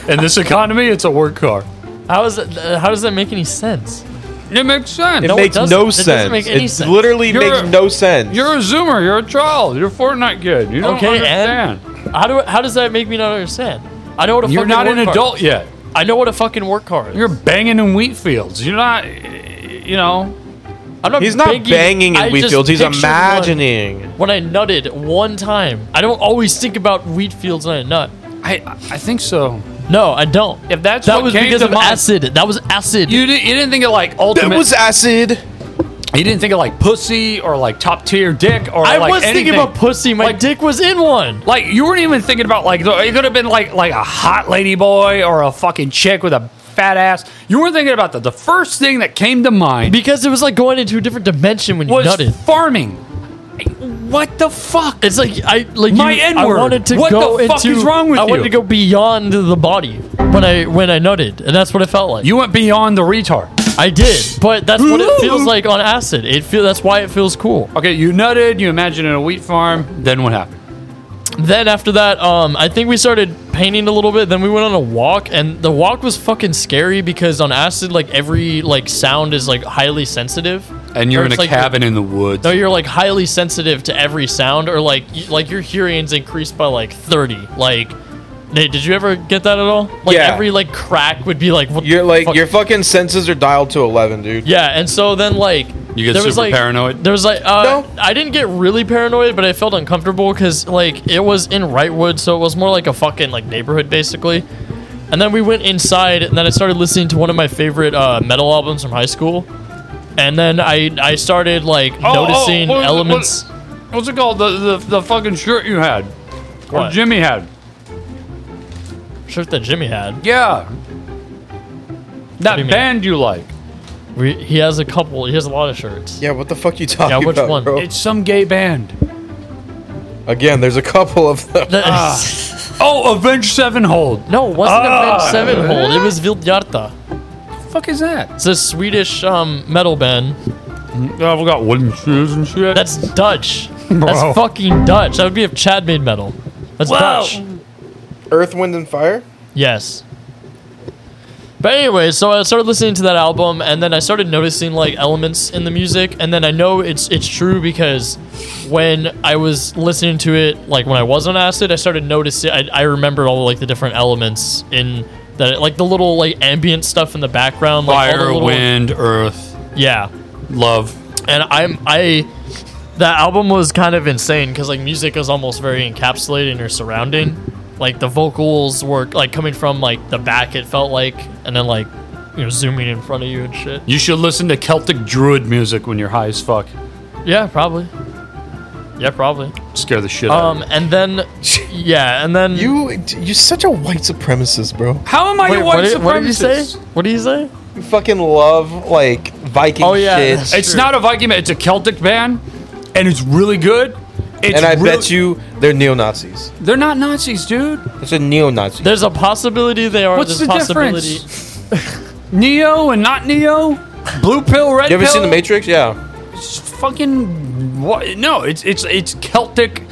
[SPEAKER 5] In this economy, it's a work car.
[SPEAKER 4] How is it, uh, How does that make any sense?
[SPEAKER 3] It makes sense.
[SPEAKER 13] It
[SPEAKER 4] No, it
[SPEAKER 13] makes
[SPEAKER 4] doesn't. It
[SPEAKER 13] no
[SPEAKER 4] doesn't
[SPEAKER 13] sense.
[SPEAKER 4] make any
[SPEAKER 13] it
[SPEAKER 4] sense.
[SPEAKER 13] literally
[SPEAKER 3] You're
[SPEAKER 13] makes
[SPEAKER 3] a-
[SPEAKER 13] no sense.
[SPEAKER 3] You're a zoomer. You're a troll. You're Fortnite good. You don't
[SPEAKER 4] Okay,
[SPEAKER 3] understand.
[SPEAKER 4] and how do how does that make me not understand? I know what a
[SPEAKER 5] You're
[SPEAKER 4] fucking
[SPEAKER 5] not
[SPEAKER 4] work
[SPEAKER 5] an
[SPEAKER 4] car
[SPEAKER 5] adult
[SPEAKER 4] is.
[SPEAKER 5] yet.
[SPEAKER 4] I know what a fucking work car is.
[SPEAKER 5] You're banging in wheat fields. You're not, you know.
[SPEAKER 4] I'm not
[SPEAKER 13] He's not
[SPEAKER 4] banging,
[SPEAKER 13] banging
[SPEAKER 4] I
[SPEAKER 13] in wheat
[SPEAKER 4] just
[SPEAKER 13] fields. He's
[SPEAKER 4] pictured one.
[SPEAKER 13] imagining.
[SPEAKER 4] When I nutted one time, I don't always think about wheat fields when I nut.
[SPEAKER 5] I I think so.
[SPEAKER 4] No, I don't.
[SPEAKER 5] If that's
[SPEAKER 4] that
[SPEAKER 5] what
[SPEAKER 4] was
[SPEAKER 5] came
[SPEAKER 4] because
[SPEAKER 5] to
[SPEAKER 4] of
[SPEAKER 5] mind-
[SPEAKER 4] acid. That was acid.
[SPEAKER 5] You didn't, you didn't think of like
[SPEAKER 13] That
[SPEAKER 5] ultimate.
[SPEAKER 13] was acid.
[SPEAKER 5] you didn't think of like pussy or like top tier dick or
[SPEAKER 4] I
[SPEAKER 5] like
[SPEAKER 4] was
[SPEAKER 5] anything.
[SPEAKER 4] thinking about pussy. My dick was in one.
[SPEAKER 5] like you weren't even thinking about like the- it could have been like like a hot lady boy or a fucking chick with a fat ass. You weren't thinking about that. The first thing that came to mind
[SPEAKER 4] Because it was like going into a different dimension when you
[SPEAKER 5] was
[SPEAKER 4] nutted.
[SPEAKER 5] farming. What the fuck?
[SPEAKER 4] It's like I like
[SPEAKER 5] My
[SPEAKER 4] you, I
[SPEAKER 5] N-word.
[SPEAKER 4] wanted to
[SPEAKER 5] What
[SPEAKER 4] go
[SPEAKER 5] the fuck
[SPEAKER 4] into,
[SPEAKER 5] is wrong with
[SPEAKER 4] I
[SPEAKER 5] you?
[SPEAKER 4] wanted to go beyond the body when I when I nutted, and that's what it felt like.
[SPEAKER 5] You went beyond the retard.
[SPEAKER 4] I did, but that's what it
[SPEAKER 5] (laughs)
[SPEAKER 4] feels like on acid. It feel that's why it feels cool.
[SPEAKER 5] Okay, you nutted. You imagined in a wheat farm. Then what happened?
[SPEAKER 4] Then after that, um, I think we started painting a little bit. Then we went on a walk, and the walk was fucking scary because on acid, like every like sound is like highly sensitive.
[SPEAKER 5] And you're
[SPEAKER 4] Or
[SPEAKER 5] in a
[SPEAKER 4] it's like-
[SPEAKER 5] cabin in the woods.
[SPEAKER 4] No, you're like highly sensitive to every sound, or like y- like your hearing's increased by like thirty. Like, Nate, did you ever get that at all? Like
[SPEAKER 13] Yeah.
[SPEAKER 4] every like crack would be like what the
[SPEAKER 13] You're like
[SPEAKER 4] fuck?
[SPEAKER 13] your fucking senses are dialed to 11, dude.
[SPEAKER 4] yeah. And so then like
[SPEAKER 5] You get
[SPEAKER 4] there was,
[SPEAKER 5] super
[SPEAKER 4] like-
[SPEAKER 5] paranoid?
[SPEAKER 4] There was like uh,
[SPEAKER 13] No.
[SPEAKER 4] I didn't get really paranoid, but I felt uncomfortable because like it was in Wrightwood, so it was more like a fucking like neighborhood basically. And then we went inside, and then I started listening to one of my favorite uh, metal albums from high school. And then I I started like
[SPEAKER 3] Oh, oh,
[SPEAKER 4] noticing
[SPEAKER 3] what was it- what-
[SPEAKER 4] elements.
[SPEAKER 5] What's it called? The, the the fucking shirt you had, or
[SPEAKER 4] What?
[SPEAKER 5] Jimmy had.
[SPEAKER 4] shirt that Jimmy had.
[SPEAKER 5] Yeah.
[SPEAKER 4] do you
[SPEAKER 5] That
[SPEAKER 4] mean?
[SPEAKER 5] band you like.
[SPEAKER 4] We, he has a couple. He has a lot of shirts.
[SPEAKER 13] Yeah, what the fuck you talking
[SPEAKER 4] which
[SPEAKER 13] about,
[SPEAKER 4] one?
[SPEAKER 13] bro?
[SPEAKER 5] It's some gay band.
[SPEAKER 13] Again, there's a couple of them. (laughs)
[SPEAKER 5] Ah. oh, Avenged Sevenfold.
[SPEAKER 4] (laughs) No, it wasn't
[SPEAKER 5] Ah.
[SPEAKER 4] Avenged Sevenfold. It was Vildjarta.
[SPEAKER 5] The fuck is that?
[SPEAKER 4] It's a Swedish um, metal band.
[SPEAKER 5] Yeah, we got wooden shoes and shit.
[SPEAKER 4] That's
[SPEAKER 13] (laughs)
[SPEAKER 4] Dutch.
[SPEAKER 5] Bro.
[SPEAKER 4] That's fucking Dutch. That would be if Chad made metal. That's
[SPEAKER 13] Wow.
[SPEAKER 4] Dutch.
[SPEAKER 13] Earth, Wind, and Fire?
[SPEAKER 4] Yes. But anyway, so I started listening to that album, and then I started noticing like elements in the music, and then I know it's it's true because when I was listening to it, like when I was on acid, I started noticing. I, I remembered all like the different elements in that, like the little like ambient stuff in the background, like all the
[SPEAKER 5] Fire,
[SPEAKER 4] little-
[SPEAKER 5] wind, earth,
[SPEAKER 4] yeah,
[SPEAKER 5] love.
[SPEAKER 4] and I'm I that album was kind of insane because like music is almost very encapsulated in your surrounding. Like the vocals were like coming from like the back, it felt like, and then like you know zooming in front of you and shit.
[SPEAKER 5] You should listen to Celtic Druid music when you're high as fuck.
[SPEAKER 4] Yeah, probably. Yeah, probably.
[SPEAKER 5] Scare the shit out of
[SPEAKER 4] Um, and
[SPEAKER 5] (laughs)
[SPEAKER 4] then yeah, and then
[SPEAKER 13] you you're such a white supremacist, bro.
[SPEAKER 5] How am
[SPEAKER 4] Wait, what did- what did you say? What do you say?
[SPEAKER 13] You fucking love like Viking
[SPEAKER 5] Oh yeah,
[SPEAKER 13] shit.
[SPEAKER 5] it's not a Viking band. It's a Celtic band, Um, and it's really good. It's
[SPEAKER 13] and I
[SPEAKER 5] really-
[SPEAKER 13] bet you they're neo Nazis.
[SPEAKER 5] they're not Nazis, dude.
[SPEAKER 13] It's a neo Nazi.
[SPEAKER 4] There's a possibility they are.
[SPEAKER 5] What's
[SPEAKER 4] there's
[SPEAKER 5] the
[SPEAKER 4] possibility.
[SPEAKER 5] (laughs) Neo and not Neo, blue pill, red
[SPEAKER 13] You ever
[SPEAKER 5] pill.
[SPEAKER 13] seen the Matrix? Yeah.
[SPEAKER 5] It's fucking what? No, it's it's it's Celtic,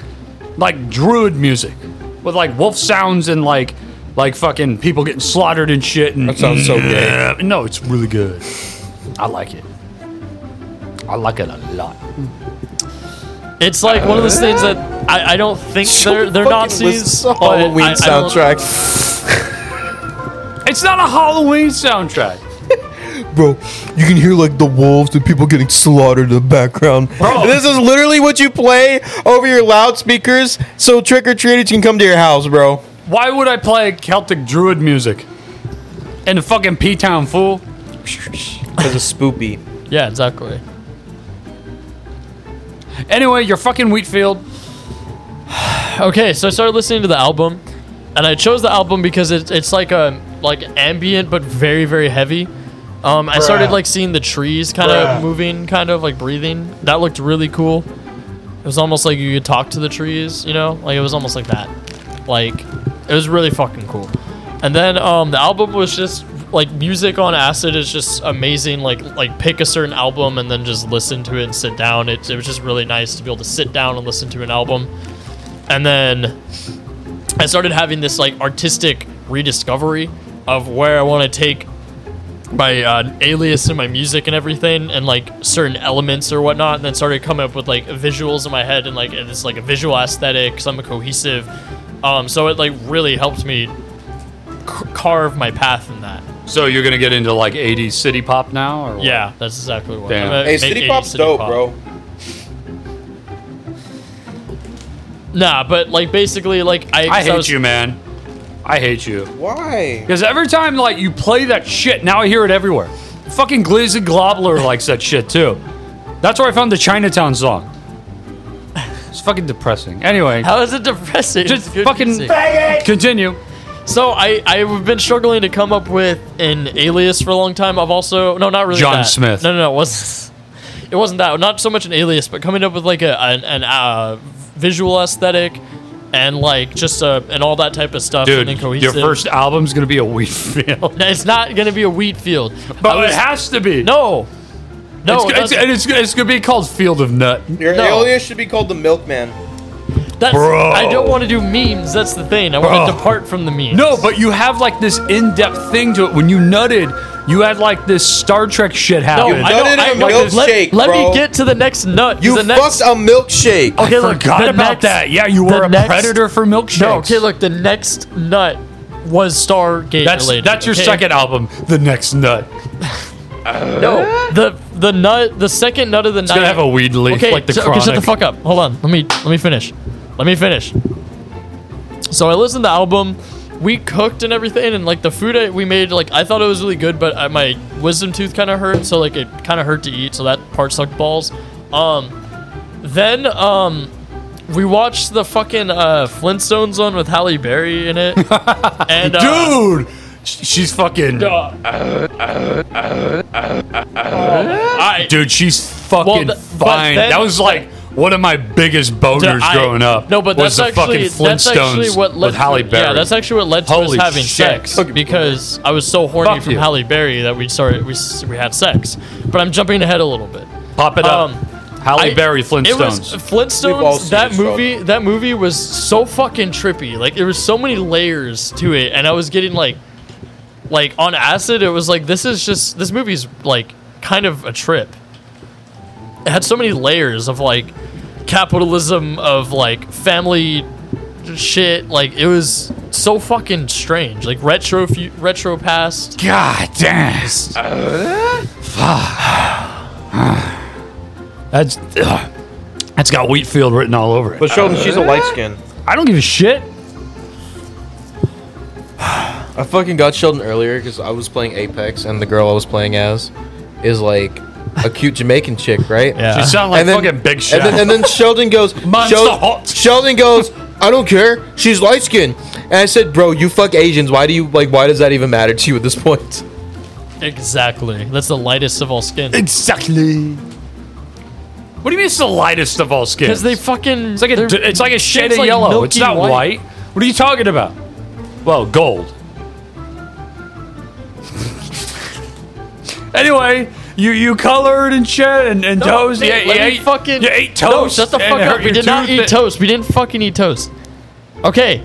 [SPEAKER 5] like druid music, with like wolf sounds and like like fucking people getting slaughtered and shit. And
[SPEAKER 13] That sounds so
[SPEAKER 4] Mm.
[SPEAKER 5] Yeah.
[SPEAKER 13] gay.
[SPEAKER 5] No, it's really good. I like it. I like it a lot.
[SPEAKER 4] It's like one of those things
[SPEAKER 5] (laughs)
[SPEAKER 4] that I, I don't think they're they're Nazis. but
[SPEAKER 13] Halloween
[SPEAKER 4] I- I don't-
[SPEAKER 13] soundtrack.
[SPEAKER 5] It's not a Halloween soundtrack.
[SPEAKER 13] Bro, you can hear like the wolves and people getting slaughtered in the background. This is literally what you play over your loudspeakers so trick or treaters can come to your house, bro.
[SPEAKER 5] Why would I play Celtic druid music? And the fucking P Town fool.
[SPEAKER 13] Because it's spoopy.
[SPEAKER 4] Yeah, exactly.
[SPEAKER 5] Anyway, you're fucking Wheatfield.
[SPEAKER 4] (laughs) Okay, so I started listening to the album, and I chose the album because it's it's like a like ambient but very very heavy. Um, I started
[SPEAKER 5] Bruh.
[SPEAKER 4] like seeing the trees kind
[SPEAKER 5] Bruh.
[SPEAKER 4] of moving, kind of like breathing. That looked really cool. It was almost like you could talk to the trees, you know? Like it was almost like that. Like it was really fucking cool. And then um, the album was just like music on acid is just amazing. Like like pick a certain album and then just listen to it and sit down. It, it was just really nice to be able to sit down and listen to an album. And then I started having this like artistic rediscovery of where I want to take my uh, alias and my music and everything and like certain elements or whatnot and then started coming up with like visuals in my head and like it's like a visual aesthetic some cohesive um so it like really helped me c- carve my path in that
[SPEAKER 5] So you're gonna get into like 80s city pop now, or what?
[SPEAKER 4] yeah that's exactly what
[SPEAKER 5] Damn.
[SPEAKER 4] I'm gonna
[SPEAKER 13] Hey,
[SPEAKER 4] make
[SPEAKER 13] City
[SPEAKER 4] 80s
[SPEAKER 13] Pop's dope,
[SPEAKER 4] pop.
[SPEAKER 13] bro.
[SPEAKER 4] nah but like basically like i,
[SPEAKER 5] I
[SPEAKER 4] 'cause
[SPEAKER 5] hate
[SPEAKER 4] was-
[SPEAKER 5] you, man. I hate you.
[SPEAKER 13] Why?
[SPEAKER 5] Because every time like you play that shit, now I hear it everywhere. Fucking Glizzy Globler likes that shit too. That's where I found the Chinatown song. It's fucking depressing.
[SPEAKER 4] (laughs)
[SPEAKER 5] Anyway,
[SPEAKER 4] how is it depressing
[SPEAKER 5] just
[SPEAKER 4] Good
[SPEAKER 5] fucking
[SPEAKER 4] music.
[SPEAKER 5] continue.
[SPEAKER 4] So I I've been struggling to come up with an alias for a long time. I've also no not really
[SPEAKER 5] John
[SPEAKER 4] that.
[SPEAKER 5] Smith.
[SPEAKER 4] No no no it wasn't it wasn't that not so much an alias, but coming up with like a an, an uh, visual aesthetic and like just uh and all that type of stuff. and
[SPEAKER 5] Dude,
[SPEAKER 4] then
[SPEAKER 5] your
[SPEAKER 4] cohesive.
[SPEAKER 5] first album's gonna be a Wheatfield.
[SPEAKER 4] No, It's not gonna be a wheat field,
[SPEAKER 5] (laughs) But
[SPEAKER 4] I was-
[SPEAKER 5] it has to be.
[SPEAKER 4] no no. it
[SPEAKER 5] it's, it's,
[SPEAKER 4] doesn't.
[SPEAKER 5] and it's, it's gonna be called Field of Nut.
[SPEAKER 13] Your
[SPEAKER 4] No.
[SPEAKER 13] alias should be called the Milkman.
[SPEAKER 4] That's,
[SPEAKER 5] Bro.
[SPEAKER 4] I don't want to do memes. That's the thing. I want
[SPEAKER 5] Bro.
[SPEAKER 4] to depart from the memes.
[SPEAKER 5] No, but you have like this in-depth thing to it. When you nutted, you had like this Star Trek shit
[SPEAKER 4] No,
[SPEAKER 5] happen.
[SPEAKER 4] I don't,
[SPEAKER 13] nutted
[SPEAKER 4] I,
[SPEAKER 13] in a
[SPEAKER 4] let,
[SPEAKER 13] milkshake,
[SPEAKER 4] let
[SPEAKER 13] bro.
[SPEAKER 4] me get to the next nut. 'cause
[SPEAKER 13] You
[SPEAKER 4] the next,
[SPEAKER 13] fucked a milkshake.
[SPEAKER 4] Okay,
[SPEAKER 5] I
[SPEAKER 4] look,
[SPEAKER 5] forgot
[SPEAKER 4] the
[SPEAKER 5] about
[SPEAKER 4] next-
[SPEAKER 5] that. Yeah, you were
[SPEAKER 4] the
[SPEAKER 5] a
[SPEAKER 4] next-
[SPEAKER 5] predator for milkshakes.
[SPEAKER 4] No, okay, look, the next nut was Stargate
[SPEAKER 5] that's
[SPEAKER 4] related.
[SPEAKER 5] that's your
[SPEAKER 4] okay?
[SPEAKER 5] second album, The Next Nut. It's
[SPEAKER 4] No, the the nut, the second nut of the night.
[SPEAKER 5] gonna have a weed leaf
[SPEAKER 4] okay,
[SPEAKER 5] like the
[SPEAKER 4] so- okay,
[SPEAKER 5] Chronic.
[SPEAKER 4] shut the fuck up. Hold on, let me let me finish. Let me finish. So I listened to the album. We cooked and everything, and like the food I, we made, like I thought it was really good, but I, my wisdom tooth kind of hurt, so like it kind of hurt to eat. So that part sucked balls. Um, then um, we watched
[SPEAKER 5] (laughs)
[SPEAKER 4] the fucking uh, Flintstones one with Halle Berry in it, and uh,
[SPEAKER 5] Dude, She's fucking. I- dude, she's fucking
[SPEAKER 4] Well, th- but
[SPEAKER 5] fine.
[SPEAKER 4] then-
[SPEAKER 5] that was like one of my biggest boners
[SPEAKER 4] Dude, I-
[SPEAKER 5] growing up.
[SPEAKER 4] No, but
[SPEAKER 5] was
[SPEAKER 4] that's
[SPEAKER 5] the
[SPEAKER 4] actually
[SPEAKER 5] fucking Flintstones
[SPEAKER 4] that's actually what led
[SPEAKER 5] with Halle Berry.
[SPEAKER 4] Yeah, that's actually what led to
[SPEAKER 5] Holy
[SPEAKER 4] us having
[SPEAKER 5] shit.
[SPEAKER 4] sex because I was so horny
[SPEAKER 5] Fuck
[SPEAKER 4] from
[SPEAKER 5] you.
[SPEAKER 4] Halle Berry that we started we, s- we had sex. But I'm jumping ahead a little bit.
[SPEAKER 5] Pop it up. Halle Berry,
[SPEAKER 4] um, It was
[SPEAKER 5] Flintstones.
[SPEAKER 13] We've all
[SPEAKER 4] Flintstones.
[SPEAKER 13] seen
[SPEAKER 4] That
[SPEAKER 13] this, Rob.
[SPEAKER 4] movie, that movie was so fucking trippy. Like there was so many layers to it, and I was getting like, like on acid. It was like this is just this movie's like kind of a trip. It had so many layers of like capitalism, of like family shit. Like it was so fucking strange. Like retro, fu- retro past.
[SPEAKER 5] God damn. That's ugh. that's got Wheatfield written all over it.
[SPEAKER 13] But Sheldon, she's a light skin.
[SPEAKER 5] I don't give a shit.
[SPEAKER 13] I fucking got Sheldon earlier because I was playing Apex and the girl I was playing as is like a cute Jamaican chick, right?
[SPEAKER 5] Yeah. She sound like fucking Big
[SPEAKER 13] And
[SPEAKER 5] Shot.
[SPEAKER 13] then, and then Sheldon
[SPEAKER 5] (laughs)
[SPEAKER 13] goes,
[SPEAKER 5] Monster
[SPEAKER 13] Shel- Sheldon goes, I don't care. She's light skinned. And I said, bro, you fuck Asians. Why do you like? Why does that even matter to you at this point?
[SPEAKER 4] Exactly. That's the lightest of all skin.
[SPEAKER 5] Exactly. What do you mean it's the lightest of all skins?
[SPEAKER 4] Because they fucking.
[SPEAKER 5] It's like a, d- it's like a shade of yellow. It's not white. What are you talking about? Well, gold. (laughs) anyway, you you colored and shit and, and toast. Yeah,
[SPEAKER 4] let
[SPEAKER 5] yeah,
[SPEAKER 4] me fucking.
[SPEAKER 5] you ate
[SPEAKER 4] No,
[SPEAKER 5] toast.
[SPEAKER 4] shut the
[SPEAKER 5] and
[SPEAKER 4] fuck
[SPEAKER 5] hurt
[SPEAKER 4] up. We
[SPEAKER 5] your
[SPEAKER 4] did not
[SPEAKER 5] tooth
[SPEAKER 4] eat
[SPEAKER 5] and-
[SPEAKER 4] toast. We didn't fucking eat toast. Okay.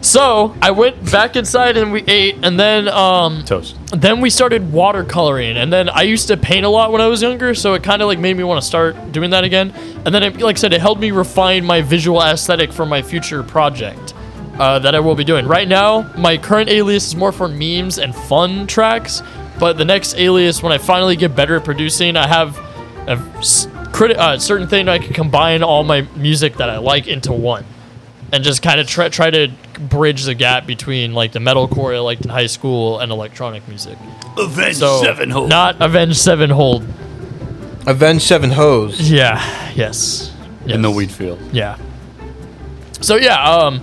[SPEAKER 4] So I went back inside and we ate, and then um,
[SPEAKER 5] toast.
[SPEAKER 4] Then we started watercoloring, and then I used to paint a lot when I was younger, so it kind of like made me want to start doing that again. And then, it, like I said, it helped me refine my visual aesthetic for my future project uh, that I will be doing. Right now, my current alias is more for memes and fun tracks, but the next alias, when I finally get better at producing, I have a s- criti- uh, certain thing that I can combine all my music that I like into one, and just kind of try try to bridge the gap between like the metalcore I liked in high school and electronic music.
[SPEAKER 5] Avenge Sevenfold.
[SPEAKER 4] Not Avenge Sevenfold.
[SPEAKER 13] Avenge Seven Hoes.
[SPEAKER 4] Yeah. Yes.
[SPEAKER 5] In the wheat field.
[SPEAKER 4] Yeah. So yeah, um,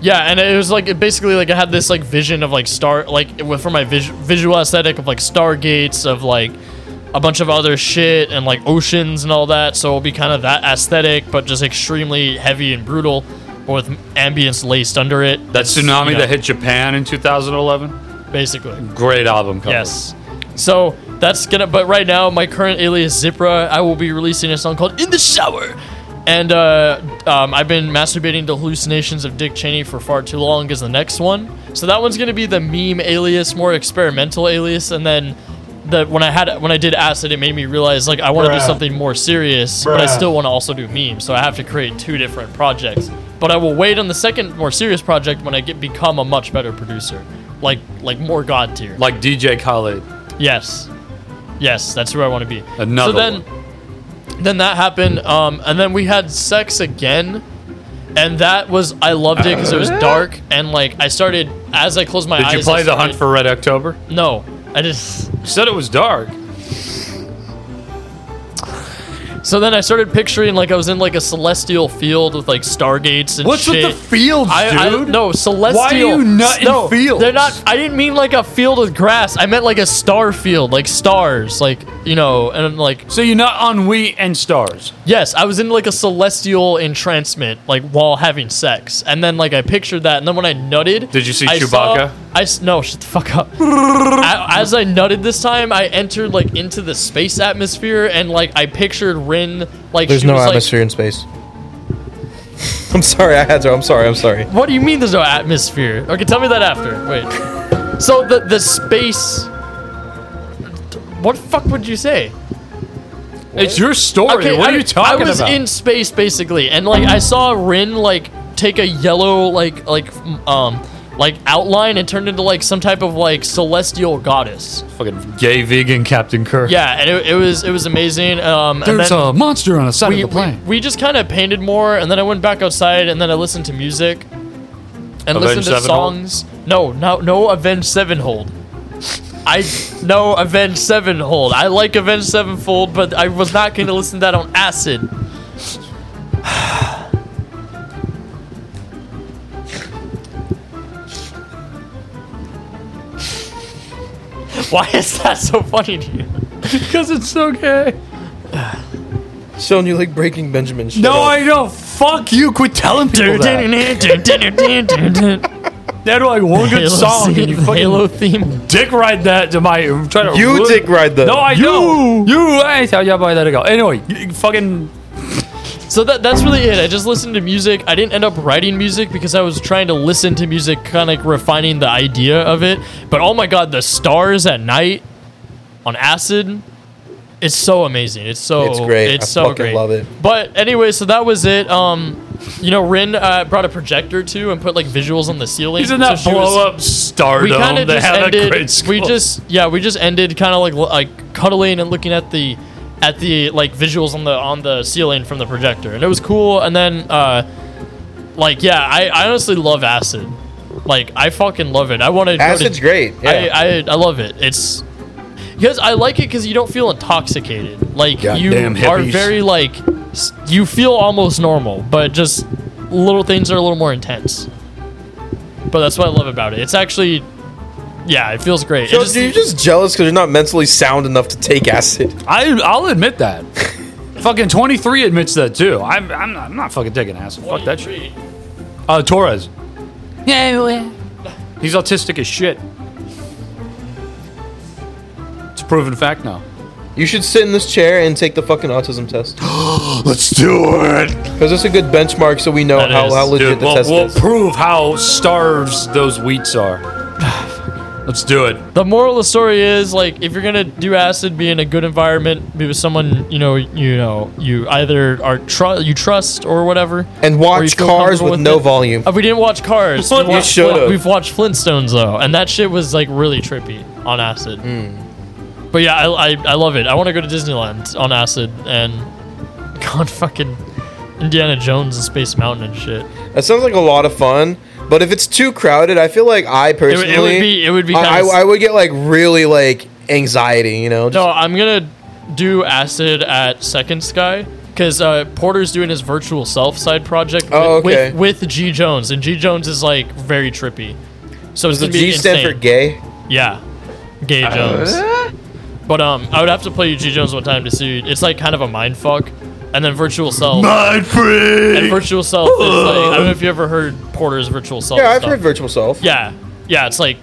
[SPEAKER 4] yeah, and it was like it basically like I had this like vision of like star like with- for my vis- visual aesthetic of like stargates of like a bunch of other shit and like oceans and all that. So it'll be kind of that aesthetic, but just extremely heavy and brutal, but with ambience laced under it.
[SPEAKER 5] That tsunami
[SPEAKER 4] yeah.
[SPEAKER 5] that hit Japan in 2011.
[SPEAKER 4] Basically.
[SPEAKER 5] Great album cover.
[SPEAKER 4] Yes. So that's gonna. But right now, my current alias Zipra, I will be releasing a song called "In the Shower," and uh, um, I've been masturbating to hallucinations of Dick Cheney for far too long. Is the next one. So that one's gonna be the meme alias, more experimental alias, and then the when I had when I did acid, it made me realize like I want to do
[SPEAKER 2] Bruh.
[SPEAKER 4] something more serious, but I
[SPEAKER 2] Bruh.
[SPEAKER 4] still want to also do memes. So I have to create two different projects. But I will wait on the second more serious project when I get become a much better producer, like like more god tier.
[SPEAKER 5] Like DJ Khaled.
[SPEAKER 4] Yes. Yes, that's where I want to be.
[SPEAKER 5] Another
[SPEAKER 4] So then, then that happened, um, and then we had sex again, and that was I loved it because it was dark and like I started as I closed my eyes.
[SPEAKER 5] Did you play
[SPEAKER 4] I
[SPEAKER 5] The Hunt
[SPEAKER 4] started-
[SPEAKER 5] for Red October?
[SPEAKER 4] No, I just
[SPEAKER 5] You said it was dark.
[SPEAKER 4] So then I started picturing like I was in like a celestial field with like stargates and
[SPEAKER 5] What's with
[SPEAKER 4] shit.
[SPEAKER 5] the fields,
[SPEAKER 4] I,
[SPEAKER 5] dude?
[SPEAKER 4] I, no, celestial.
[SPEAKER 5] you nutting
[SPEAKER 4] no,
[SPEAKER 5] fields?
[SPEAKER 4] They're not. I didn't mean like a field with grass. I meant like a star field, like stars, like you know, and like.
[SPEAKER 5] So you're not on wheat and stars.
[SPEAKER 4] Yes, I was in like a celestial entrancement, like while having sex, and then like I pictured that, and then when I nutted,
[SPEAKER 5] Did you see
[SPEAKER 4] I
[SPEAKER 5] Chewbacca?
[SPEAKER 4] Saw, I s- no, shut the fuck up. I, as I nutted this time, I entered like into the space atmosphere, and like I pictured Rin like
[SPEAKER 13] There's
[SPEAKER 4] she
[SPEAKER 13] no
[SPEAKER 4] was, like,
[SPEAKER 13] atmosphere in space. I'm sorry, I had to. I'm sorry. I'm sorry.
[SPEAKER 4] What do you mean there's no atmosphere? Okay, tell me that after. Wait. So the the space. What the fuck would you say?
[SPEAKER 5] It's your story. what are
[SPEAKER 4] I-
[SPEAKER 5] you talking
[SPEAKER 4] I was
[SPEAKER 5] about?
[SPEAKER 4] in space basically, and like I saw Rin like take a yellow like like um like outline and turned into like some type of like celestial goddess.
[SPEAKER 5] Fucking gay vegan Captain Kirk.
[SPEAKER 4] Yeah, and it, it was it was amazing. Um, and
[SPEAKER 5] There's
[SPEAKER 4] then-
[SPEAKER 5] a monster on the side
[SPEAKER 4] we,
[SPEAKER 5] of the plane.
[SPEAKER 4] We, we just kind of painted more, and then I went back outside, and then I listened to music, and
[SPEAKER 5] Avenged
[SPEAKER 4] listened to
[SPEAKER 5] Sevenfold?
[SPEAKER 4] songs. No, no, no, Avenge Sevenfold. I no Avenge Sevenfold. I like Avenge Sevenfold, but I was not going to listen to that on acid. (sighs) Why is that so funny to you?
[SPEAKER 5] Because it's so gay.
[SPEAKER 13] Showing you like breaking Benjamin. Shit
[SPEAKER 5] No,
[SPEAKER 13] up.
[SPEAKER 5] I know. Fuck you. Quit telling people that. They're like one good
[SPEAKER 4] Halo
[SPEAKER 5] song, and you
[SPEAKER 4] theme-
[SPEAKER 5] fucking
[SPEAKER 4] Halo theme.
[SPEAKER 5] dick ride that to my. I'm trying to
[SPEAKER 13] You dick ride that.
[SPEAKER 5] No, I know. You. I tell you about that ago. Anyway, you fucking.
[SPEAKER 4] So that that's really it. I just listened to music. I didn't end up writing music because I was trying to listen to music, kind of refining the idea of it. But oh my god, the stars at night on acid. It's so amazing. It's so
[SPEAKER 13] It's great.
[SPEAKER 4] It's
[SPEAKER 13] I
[SPEAKER 4] so
[SPEAKER 13] fucking
[SPEAKER 4] great.
[SPEAKER 13] love it.
[SPEAKER 4] But anyway, so that was it. Um, you know, Rin uh, brought a projector too and put like visuals on the ceiling.
[SPEAKER 5] Isn't that
[SPEAKER 4] so she was-
[SPEAKER 5] blow up stardom?
[SPEAKER 4] we kind of
[SPEAKER 5] They
[SPEAKER 4] just
[SPEAKER 5] had
[SPEAKER 4] ended.
[SPEAKER 5] a great school.
[SPEAKER 4] we just yeah, we just ended kind of like like cuddling and looking at the at the like visuals on the on the ceiling from the projector, and it was cool. And then uh, like yeah, I, I honestly love acid. Like I fucking love it. I want to.
[SPEAKER 13] Acid's great, yeah.
[SPEAKER 4] I, I I love it. It's because I like it because you don't feel intoxicated. Like
[SPEAKER 5] Goddamn
[SPEAKER 4] you are
[SPEAKER 5] hippies.
[SPEAKER 4] very like s- you feel almost normal, but just little things are a little more intense. But that's what I love about it. It's actually, yeah, it feels great. It
[SPEAKER 13] Joe,
[SPEAKER 4] just-
[SPEAKER 13] you're just jealous because you're not mentally sound enough to take acid.
[SPEAKER 5] I I'll admit that. (laughs) fucking 23 admits that too. I'm I'm not, I'm not fucking taking acid. Fuck that shit. Uh, Torres.
[SPEAKER 3] Yeah, well,
[SPEAKER 5] He's autistic as shit. It's a proven fact now.
[SPEAKER 13] You should sit in this chair and take the fucking autism test.
[SPEAKER 5] Let's do it.
[SPEAKER 13] Because it's a good benchmark so we know
[SPEAKER 5] That
[SPEAKER 13] how,
[SPEAKER 5] is-
[SPEAKER 13] how legit
[SPEAKER 5] Dude,
[SPEAKER 13] the
[SPEAKER 5] we'll,
[SPEAKER 13] test
[SPEAKER 5] we'll
[SPEAKER 13] is.
[SPEAKER 5] prove how starves those wheats are. (sighs) Let's do it.
[SPEAKER 4] The moral of the story is like if you're gonna do acid, be in a good environment, be with someone you know, you know, you either are tru- you trust or whatever,
[SPEAKER 13] and watch Cars with no volume.
[SPEAKER 4] Uh, we didn't watch Cars.
[SPEAKER 13] You
[SPEAKER 4] we watched,
[SPEAKER 13] should've.
[SPEAKER 4] We've watched Flintstones though, and that shit was like really trippy on acid.
[SPEAKER 13] Hmm.
[SPEAKER 4] But yeah, I, I, I love it. I want to go to Disneyland on acid and (laughs) go on fucking Indiana Jones and Space Mountain and shit.
[SPEAKER 13] That sounds like a lot of fun, but if it's too crowded, I feel like I
[SPEAKER 4] would
[SPEAKER 13] personally
[SPEAKER 4] be- it would be
[SPEAKER 13] I,
[SPEAKER 4] kinda s-
[SPEAKER 13] I, I would get like really like anxiety, you know.
[SPEAKER 4] No, I'm gonna do acid at Second Sky because uh, Porter's doing his virtual self side project.
[SPEAKER 13] Oh,
[SPEAKER 4] with,
[SPEAKER 13] okay.
[SPEAKER 4] with, with G Jones, and G Jones is like very trippy. So it's
[SPEAKER 13] Does the
[SPEAKER 4] gonna be
[SPEAKER 13] G Uh, stand
[SPEAKER 4] insane.
[SPEAKER 13] for gay?
[SPEAKER 4] Yeah, Gay Jones. But um, I would have to play you G Jones one time to see. It's like kind of a mind fuck, and then virtual self.
[SPEAKER 24] Mind freak!
[SPEAKER 4] And virtual self is like I don't know if you ever heard Porter's virtual self.
[SPEAKER 13] Yeah, I've
[SPEAKER 4] stuff.
[SPEAKER 13] heard virtual self.
[SPEAKER 4] Yeah, yeah, it's like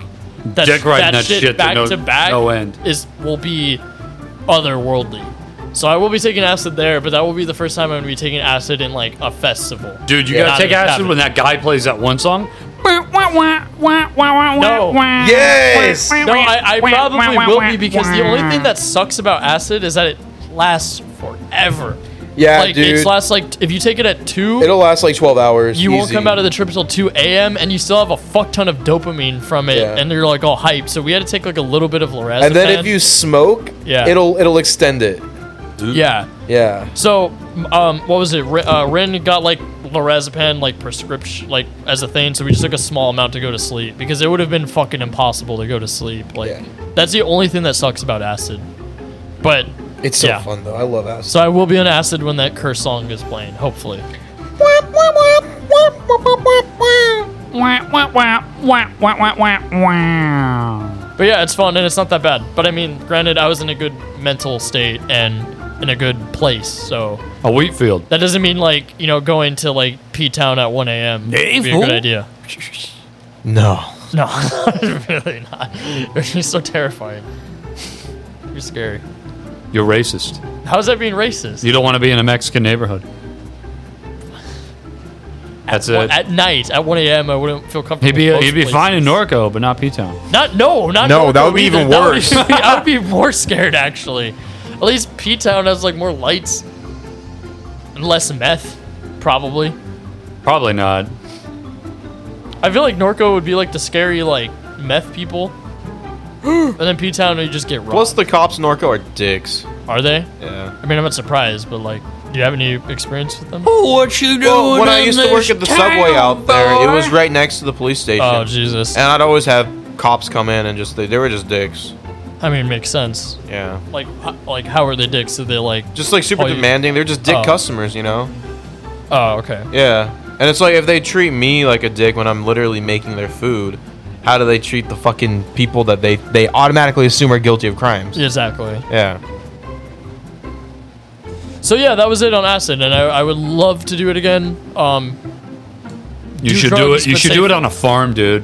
[SPEAKER 4] that,
[SPEAKER 5] Dick riding
[SPEAKER 4] that
[SPEAKER 5] that
[SPEAKER 4] shit,
[SPEAKER 5] shit to
[SPEAKER 4] back
[SPEAKER 5] no-
[SPEAKER 4] to back
[SPEAKER 5] no end.
[SPEAKER 4] is will be otherworldly. So I will be taking acid there, but that will be the first time I'm gonna be taking acid in like a festival.
[SPEAKER 5] Dude, you
[SPEAKER 4] Not
[SPEAKER 5] gotta take
[SPEAKER 4] in a
[SPEAKER 5] acid
[SPEAKER 4] cabin.
[SPEAKER 5] when that guy plays that one song.
[SPEAKER 4] No.
[SPEAKER 5] Yes!
[SPEAKER 4] No, I, I probably will be because the only thing that sucks about acid is that it lasts forever.
[SPEAKER 13] Yeah,
[SPEAKER 4] like,
[SPEAKER 13] dude.
[SPEAKER 4] It lasts like if you take it at two,
[SPEAKER 13] It'll last like 12 hours.
[SPEAKER 4] you won't
[SPEAKER 13] easy.
[SPEAKER 4] come out of the trip until 2 a.m. and you still have a fuck ton of dopamine from it
[SPEAKER 13] Yeah.
[SPEAKER 4] and you're like all hyped. So we had to take like a little bit of lorazepam.
[SPEAKER 13] And then if you smoke,
[SPEAKER 4] Yeah.
[SPEAKER 13] it'll it'll extend it.
[SPEAKER 4] Yeah.
[SPEAKER 13] Yeah.
[SPEAKER 4] So, um, what was it? Ri- Uh, Rin got like lorazepam, like prescription, like as a thing. So we just took a small amount to go to sleep because it would have been fucking impossible to go to sleep. Like, that's the only thing that sucks about acid. But
[SPEAKER 13] It's so
[SPEAKER 4] yeah.
[SPEAKER 13] fun though. I love acid.
[SPEAKER 4] So I will be on acid when that curse song is playing. Hopefully.
[SPEAKER 3] wah, wah, wah, wah, wah, wah, wah, wow.
[SPEAKER 4] But yeah, it's fun and it's not that bad. But I mean, granted, I was in a good mental state and in a good place, so
[SPEAKER 5] A wheat field.
[SPEAKER 4] that doesn't mean like you know going to like P Town at 1 a.m. would be a
[SPEAKER 5] Dave,
[SPEAKER 4] good
[SPEAKER 5] who?
[SPEAKER 4] idea.
[SPEAKER 13] No.
[SPEAKER 4] No, (laughs) really not. It's just so terrifying. You're scary.
[SPEAKER 5] You're racist.
[SPEAKER 4] How's that being racist?
[SPEAKER 5] You don't want to be in a Mexican neighborhood. That's it.
[SPEAKER 4] At night, at 1 a.m., I wouldn't feel comfortable.
[SPEAKER 5] He'd be
[SPEAKER 4] most
[SPEAKER 5] he'd be
[SPEAKER 4] places.
[SPEAKER 5] fine in Norco, but not P Town.
[SPEAKER 4] Not no, not
[SPEAKER 5] No,
[SPEAKER 4] Norco
[SPEAKER 5] that would be
[SPEAKER 4] either.
[SPEAKER 5] even
[SPEAKER 4] That would
[SPEAKER 5] worse.
[SPEAKER 4] be- (laughs) I would be more scared actually. At least P Town has like more lights and less meth, probably.
[SPEAKER 5] Probably not.
[SPEAKER 4] I feel like Norco would be like the scary like meth people, and then P Town you just get robbed.
[SPEAKER 13] Plus the cops in Norco are dicks.
[SPEAKER 4] Are they?
[SPEAKER 13] Yeah.
[SPEAKER 4] I mean, I'm not surprised, but like, do you have any experience with them?
[SPEAKER 13] Oh, what you doing? Well, when I
[SPEAKER 4] in
[SPEAKER 13] used to work
[SPEAKER 4] this
[SPEAKER 13] at the subway out there, it was right next to the police station.
[SPEAKER 4] Oh, Jesus.
[SPEAKER 13] And I'd always have cops come in and just they, they were just dicks.
[SPEAKER 4] I mean, makes sense.
[SPEAKER 13] Yeah.
[SPEAKER 4] Like, h- like, how are they dicks? Are they like
[SPEAKER 13] Just like super
[SPEAKER 4] oh, you-
[SPEAKER 13] demanding. They're just dick
[SPEAKER 4] Oh.
[SPEAKER 13] customers, you know.
[SPEAKER 4] Oh, okay.
[SPEAKER 13] Yeah. And it's like if they treat me like a dick when I'm literally making their food,
[SPEAKER 2] how do they treat the fucking people that they they automatically assume are guilty of crimes?
[SPEAKER 4] Exactly.
[SPEAKER 2] Yeah.
[SPEAKER 4] So yeah, that was it on acid, and I, I would love to do it again. Um,
[SPEAKER 5] You should do
[SPEAKER 4] drugs,
[SPEAKER 5] it. You
[SPEAKER 4] but
[SPEAKER 5] should do it
[SPEAKER 4] safe.
[SPEAKER 5] on a farm, dude.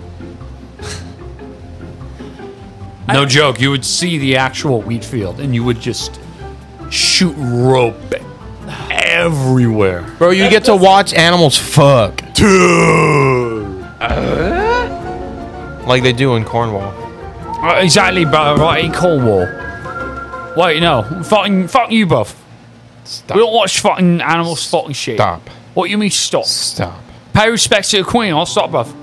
[SPEAKER 5] (laughs) no joke. You would see the actual wheat field, and you would just shoot rope everywhere.
[SPEAKER 2] Bro, you get to watch animals fuck.
[SPEAKER 5] Dude.
[SPEAKER 2] Like they do in Cornwall.
[SPEAKER 5] Right, Uh, exactly, bro. Right in Cornwall. Wait, no. Fucking, fuck you, buff. We don't watch fucking animals fucking shit.
[SPEAKER 2] Stop.
[SPEAKER 5] What do you mean stop?
[SPEAKER 2] Stop.
[SPEAKER 5] Pay respect to the queen. I'll stop, buff.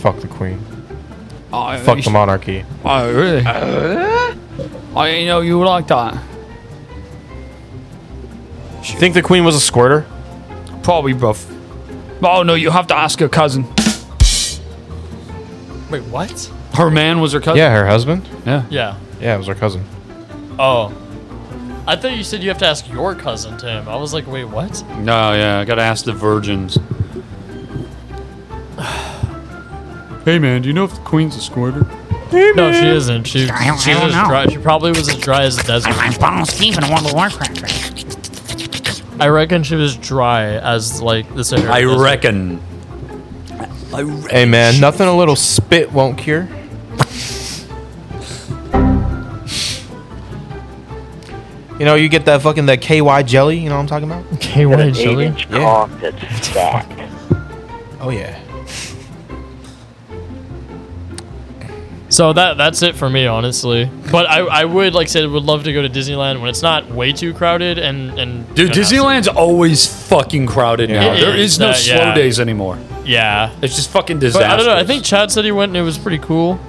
[SPEAKER 2] Fuck the queen.
[SPEAKER 5] I-
[SPEAKER 2] Fuck the monarchy.
[SPEAKER 5] Oh, really? I didn't know you were like that.
[SPEAKER 2] Think the queen was a squirter?
[SPEAKER 5] Probably, buff. Oh, no, you have to ask her cousin.
[SPEAKER 4] Wait, what?
[SPEAKER 5] Her man was her cousin?
[SPEAKER 2] Yeah, her husband.
[SPEAKER 5] Yeah.
[SPEAKER 4] Yeah.
[SPEAKER 2] Yeah, it was her cousin.
[SPEAKER 4] Oh, I thought you said you have to ask your cousin to him. I was like, wait, what?
[SPEAKER 5] No, yeah, I gotta ask the virgins. (sighs) hey, man, do you know if the queen's a squirter?
[SPEAKER 4] No, she isn't. She, she,
[SPEAKER 5] I don't-
[SPEAKER 4] was
[SPEAKER 5] I don't know.
[SPEAKER 4] dry. she probably was as dry as a desert.
[SPEAKER 3] Even World of Warcraft.
[SPEAKER 4] I reckon she was dry as like the Sahara.
[SPEAKER 5] I
[SPEAKER 4] Desert. (laughs)
[SPEAKER 5] reckon.
[SPEAKER 2] Hey man, nothing a little spit won't cure. you know, you get that fucking that KY jelly. You know what I'm talking about?
[SPEAKER 4] KY
[SPEAKER 9] Got (laughs) an eight-inch cough that's fat.
[SPEAKER 2] Oh yeah.
[SPEAKER 4] So that that's it for me, honestly. But I, I would like said would love to go to Disneyland when it's not way too crowded and and
[SPEAKER 5] Dude,
[SPEAKER 4] you know, not so-
[SPEAKER 5] Disneyland's always fucking crowded now.
[SPEAKER 4] It
[SPEAKER 5] there
[SPEAKER 4] is,
[SPEAKER 5] is no
[SPEAKER 4] uh,
[SPEAKER 5] slow
[SPEAKER 4] yeah.
[SPEAKER 5] days anymore.
[SPEAKER 4] yeah.
[SPEAKER 5] It's just fucking
[SPEAKER 4] But
[SPEAKER 5] disaster.
[SPEAKER 4] I don't know. I think Chad said he went and it was pretty
[SPEAKER 5] (laughs)
[SPEAKER 4] cool.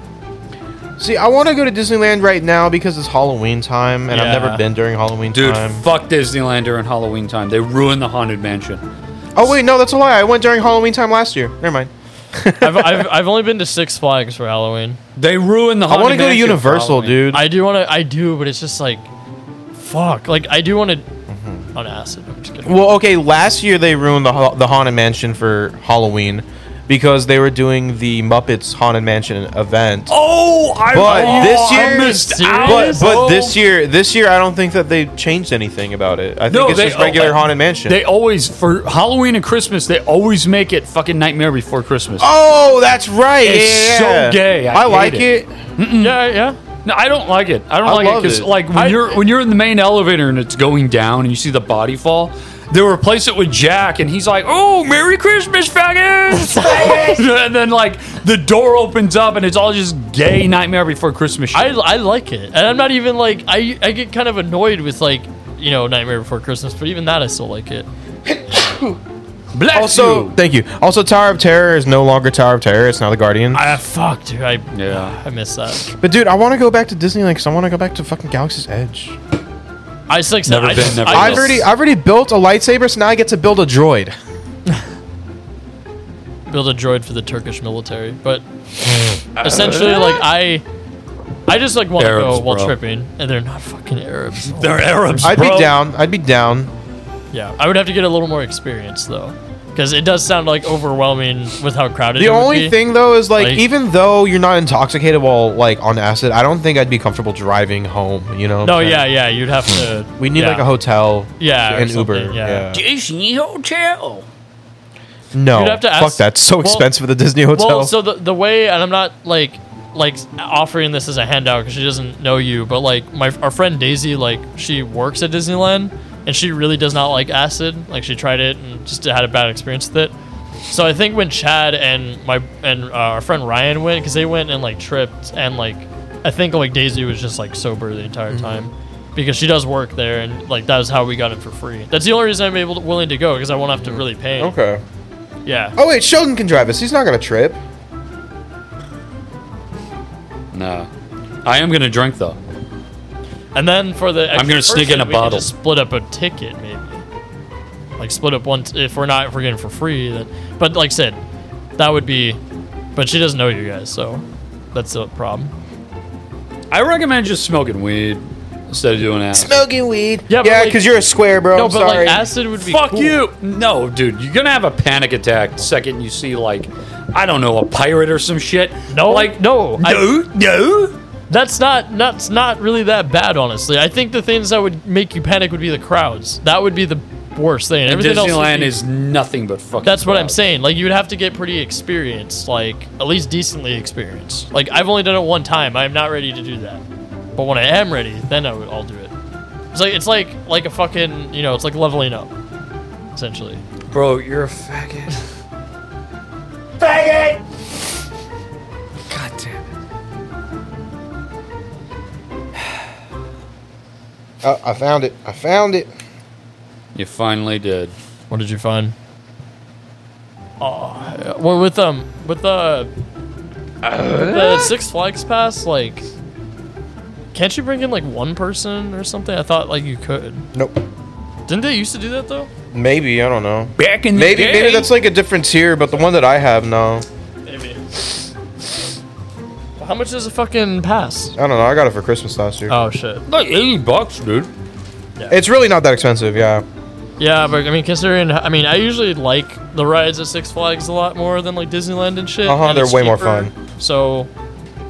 [SPEAKER 2] See, I want to go to Disneyland right now because it's Halloween time, and I've
[SPEAKER 5] Yeah.
[SPEAKER 2] never been during Halloween
[SPEAKER 5] Dude,
[SPEAKER 2] time.
[SPEAKER 5] fuck Disneyland during Halloween time. They ruined the Haunted Mansion.
[SPEAKER 2] Oh wait, no, that's a lie. I went during Halloween time last year. Never mind.
[SPEAKER 4] I've, I've, I've only been to Six Flags for Halloween.
[SPEAKER 5] They ruined the
[SPEAKER 2] I want to go to Universal, dude.
[SPEAKER 4] I do want to. I do, but it's just like, fuck. Like I do want to.
[SPEAKER 5] Mm-hmm.
[SPEAKER 4] On acid. I'm just kidding.
[SPEAKER 2] Well, okay, last year they ruined the ha- the Haunted Mansion for Halloween because they were doing the Muppets Haunted Mansion event.
[SPEAKER 5] Oh, I
[SPEAKER 2] But
[SPEAKER 5] oh,
[SPEAKER 2] this
[SPEAKER 5] I
[SPEAKER 2] year,
[SPEAKER 5] missed out.
[SPEAKER 2] but but
[SPEAKER 5] Oh.
[SPEAKER 2] this year, this year I don't think that they changed anything about it. I think it's just regular
[SPEAKER 5] oh,
[SPEAKER 2] Haunted Mansion.
[SPEAKER 5] They always for Halloween and Christmas. They always make it fucking Nightmare Before Christmas.
[SPEAKER 2] oh, that's right.
[SPEAKER 5] It's
[SPEAKER 2] yeah, yeah,
[SPEAKER 5] so gay. I, hate
[SPEAKER 2] like
[SPEAKER 5] it.
[SPEAKER 4] Yeah, yeah.
[SPEAKER 5] No, I don't like it. I don't
[SPEAKER 2] I
[SPEAKER 5] like it
[SPEAKER 2] love
[SPEAKER 5] because
[SPEAKER 2] it.
[SPEAKER 5] like when
[SPEAKER 2] I-
[SPEAKER 5] you're when you're in the main elevator and it's going down and you see the body fall. They replace it with Jack, and he's like, "Oh, Merry Christmas,
[SPEAKER 2] (laughs)
[SPEAKER 5] faggots!" (laughs) and then like the door opens up, and it's all just gay Nightmare Before Christmas. Shit.
[SPEAKER 4] I, I like it, and I'm not even like I I get kind of annoyed with like you know Nightmare Before Christmas, but even that I still like it.
[SPEAKER 5] Bless
[SPEAKER 2] Also, thank you. Also, Tower of Terror is no longer Tower of Terror. It's now the Guardian.
[SPEAKER 4] Ah, fuck, dude. I
[SPEAKER 5] yeah.
[SPEAKER 4] I miss that.
[SPEAKER 2] But dude, I want to go back to Disneyland because I want to go back to fucking Galaxy's Edge.
[SPEAKER 4] I just like said,
[SPEAKER 5] Never
[SPEAKER 4] I
[SPEAKER 5] been,
[SPEAKER 4] just,
[SPEAKER 5] never
[SPEAKER 4] I
[SPEAKER 2] I've
[SPEAKER 4] just-
[SPEAKER 2] already I've already built a lightsaber, so now I get to build a droid.
[SPEAKER 4] build a droid for the Turkish military,
[SPEAKER 5] (sighs)
[SPEAKER 4] but essentially, like I, I just like want to
[SPEAKER 5] Arabs,
[SPEAKER 4] go while
[SPEAKER 5] bro.
[SPEAKER 4] tripping, and they're not fucking Arabs.
[SPEAKER 5] (laughs) They're Arabs,
[SPEAKER 2] I'd
[SPEAKER 5] bro.
[SPEAKER 2] be down. I'd be down.
[SPEAKER 4] Yeah, I would have to get a little more experience though, because it does sound like overwhelming with how crowded.
[SPEAKER 2] The
[SPEAKER 4] it would
[SPEAKER 2] only
[SPEAKER 4] be.
[SPEAKER 2] thing though is like,
[SPEAKER 4] Like-
[SPEAKER 2] even though you're not intoxicated while like on acid, I don't think I'd be comfortable driving home. You know?
[SPEAKER 4] No, yeah, yeah, you'd have to.
[SPEAKER 2] We need
[SPEAKER 4] yeah.
[SPEAKER 2] like a hotel.
[SPEAKER 4] Yeah, or
[SPEAKER 2] An Uber.
[SPEAKER 4] something, yeah.
[SPEAKER 2] Yeah.
[SPEAKER 3] Disney Hotel.
[SPEAKER 2] No.
[SPEAKER 4] You'd have to
[SPEAKER 2] fuck
[SPEAKER 4] ask-
[SPEAKER 2] that. It's so
[SPEAKER 4] well-
[SPEAKER 2] expensive at the Disney hotel.
[SPEAKER 4] Well, so the, the way, and I'm not like like offering this as a handout because she doesn't know you, but like my our friend Daisy, like she works at Disneyland, and she really does not like acid. Like she tried it and just had a bad experience with it. So I think when Chad and my and uh, our friend Ryan went, because they went and like tripped, and like I think like Daisy was just like sober the entire
[SPEAKER 2] Mm-hmm.
[SPEAKER 4] time. Because she does work there, and like that was how we got it for free. That's the only reason I'm able to, willing to go because I won't have to really pay.
[SPEAKER 2] Mm-hmm. okay.
[SPEAKER 4] Yeah.
[SPEAKER 2] Oh wait, Sheldon can drive us. He's not gonna trip.
[SPEAKER 5] No, I am gonna drink though.
[SPEAKER 4] And then for the
[SPEAKER 5] I'm gonna
[SPEAKER 4] extra
[SPEAKER 5] sneak in
[SPEAKER 4] person,
[SPEAKER 5] a
[SPEAKER 4] we can
[SPEAKER 5] bottle.
[SPEAKER 4] just split up a ticket, maybe. Like split up one. T- if we're not, if we're getting for free, then. But like I said, that would be. But she doesn't know you guys, so that's the problem.
[SPEAKER 5] I recommend just smoking weed. instead of doing acid.
[SPEAKER 8] Smoking weed.
[SPEAKER 5] Yeah, but
[SPEAKER 13] yeah,
[SPEAKER 5] like-
[SPEAKER 13] because you're a square, bro. I'm sorry.
[SPEAKER 5] Fuck you. No, dude, you're gonna have a panic attack the second you see like, I don't know, a pirate or some shit.
[SPEAKER 4] No,
[SPEAKER 5] like
[SPEAKER 4] no,
[SPEAKER 5] no, no.
[SPEAKER 4] That's not that's not really that bad, honestly. I think the things that would make you panic would be the crowds. That would be the worst thing.
[SPEAKER 5] And
[SPEAKER 4] Everything else would
[SPEAKER 5] Disneyland
[SPEAKER 4] be-
[SPEAKER 5] is nothing but fucking.
[SPEAKER 4] That's what I'm
[SPEAKER 5] crowds.
[SPEAKER 4] saying. Like you'd have to get pretty experienced, like at least decently experienced. Like I've only done it one time. I'm not ready to do that. But when I am ready, then I would, I'll do it. It's like it's like like a fucking you know it's like leveling up, essentially.
[SPEAKER 5] Bro, you're a faggot.
[SPEAKER 25] Faggot!
[SPEAKER 5] God damn it.
[SPEAKER 13] Uh, I found it. I found it.
[SPEAKER 5] You finally did.
[SPEAKER 4] What did you find? Oh, well, with um with the the Six Flags pass, like, can't you bring in like one person or something? I thought like you could.
[SPEAKER 13] Nope.
[SPEAKER 4] Didn't they used to do that though?
[SPEAKER 13] Maybe I don't know.
[SPEAKER 5] Back in the
[SPEAKER 13] maybe
[SPEAKER 5] day.
[SPEAKER 13] maybe that's like a different tier, but the one that I have no.
[SPEAKER 4] Maybe. How much is a fucking pass?
[SPEAKER 13] I don't know. I got it for Christmas last year.
[SPEAKER 4] Oh shit.
[SPEAKER 5] Like eighty bucks, dude. (laughs)
[SPEAKER 13] It's really not that expensive. Yeah.
[SPEAKER 4] Yeah, but I mean, considering I mean, I usually like the rides at Six Flags a lot more than like Disneyland and shit.
[SPEAKER 13] Uh-huh,
[SPEAKER 4] and
[SPEAKER 13] they're
[SPEAKER 4] it's
[SPEAKER 13] way more
[SPEAKER 4] cheaper, So,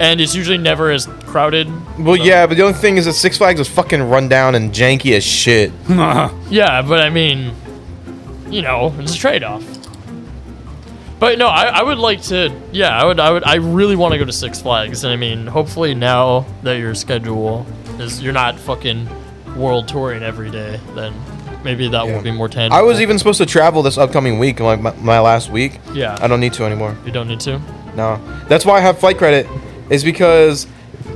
[SPEAKER 4] and it's usually never as crowded.
[SPEAKER 13] Well, yeah, but the only thing is that Six Flags is fucking run down and janky as shit.
[SPEAKER 4] Yeah, but I mean, you know, it's a trade off. But no, I, I would like to. Yeah, I would. I would. I really want to go to Six Flags, and I mean, hopefully now that your schedule is you're not fucking world touring every day, then maybe that will be more tangible.
[SPEAKER 13] I was even supposed to travel this upcoming week, like my, my last week.
[SPEAKER 4] Yeah.
[SPEAKER 13] I don't need to anymore.
[SPEAKER 4] You don't need to.
[SPEAKER 13] No. That's why I have flight credit, is because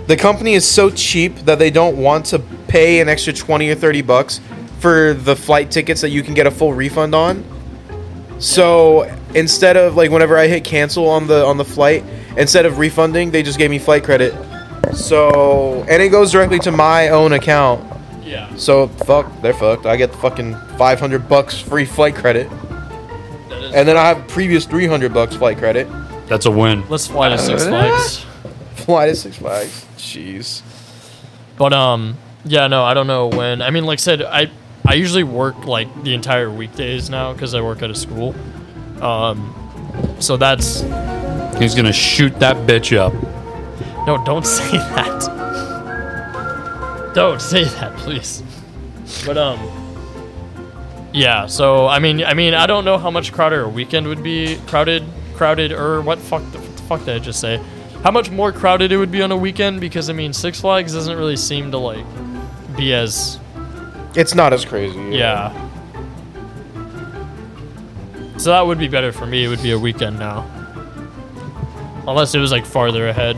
[SPEAKER 13] the company is so cheap that they don't want to pay an extra 20 or 30 bucks for the flight tickets that you can get a full refund on. So instead of like whenever I hit cancel on the on the flight, instead of refunding, they just gave me flight credit. So and it goes directly to my own account.
[SPEAKER 4] Yeah.
[SPEAKER 13] So fuck, they're fucked. I get the fucking 500 bucks free flight credit. And then I have previous 300 bucks flight credit. (laughs)
[SPEAKER 5] That's a win.
[SPEAKER 4] Let's fly to Six
[SPEAKER 13] Uh,
[SPEAKER 4] Flags.
[SPEAKER 13] Fly to Six Flags. Jeez.
[SPEAKER 4] But um, yeah, no, I don't know when. I mean, like I said, I I usually work like the entire weekdays now because I work at a school. Um, so that's
[SPEAKER 5] He's gonna shoot that
[SPEAKER 4] (laughs)
[SPEAKER 5] bitch up.
[SPEAKER 4] no, don't (laughs) say that. Don't say that, please. But um, yeah. So I mean, I mean, I don't know how much crowded a weekend would be. Crowded, crowded, or what? Fuck, the, what the fuck did I just say? How much more crowded it would be on a weekend? Because I mean, Six Flags doesn't really seem to like be as
[SPEAKER 13] It's not as crazy.
[SPEAKER 4] Yeah. So that would be better for me. It would be a weekend now. Unless it was like farther ahead.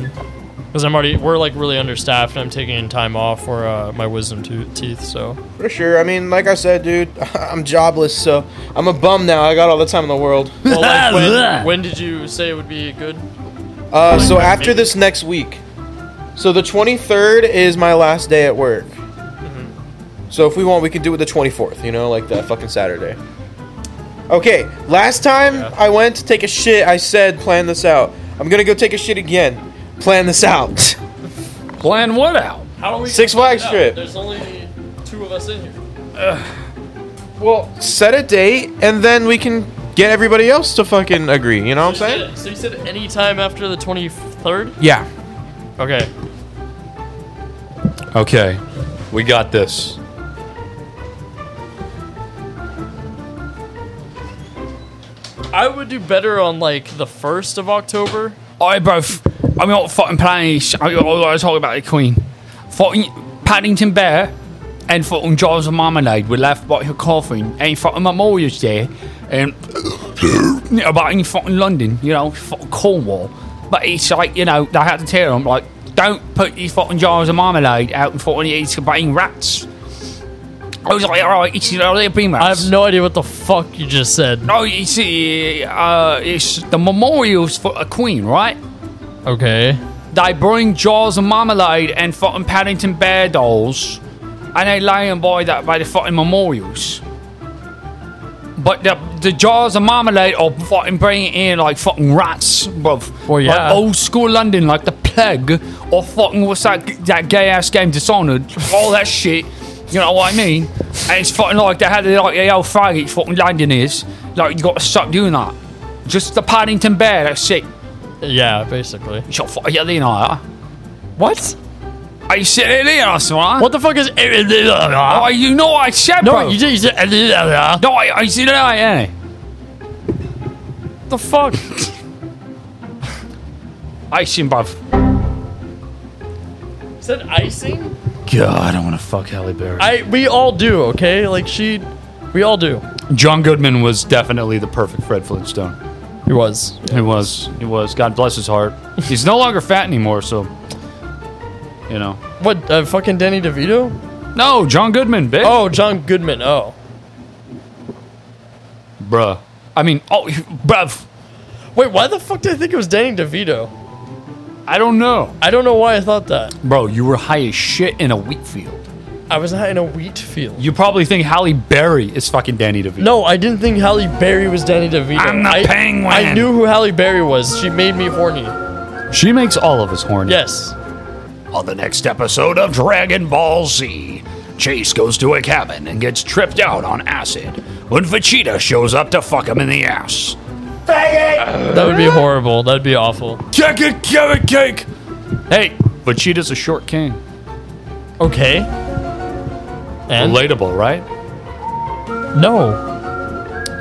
[SPEAKER 4] Because I'm already, we're like really understaffed and I'm taking time off for uh, my wisdom to- teeth, so.
[SPEAKER 13] For sure. I mean, like I said, dude, (laughs) I'm jobless, so I'm a bum now. I got all the time in the world.
[SPEAKER 4] Well,
[SPEAKER 13] (laughs)
[SPEAKER 4] like, (laughs) when, when did you say it would be good?
[SPEAKER 13] Uh, so after this next week, so the 23rd is my last day at work.
[SPEAKER 5] Mm-hmm.
[SPEAKER 13] So if we want, we can do it the 24th. You know, like that fucking Saturday. Okay, last time I went to take a shit, I said plan this out. I'm gonna go take a shit again. Plan this out. (laughs)
[SPEAKER 5] plan what out?
[SPEAKER 4] How are we
[SPEAKER 13] Six Flags trip.
[SPEAKER 4] There's only two of us in here.
[SPEAKER 13] Well, set a date and then we can get everybody else to fucking agree. You know what I'm saying?
[SPEAKER 4] So you said any time after the 23rd?
[SPEAKER 13] Yeah.
[SPEAKER 4] Okay.
[SPEAKER 5] Okay, we got this.
[SPEAKER 4] I would do better on like the 1st of October.
[SPEAKER 6] I both. I'm not fucking playing this. I, I, I talk about the Queen. Fucking Paddington Bear and fucking jars of marmalade were left by her coffin. And fucking Memorial's there. And about in fucking London, you know, fucking Cornwall. But it's like, you know, they had to tell them, like, don't put these fucking jars of marmalade out in fucking these biting rats. I was like, alright, it's, they've been rats.
[SPEAKER 4] I have no idea what the fuck you just said.
[SPEAKER 6] No, you see, uh, it's the memorials for a queen, right?
[SPEAKER 4] Okay.
[SPEAKER 6] They bring jars of marmalade and fucking Paddington Bear dolls, and they lay 'em by that by the fucking memorials. But the, the jars of marmalade are fucking bringing in like fucking rats, bruv. Well,
[SPEAKER 4] yeah.
[SPEAKER 6] Like old school London, like the plague, or fucking what's that that gay ass game Dishonored, all that shit. You know what I mean? And it's fucking like they had like the old faggot fucking London is. Like you got to stop doing that. Just the Paddington Bear, that's it.
[SPEAKER 4] Yeah, basically.
[SPEAKER 6] Shut fuck you, Leonard.
[SPEAKER 4] What?
[SPEAKER 6] Are you sitting there, Asma?
[SPEAKER 4] What the fuck is?
[SPEAKER 6] Oh, you know what I said,
[SPEAKER 4] No,
[SPEAKER 6] bro.
[SPEAKER 4] you just.
[SPEAKER 6] No, I, I said that, yeah.
[SPEAKER 5] (laughs)
[SPEAKER 6] The fuck? Icing, bruv.
[SPEAKER 4] Is that icing?
[SPEAKER 5] God, I don't want to fuck Halle Berry.
[SPEAKER 4] I. We all do. Okay, like she. We all do.
[SPEAKER 5] John Goodman was definitely the perfect Fred Flintstone.
[SPEAKER 4] He was.
[SPEAKER 5] He was. He was. God bless his (laughs) heart. He's no longer fat anymore, so you know.
[SPEAKER 4] What? Uh, fucking Danny DeVito?
[SPEAKER 5] No, John Goodman, bitch.
[SPEAKER 4] Oh, John Goodman. Oh,
[SPEAKER 5] Bruh. I mean, oh, bruv.
[SPEAKER 4] wait. Why the fuck did I think it was Danny DeVito?
[SPEAKER 5] I don't know.
[SPEAKER 4] I don't know why I thought that.
[SPEAKER 5] Bro, you were high as shit in a wheat field.
[SPEAKER 4] I was not in a wheat field.
[SPEAKER 5] You probably think Halle Berry is fucking Danny DeVito.
[SPEAKER 4] No, I didn't think Halle Berry was Danny DeVito.
[SPEAKER 5] I'm the
[SPEAKER 4] I,
[SPEAKER 5] penguin.
[SPEAKER 4] I knew who Halle Berry was. She made me horny.
[SPEAKER 5] She makes all of us horny.
[SPEAKER 4] Yes.
[SPEAKER 7] On the next episode of Dragon Ball Z, Chase goes to a cabin and gets tripped out on acid when Vegeta shows up to fuck him in the ass.
[SPEAKER 4] That would be horrible. That'd be awful.
[SPEAKER 5] Check it, carrot cake. Hey, Vegeta's a short king.
[SPEAKER 4] Okay. And
[SPEAKER 5] Relatable, right?
[SPEAKER 4] no,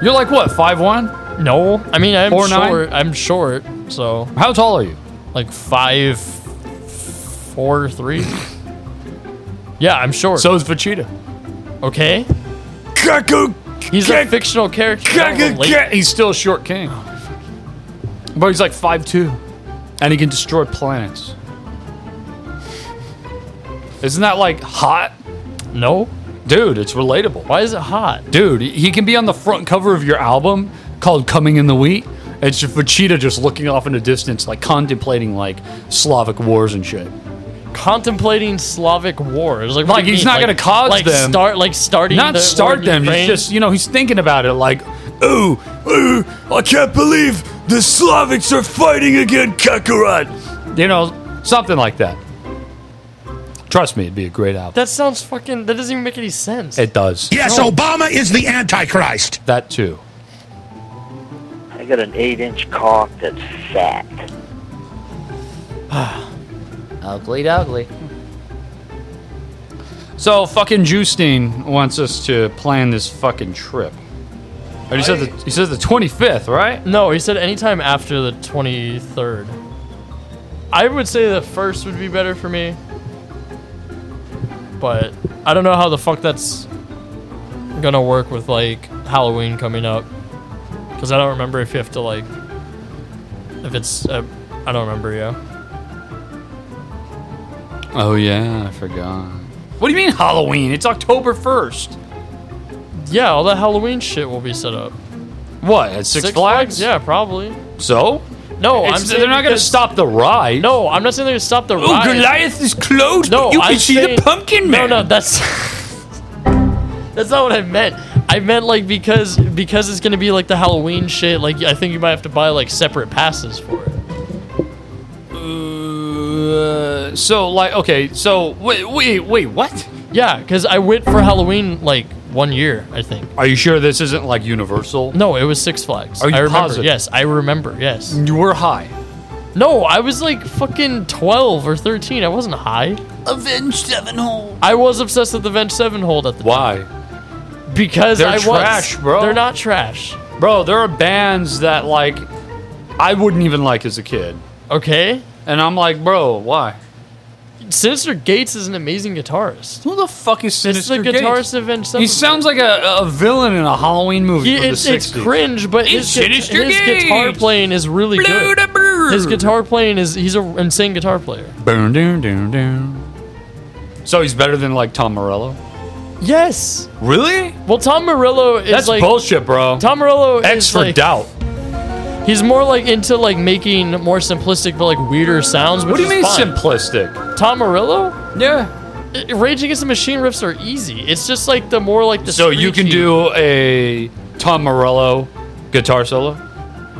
[SPEAKER 5] You're like what, five one?
[SPEAKER 4] no. I mean, I'm
[SPEAKER 5] Four nine?
[SPEAKER 4] short. I'm short. So
[SPEAKER 5] How tall are you?
[SPEAKER 4] like five, four, three. yeah, I'm short.
[SPEAKER 5] So is Vegeta.
[SPEAKER 4] okay.
[SPEAKER 7] Kaku!
[SPEAKER 4] He's a fictional character. I don't relate-
[SPEAKER 5] He's still a short king. But he's like five two, And he can destroy planets. Isn't that like hot?
[SPEAKER 4] No.
[SPEAKER 5] Dude, it's relatable.
[SPEAKER 4] Why is it hot?
[SPEAKER 5] Dude, he can be on the front cover of your album called Coming in the Wheat. It's just Vegeta just looking off in the distance, like contemplating like Slavic wars and shit.
[SPEAKER 4] Contemplating Slavic wars. Like, what
[SPEAKER 5] Like,
[SPEAKER 4] do you
[SPEAKER 5] he's
[SPEAKER 4] mean?
[SPEAKER 5] not gonna cause
[SPEAKER 4] like
[SPEAKER 5] them.
[SPEAKER 4] Start like starting.
[SPEAKER 5] Not
[SPEAKER 4] the war
[SPEAKER 5] start
[SPEAKER 4] in
[SPEAKER 5] them, he's
[SPEAKER 4] Ukraine?
[SPEAKER 5] just, you know, he's thinking about it like, ooh, ooh, I can't believe the Slavics are fighting again, Kakarot. You know, something like that. Trust me, it'd be a great album.
[SPEAKER 4] That sounds fucking. That doesn't even make any sense.
[SPEAKER 5] It does.
[SPEAKER 24] Yes,
[SPEAKER 4] No.
[SPEAKER 24] Obama is the Antichrist.
[SPEAKER 5] That too.
[SPEAKER 9] I got an eight-inch cock that's fat.
[SPEAKER 6] Ugly, ugly.
[SPEAKER 5] So fucking Justine wants us to plan this fucking trip. And he said the he says the twenty fifth, right?
[SPEAKER 4] No, he said anytime after the 23rd. I would say the first would be better for me. But I don't know how the fuck that's gonna work with like Halloween coming up. Because I don't remember if you have to like. If it's. Uh, I don't remember, yeah.
[SPEAKER 5] Oh yeah, I forgot. What do you mean Halloween? It's October first.
[SPEAKER 4] Yeah, all the Halloween shit will be set up.
[SPEAKER 5] What at Six, Flags?
[SPEAKER 4] Yeah, probably.
[SPEAKER 5] So
[SPEAKER 4] No, I'm
[SPEAKER 5] It's-
[SPEAKER 4] saying
[SPEAKER 5] they're not gonna
[SPEAKER 4] because-
[SPEAKER 5] stop the ride.
[SPEAKER 4] No, I'm not saying they're gonna stop the
[SPEAKER 6] Oh,
[SPEAKER 4] ride.
[SPEAKER 6] Goliath is clothed.
[SPEAKER 4] No,
[SPEAKER 6] you can
[SPEAKER 4] I'm
[SPEAKER 6] see
[SPEAKER 4] saying-
[SPEAKER 6] the pumpkin man.
[SPEAKER 4] No, no, that's (laughs) that's not what I meant. I meant like because because it's gonna be like the Halloween shit. Like I think you might have to buy like separate passes for it.
[SPEAKER 5] Uh, so like okay, so wait wait wait what?
[SPEAKER 4] Yeah, because I went for Halloween like one year. I think
[SPEAKER 5] Are you sure this isn't like Universal?
[SPEAKER 4] no, it was Six Flags.
[SPEAKER 5] Are you
[SPEAKER 4] I remember.
[SPEAKER 5] positive?
[SPEAKER 4] Yes, I remember. Yes.
[SPEAKER 5] You were high.
[SPEAKER 4] No, I was like fucking twelve or thirteen. I wasn't high.
[SPEAKER 6] Avenge Seven Hole.
[SPEAKER 4] I was obsessed with Avenged Sevenfold at the
[SPEAKER 5] Why?
[SPEAKER 4] time because
[SPEAKER 5] They're
[SPEAKER 4] I was.
[SPEAKER 5] trash, bro.
[SPEAKER 4] They're not trash.
[SPEAKER 5] Bro, there are bands that like I wouldn't even like as a kid.
[SPEAKER 4] Okay.
[SPEAKER 5] And I'm like, bro, why?
[SPEAKER 4] Sinister Gates is an amazing guitarist.
[SPEAKER 5] Who the fuck is
[SPEAKER 4] It's the
[SPEAKER 5] Sinister Gates?
[SPEAKER 4] guitarist of Avenged
[SPEAKER 5] He
[SPEAKER 4] Sevenfold.
[SPEAKER 5] sounds like a, a villain in a Halloween movie
[SPEAKER 4] He,
[SPEAKER 5] from
[SPEAKER 4] it's,
[SPEAKER 5] the
[SPEAKER 4] it's
[SPEAKER 5] 60s.
[SPEAKER 4] cringe, but
[SPEAKER 6] It's
[SPEAKER 4] his, gu- his
[SPEAKER 6] Sinister Gates.
[SPEAKER 4] guitar playing is really
[SPEAKER 6] Blue
[SPEAKER 4] good.
[SPEAKER 6] to brew.
[SPEAKER 4] His guitar playing is he's an insane guitar player.
[SPEAKER 5] Boom, doom, doom, doom. So he's better than like Tom Morello?
[SPEAKER 4] Yes.
[SPEAKER 5] Really?
[SPEAKER 4] Well, Tom Morello is
[SPEAKER 5] That's
[SPEAKER 4] like
[SPEAKER 5] bullshit, bro.
[SPEAKER 4] Tom Morello
[SPEAKER 5] X
[SPEAKER 4] is
[SPEAKER 5] for
[SPEAKER 4] like
[SPEAKER 5] doubt.
[SPEAKER 4] he's more like into like making more simplistic but like weirder sounds. Which
[SPEAKER 5] What do you
[SPEAKER 4] is
[SPEAKER 5] mean
[SPEAKER 4] fine.
[SPEAKER 5] simplistic?
[SPEAKER 4] Tom Morello?
[SPEAKER 5] Yeah.
[SPEAKER 4] I- Rage Against the Machine riffs are easy. It's just like the more like the
[SPEAKER 5] So you can
[SPEAKER 4] screechy-
[SPEAKER 5] do a Tom Morello guitar solo?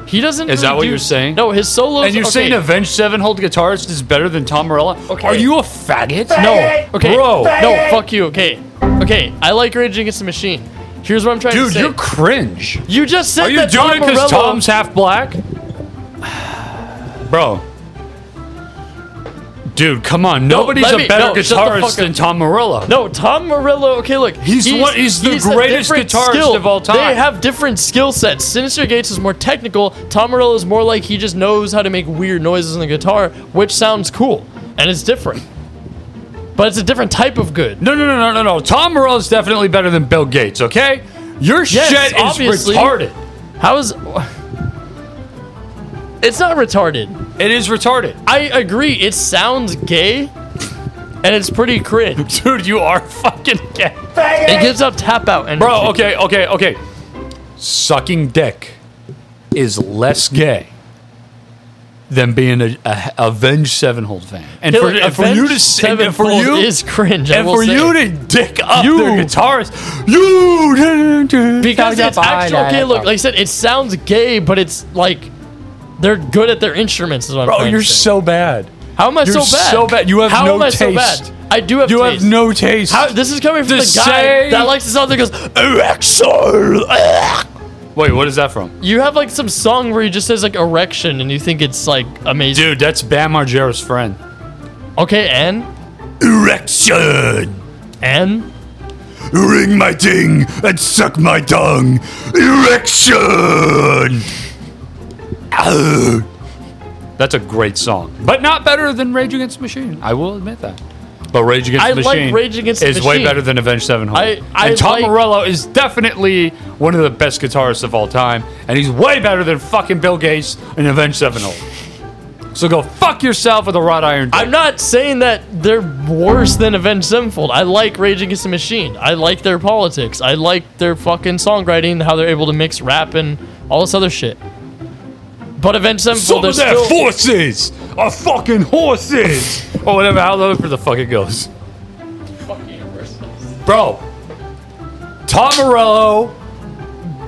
[SPEAKER 4] He doesn't.
[SPEAKER 5] Is that
[SPEAKER 4] really
[SPEAKER 5] what
[SPEAKER 4] do-
[SPEAKER 5] you're saying?
[SPEAKER 4] No, his solos.
[SPEAKER 5] And you're
[SPEAKER 4] okay.
[SPEAKER 5] saying Avenged Sevenfold guitarist is better than Tom Morello? Are you a faggot?
[SPEAKER 4] No. Okay.
[SPEAKER 5] Bro.
[SPEAKER 4] No. Fuck you. Okay. Okay. I like Rage Against the Machine. Here's what I'm trying
[SPEAKER 5] Dude,
[SPEAKER 4] to say.
[SPEAKER 5] you're cringe.
[SPEAKER 4] You just said
[SPEAKER 5] (laughs) Are you
[SPEAKER 4] that
[SPEAKER 5] doing
[SPEAKER 4] Tom
[SPEAKER 5] it because
[SPEAKER 4] Morello-
[SPEAKER 5] Tom's half black? (sighs) Bro. Dude, come on.
[SPEAKER 4] No,
[SPEAKER 5] Nobody's
[SPEAKER 4] let
[SPEAKER 5] a
[SPEAKER 4] me-
[SPEAKER 5] better
[SPEAKER 4] no, shut the fuck
[SPEAKER 5] guitarist than
[SPEAKER 4] up.
[SPEAKER 5] Tom Morello.
[SPEAKER 4] No, Tom Morello. Okay, look,
[SPEAKER 5] He's one- he's the
[SPEAKER 4] a
[SPEAKER 5] greatest
[SPEAKER 4] different
[SPEAKER 5] guitarist of all time.
[SPEAKER 4] They have different skill sets. Sinister Gates is more technical. Tom Morello is more like he just knows how to make weird noises on the guitar, which sounds cool and it's different. But it's a different type of good.
[SPEAKER 5] No, no, no, no, no, no. Tom Morello's definitely better than Bill Gates, okay? Your
[SPEAKER 4] Yes,
[SPEAKER 5] shit is
[SPEAKER 4] obviously.
[SPEAKER 5] retarded.
[SPEAKER 4] How is? (sighs) It's not retarded.
[SPEAKER 5] It is retarded.
[SPEAKER 4] I agree. It sounds gay, and it's pretty cringe.
[SPEAKER 5] (laughs) Dude, you are fucking gay.
[SPEAKER 4] It gives up tap out and
[SPEAKER 5] Bro, Oh, okay, okay, okay. Sucking dick is less gay than being a, a Avenged Sevenfold fan. And
[SPEAKER 4] Yeah,
[SPEAKER 5] for,
[SPEAKER 4] look,
[SPEAKER 5] and for you to
[SPEAKER 4] Avenged
[SPEAKER 5] sing and for
[SPEAKER 4] Sevenfold
[SPEAKER 5] you
[SPEAKER 4] is cringe, I
[SPEAKER 5] and
[SPEAKER 4] will
[SPEAKER 5] for
[SPEAKER 4] say it.
[SPEAKER 5] you to dick up
[SPEAKER 4] You.
[SPEAKER 5] their guitarist, you
[SPEAKER 4] because it's actual okay. Look, like I said, it sounds gay, but it's like they're good at their instruments. Is what I'm
[SPEAKER 5] Bro,
[SPEAKER 4] trying
[SPEAKER 5] you're
[SPEAKER 4] to say.
[SPEAKER 5] so bad.
[SPEAKER 4] How am I
[SPEAKER 5] You're
[SPEAKER 4] so bad?
[SPEAKER 5] so bad. You have
[SPEAKER 4] How
[SPEAKER 5] no
[SPEAKER 4] am I so
[SPEAKER 5] taste.
[SPEAKER 4] bad? I do have.
[SPEAKER 5] You have
[SPEAKER 4] taste.
[SPEAKER 5] no taste.
[SPEAKER 4] How, this is coming from
[SPEAKER 5] To
[SPEAKER 4] the, guy
[SPEAKER 5] say-
[SPEAKER 4] that likes the song that goes erection.
[SPEAKER 5] Wait, what is that from?
[SPEAKER 4] You have like some song where he just says like erection, and you think it's like amazing.
[SPEAKER 5] Dude, that's Bam Margera's friend.
[SPEAKER 4] Okay, and
[SPEAKER 24] Erection!
[SPEAKER 4] and
[SPEAKER 24] Ring my ding and suck my dung! Erection! Ow.
[SPEAKER 5] That's a great song, but not better than Rage Against the Machine. I will admit that. But Rage Against
[SPEAKER 4] I
[SPEAKER 5] the
[SPEAKER 4] like
[SPEAKER 5] Machine
[SPEAKER 4] Rage Against the
[SPEAKER 5] is way
[SPEAKER 4] Machine.
[SPEAKER 5] better than Avenged Sevenfold.
[SPEAKER 4] I- I
[SPEAKER 5] and Tom
[SPEAKER 4] like-
[SPEAKER 5] Morello is definitely one of the best guitarists of all time, and he's way better than fucking Bill Gates and Avenged Sevenfold. So go fuck yourself with a wrought iron. Dick.
[SPEAKER 4] I'm not saying that they're worse than Avenged Sevenfold. I like Rage Against the Machine. I like their politics. I like their fucking songwriting, how they're able to mix rap and all this other shit. But Avenged Sevenfold,
[SPEAKER 5] Some
[SPEAKER 4] they're
[SPEAKER 5] of their
[SPEAKER 4] still
[SPEAKER 5] forces are fucking horses, or Oh, whatever. However the fuck it goes. Bro, Tom Morello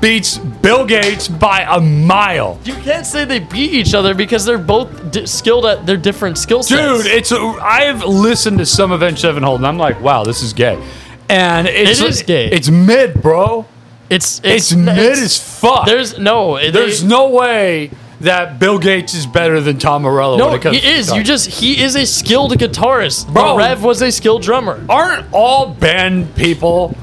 [SPEAKER 5] beats Bill Gates by a mile.
[SPEAKER 4] You can't say they beat each other because they're both di- skilled at their different skill sets.
[SPEAKER 5] Dude, it's a, I've listened to some Avenged Sevenfold and I'm like, wow, this is gay. And it's,
[SPEAKER 4] It is gay.
[SPEAKER 5] It's mid, bro.
[SPEAKER 4] It's
[SPEAKER 5] It's, mid as fuck.
[SPEAKER 4] There's no. they-
[SPEAKER 5] There's no way that Bill Gates is better than Tom Morello.
[SPEAKER 4] No,
[SPEAKER 5] when it comes
[SPEAKER 4] he
[SPEAKER 5] to
[SPEAKER 4] is.
[SPEAKER 5] guitar.
[SPEAKER 4] You just he is a skilled guitarist.
[SPEAKER 5] Bro.
[SPEAKER 4] But Rev was a skilled drummer.
[SPEAKER 5] aren't all band people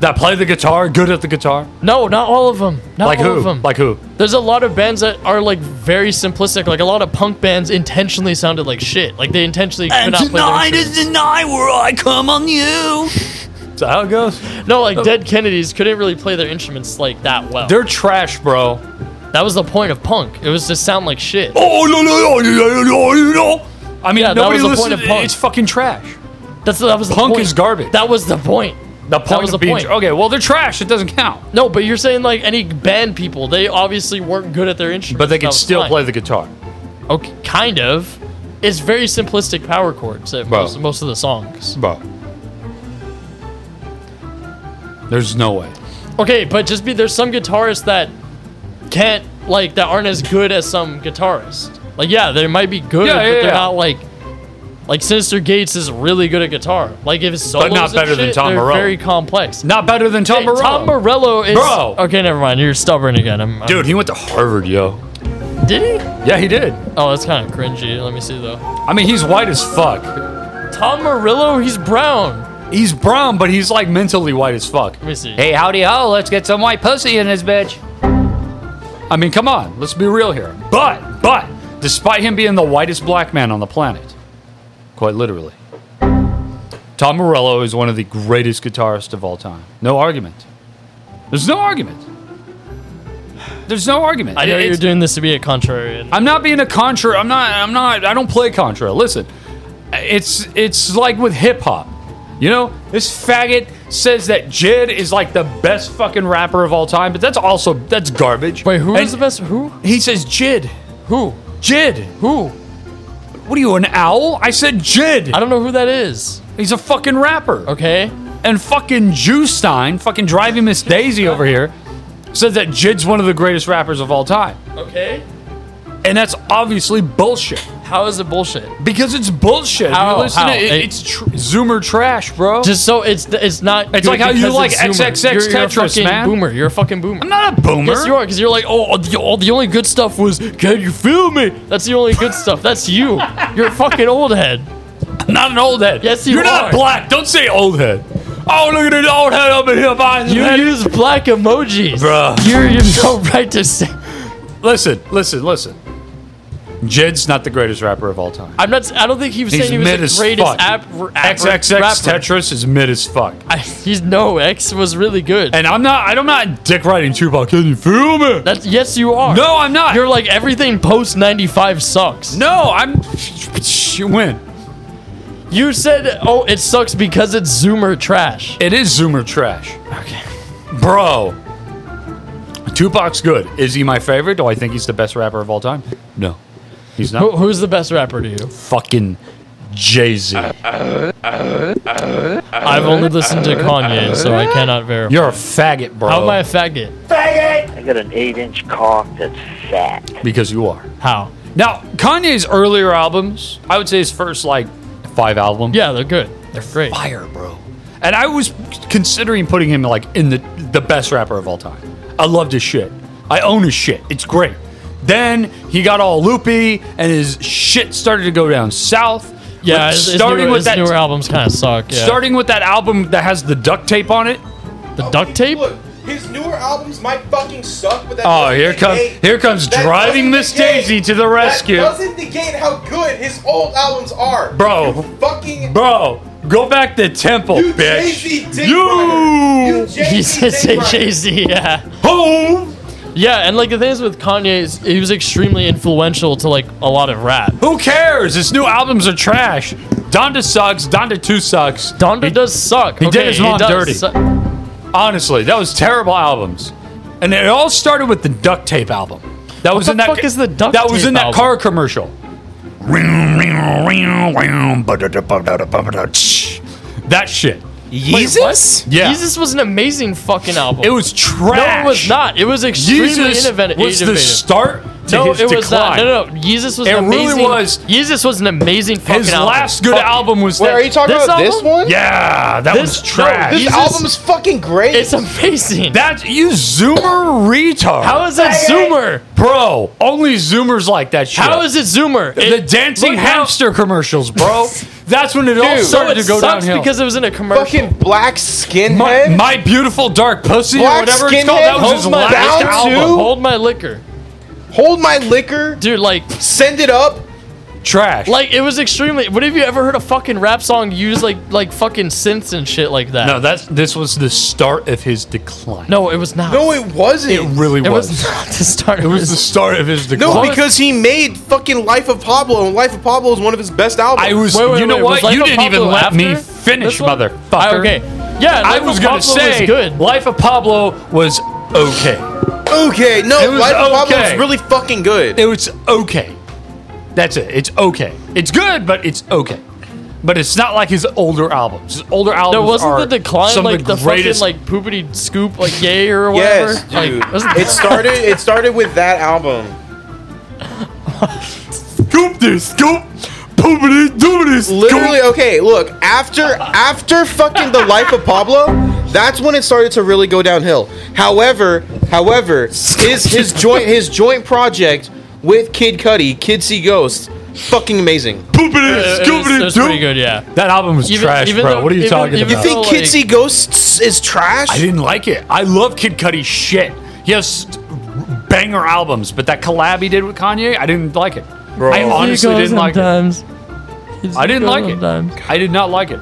[SPEAKER 5] that play the guitar good at the guitar?
[SPEAKER 4] No, not all of them. Not
[SPEAKER 5] like
[SPEAKER 4] all
[SPEAKER 5] who?
[SPEAKER 4] of them.
[SPEAKER 5] Like who?
[SPEAKER 4] There's a lot of bands that are like very simplistic. Like a lot of punk bands intentionally sounded like shit. Like they intentionally could
[SPEAKER 7] And
[SPEAKER 4] not play. Their
[SPEAKER 7] tonight
[SPEAKER 4] instruments.
[SPEAKER 7] is the night where I come on you.
[SPEAKER 5] Is that how it goes?
[SPEAKER 4] no, like Dead Kennedys couldn't really play their instruments like that well.
[SPEAKER 5] They're trash, bro.
[SPEAKER 4] that was the point of punk. It was to sound like shit.
[SPEAKER 5] Oh no no no no no no! no. I mean,
[SPEAKER 4] Yeah, that was
[SPEAKER 5] nobody
[SPEAKER 4] the point
[SPEAKER 5] listened.
[SPEAKER 4] of punk.
[SPEAKER 5] It's fucking trash.
[SPEAKER 4] That's that was the
[SPEAKER 5] Punk
[SPEAKER 4] point.
[SPEAKER 5] is garbage.
[SPEAKER 4] That was the point.
[SPEAKER 5] The point
[SPEAKER 4] that was
[SPEAKER 5] of
[SPEAKER 4] the
[SPEAKER 5] being
[SPEAKER 4] point.
[SPEAKER 5] okay. Well, they're trash. It doesn't count.
[SPEAKER 4] No, but you're saying like any band people, they obviously weren't good at their instruments.
[SPEAKER 5] But they
[SPEAKER 4] That
[SPEAKER 5] can
[SPEAKER 4] was
[SPEAKER 5] still
[SPEAKER 4] fine.
[SPEAKER 5] play the guitar.
[SPEAKER 4] Okay, kind of. It's very simplistic power chords at
[SPEAKER 5] Bro.
[SPEAKER 4] most, most of the songs.
[SPEAKER 5] Bro. There's no way.
[SPEAKER 4] Okay, but just be there's some guitarists that can't like that aren't as good as some guitarists. Like yeah, they might be good,
[SPEAKER 5] Yeah,
[SPEAKER 4] but
[SPEAKER 5] yeah,
[SPEAKER 4] they're
[SPEAKER 5] yeah.
[SPEAKER 4] not like like Sinister Gates is really good at guitar. Like if it's solos
[SPEAKER 5] But not
[SPEAKER 4] and
[SPEAKER 5] better than
[SPEAKER 4] shit,
[SPEAKER 5] Tom
[SPEAKER 4] they're
[SPEAKER 5] Morello.
[SPEAKER 4] Very complex.
[SPEAKER 5] Not better than Tom
[SPEAKER 4] Hey,
[SPEAKER 5] Morello.
[SPEAKER 4] Tom Morello is
[SPEAKER 5] Bro.
[SPEAKER 4] okay. Never mind. You're stubborn again. I'm, I'm-
[SPEAKER 5] Dude, he went to Harvard, yo.
[SPEAKER 4] did he?
[SPEAKER 5] Yeah, he did.
[SPEAKER 4] Oh, that's kind of cringy. Let me see though.
[SPEAKER 5] I mean, he's white as fuck.
[SPEAKER 4] Tom Morello, he's brown.
[SPEAKER 5] He's brown, but he's like mentally white as fuck.
[SPEAKER 4] Let me see.
[SPEAKER 5] Hey, howdy ho, let's get some white pussy in this bitch. I mean, come on, let's be real here. But, but, despite him being the whitest black man on the planet, quite literally, Tom Morello is one of the greatest guitarists of all time. No argument. There's no argument. There's no argument.
[SPEAKER 4] I know
[SPEAKER 5] It-
[SPEAKER 4] you're
[SPEAKER 5] it's-
[SPEAKER 4] doing this to be a contrarian.
[SPEAKER 5] I'm not being a contra. I'm not. I'm not. I don't play contra. Listen, it's it's like with hip hop. You know, this faggot says that Jid is like the best fucking rapper of all time, but that's also that's garbage.
[SPEAKER 4] Wait, who is
[SPEAKER 5] And
[SPEAKER 4] the best? Who?
[SPEAKER 5] He says Jid.
[SPEAKER 4] Who?
[SPEAKER 5] Jid.
[SPEAKER 4] Who?
[SPEAKER 5] What are you, an owl? I said Jid.
[SPEAKER 4] I don't know who that is.
[SPEAKER 5] He's a fucking rapper.
[SPEAKER 4] Okay.
[SPEAKER 5] And fucking Stein, fucking driving Miss Daisy over here, says that Jid's one of the greatest rappers of all time.
[SPEAKER 4] Okay.
[SPEAKER 5] And that's obviously bullshit.
[SPEAKER 4] How is it bullshit?
[SPEAKER 5] Because it's bullshit. If you
[SPEAKER 4] How-
[SPEAKER 5] listen to
[SPEAKER 4] how?
[SPEAKER 5] it, it-
[SPEAKER 4] It-
[SPEAKER 5] it's tr- Zoomer trash, bro.
[SPEAKER 4] Just so it's it's not.
[SPEAKER 5] It's
[SPEAKER 4] good
[SPEAKER 5] like how you
[SPEAKER 4] because
[SPEAKER 5] like
[SPEAKER 4] it's Zoomer.
[SPEAKER 5] XXX
[SPEAKER 4] You're- you're a
[SPEAKER 5] Tetris,
[SPEAKER 4] fucking
[SPEAKER 5] man.
[SPEAKER 4] Boomer, you're a fucking boomer. I'm
[SPEAKER 5] not a boomer.
[SPEAKER 4] Yes, you are, because you're like, oh, all the, all the only good stuff was, can you feel me? That's the only good stuff. That's you. You're a fucking old head.
[SPEAKER 5] Not an old head.
[SPEAKER 4] Yes, you
[SPEAKER 5] You're not
[SPEAKER 4] are.
[SPEAKER 5] black. Don't say old head. Oh, look at an old head over here buying
[SPEAKER 4] You
[SPEAKER 5] head.
[SPEAKER 4] use black emojis.
[SPEAKER 5] Bruh.
[SPEAKER 4] You're, (laughs) you have no right to say.
[SPEAKER 5] Listen, listen, listen. Jed's not the greatest rapper of all time.
[SPEAKER 4] I'm not. I don't think he was
[SPEAKER 5] He's
[SPEAKER 4] saying he was
[SPEAKER 5] mid
[SPEAKER 4] the
[SPEAKER 5] as
[SPEAKER 4] greatest
[SPEAKER 5] fuck.
[SPEAKER 4] app, rapper.
[SPEAKER 5] XXX
[SPEAKER 4] rapper.
[SPEAKER 5] Tetris is mid as fuck.
[SPEAKER 4] I, he's no X was really good.
[SPEAKER 5] And I'm not. I'm not dick riding Tupac. Can you feel me?
[SPEAKER 4] That's yes, you are.
[SPEAKER 5] No, I'm not.
[SPEAKER 4] You're like everything post '95 sucks.
[SPEAKER 5] No, I'm. (laughs) You win.
[SPEAKER 4] You said, "Oh, it sucks because it's Zoomer trash."
[SPEAKER 5] It is Zoomer trash. Okay. Bro. Tupac's good. Is he my favorite? Do I think he's the best rapper of all time? No. He's not.
[SPEAKER 4] Who, who's the best rapper to you?
[SPEAKER 5] Fucking Jay Z.
[SPEAKER 4] Uh, I've only listened to Kanye, so I cannot verify.
[SPEAKER 5] You're a faggot, bro.
[SPEAKER 4] How am I a faggot?
[SPEAKER 9] I got an eight-inch cock that's fat.
[SPEAKER 5] Because you are.
[SPEAKER 4] How?
[SPEAKER 5] Now, Kanye's earlier albums, I would say his first like five albums.
[SPEAKER 4] Yeah, they're good. They're great.
[SPEAKER 5] Fire, bro. And I was considering putting him like in the the best rapper of all time. I loved his shit. I own his shit. It's great. Then he got all loopy and his shit started to go down south.
[SPEAKER 4] Yeah,
[SPEAKER 5] Like,
[SPEAKER 4] his, his newer, his newer albums kind of suck. Yeah.
[SPEAKER 5] starting with that album that has the duct tape on it.
[SPEAKER 4] the duct tape.
[SPEAKER 13] Look, his newer albums might fucking suck, but that
[SPEAKER 5] Oh,
[SPEAKER 13] doesn't
[SPEAKER 5] here comes
[SPEAKER 13] negate-
[SPEAKER 5] here comes
[SPEAKER 13] that
[SPEAKER 5] driving
[SPEAKER 13] doesn't
[SPEAKER 5] Miss
[SPEAKER 13] negate-
[SPEAKER 5] Daisy to the rescue.
[SPEAKER 13] That doesn't negate how good his old albums are.
[SPEAKER 5] Bro.
[SPEAKER 13] You fucking
[SPEAKER 5] Bro, go back to Temple,
[SPEAKER 13] You Jay-Z
[SPEAKER 5] bitch.
[SPEAKER 13] dick
[SPEAKER 5] you.
[SPEAKER 4] He said say Jay Z. (laughs) Yeah.
[SPEAKER 5] Home.
[SPEAKER 4] Yeah, and like the thing is with Kanye, is he was extremely influential to like a lot of rap.
[SPEAKER 5] Who cares? His new albums are trash. Donda sucks. Donda 2 sucks.
[SPEAKER 4] Donda does suck.
[SPEAKER 5] He
[SPEAKER 4] Okay,
[SPEAKER 5] did his
[SPEAKER 4] he
[SPEAKER 5] mom
[SPEAKER 4] does
[SPEAKER 5] dirty.
[SPEAKER 4] suck.
[SPEAKER 5] Honestly, that was terrible albums. And it all started with the duct tape album. That was
[SPEAKER 4] the
[SPEAKER 5] in that
[SPEAKER 4] fuck is the duct
[SPEAKER 5] That was
[SPEAKER 4] tape
[SPEAKER 5] in that
[SPEAKER 4] album?
[SPEAKER 5] car commercial. That shit.
[SPEAKER 4] Jesus?
[SPEAKER 5] Yeah.
[SPEAKER 4] Jesus was an amazing fucking album.
[SPEAKER 5] It was trash.
[SPEAKER 4] No, it was not. It was extremely
[SPEAKER 5] Jesus
[SPEAKER 4] innovative.
[SPEAKER 5] was the
[SPEAKER 4] innovative.
[SPEAKER 5] start to
[SPEAKER 4] no,
[SPEAKER 5] his
[SPEAKER 4] it was
[SPEAKER 5] decline.
[SPEAKER 4] not. No, no, no. Jesus was
[SPEAKER 5] It
[SPEAKER 4] an
[SPEAKER 5] really
[SPEAKER 4] amazing.
[SPEAKER 5] was.
[SPEAKER 4] Jesus was an amazing fucking
[SPEAKER 5] His
[SPEAKER 4] album.
[SPEAKER 5] last good
[SPEAKER 4] Fuck.
[SPEAKER 5] album was.
[SPEAKER 13] Wait,
[SPEAKER 5] that-
[SPEAKER 13] are you talking
[SPEAKER 4] This
[SPEAKER 13] about this
[SPEAKER 4] album?
[SPEAKER 13] one?
[SPEAKER 5] Yeah, that
[SPEAKER 4] This-
[SPEAKER 5] was trash.
[SPEAKER 4] no,
[SPEAKER 13] This
[SPEAKER 4] Jesus-
[SPEAKER 13] album's fucking great.
[SPEAKER 4] It's amazing.
[SPEAKER 5] That's you zoomer retard.
[SPEAKER 4] How is that Zoomer?
[SPEAKER 5] Bro, only zoomers like that shit.
[SPEAKER 4] How is it Zoomer?
[SPEAKER 5] the dancing
[SPEAKER 4] look how-
[SPEAKER 5] hamster
[SPEAKER 4] (laughs)
[SPEAKER 5] commercials, bro? That's when it all
[SPEAKER 4] So
[SPEAKER 13] Dude.
[SPEAKER 5] started
[SPEAKER 4] it
[SPEAKER 5] to go
[SPEAKER 4] sucks
[SPEAKER 5] downhill.
[SPEAKER 4] because it was in a commercial.
[SPEAKER 13] fucking black
[SPEAKER 5] my,
[SPEAKER 13] skinhead.
[SPEAKER 5] my beautiful dark pussy or
[SPEAKER 13] Black
[SPEAKER 5] whatever it's called.
[SPEAKER 13] skinhead?
[SPEAKER 5] That was his
[SPEAKER 4] Hold my,
[SPEAKER 5] last
[SPEAKER 13] Down
[SPEAKER 5] album.
[SPEAKER 13] to-
[SPEAKER 4] hold my liquor,
[SPEAKER 13] Hold my liquor.
[SPEAKER 4] dude. Like,
[SPEAKER 13] Send it up.
[SPEAKER 5] Trash.
[SPEAKER 4] like it was extremely. What have you ever heard a fucking rap song use like like fucking synths and shit like that?
[SPEAKER 5] no, that's this was the start of his decline.
[SPEAKER 4] no, it was not.
[SPEAKER 13] No, it wasn't.
[SPEAKER 5] it really
[SPEAKER 4] (laughs) it
[SPEAKER 5] was.
[SPEAKER 4] was (laughs) not the start.
[SPEAKER 5] It was the start of his decline.
[SPEAKER 13] no, because he made fucking Life of Pablo, and Life of Pablo is one of his best albums.
[SPEAKER 5] I was.
[SPEAKER 4] Wait, wait,
[SPEAKER 5] you know
[SPEAKER 4] wait, was
[SPEAKER 5] what?
[SPEAKER 4] Life
[SPEAKER 5] you
[SPEAKER 4] of
[SPEAKER 5] didn't even
[SPEAKER 4] Pablo
[SPEAKER 5] let me
[SPEAKER 4] after
[SPEAKER 5] finish,
[SPEAKER 4] this one?
[SPEAKER 5] motherfucker.
[SPEAKER 4] Ah, okay. Yeah,
[SPEAKER 5] I
[SPEAKER 4] Life
[SPEAKER 5] was
[SPEAKER 4] of
[SPEAKER 5] gonna
[SPEAKER 4] Pablo
[SPEAKER 5] say
[SPEAKER 4] was good.
[SPEAKER 5] Life of Pablo was okay.
[SPEAKER 13] okay. No,
[SPEAKER 5] It was
[SPEAKER 13] Life of Pablo
[SPEAKER 5] okay.
[SPEAKER 13] is really fucking good.
[SPEAKER 5] It was okay. That's it. It's okay. It's good, but it's okay. But it's not like his older albums. His older albums
[SPEAKER 4] There wasn't
[SPEAKER 5] are
[SPEAKER 4] the decline
[SPEAKER 5] some
[SPEAKER 4] like
[SPEAKER 5] of
[SPEAKER 4] the,
[SPEAKER 5] the, greatest.
[SPEAKER 4] fucking like poopity scoop like yay or whatever.
[SPEAKER 13] yes,
[SPEAKER 4] Like,
[SPEAKER 13] dude.
[SPEAKER 4] wasn't
[SPEAKER 5] (laughs)
[SPEAKER 13] it started. It started with that album.
[SPEAKER 24] Scoop this, scoop! Poopity doobity, scoop!
[SPEAKER 13] Literally, okay, look, after after fucking the life of Pablo, that's when it started to really go downhill. However, however, his his joint his joint project with Kid Cudi, Kid See Ghost, fucking amazing.
[SPEAKER 24] Poopity,
[SPEAKER 4] it, it, was, it
[SPEAKER 24] scoopity
[SPEAKER 4] was pretty
[SPEAKER 24] doo!
[SPEAKER 4] good, yeah.
[SPEAKER 5] that album was
[SPEAKER 4] Even-
[SPEAKER 5] trash,
[SPEAKER 4] even
[SPEAKER 5] bro.
[SPEAKER 4] though-
[SPEAKER 5] what are you
[SPEAKER 4] even-
[SPEAKER 5] talking
[SPEAKER 4] even-
[SPEAKER 5] about?
[SPEAKER 13] You think
[SPEAKER 4] Oh,
[SPEAKER 13] Kid
[SPEAKER 4] like-
[SPEAKER 13] See Ghost is trash?
[SPEAKER 5] I didn't like it. I love Kid Cudi's shit. He has banger albums, but that collab he did with Kanye, I didn't like it. I honestly didn't like it. I didn't like it. I did not like it.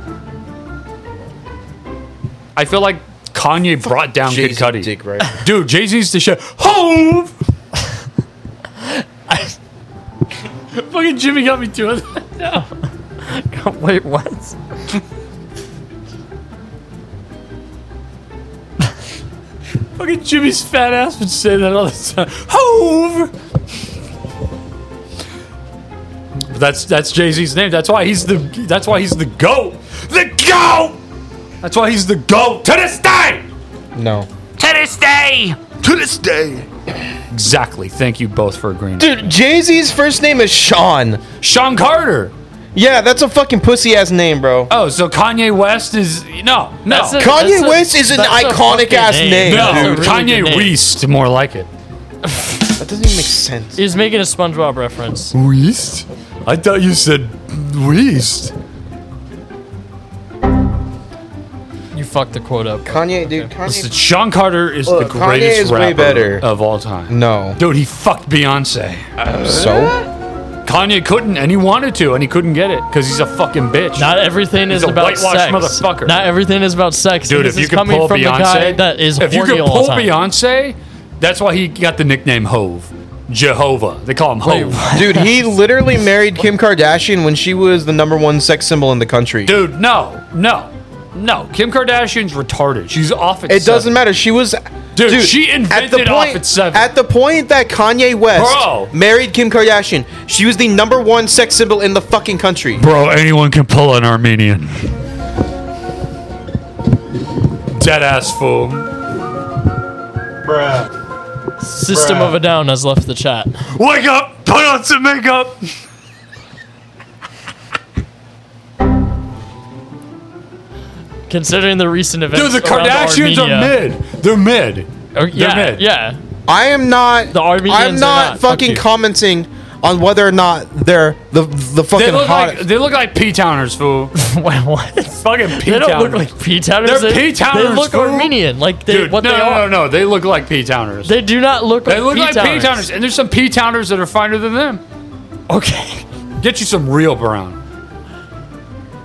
[SPEAKER 5] I feel like Kanye brought down
[SPEAKER 13] Jay-Z
[SPEAKER 5] Kid Cudi.
[SPEAKER 13] dick right now.
[SPEAKER 5] Dude, Jay Z's the shit. Hove! Fucking Jimmy got me too.
[SPEAKER 4] (laughs) Wait, what?
[SPEAKER 5] Fucking Jimmy's fat ass would say that all the time. Hove! But that's that's Jay Z's name. That's why he's the that's why he's the goat. The goat. That's why he's the GOAT to this day!
[SPEAKER 13] (laughs) No.
[SPEAKER 27] To this day!
[SPEAKER 5] To this day! Exactly. Thank you both for agreeing.
[SPEAKER 13] Dude, Jay Z's first name is Sean.
[SPEAKER 5] Sean Carter.
[SPEAKER 13] Yeah, that's a fucking pussy ass name, bro.
[SPEAKER 5] Oh, so Kanye West is no, no.
[SPEAKER 13] That's a- Kanye that's a- West is an that's a iconic fucking ass name. name,
[SPEAKER 5] No,
[SPEAKER 13] dude.
[SPEAKER 5] Kanye
[SPEAKER 4] Really good name.
[SPEAKER 5] West, more like it.
[SPEAKER 13] That doesn't even make sense.
[SPEAKER 4] He's making a SpongeBob reference.
[SPEAKER 5] West? I thought you said West.
[SPEAKER 4] You fucked the quote up.
[SPEAKER 13] Kanye, dude, Kanye.
[SPEAKER 5] Listen, Sean Carter is
[SPEAKER 13] Look,
[SPEAKER 5] the
[SPEAKER 13] Kanye
[SPEAKER 5] greatest
[SPEAKER 13] is way
[SPEAKER 5] rapper
[SPEAKER 13] better.
[SPEAKER 5] of all time.
[SPEAKER 13] (laughs) No.
[SPEAKER 5] Dude, he fucked Beyonce.
[SPEAKER 13] So?
[SPEAKER 5] Kanye couldn't, and he wanted to, and he couldn't get it because he's a fucking bitch.
[SPEAKER 4] Not everything
[SPEAKER 5] He's
[SPEAKER 4] is
[SPEAKER 5] a
[SPEAKER 4] about
[SPEAKER 5] whitewashed
[SPEAKER 4] sex.
[SPEAKER 5] motherfucker.
[SPEAKER 4] Not everything is about sex.
[SPEAKER 5] Dude,
[SPEAKER 4] this
[SPEAKER 5] if you
[SPEAKER 4] is
[SPEAKER 5] could
[SPEAKER 4] coming
[SPEAKER 5] pull
[SPEAKER 4] from the guy
[SPEAKER 5] Beyonce,
[SPEAKER 4] that is
[SPEAKER 5] if you could
[SPEAKER 4] horny all
[SPEAKER 5] pull
[SPEAKER 4] the time.
[SPEAKER 5] Beyonce, that's why he got the nickname Hove, Jehovah. They call him Hove.
[SPEAKER 13] (laughs) Dude, he literally married Kim Kardashian when she was the number one sex symbol in the country.
[SPEAKER 5] Dude, no, no, no. Kim Kardashian's retarded. She's off at
[SPEAKER 13] It
[SPEAKER 5] seven.
[SPEAKER 13] doesn't matter. She was.
[SPEAKER 5] Dude, she invented off at seven.
[SPEAKER 13] At the point that Kanye West
[SPEAKER 5] Bro.
[SPEAKER 13] married Kim Kardashian, she was the number one sex symbol in the fucking country.
[SPEAKER 5] Bro, anyone can pull an Armenian. Dead ass fool.
[SPEAKER 28] Bruh.
[SPEAKER 4] System
[SPEAKER 28] Bruh.
[SPEAKER 4] of a Down has left the chat.
[SPEAKER 5] Wake up! Put on some makeup!
[SPEAKER 4] Considering the recent events,
[SPEAKER 5] Dude, the
[SPEAKER 4] around
[SPEAKER 5] Kardashians are
[SPEAKER 4] Armenia-
[SPEAKER 5] mid. They're mid.
[SPEAKER 4] Or- yeah,
[SPEAKER 5] They're mid.
[SPEAKER 4] yeah. (laughs)
[SPEAKER 13] I am not. The
[SPEAKER 4] Armenians
[SPEAKER 13] I'm
[SPEAKER 4] are
[SPEAKER 13] not
[SPEAKER 4] not. Fuck
[SPEAKER 13] fucking
[SPEAKER 4] you.
[SPEAKER 13] commenting on whether or not they're the
[SPEAKER 5] They
[SPEAKER 13] the fucking
[SPEAKER 5] look
[SPEAKER 13] hot.
[SPEAKER 5] like they look like P towners, fool.
[SPEAKER 4] Wait, what?
[SPEAKER 5] Fucking P
[SPEAKER 4] They don't look
[SPEAKER 5] towners.
[SPEAKER 4] like P-towners.
[SPEAKER 5] They're
[SPEAKER 4] They-
[SPEAKER 5] P-towners,
[SPEAKER 4] They look
[SPEAKER 5] fool.
[SPEAKER 4] Armenian. Like they,
[SPEAKER 5] Dude,
[SPEAKER 4] what
[SPEAKER 5] no,
[SPEAKER 4] they
[SPEAKER 5] no,
[SPEAKER 4] are.
[SPEAKER 5] no, no, they look like P towners.
[SPEAKER 4] They do not look
[SPEAKER 5] They
[SPEAKER 4] like
[SPEAKER 5] look like
[SPEAKER 4] P-towners.
[SPEAKER 5] P towners, and there's some P towners that are finer than them.
[SPEAKER 4] Okay.
[SPEAKER 5] Get you some real brown.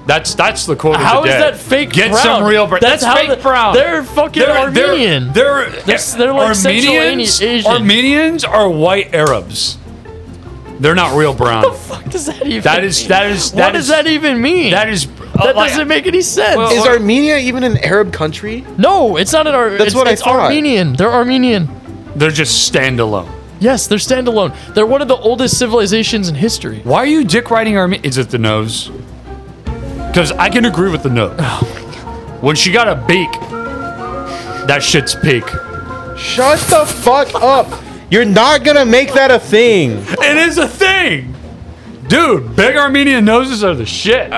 [SPEAKER 5] That's that's the quote.
[SPEAKER 4] How
[SPEAKER 5] of the
[SPEAKER 4] is
[SPEAKER 5] day.
[SPEAKER 4] that fake
[SPEAKER 5] Get
[SPEAKER 4] brown?
[SPEAKER 5] some real brown.
[SPEAKER 4] That's
[SPEAKER 5] That's,
[SPEAKER 4] how
[SPEAKER 5] fake
[SPEAKER 4] the-
[SPEAKER 5] brown.
[SPEAKER 4] they're fucking Armenian.
[SPEAKER 5] They're
[SPEAKER 4] They're s- they're like Central
[SPEAKER 5] Armenians.
[SPEAKER 4] Asian.
[SPEAKER 5] Armenians are white Arabs. They're not real brown.
[SPEAKER 4] What does that even?
[SPEAKER 5] That is- that is-
[SPEAKER 4] mean?
[SPEAKER 5] that
[SPEAKER 4] what
[SPEAKER 5] is-
[SPEAKER 4] does that even mean?
[SPEAKER 5] That is
[SPEAKER 4] That doesn't make any sense.
[SPEAKER 5] Well,
[SPEAKER 13] Is Armenia even an Arab country?
[SPEAKER 4] no, it's not an. Ar-
[SPEAKER 13] That's
[SPEAKER 4] it's,
[SPEAKER 13] what I
[SPEAKER 4] it's
[SPEAKER 13] thought.
[SPEAKER 4] Armenian. They're Armenian.
[SPEAKER 5] They're just standalone.
[SPEAKER 4] Yes, they're standalone. They're one of the oldest civilizations in history.
[SPEAKER 5] Why are you dick riding Arme? Is it the nose? Because I can agree with the nose.
[SPEAKER 4] Oh
[SPEAKER 5] When she got a beak, that shit's peak.
[SPEAKER 13] Shut the fuck up. You're not gonna make that a thing.
[SPEAKER 5] It is a thing, dude. Big Armenian noses are the shit.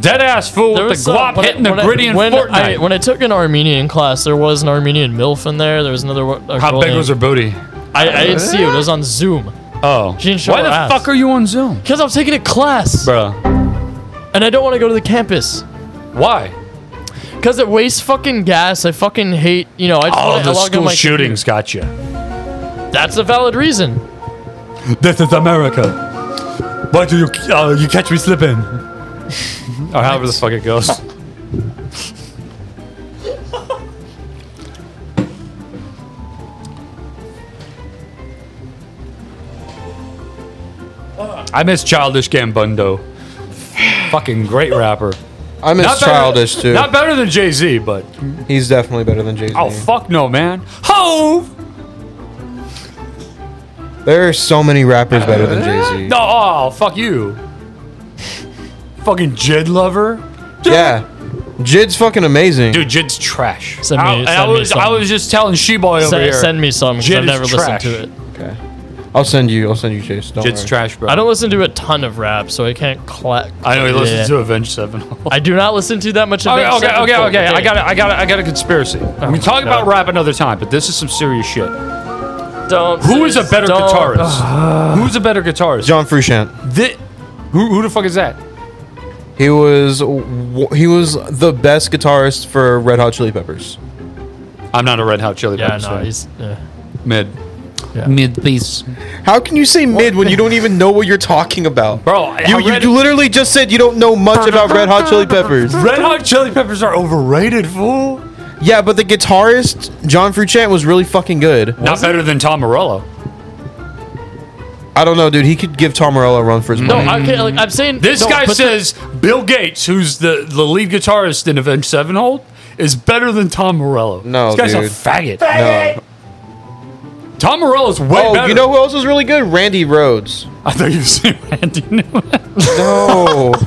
[SPEAKER 5] Dead ass fool
[SPEAKER 4] Uh? There
[SPEAKER 5] with
[SPEAKER 4] was
[SPEAKER 5] the
[SPEAKER 4] some-
[SPEAKER 5] guap
[SPEAKER 4] when I-
[SPEAKER 5] hitting the
[SPEAKER 4] when I-
[SPEAKER 5] gritty and
[SPEAKER 4] when
[SPEAKER 5] Fortnite.
[SPEAKER 4] I, when I took an Armenian class, there was an Armenian milf in there. There was another. wo- a
[SPEAKER 5] How
[SPEAKER 4] girl
[SPEAKER 5] big
[SPEAKER 4] named-
[SPEAKER 5] was her booty?
[SPEAKER 4] I, I didn't see it. It was on Zoom.
[SPEAKER 5] Oh,
[SPEAKER 4] She didn't show
[SPEAKER 5] why
[SPEAKER 4] her
[SPEAKER 5] the
[SPEAKER 4] ass.
[SPEAKER 5] fuck are you on Zoom,
[SPEAKER 4] Because I'm taking a class,
[SPEAKER 5] Bruh.
[SPEAKER 4] and I don't want to go to the campus.
[SPEAKER 5] Why?
[SPEAKER 4] Because it wastes fucking gas. I fucking hate. You know, I just
[SPEAKER 5] Oh,
[SPEAKER 4] wanna
[SPEAKER 5] the
[SPEAKER 4] log on
[SPEAKER 5] school
[SPEAKER 4] my
[SPEAKER 5] shootings got you.
[SPEAKER 4] computer. That's a valid reason.
[SPEAKER 5] This is America. Why do you uh, you catch me slipping? (laughs) or however the fuck it goes. (laughs) I miss Childish Gambundo. Fucking great rapper.
[SPEAKER 13] I miss
[SPEAKER 5] Not better-
[SPEAKER 13] childish too.
[SPEAKER 5] Not better than Jay Z, but
[SPEAKER 13] He's definitely better than Jay Z.
[SPEAKER 5] oh fuck no, man. Ho!
[SPEAKER 13] There are so many rappers better than Jay Z.
[SPEAKER 5] No, oh fuck you. Fucking Jid lover.
[SPEAKER 13] Yeah, Jid's fucking amazing.
[SPEAKER 5] Dude, Jid's trash.
[SPEAKER 4] Send
[SPEAKER 5] I,
[SPEAKER 4] me-
[SPEAKER 5] I
[SPEAKER 4] send me
[SPEAKER 5] was, I
[SPEAKER 4] some.
[SPEAKER 5] was just telling Sheboy over
[SPEAKER 4] Send,
[SPEAKER 5] here.
[SPEAKER 4] send me some because
[SPEAKER 5] Jid
[SPEAKER 4] I've
[SPEAKER 5] is
[SPEAKER 4] never
[SPEAKER 5] trash.
[SPEAKER 4] listened to it.
[SPEAKER 13] Okay, I'll send you. I'll send you Chase. Don't
[SPEAKER 5] Jid's
[SPEAKER 13] worry.
[SPEAKER 5] trash, bro.
[SPEAKER 4] I don't listen to a ton of rap, so I can't collect.
[SPEAKER 5] I know he listens
[SPEAKER 4] Yeah.
[SPEAKER 5] to Avenged (laughs) Sevenfold.
[SPEAKER 4] I do not listen to that much of
[SPEAKER 5] Okay,
[SPEAKER 4] Avenged
[SPEAKER 5] okay, okay,
[SPEAKER 4] Sevenfold,
[SPEAKER 5] okay. I got, a, I got, a, I got a conspiracy. we can talk
[SPEAKER 4] Oh, no.
[SPEAKER 5] about rap another time, but this is some serious shit.
[SPEAKER 4] Don't.
[SPEAKER 5] Who is a better
[SPEAKER 4] don't-
[SPEAKER 5] guitarist?
[SPEAKER 4] (sighs)
[SPEAKER 5] Who's a better guitarist?
[SPEAKER 13] John Frusciante.
[SPEAKER 5] Thi- who, who the fuck is that?
[SPEAKER 13] He was w- he was the best guitarist for Red Hot Chili Peppers.
[SPEAKER 5] I'm not a Red Hot Chili
[SPEAKER 4] Yeah,
[SPEAKER 5] Peppers
[SPEAKER 4] no,
[SPEAKER 5] fan.
[SPEAKER 4] he's. yeah.
[SPEAKER 5] Mid.
[SPEAKER 4] Yeah.
[SPEAKER 5] Mid, please.
[SPEAKER 13] How can you say mid when you don't even know what you're talking about,
[SPEAKER 5] Bro, I-
[SPEAKER 13] You,
[SPEAKER 5] I
[SPEAKER 13] you
[SPEAKER 5] read-
[SPEAKER 13] literally just said you don't know much about Red Hot Chili Peppers.
[SPEAKER 5] Red Hot Chili Peppers are overrated, fool.
[SPEAKER 13] Yeah, but the guitarist John Frusciante was really fucking good.
[SPEAKER 5] Not better than Tom Morello.
[SPEAKER 13] I don't know, dude. He could give Tom Morello a run for his
[SPEAKER 4] No,
[SPEAKER 13] money.
[SPEAKER 4] okay, like, I'm saying
[SPEAKER 5] This
[SPEAKER 4] no,
[SPEAKER 5] guy
[SPEAKER 4] but the-
[SPEAKER 5] says Bill Gates, who's the, the lead guitarist in Avenged Sevenfold, is better than Tom Morello.
[SPEAKER 13] No,
[SPEAKER 5] this guy's
[SPEAKER 13] dude.
[SPEAKER 5] a faggot.
[SPEAKER 13] No.
[SPEAKER 5] Tom Morello's way
[SPEAKER 13] Oh,
[SPEAKER 5] better.
[SPEAKER 13] you know who else was really good? Randy Rhodes.
[SPEAKER 5] I thought you were saying Randy Newman.
[SPEAKER 13] No. (laughs)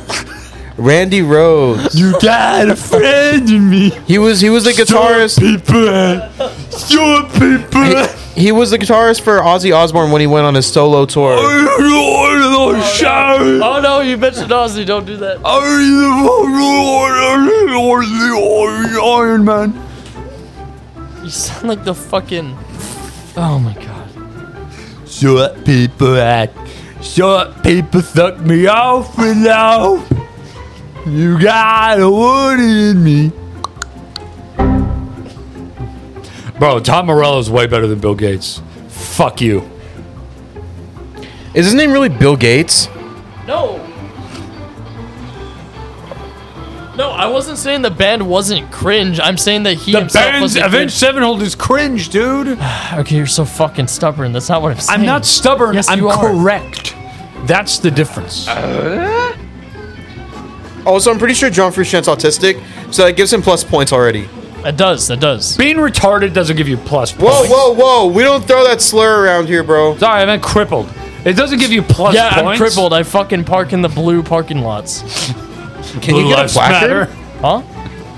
[SPEAKER 13] Randy Rhodes.
[SPEAKER 25] You got a friend in me.
[SPEAKER 13] He was he was the guitarist.
[SPEAKER 25] Your people.
[SPEAKER 13] He, he was the guitarist for Ozzy Osbourne when he went on his solo tour.
[SPEAKER 4] Oh no, you mentioned Ozzy. Don't do that.
[SPEAKER 25] Iron Man.
[SPEAKER 4] You sound like the fucking. Oh my god.
[SPEAKER 25] Short people act. Short people suck me off and now. You got a wood in me.
[SPEAKER 5] Bro, Tom Morello's way better than Bill Gates. Fuck you.
[SPEAKER 13] Is his name really Bill Gates?
[SPEAKER 4] No. No, I wasn't saying the band wasn't cringe. I'm saying that he
[SPEAKER 5] The
[SPEAKER 4] himself
[SPEAKER 5] band's
[SPEAKER 4] wasn't
[SPEAKER 5] Avenged
[SPEAKER 4] cringe.
[SPEAKER 5] Sevenfold is cringe, dude.
[SPEAKER 4] okay, you're so fucking stubborn. That's not what I'm saying.
[SPEAKER 5] I'm not stubborn.
[SPEAKER 4] Yes,
[SPEAKER 5] I'm
[SPEAKER 4] you are.
[SPEAKER 5] correct. That's the difference.
[SPEAKER 13] Also, Oh, I'm pretty sure John Frusciante's autistic, so that gives him plus points already.
[SPEAKER 4] It does. It does.
[SPEAKER 5] Being retarded doesn't give you plus.
[SPEAKER 13] Whoa,
[SPEAKER 5] points.
[SPEAKER 13] whoa, whoa! We don't throw that slur around here, bro.
[SPEAKER 5] Sorry, I meant crippled. It doesn't give you plus
[SPEAKER 4] yeah, I'm
[SPEAKER 5] points.
[SPEAKER 4] crippled. I fucking park in the blue parking lots.
[SPEAKER 13] Can you
[SPEAKER 5] Blue
[SPEAKER 13] get a
[SPEAKER 5] lives
[SPEAKER 13] blacker?
[SPEAKER 5] matter.
[SPEAKER 4] Huh?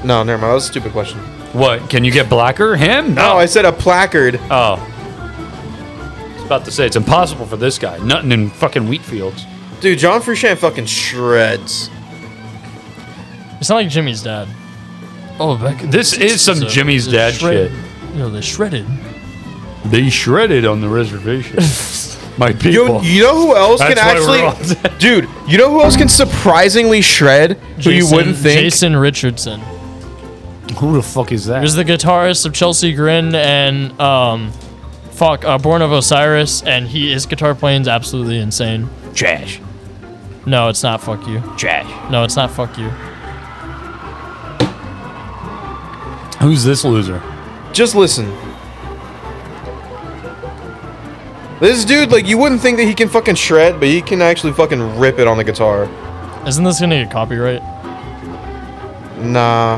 [SPEAKER 13] No, never mind. That was a stupid question.
[SPEAKER 5] What? Can you get blacker? Him?
[SPEAKER 13] No, I said a placard.
[SPEAKER 5] Oh. I was about to say, it's impossible for this guy. Nothing in fucking wheat fields.
[SPEAKER 13] Dude, John Frusciante fucking shreds.
[SPEAKER 4] It's not like Jimmy's dad. Oh, back in
[SPEAKER 5] This
[SPEAKER 4] the
[SPEAKER 5] is some
[SPEAKER 4] 60s, uh,
[SPEAKER 5] Jimmy's
[SPEAKER 4] they're
[SPEAKER 5] dad
[SPEAKER 4] shredded. You know, they're shredded.
[SPEAKER 5] They shredded on the (laughs) reservation. My people.
[SPEAKER 13] You know who else can
[SPEAKER 5] That's why we're (laughs)
[SPEAKER 13] actually, dude? You know who else can surprisingly shred? who you
[SPEAKER 4] Jason-
[SPEAKER 13] wouldn't think?
[SPEAKER 4] Jason Richardson.
[SPEAKER 5] Who the fuck is
[SPEAKER 4] He
[SPEAKER 5] that?
[SPEAKER 4] was the guitarist of Chelsea Grin and um, fuck, uh, Born of Osiris, and he his guitar playing is absolutely insane.
[SPEAKER 7] Trash.
[SPEAKER 4] No, it's not. Fuck you.
[SPEAKER 7] Trash.
[SPEAKER 4] No, it's not. Fuck you.
[SPEAKER 5] Who's this loser?
[SPEAKER 13] Just listen. This dude, like, you wouldn't think that he can fucking shred, but he can actually fucking rip it on the guitar.
[SPEAKER 4] Isn't this gonna get copyright?
[SPEAKER 13] Nah,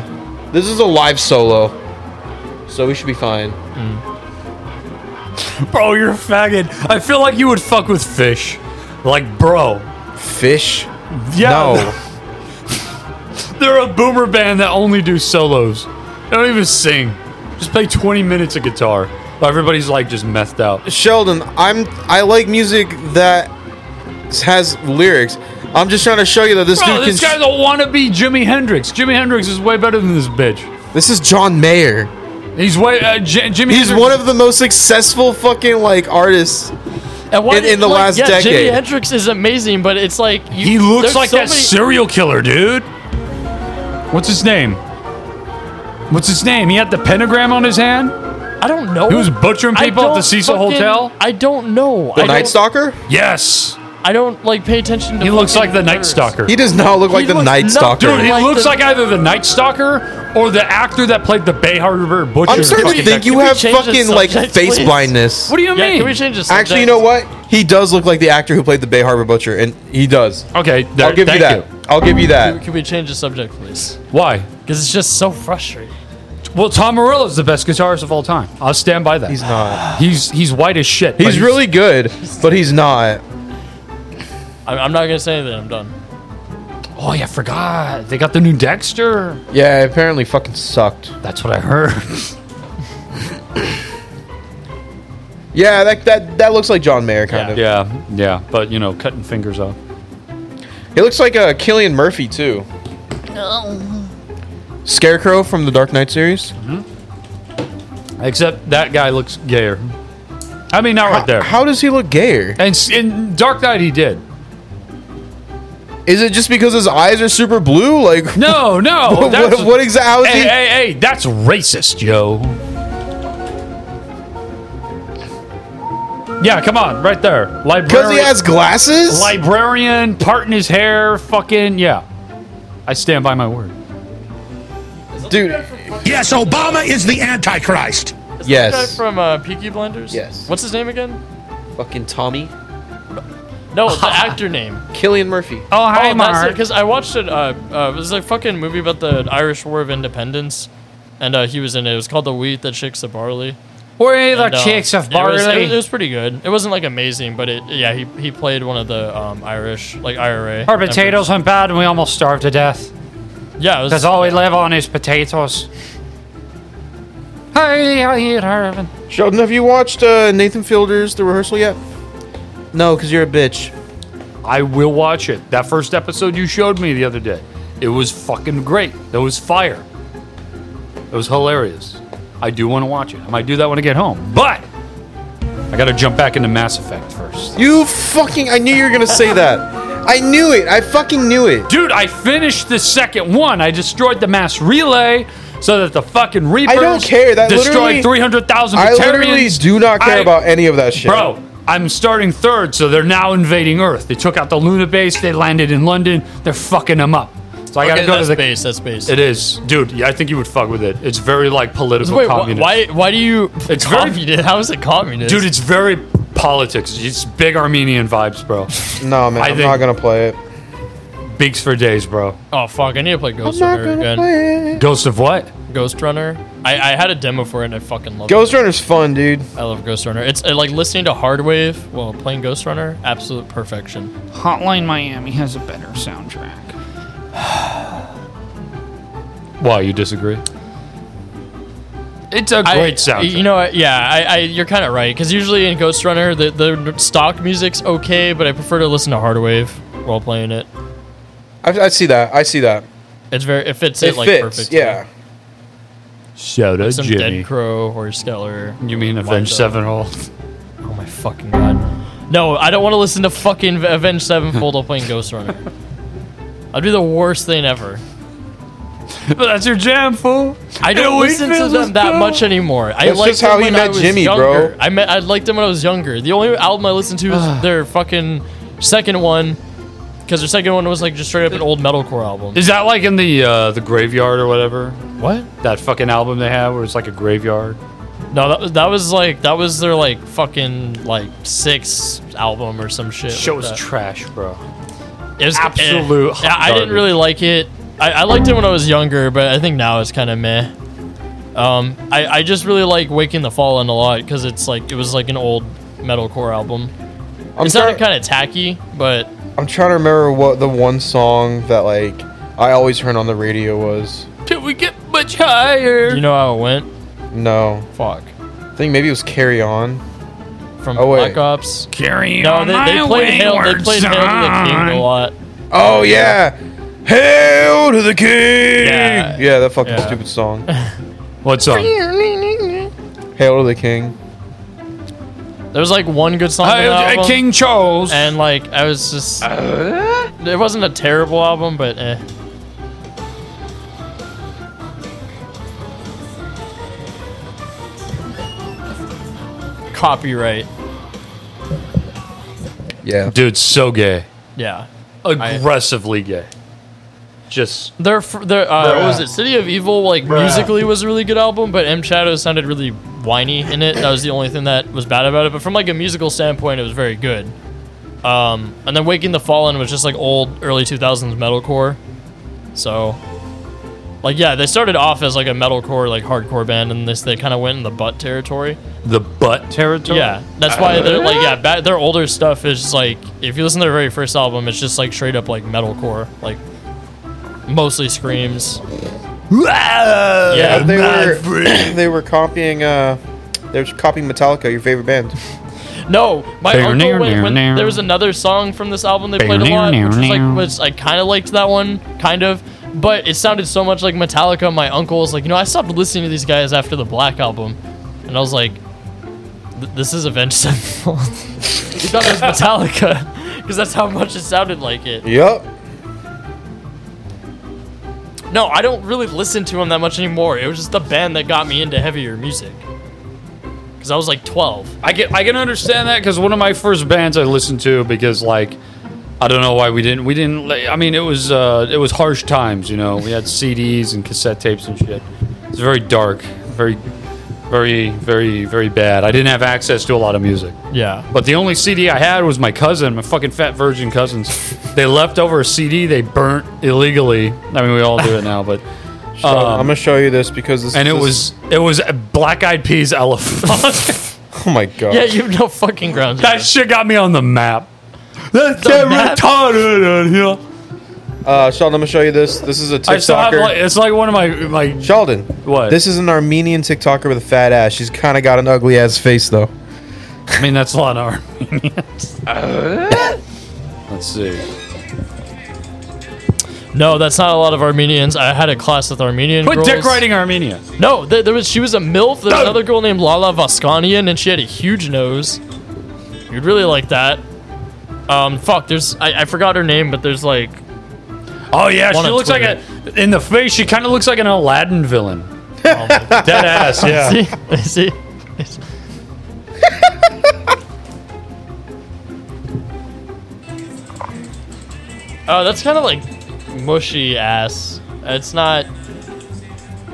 [SPEAKER 13] this is a live solo, so we should be fine.
[SPEAKER 5] Bro, you're a faggot. I feel like you would fuck with fish. Like, bro.
[SPEAKER 13] Fish?
[SPEAKER 5] Yeah.
[SPEAKER 13] No.
[SPEAKER 5] They're a boomer band that only do solos. They don't even sing. Just play 20 minutes of guitar. Everybody's like just methed out.
[SPEAKER 13] Sheldon, I'm I like music that has lyrics. I'm just trying to show you that this
[SPEAKER 5] Bro,
[SPEAKER 13] dude
[SPEAKER 5] this
[SPEAKER 13] can.
[SPEAKER 5] guy's a wannabe Jimi Hendrix. Jimi Hendrix is way better than this bitch.
[SPEAKER 13] this is John Mayer.
[SPEAKER 5] He's way uh, J- Jimi.
[SPEAKER 13] He's
[SPEAKER 5] Hendrix-
[SPEAKER 13] one of the most successful fucking like artists.
[SPEAKER 4] And
[SPEAKER 13] In- in the last
[SPEAKER 4] yeah, Jimi
[SPEAKER 13] decade.
[SPEAKER 4] Hendrix is amazing, but it's like you,
[SPEAKER 5] He looks
[SPEAKER 4] there's
[SPEAKER 5] like
[SPEAKER 4] so
[SPEAKER 5] that
[SPEAKER 4] many-
[SPEAKER 5] serial killer, dude. What's his name? What's his name? He had the pentagram on his hand.
[SPEAKER 4] I don't know.
[SPEAKER 5] He was butchering
[SPEAKER 4] I
[SPEAKER 5] people at the
[SPEAKER 4] don't
[SPEAKER 5] Cecil
[SPEAKER 4] fucking-
[SPEAKER 5] Hotel.
[SPEAKER 4] I don't know.
[SPEAKER 13] The
[SPEAKER 4] I
[SPEAKER 13] Night
[SPEAKER 4] don't-
[SPEAKER 13] Stalker?
[SPEAKER 5] Yes.
[SPEAKER 4] I don't like pay attention to.
[SPEAKER 5] He looks
[SPEAKER 4] fucking
[SPEAKER 5] like the Night
[SPEAKER 4] words.
[SPEAKER 5] Stalker.
[SPEAKER 13] He does not look like the
[SPEAKER 4] looks
[SPEAKER 13] Night
[SPEAKER 4] nothing
[SPEAKER 13] Stalker.
[SPEAKER 5] Dude, he
[SPEAKER 4] like
[SPEAKER 5] looks
[SPEAKER 4] the-
[SPEAKER 5] like either the Night Stalker or the actor that played the Bay Harbor Butcher.
[SPEAKER 13] I'm starting to
[SPEAKER 5] Fucking-
[SPEAKER 13] think you
[SPEAKER 4] Can we
[SPEAKER 13] have
[SPEAKER 4] change the
[SPEAKER 13] fucking like
[SPEAKER 4] subject,
[SPEAKER 13] face
[SPEAKER 4] please?
[SPEAKER 13] blindness.
[SPEAKER 5] What do you
[SPEAKER 4] Yeah,
[SPEAKER 5] mean?
[SPEAKER 4] can we change this?
[SPEAKER 13] Actually, you know what? He does look like the actor who played the Bay Harbor Butcher, and he does.
[SPEAKER 5] okay, there,
[SPEAKER 13] I'll give you
[SPEAKER 5] thank
[SPEAKER 13] that. I'll give you
[SPEAKER 4] Can,
[SPEAKER 13] that.
[SPEAKER 4] can we change the subject, please?
[SPEAKER 5] Why?
[SPEAKER 4] Because it's just so frustrating.
[SPEAKER 5] Well, Tom Morello is the best guitarist of all time. I'll stand by that.
[SPEAKER 13] He's
[SPEAKER 5] He's
[SPEAKER 13] not.
[SPEAKER 5] he's, white as shit. but
[SPEAKER 13] He's really good, but he's not.
[SPEAKER 4] I'm, I'm not gonna say anything. I'm done.
[SPEAKER 5] Oh, yeah, I forgot. They got the new Dexter.
[SPEAKER 13] Yeah, apparently fucking sucked.
[SPEAKER 5] That's what
[SPEAKER 4] (laughs)
[SPEAKER 5] I heard.
[SPEAKER 13] Yeah, that that, that looks like John Mayer kind of.
[SPEAKER 5] Yeah, yeah, but you know, cutting fingers off.
[SPEAKER 13] He looks like a uh, Killian Murphy too. Scarecrow from the Dark Knight series.
[SPEAKER 5] Except that guy looks gayer. I mean, not right there.
[SPEAKER 13] How does he look gayer?
[SPEAKER 5] And s- in Dark Knight, he did.
[SPEAKER 13] Is it just because his eyes are super blue? Like
[SPEAKER 5] No, no.
[SPEAKER 13] (laughs) What-
[SPEAKER 5] that's-
[SPEAKER 13] what- what exa- how is
[SPEAKER 5] hey,
[SPEAKER 13] he-
[SPEAKER 5] Hey, hey, that's racist, Joe. Yeah, come on, right there. Librarian.
[SPEAKER 13] because he has glasses.
[SPEAKER 5] librarian, parting his hair, fucking yeah. I stand by my word.
[SPEAKER 13] dude.
[SPEAKER 24] Yes, Obama is the Antichrist.
[SPEAKER 4] Is That guy
[SPEAKER 13] Yes.
[SPEAKER 4] from uh, Peaky Blinders.
[SPEAKER 13] Yes.
[SPEAKER 4] What's his name again?
[SPEAKER 13] Fucking Tommy.
[SPEAKER 4] No,
[SPEAKER 13] (laughs)
[SPEAKER 4] the actor name.
[SPEAKER 13] Killian Murphy.
[SPEAKER 5] Oh, hi,
[SPEAKER 4] oh, that's it. Because I watched it. Uh, uh, it was a fucking movie about the Irish War of Independence, and uh, he was in it. It was called "The Wheat That Shakes the Barley."
[SPEAKER 3] We're the
[SPEAKER 4] And, uh,
[SPEAKER 3] chicks of
[SPEAKER 4] it was- it
[SPEAKER 3] barley.
[SPEAKER 4] was- It was, pretty good. It wasn't like amazing, but it yeah he, he played one of the um, Irish like IRA.
[SPEAKER 3] Our potatoes went bad and we almost starved to death.
[SPEAKER 4] Yeah, it was-
[SPEAKER 3] Because all we live on is potatoes. Hey, how you doing?
[SPEAKER 13] Sheldon, have you watched uh, Nathan Fielder's The Rehearsal yet? No, because you're a bitch.
[SPEAKER 5] I will watch it. That first episode you showed me the other day, it was fucking great. That was fire. It was hilarious. I do want to watch it. I might do that when I get home. But I got to jump back into Mass Effect first.
[SPEAKER 13] You fucking. I knew you were going to say that. I knew it. I fucking knew it.
[SPEAKER 5] Dude, I finished the second one. I destroyed the mass relay so that the fucking Reapers
[SPEAKER 13] I don't care. That literally-
[SPEAKER 5] destroyed 300,000
[SPEAKER 13] I literally
[SPEAKER 5] Batarians.
[SPEAKER 13] do not care
[SPEAKER 5] I-
[SPEAKER 13] about any of that shit.
[SPEAKER 5] Bro, I'm starting third, so they're now invading Earth. They took out the Luna base. They landed in London. They're fucking them up. So I gotta
[SPEAKER 4] Okay,
[SPEAKER 5] go
[SPEAKER 4] that's
[SPEAKER 5] to the
[SPEAKER 4] base. That's base.
[SPEAKER 5] It is, dude. Yeah, I think you would fuck with it. It's very like political
[SPEAKER 4] Wait, wh-
[SPEAKER 5] communist.
[SPEAKER 4] why why do you?
[SPEAKER 5] It's
[SPEAKER 4] It's
[SPEAKER 5] very-
[SPEAKER 4] communist. (laughs) How is it communist?
[SPEAKER 5] dude, it's very politics. It's big Armenian vibes, bro.
[SPEAKER 13] no man,
[SPEAKER 5] I
[SPEAKER 13] I'm
[SPEAKER 5] think
[SPEAKER 13] not gonna play it.
[SPEAKER 5] Bigs for days, bro.
[SPEAKER 4] oh fuck! I need to play Ghost
[SPEAKER 13] I'm not
[SPEAKER 4] Runner
[SPEAKER 13] gonna
[SPEAKER 4] again.
[SPEAKER 13] play it.
[SPEAKER 5] Ghost of what?
[SPEAKER 4] Ghost Runner. I, I had a demo for it and I fucking love
[SPEAKER 13] Ghost
[SPEAKER 4] it.
[SPEAKER 13] Runner's fun, dude.
[SPEAKER 4] I love Ghost Runner. It's uh, like listening to Hardwave while playing Ghost Runner. Absolute perfection.
[SPEAKER 3] Hotline Miami has a better soundtrack.
[SPEAKER 5] Why you disagree? It's a great
[SPEAKER 4] I,
[SPEAKER 5] soundtrack.
[SPEAKER 4] You know, what? yeah, I, I you're kind of right because usually in Ghost Runner the, the stock music's okay, but I prefer to listen to Hardwave while playing it.
[SPEAKER 13] I, I see that. I see that.
[SPEAKER 4] It's very it fits it,
[SPEAKER 13] It,
[SPEAKER 4] like
[SPEAKER 13] fits.
[SPEAKER 4] perfectly.
[SPEAKER 13] Yeah.
[SPEAKER 5] Shout
[SPEAKER 4] Like
[SPEAKER 5] out
[SPEAKER 4] some
[SPEAKER 5] Jimmy.
[SPEAKER 4] Dead Crow or Stellar.
[SPEAKER 5] You mean
[SPEAKER 4] Wind
[SPEAKER 5] Avenged
[SPEAKER 4] Up.
[SPEAKER 5] Sevenfold? (laughs)
[SPEAKER 4] Oh my fucking god! No, I don't want to listen to fucking Avenged Sevenfold while playing Ghost Runner. I'd be the worst thing ever.
[SPEAKER 5] But that's your jam, fool.
[SPEAKER 4] I don't
[SPEAKER 5] Yeah, we
[SPEAKER 4] listen to
[SPEAKER 5] feel
[SPEAKER 4] them
[SPEAKER 5] this,
[SPEAKER 4] that
[SPEAKER 5] bro.
[SPEAKER 4] much anymore. I
[SPEAKER 13] That's
[SPEAKER 4] liked
[SPEAKER 13] just how
[SPEAKER 4] them
[SPEAKER 13] he
[SPEAKER 4] when I
[SPEAKER 13] met
[SPEAKER 4] was
[SPEAKER 13] Jimmy, bro.
[SPEAKER 4] younger. I met I liked them when I was younger. The only album I listened to was their fucking second one, because their second one was like just straight up an old metalcore album.
[SPEAKER 5] Is that like in the uh, the graveyard or whatever?
[SPEAKER 4] What?
[SPEAKER 5] That fucking album they have where it's like a graveyard.
[SPEAKER 4] No, that, that was like that was their like fucking like sixth album or some shit.
[SPEAKER 5] Shit
[SPEAKER 4] like
[SPEAKER 5] was
[SPEAKER 4] that.
[SPEAKER 5] trash, bro.
[SPEAKER 4] It was
[SPEAKER 5] absolute
[SPEAKER 4] eh. Yeah, I didn't
[SPEAKER 5] garbage.
[SPEAKER 4] really like it. I, I liked it when I was younger, but I think now it's kind of meh. Um, I, I just really like Waking the Fallen a lot because it's like it was like an old metalcore album.
[SPEAKER 13] I'm
[SPEAKER 4] it sounded kind of tacky, but
[SPEAKER 13] I'm trying to remember what the one song that like I always heard on the radio was.
[SPEAKER 4] Till we get much higher. Do you know how it went?
[SPEAKER 13] No.
[SPEAKER 4] Fuck.
[SPEAKER 13] I think maybe it was Carry On.
[SPEAKER 4] From
[SPEAKER 13] oh, wait.
[SPEAKER 4] Black Ops.
[SPEAKER 13] Carry
[SPEAKER 4] no,
[SPEAKER 13] on
[SPEAKER 4] they, they
[SPEAKER 13] my
[SPEAKER 4] played Hail. They
[SPEAKER 13] wayward
[SPEAKER 4] played Hail to the King
[SPEAKER 13] son.
[SPEAKER 4] a lot.
[SPEAKER 13] Oh yeah. Hail to the King.
[SPEAKER 4] Yeah.
[SPEAKER 13] Yeah, that fucking stupid song.
[SPEAKER 5] what song?
[SPEAKER 13] Hail to the King.
[SPEAKER 4] There was like one good song. on
[SPEAKER 5] Hey,
[SPEAKER 4] the
[SPEAKER 5] hey,
[SPEAKER 4] album,
[SPEAKER 5] King Charles.
[SPEAKER 4] And like I was just, it wasn't a terrible album, but eh. Copyright.
[SPEAKER 13] Yeah.
[SPEAKER 5] Dude, so gay.
[SPEAKER 4] Yeah.
[SPEAKER 5] Aggressively gay. Just
[SPEAKER 4] Their fr- their uh, what
[SPEAKER 5] Bruh.
[SPEAKER 4] was it? City of Evil like musically was a really good album, but M Shadow sounded really whiny in it. That was the only thing that was bad about it. But from like a musical standpoint, it was very good. Um, and then Waking the Fallen was just like old early two thousands metalcore. So, like yeah, they started off as like a metalcore like hardcore band, and this they kind of went in the butt territory.
[SPEAKER 5] the butt territory.
[SPEAKER 4] Yeah, that's why they're like yeah, ba- their older stuff is just like if you listen to their very first album, it's just like straight up like metalcore, like mostly screams.
[SPEAKER 13] Yeah,
[SPEAKER 4] Yeah,
[SPEAKER 13] Uh, they
[SPEAKER 4] my
[SPEAKER 13] were (clears throat) they were copying uh they were copying Metallica, your favorite band.
[SPEAKER 4] No, my uncle went, when there was another song from this album they played a lot, which was like was I kind of liked that one, kind of, but it sounded so much like Metallica. My uncle was like, you know, I stopped listening to these guys after the Black album, and I was like, "Th- this is Avenged (laughs) Sevenfold. he thought it was Metallica (laughs) because that's how much it sounded like it.
[SPEAKER 13] Yup.
[SPEAKER 4] No, I don't really listen to him that much anymore. It was just the band that got me into heavier music. Because I was like 12.
[SPEAKER 5] I can I can understand that because one of my first bands I listened to because like I don't know why we didn't we didn't like, I mean it was uh, it was harsh times you know we had CDs and cassette tapes and shit it's very dark very very very very bad I didn't have access to a lot of music
[SPEAKER 4] Yeah.
[SPEAKER 5] but the only CD I had was my cousin my fucking fat virgin (laughs) cousins they left over a CD they burnt illegally I mean we all do it now but
[SPEAKER 13] I'm gonna show you this because this
[SPEAKER 5] and it
[SPEAKER 13] this-
[SPEAKER 5] was it was a Black Eyed Peas (laughs) elephant.
[SPEAKER 13] (laughs) oh my god.
[SPEAKER 4] Yeah, (laughs) you have no fucking grounds.
[SPEAKER 5] that shit got me on the map.
[SPEAKER 13] That's
[SPEAKER 5] The map.
[SPEAKER 13] retarded on here. Uh, Sheldon, I'm gonna show you this. This is a TikToker.
[SPEAKER 5] I still have like it's like one of my my
[SPEAKER 13] Sheldon.
[SPEAKER 5] What?
[SPEAKER 13] This is an Armenian TikToker with a fat ass. She's kind of got an ugly ass face though.
[SPEAKER 5] I mean that's a lot of Armenians. Let's see.
[SPEAKER 4] No, that's not a lot of Armenians. I had a class with Armenian
[SPEAKER 5] Quit
[SPEAKER 4] girls.
[SPEAKER 5] dick riding Armenia.
[SPEAKER 4] No, there, there was she was a MILF. There was another girl named Lala Voskanian, and she had a huge nose. You'd really like that. Um, fuck, there's I, I forgot her name, but there's like (laughs)
[SPEAKER 5] Oh yeah,
[SPEAKER 4] One
[SPEAKER 5] she
[SPEAKER 4] on
[SPEAKER 5] looks
[SPEAKER 4] Twitter.
[SPEAKER 5] like a in the face. She kind of looks like an Aladdin
[SPEAKER 13] (laughs)
[SPEAKER 5] villain. Oh, Dead ass. Yeah.
[SPEAKER 4] see, see, (laughs) oh, that's kind of like mushy ass. It's not.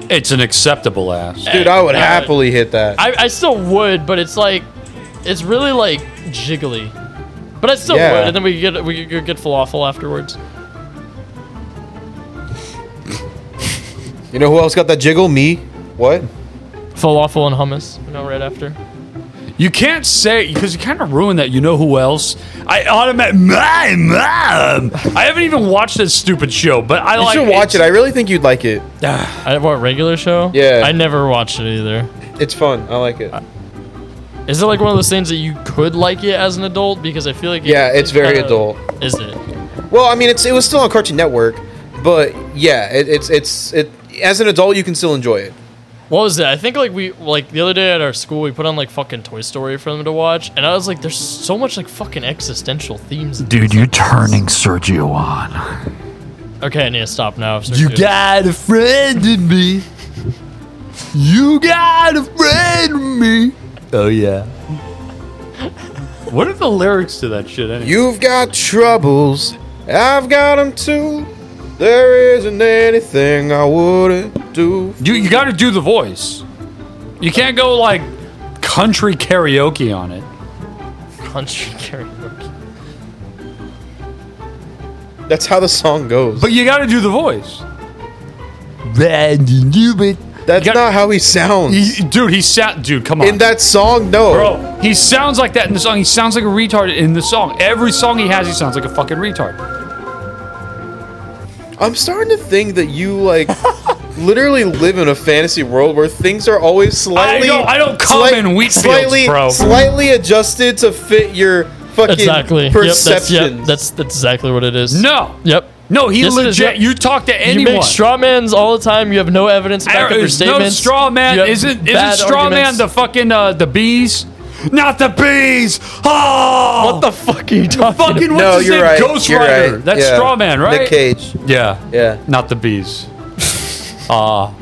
[SPEAKER 5] It's an acceptable ass.
[SPEAKER 13] Dude, I would
[SPEAKER 4] Yeah.
[SPEAKER 13] happily hit that.
[SPEAKER 4] I, I still would, but it's like, it's really like jiggly. But I still
[SPEAKER 13] Yeah.
[SPEAKER 4] would, and then we could get we could get falafel afterwards.
[SPEAKER 13] You know who else got that jiggle? Me. What?
[SPEAKER 4] Falafel and hummus, you know, right after.
[SPEAKER 5] You can't say because you kind of ruined that. You know who else? I automatic my mom. (laughs) I haven't even watched this stupid show, but I
[SPEAKER 13] you
[SPEAKER 5] like
[SPEAKER 13] should watch it. I really think you'd like it.
[SPEAKER 4] I what regular show?
[SPEAKER 13] Yeah.
[SPEAKER 4] I never watched it either.
[SPEAKER 13] It's fun. I like it.
[SPEAKER 4] Is it like one of those things that you could like it as an adult? Because I feel like it-
[SPEAKER 13] Yeah, it's
[SPEAKER 4] it
[SPEAKER 13] very
[SPEAKER 4] kinda-
[SPEAKER 13] adult.
[SPEAKER 4] Is it?
[SPEAKER 13] Well, I mean, it's it was still on Cartoon Network, but yeah, it, it's it's it. As an adult, you can still enjoy it.
[SPEAKER 4] What was it? I think like we like the other day at our school we put on like fucking Toy Story for them to watch, and I was like, there's so much like fucking existential themes. in
[SPEAKER 7] Dude,
[SPEAKER 4] this.
[SPEAKER 7] you turning Sergio on.
[SPEAKER 4] Okay, I need to stop now. I'm sorry,
[SPEAKER 7] You
[SPEAKER 4] dude.
[SPEAKER 7] got a friend in me. You got a friend in me.
[SPEAKER 5] Oh yeah. what are the lyrics to that shit? Anyway?
[SPEAKER 13] You've got troubles, I've got them too. There isn't anything I wouldn't do.
[SPEAKER 5] You you got to do the voice. You can't go like country karaoke on it.
[SPEAKER 4] country karaoke.
[SPEAKER 13] That's how the song goes.
[SPEAKER 5] But you got to do the voice.
[SPEAKER 13] That's not how he sounds.
[SPEAKER 5] He- dude, he sound dude, come on.
[SPEAKER 13] In that song, no.
[SPEAKER 5] Bro, he sounds like that in the song. He sounds like a retard in the song. Every song he has, he sounds like a fucking retard.
[SPEAKER 13] I'm starting to think that you like literally live in a fantasy world where things are always slightly.
[SPEAKER 5] don't- I don't come in wheat fields,
[SPEAKER 13] slightly,
[SPEAKER 5] bro.
[SPEAKER 13] Slightly adjusted to fit your fucking
[SPEAKER 4] exactly. Yep, that's-
[SPEAKER 13] perception.
[SPEAKER 4] Yep, that's, that's exactly what it is.
[SPEAKER 5] No.
[SPEAKER 4] Yep.
[SPEAKER 5] No, he
[SPEAKER 4] Yes, it is.
[SPEAKER 5] legit.
[SPEAKER 4] Yep.
[SPEAKER 5] You talk to
[SPEAKER 4] You
[SPEAKER 5] anyone.
[SPEAKER 4] make straw mans all the time. You have no evidence to back up
[SPEAKER 5] There
[SPEAKER 4] your
[SPEAKER 5] is no
[SPEAKER 4] statements.
[SPEAKER 5] straw man.
[SPEAKER 4] You have
[SPEAKER 5] Isn't
[SPEAKER 4] bad
[SPEAKER 5] isn't straw man
[SPEAKER 4] arguments.
[SPEAKER 5] the fucking uh, the bees? Not the bees. Oh, what the
[SPEAKER 4] fuck are you talking?
[SPEAKER 5] Fucking what's
[SPEAKER 13] no,
[SPEAKER 5] his
[SPEAKER 13] you're
[SPEAKER 5] name?
[SPEAKER 13] right.
[SPEAKER 5] Ghost
[SPEAKER 13] you're
[SPEAKER 5] Rider.
[SPEAKER 13] Right.
[SPEAKER 5] That's
[SPEAKER 13] yeah.
[SPEAKER 5] straw man, right?
[SPEAKER 13] Nick Cage.
[SPEAKER 5] Yeah.
[SPEAKER 13] Yeah.
[SPEAKER 5] Not the bees. (laughs) Ah.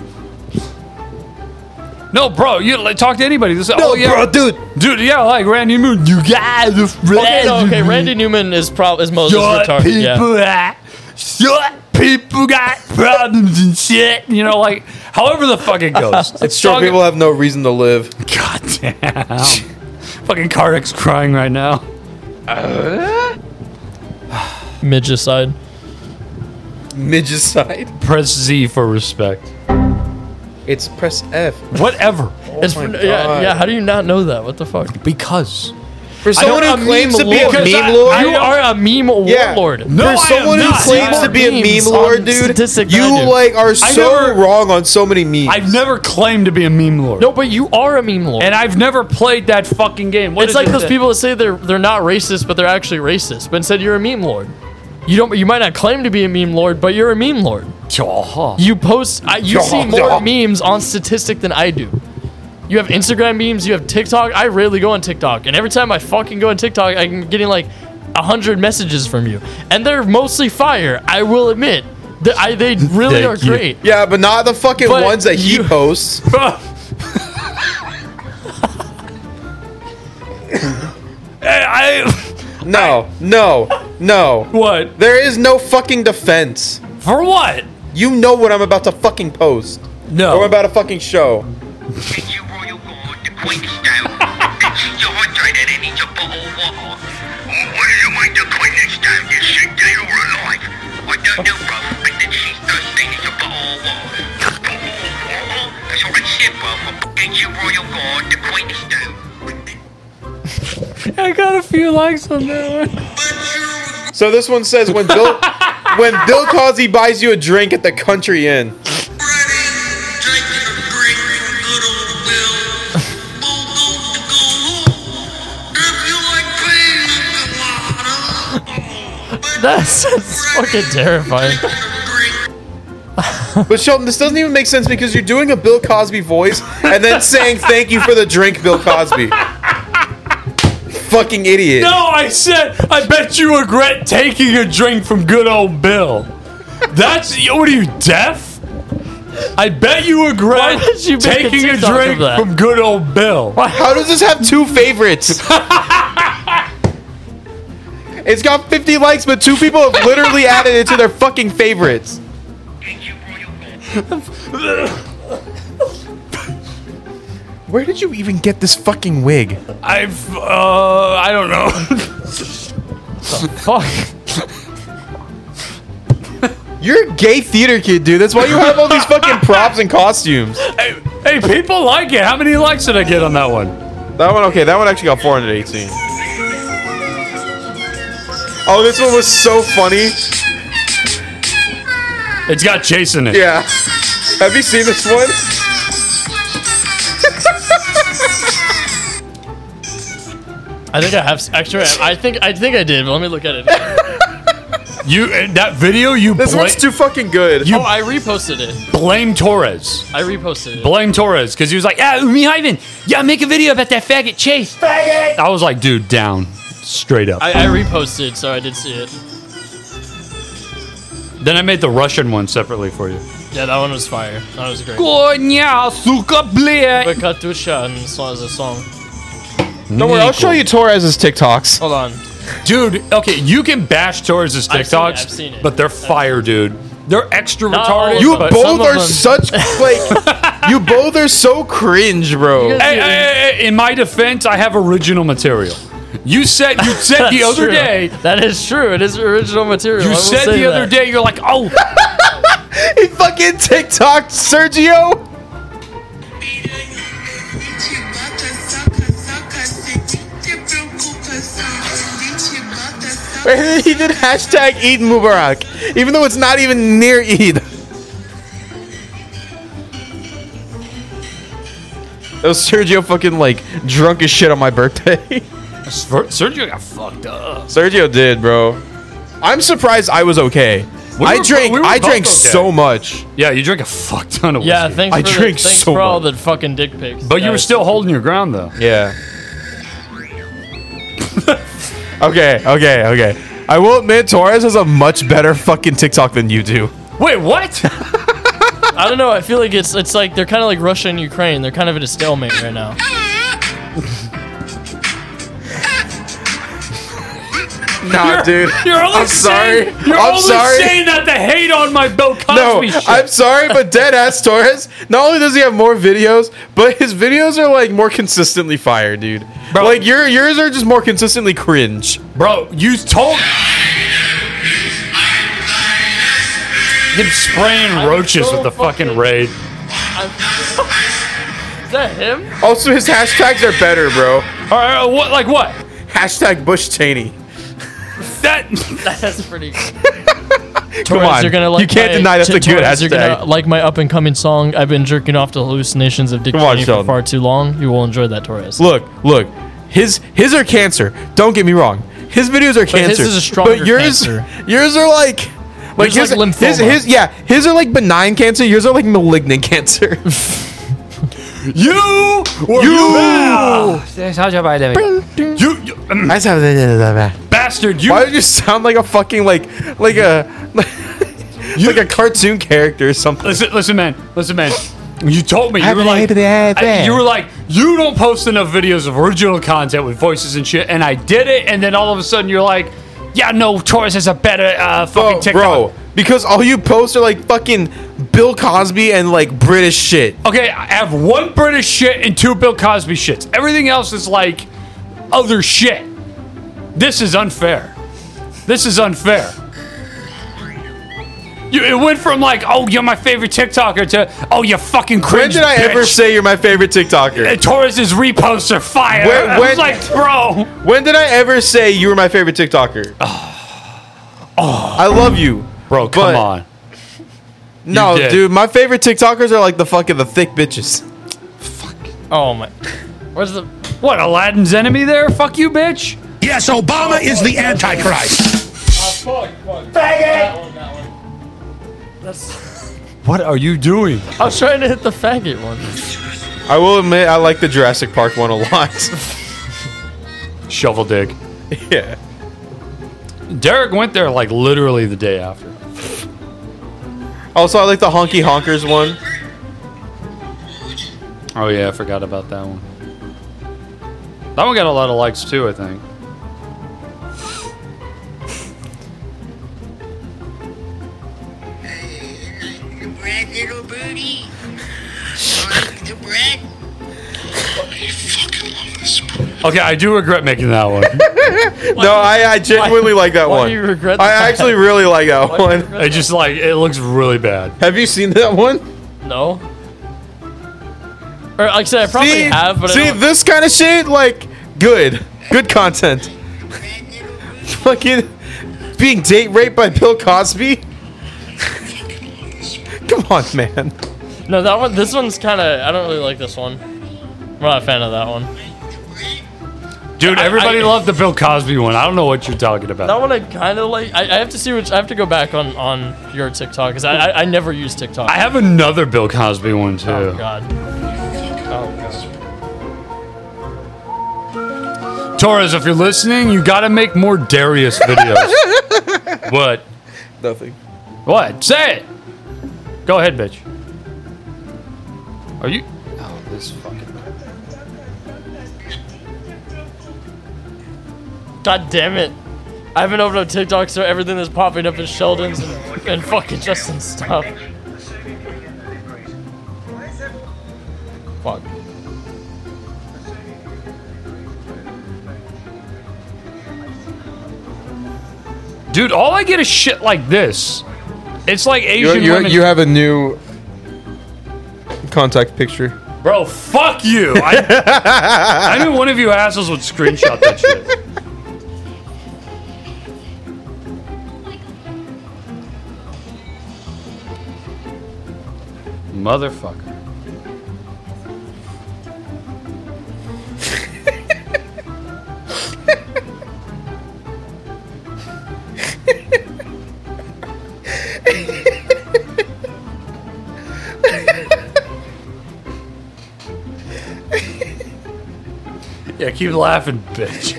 [SPEAKER 5] No, bro, you like, talk to anybody. This, oh, yeah.
[SPEAKER 13] bro,
[SPEAKER 5] (laughs)
[SPEAKER 13] dude.
[SPEAKER 5] Dude, yeah, like Randy Moon. You got the
[SPEAKER 4] Okay, no, okay. Randy Newman is probably is Moses retarded. Yeah.
[SPEAKER 5] at. Shut people got problems and shit. You know, like, however the fuck
[SPEAKER 4] (laughs)
[SPEAKER 5] it goes.
[SPEAKER 13] It's straw
[SPEAKER 5] Talk- (laughs)
[SPEAKER 13] people have no reason to live.
[SPEAKER 5] God damn. fucking Kardec's crying right now.
[SPEAKER 4] Midgicide.
[SPEAKER 13] Midgicide.
[SPEAKER 5] Press Z for respect.
[SPEAKER 13] It's press F.
[SPEAKER 5] Whatever.
[SPEAKER 4] It's
[SPEAKER 13] Oh my
[SPEAKER 4] yeah,
[SPEAKER 13] God.
[SPEAKER 4] yeah. How do you not know that? What the fuck?
[SPEAKER 5] Because.
[SPEAKER 13] For someone who
[SPEAKER 4] I'm
[SPEAKER 13] claims to be a
[SPEAKER 4] because
[SPEAKER 13] meme
[SPEAKER 4] I-
[SPEAKER 13] lord,
[SPEAKER 4] you are a meme
[SPEAKER 13] Yeah.
[SPEAKER 4] warlord.
[SPEAKER 5] No, I
[SPEAKER 13] For
[SPEAKER 5] am
[SPEAKER 13] someone who
[SPEAKER 5] not.
[SPEAKER 13] claims to be a
[SPEAKER 4] Memes
[SPEAKER 13] meme
[SPEAKER 4] on
[SPEAKER 13] lord, dude,
[SPEAKER 4] statistic
[SPEAKER 13] you
[SPEAKER 4] I do.
[SPEAKER 13] like are
[SPEAKER 5] I
[SPEAKER 13] so
[SPEAKER 5] never-
[SPEAKER 13] wrong on so many memes.
[SPEAKER 5] I've never claimed to be a meme lord.
[SPEAKER 4] No, but you are a meme lord.
[SPEAKER 5] And I've never played that fucking game. What
[SPEAKER 4] it's
[SPEAKER 5] is
[SPEAKER 4] like
[SPEAKER 5] it
[SPEAKER 4] those
[SPEAKER 5] that-
[SPEAKER 4] people that say they're they're not racist, but they're actually racist. But instead, you're a meme lord. You don't. You might not claim to be a meme lord, but you're a meme lord.
[SPEAKER 5] Jaha.
[SPEAKER 4] You post. I, you see
[SPEAKER 5] Yeah.
[SPEAKER 4] more memes on statistic than I do. You have Instagram memes. You have TikTok. I rarely go on TikTok, and every time I fucking go on TikTok, I'm getting like a hundred messages from you, and they're mostly fire. I will admit, They- I, they really
[SPEAKER 5] Thank
[SPEAKER 4] are
[SPEAKER 5] you. (laughs)
[SPEAKER 4] great. (laughs)
[SPEAKER 13] yeah, but not the fucking
[SPEAKER 4] But
[SPEAKER 13] ones that he posts.
[SPEAKER 5] I,
[SPEAKER 13] No, no, no.
[SPEAKER 5] What?
[SPEAKER 13] There is no fucking defense.
[SPEAKER 5] For what?
[SPEAKER 13] You know what I'm about to fucking post.
[SPEAKER 5] No.
[SPEAKER 13] Or I'm about to fucking show.
[SPEAKER 3] few likes on that one.
[SPEAKER 13] So this one says when Bill when Bill Cosby buys you a drink at the country inn.
[SPEAKER 4] That's, that's fucking terrifying.
[SPEAKER 13] But Sheldon, this doesn't even make sense because you're doing a Bill Cosby voice and then saying thank you for the drink, Bill Cosby. Fucking idiot.
[SPEAKER 5] No, I said, I bet you regret taking a drink from good old Bill. That's, yo, what are you, deaf? I bet you regret
[SPEAKER 13] did you make a
[SPEAKER 5] taking a,
[SPEAKER 13] TikTok of
[SPEAKER 5] drink
[SPEAKER 13] that?
[SPEAKER 5] from good old Bill.
[SPEAKER 13] How does this have two favorites? it's got 50 likes, but two people have literally added it to their fucking favorites. Where did you even get this fucking wig?
[SPEAKER 5] I've, uh, I don't know. fuck?
[SPEAKER 13] You're a gay theater kid, dude. That's why you have all these fucking props and costumes.
[SPEAKER 5] Hey, people like it. How many likes did I get on that one?
[SPEAKER 13] That one, okay. That one actually got 418. Oh, this one was so funny.
[SPEAKER 5] It's got Jason in it.
[SPEAKER 13] Yeah. Have you seen this one?
[SPEAKER 4] I think I have s- actually. I think I think I did. But let me look at it.
[SPEAKER 5] You uh, that video you
[SPEAKER 4] This one's too
[SPEAKER 13] fucking good.
[SPEAKER 5] You
[SPEAKER 4] oh, I reposted it.
[SPEAKER 5] blame Torres.
[SPEAKER 4] I reposted it.
[SPEAKER 5] Blame Torres because he was like, "Yeah, me Ivan, yeah, make a video about that faggot chase." Faggot. I was like, "Dude, down, straight up."
[SPEAKER 4] I, I reposted, so I did see it.
[SPEAKER 5] then I made the Russian one separately for you.
[SPEAKER 4] Yeah, that one was fire. That was great.
[SPEAKER 3] Gornya, suka, bleh.
[SPEAKER 4] Bakatusha and this was a song.
[SPEAKER 13] Don't worry, I'll show you Torres's TikToks.
[SPEAKER 4] Hold on.
[SPEAKER 5] Dude, okay, you can bash Torres's
[SPEAKER 4] I've seen it,
[SPEAKER 5] TikToks,
[SPEAKER 4] I've seen it.
[SPEAKER 5] but they're fire, dude. They're extra
[SPEAKER 4] Not all of
[SPEAKER 5] retarded.
[SPEAKER 4] them,
[SPEAKER 13] You
[SPEAKER 4] but
[SPEAKER 13] both
[SPEAKER 4] some of
[SPEAKER 13] are
[SPEAKER 4] them-
[SPEAKER 13] such
[SPEAKER 4] (laughs)
[SPEAKER 13] like. you both are so cringe, bro.
[SPEAKER 5] Hey, hey, hey, hey, in my defense, I have original material. You said you said the
[SPEAKER 4] That's
[SPEAKER 5] other
[SPEAKER 4] true.
[SPEAKER 5] day.
[SPEAKER 4] That is true. It is original material. I
[SPEAKER 5] You
[SPEAKER 4] will
[SPEAKER 5] said
[SPEAKER 4] say
[SPEAKER 5] the other
[SPEAKER 4] that.
[SPEAKER 5] day. You're like, "Oh,
[SPEAKER 13] he fucking TikTok Sergio. he did hashtag Eid Mubarak, even though it's not even near Eid. That was Sergio fucking like drunk as shit on my birthday. (laughs)
[SPEAKER 5] Ser- Sergio got fucked up.
[SPEAKER 13] Sergio did, bro. I'm surprised I was okay.
[SPEAKER 5] We
[SPEAKER 13] I
[SPEAKER 5] were bo-
[SPEAKER 13] drank.
[SPEAKER 5] we were
[SPEAKER 13] I
[SPEAKER 5] both
[SPEAKER 13] drank
[SPEAKER 5] okay.
[SPEAKER 13] so much.
[SPEAKER 5] Yeah, you drink a fuck ton of
[SPEAKER 4] Yeah,
[SPEAKER 5] whiskey.
[SPEAKER 4] thanks.
[SPEAKER 13] I
[SPEAKER 4] for the-
[SPEAKER 13] drink
[SPEAKER 4] thanks
[SPEAKER 13] so
[SPEAKER 4] for all the fucking dick pics.
[SPEAKER 5] But you were
[SPEAKER 4] guys.
[SPEAKER 5] still holding your ground, though.
[SPEAKER 13] Yeah. (laughs) Okay. Okay. Okay. I will admit, Torres has a much better fucking TikTok than you do.
[SPEAKER 5] Wait, what?
[SPEAKER 4] I don't know. I feel like it's it's like they're kind of like Russia and Ukraine. They're kind of at a stalemate right now.
[SPEAKER 13] Nah, dude.
[SPEAKER 5] You're only
[SPEAKER 13] I'm sorry.
[SPEAKER 5] Saying, you're
[SPEAKER 13] I'm
[SPEAKER 5] only
[SPEAKER 13] sorry.
[SPEAKER 5] saying that to hate on my Bill Cosby
[SPEAKER 13] (laughs) No,
[SPEAKER 5] shit.
[SPEAKER 13] I'm sorry, but dead ass Torres. Not only does he have more videos, but his videos are like more consistently fire, dude. Like your yours are just more consistently cringe.
[SPEAKER 5] Bro, you told. Him spraying roaches with the fucking raid.
[SPEAKER 4] Is that him?
[SPEAKER 13] Also, his hashtags are better, bro.
[SPEAKER 5] All right, what? Like what?
[SPEAKER 13] Hashtag Bush Cheney.
[SPEAKER 5] That
[SPEAKER 4] that's pretty.
[SPEAKER 13] Come on,
[SPEAKER 4] you're gonna like
[SPEAKER 13] you can't
[SPEAKER 4] my-
[SPEAKER 13] deny that's
[SPEAKER 4] T-
[SPEAKER 13] a good
[SPEAKER 4] Torres,
[SPEAKER 13] hashtag.
[SPEAKER 4] You're gonna like my up and coming song. I've been jerking off to hallucinations of Dick
[SPEAKER 13] Come on,
[SPEAKER 4] Cheney for
[SPEAKER 13] Sheldon.
[SPEAKER 4] far too long. You will enjoy that, Torres.
[SPEAKER 13] Look, look, his his are cancer. Don't get me wrong. His videos are
[SPEAKER 4] his
[SPEAKER 13] cancer.
[SPEAKER 4] is a stronger
[SPEAKER 13] but yours,
[SPEAKER 4] cancer.
[SPEAKER 13] (laughs) yours are like. Like
[SPEAKER 4] Yours is
[SPEAKER 13] his,
[SPEAKER 4] like
[SPEAKER 13] his,
[SPEAKER 4] lymphoma.
[SPEAKER 13] his, yeah, his are like benign cancer. Yours are like malignant (laughs) cancer.
[SPEAKER 5] you, were
[SPEAKER 13] you,
[SPEAKER 5] you, you um,
[SPEAKER 13] That's how they did it.
[SPEAKER 5] bastard! You
[SPEAKER 13] Why did you sound like a fucking like like a (laughs) like, a cartoon character or something?
[SPEAKER 5] listen, listen, man, listen, man. You told me you were
[SPEAKER 13] Happy
[SPEAKER 5] like,
[SPEAKER 13] to be there,
[SPEAKER 5] I-
[SPEAKER 13] there.
[SPEAKER 5] you were like, you don't post enough videos of original content with voices and shit, and I did it, and then all of a sudden you're like, yeah, no, Torres has a better uh, fucking
[SPEAKER 13] Oh,
[SPEAKER 5] TikTok.
[SPEAKER 13] bro, because all you post are like fucking Bill Cosby and like British shit.
[SPEAKER 5] Okay, I have one British shit and two Bill Cosby shits. Everything else is like other shit. This is unfair. This is unfair. You, it went from like, oh, you're my favorite TikToker to, oh, you fucking cringe.
[SPEAKER 13] When did I ever say you're my favorite TikToker?
[SPEAKER 5] Torres's reposts are fire.
[SPEAKER 13] When-
[SPEAKER 5] I was
[SPEAKER 13] when-
[SPEAKER 5] like, bro.
[SPEAKER 13] When did I ever say you were my favorite TikToker? I love you,
[SPEAKER 5] Ah. bro. Come on.
[SPEAKER 13] No,
[SPEAKER 4] did.
[SPEAKER 13] dude, my favorite TikTokers are like the fucking the thick bitches.
[SPEAKER 4] Oh my. Where's the
[SPEAKER 5] what? Aladdin's enemy there? Fuck you, bitch.
[SPEAKER 2] Yes, Obama is the Antichrist.
[SPEAKER 6] Faggot!
[SPEAKER 5] What are you doing?
[SPEAKER 4] I was trying to hit the faggot one.
[SPEAKER 13] I will admit, I like the Jurassic Park one a lot. (laughs)
[SPEAKER 5] Shovel dig.
[SPEAKER 13] yeah.
[SPEAKER 5] Derek went there like literally the day after.
[SPEAKER 13] Also, I like the honky honkers one.
[SPEAKER 5] Oh yeah, I forgot about that one. That one got a lot of likes too, I think.
[SPEAKER 6] Bread, little birdie. Like the bread. I fucking love this
[SPEAKER 5] Okay, I do regret making that one.
[SPEAKER 13] no, I, I genuinely like that one. I actually really like that one.
[SPEAKER 5] It just like it looks really bad.
[SPEAKER 13] Have you seen that one?
[SPEAKER 4] No. Or like I said, I probably
[SPEAKER 13] see,
[SPEAKER 4] have, but I
[SPEAKER 13] see
[SPEAKER 4] don't-
[SPEAKER 13] this kind of shit, like good, good content. (laughs) Fucking being date raped by Bill Cosby. (laughs) Come on, man.
[SPEAKER 4] No, that one. This one's kind of. I don't really like this one. I'm not a fan of that one.
[SPEAKER 5] Dude,
[SPEAKER 4] I-
[SPEAKER 5] everybody
[SPEAKER 4] I-
[SPEAKER 5] loved the Bill Cosby one. I don't know what you're talking about.
[SPEAKER 4] That one I kind of like. I, I have to see which. I have to go back on on your TikTok because I, I I never use TikTok.
[SPEAKER 5] I have another Bill Cosby one too.
[SPEAKER 4] Oh God. Oh God.
[SPEAKER 5] Torres, if you're listening, you gotta make more Darius videos. (laughs) what?
[SPEAKER 13] Nothing.
[SPEAKER 5] What? Say it. Go ahead, bitch. Are you? Oh, this fucking.
[SPEAKER 4] God damn it. I haven't opened up TikTok, so everything that's popping up is Sheldon's and, and fucking Justin's stuff. Fuck.
[SPEAKER 5] Dude, all I get is shit like this. It's like
[SPEAKER 13] You,
[SPEAKER 5] Asian
[SPEAKER 13] you,
[SPEAKER 5] women.
[SPEAKER 13] you have a new contact picture.
[SPEAKER 5] Bro, fuck you. I, I knew one of you assholes would screenshot that shit. Motherfucker. Yeah, keep laughing, bitch.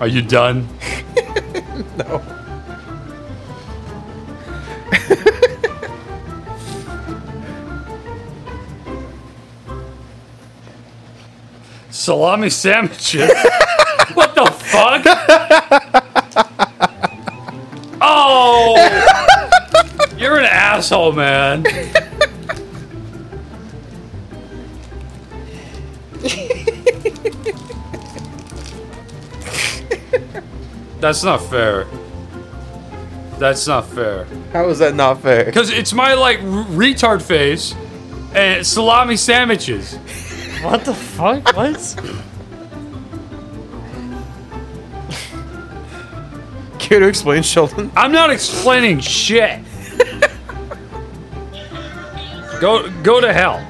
[SPEAKER 5] Are you done?
[SPEAKER 13] No.
[SPEAKER 5] Salami sandwiches. what the fuck? Oh, you're an asshole, man. That's not fair. That's not fair.
[SPEAKER 13] How is that not fair?
[SPEAKER 5] Because it's my like r- retard face and salami sandwiches.
[SPEAKER 4] What the fuck? What?
[SPEAKER 13] Care to explain, Sheldon? (laughs)
[SPEAKER 5] I'm not explaining shit. go go to hell.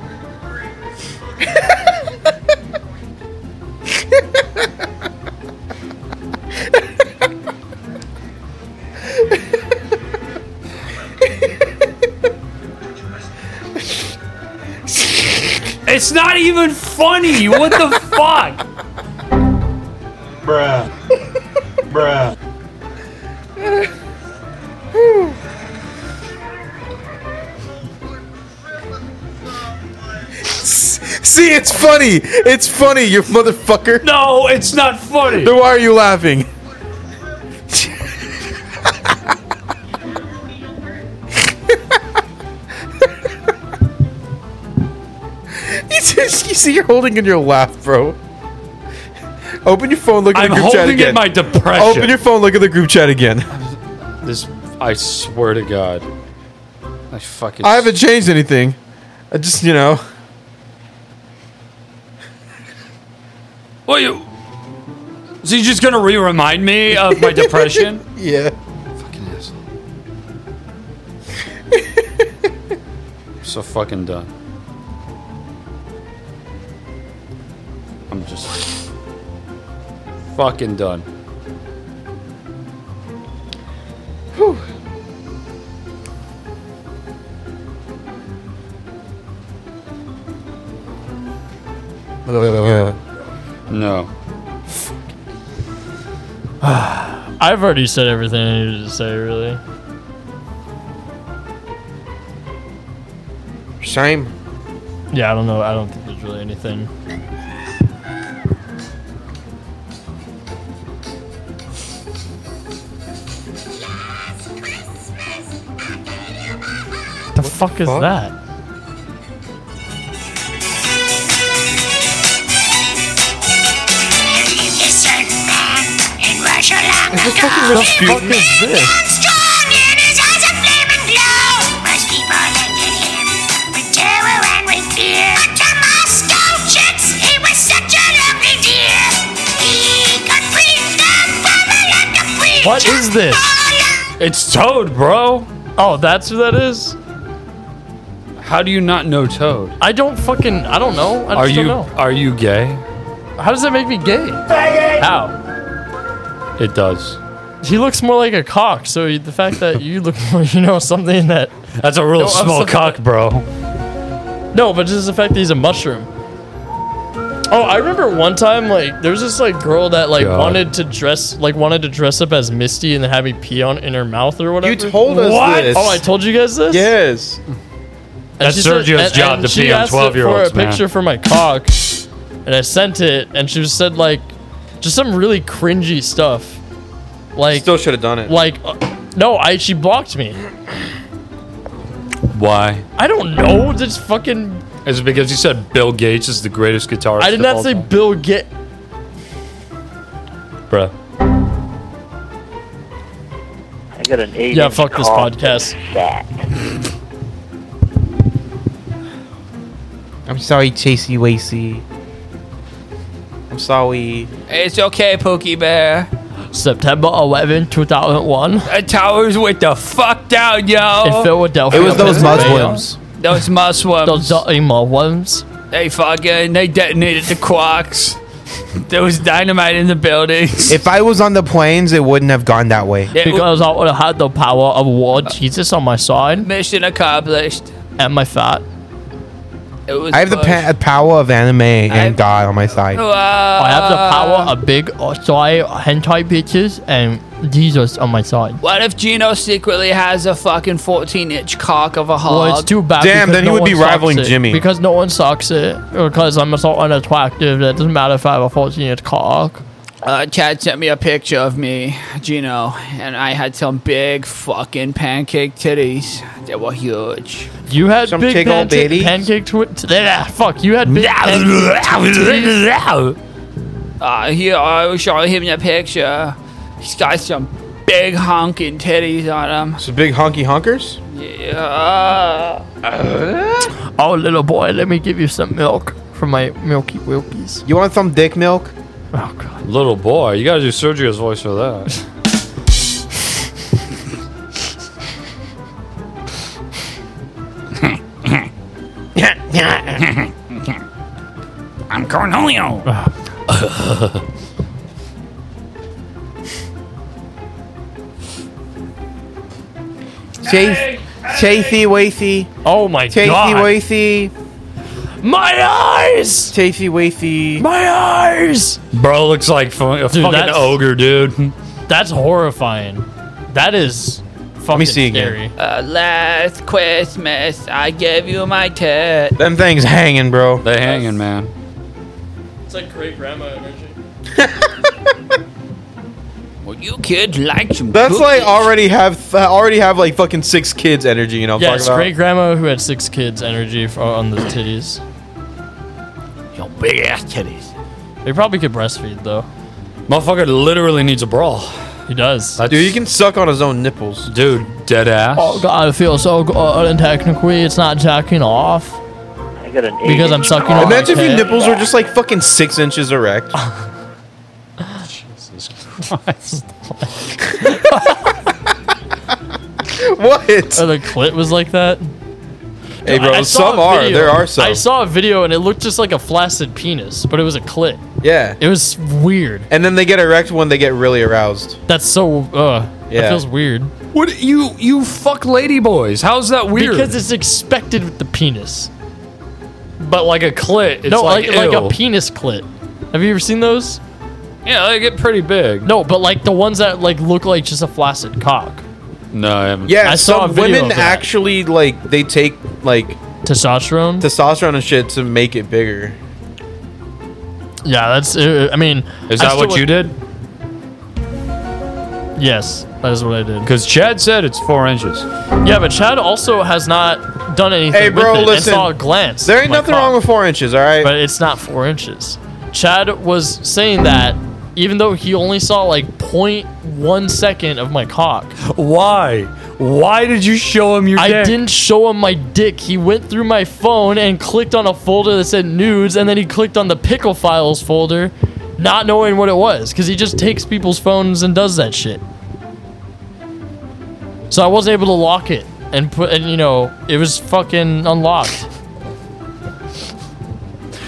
[SPEAKER 5] It's not even funny. What the fuck?
[SPEAKER 29] Bruh. Bruh.
[SPEAKER 13] See, it's funny. It's funny, you motherfucker.
[SPEAKER 5] No, it's not funny.
[SPEAKER 13] Then why are you laughing? (laughs) you see you're holding in your lap, bro? Open your phone, look at
[SPEAKER 5] I'm
[SPEAKER 13] the group chat
[SPEAKER 5] holding in
[SPEAKER 13] again.
[SPEAKER 5] my depression.
[SPEAKER 13] Open your phone, look at the group chat again.
[SPEAKER 5] This, I swear to God, I fucking.
[SPEAKER 13] I haven't changed anything. I just, you know.
[SPEAKER 5] Well, you. So you're just gonna re-remind me
[SPEAKER 4] (laughs)
[SPEAKER 5] of my depression?
[SPEAKER 13] Yeah.
[SPEAKER 5] I'm so fucking done. I'm just fucking done. No.
[SPEAKER 4] I've already said everything I needed to say, really.
[SPEAKER 13] Shame.
[SPEAKER 4] Yeah, I don't know. I don't think there's really anything. The fuck is
[SPEAKER 25] fuck?
[SPEAKER 4] that?
[SPEAKER 25] Is this fucking Rasputin? What is this?
[SPEAKER 4] What is this?
[SPEAKER 5] It's Toad, bro.
[SPEAKER 4] Oh, that's who that is.
[SPEAKER 5] How do you not know Toad?
[SPEAKER 4] I don't fucking. I don't know. I
[SPEAKER 5] are
[SPEAKER 4] just
[SPEAKER 5] you
[SPEAKER 4] don't know.
[SPEAKER 5] are you gay?
[SPEAKER 4] How does that make me gay? How?
[SPEAKER 5] It does.
[SPEAKER 4] He looks more like a cock. So the fact that you look more, (laughs) you know, something that
[SPEAKER 5] That's a real
[SPEAKER 4] No, I'm so-
[SPEAKER 5] small cock, bro.
[SPEAKER 4] No, but just the fact that he's a mushroom. Oh, I remember one time like there was this like girl that like
[SPEAKER 5] God.
[SPEAKER 4] wanted to dress like wanted to dress up as Misty and then have me pee on in her mouth or whatever. You
[SPEAKER 13] told us What? this.
[SPEAKER 4] Oh, I told you guys this.
[SPEAKER 13] Yes.
[SPEAKER 5] That's Sergio's job to pee on 12-year-olds,
[SPEAKER 4] For a
[SPEAKER 5] man.
[SPEAKER 4] picture for my cock, and I sent it, and she said like just some really cringy stuff. Like
[SPEAKER 13] Still should have done it.
[SPEAKER 4] like uh, no, I she blocked me.
[SPEAKER 5] Why?
[SPEAKER 4] I don't know. This fucking
[SPEAKER 5] Is it because you said Bill Gates is the greatest guitarist?
[SPEAKER 4] I did
[SPEAKER 5] of
[SPEAKER 4] not
[SPEAKER 5] all
[SPEAKER 4] say
[SPEAKER 5] time?
[SPEAKER 4] Bill Get.
[SPEAKER 5] Bruh.
[SPEAKER 9] I got an eight.
[SPEAKER 4] Yeah,
[SPEAKER 9] inch
[SPEAKER 4] fuck this
[SPEAKER 9] cock
[SPEAKER 4] podcast.
[SPEAKER 9] that's Fat.
[SPEAKER 8] I'm sorry, Chasey Wacy. I'm sorry.
[SPEAKER 6] It's okay, Pokey Bear.
[SPEAKER 4] September 11, 2001.
[SPEAKER 6] The towers went the fuck down, yo.
[SPEAKER 5] Oh.
[SPEAKER 4] In Philadelphia. Pennsylvania.
[SPEAKER 6] Those musworms.
[SPEAKER 4] Those dirty musworms.
[SPEAKER 6] They fucking they detonated the quarks. there was dynamite in the buildings.
[SPEAKER 8] If I was on the planes, it wouldn't have gone that way.
[SPEAKER 4] Because I would have had the power of Lord Jesus on my side
[SPEAKER 6] Mission accomplished.
[SPEAKER 4] and my fat.
[SPEAKER 6] It was
[SPEAKER 8] I have the
[SPEAKER 6] push.
[SPEAKER 8] pa- power of anime and God on my side.
[SPEAKER 4] Oh, uh, I have the power of big Osai hentai bitches and Jesus on my side.
[SPEAKER 6] What if Gino secretly has a fucking 14 inch cock of a hog?
[SPEAKER 4] Well, it's too bad. because no one sucks it. Because no one sucks it. Because I'm so unattractive that it doesn't matter if I have a 14 inch cock.
[SPEAKER 6] Uh, Chad sent me a picture of me, Gino, and I had some big fucking pancake titties. They were huge.
[SPEAKER 4] You had
[SPEAKER 6] Some
[SPEAKER 4] big
[SPEAKER 6] tickle
[SPEAKER 4] pancake,
[SPEAKER 6] babies.
[SPEAKER 4] pancake twi- t- ah, Fuck, you had big pancake titties.
[SPEAKER 6] Uh, here, I was showing him the picture. He's got some big honking titties on Uh, him.
[SPEAKER 13] Some big honky honkers?
[SPEAKER 6] Yeah.
[SPEAKER 4] Oh, little boy, let me give you some milk from my Milky Wilkies. Oh,
[SPEAKER 13] You want some dick milk?
[SPEAKER 5] Little boy, you gotta do Sergio's voice for that.
[SPEAKER 23] I'm Cornelio.
[SPEAKER 8] Chase, Chasey Wacy.
[SPEAKER 4] Oh my
[SPEAKER 8] Chasey
[SPEAKER 4] God.
[SPEAKER 8] Wacy.
[SPEAKER 4] My eyes!
[SPEAKER 8] Chasey Wacy.
[SPEAKER 4] My eyes!
[SPEAKER 5] bro looks like fu- a
[SPEAKER 4] Dude,
[SPEAKER 5] fucking
[SPEAKER 4] that's-
[SPEAKER 5] ogre, dude.
[SPEAKER 4] That's horrifying. That is fucking
[SPEAKER 13] see again.
[SPEAKER 4] scary.
[SPEAKER 6] Uh, last Christmas, I gave you my tit.
[SPEAKER 13] Them things hanging, bro.
[SPEAKER 5] They hanging, man.
[SPEAKER 4] It's like great grandma energy.
[SPEAKER 6] Well, you kids like some
[SPEAKER 13] That's
[SPEAKER 6] cookies.
[SPEAKER 13] like already have already have like fucking six kids energy, you know. what I'm
[SPEAKER 4] Yes,
[SPEAKER 13] talking about?
[SPEAKER 4] uh, great grandma who had six kids energy for, on the titties.
[SPEAKER 7] big ass titties.
[SPEAKER 4] They probably could breastfeed though.
[SPEAKER 5] Motherfucker literally needs a brawl.
[SPEAKER 4] He does.
[SPEAKER 5] dude,
[SPEAKER 13] he can suck on his own nipples.
[SPEAKER 5] Dude, dead ass.
[SPEAKER 4] Oh god, I feel so good. And technically, it's not jacking off.
[SPEAKER 9] I got an eight.
[SPEAKER 4] Because I'm sucking on
[SPEAKER 13] Imagine
[SPEAKER 4] my
[SPEAKER 13] if your
[SPEAKER 4] tit.
[SPEAKER 13] nipples were just like fucking six inches
[SPEAKER 4] (laughs)
[SPEAKER 13] erect. (laughs) what?
[SPEAKER 4] Oh, the clit was like that.
[SPEAKER 13] Hey,
[SPEAKER 4] Dude,
[SPEAKER 13] bro,
[SPEAKER 4] saw a
[SPEAKER 13] some are.
[SPEAKER 4] video.
[SPEAKER 13] There are some.
[SPEAKER 4] I saw a video and it looked just like a flaccid penis, but it was a clit.
[SPEAKER 13] Yeah.
[SPEAKER 4] It was weird.
[SPEAKER 13] And then they get erect when they get really aroused.
[SPEAKER 4] That's so. Uh,
[SPEAKER 13] Yeah.
[SPEAKER 4] That feels weird.
[SPEAKER 5] What you you fuck lady boys? How's that weird?
[SPEAKER 4] Because it's expected with the penis.
[SPEAKER 5] But like a clit, it's
[SPEAKER 4] no,
[SPEAKER 5] like,
[SPEAKER 4] like like,
[SPEAKER 5] ew.
[SPEAKER 4] a penis clit. Have you ever seen those?
[SPEAKER 5] Yeah, they get pretty big.
[SPEAKER 4] No, but like the ones that like look like just a flaccid cock.
[SPEAKER 5] No, I haven't.
[SPEAKER 13] Yeah,
[SPEAKER 4] I saw
[SPEAKER 13] some
[SPEAKER 4] a video
[SPEAKER 13] women
[SPEAKER 4] of that.
[SPEAKER 13] actually like they take like
[SPEAKER 4] testosterone,
[SPEAKER 13] testosterone and shit to make it bigger.
[SPEAKER 4] Yeah, that's. Uh, I mean,
[SPEAKER 5] Is
[SPEAKER 4] I
[SPEAKER 5] that
[SPEAKER 4] still
[SPEAKER 5] what
[SPEAKER 4] would-
[SPEAKER 5] you did?
[SPEAKER 4] Yes, that is what I did.
[SPEAKER 5] Because Chad said it's four inches.
[SPEAKER 4] Yeah, but Chad also has not done anything.
[SPEAKER 13] Hey, bro,
[SPEAKER 4] with it.
[SPEAKER 13] listen.
[SPEAKER 4] I saw a glance.
[SPEAKER 13] There
[SPEAKER 4] at
[SPEAKER 13] ain't
[SPEAKER 4] my
[SPEAKER 13] nothing
[SPEAKER 4] cock,
[SPEAKER 13] wrong with four inches, all right?
[SPEAKER 4] But it's not four inches. Chad was saying that even though he only saw like 0.1 second of my cock.
[SPEAKER 5] Why? Why did you show him your
[SPEAKER 4] I
[SPEAKER 5] dick?
[SPEAKER 4] didn't show him my dick. He went through my phone and clicked on a folder that said nudes, and then he clicked on the pickle files folder, not knowing what it was, because he just takes people's phones and does that shit. So I wasn't able to lock it and put, and you know, it was fucking unlocked.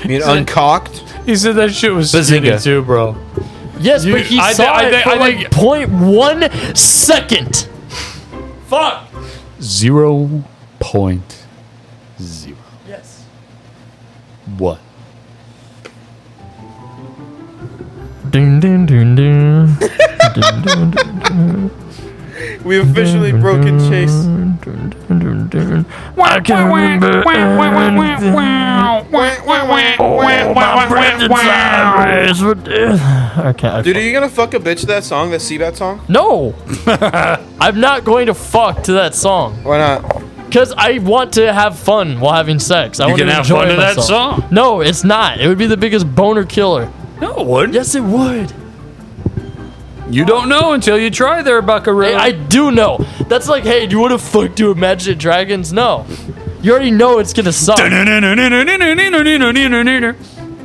[SPEAKER 13] I mean, uncocked.
[SPEAKER 5] He said that shit was
[SPEAKER 13] Bazinga.
[SPEAKER 5] too, bro.
[SPEAKER 4] Yes,
[SPEAKER 5] You-
[SPEAKER 4] but he
[SPEAKER 5] I thi-
[SPEAKER 4] saw
[SPEAKER 5] I
[SPEAKER 4] it
[SPEAKER 5] thi-
[SPEAKER 4] for
[SPEAKER 5] I
[SPEAKER 4] like point one second.
[SPEAKER 5] Fuck. Zero point zero.
[SPEAKER 4] Yes.
[SPEAKER 5] What?
[SPEAKER 4] Ding ding ding ding. ding, ding, ding, ding.
[SPEAKER 13] We officially broken Chase.
[SPEAKER 4] I can't remember anything. Oh, my Brendan's iris. What (sighs) the- I can't.
[SPEAKER 13] Dude, are you gonna fuck a bitch to that song, that Seabat song?
[SPEAKER 5] (laughs)
[SPEAKER 4] No, I'm not going to fuck to that song.
[SPEAKER 13] Why not?
[SPEAKER 4] Because I want to have fun while having sex. I
[SPEAKER 5] You
[SPEAKER 4] want
[SPEAKER 5] can
[SPEAKER 4] to
[SPEAKER 5] have
[SPEAKER 4] enjoy
[SPEAKER 5] fun to that
[SPEAKER 4] myself.
[SPEAKER 5] song.
[SPEAKER 4] No, it's not. It would be the biggest boner killer.
[SPEAKER 5] No, it would.
[SPEAKER 4] Yes, it would.
[SPEAKER 5] You don't know until you try there, Buckaroo.
[SPEAKER 4] Hey, (laughs) I do know. That's like, hey, do you want to fuck to Imagine Dragons? No. You already know it's gonna suck.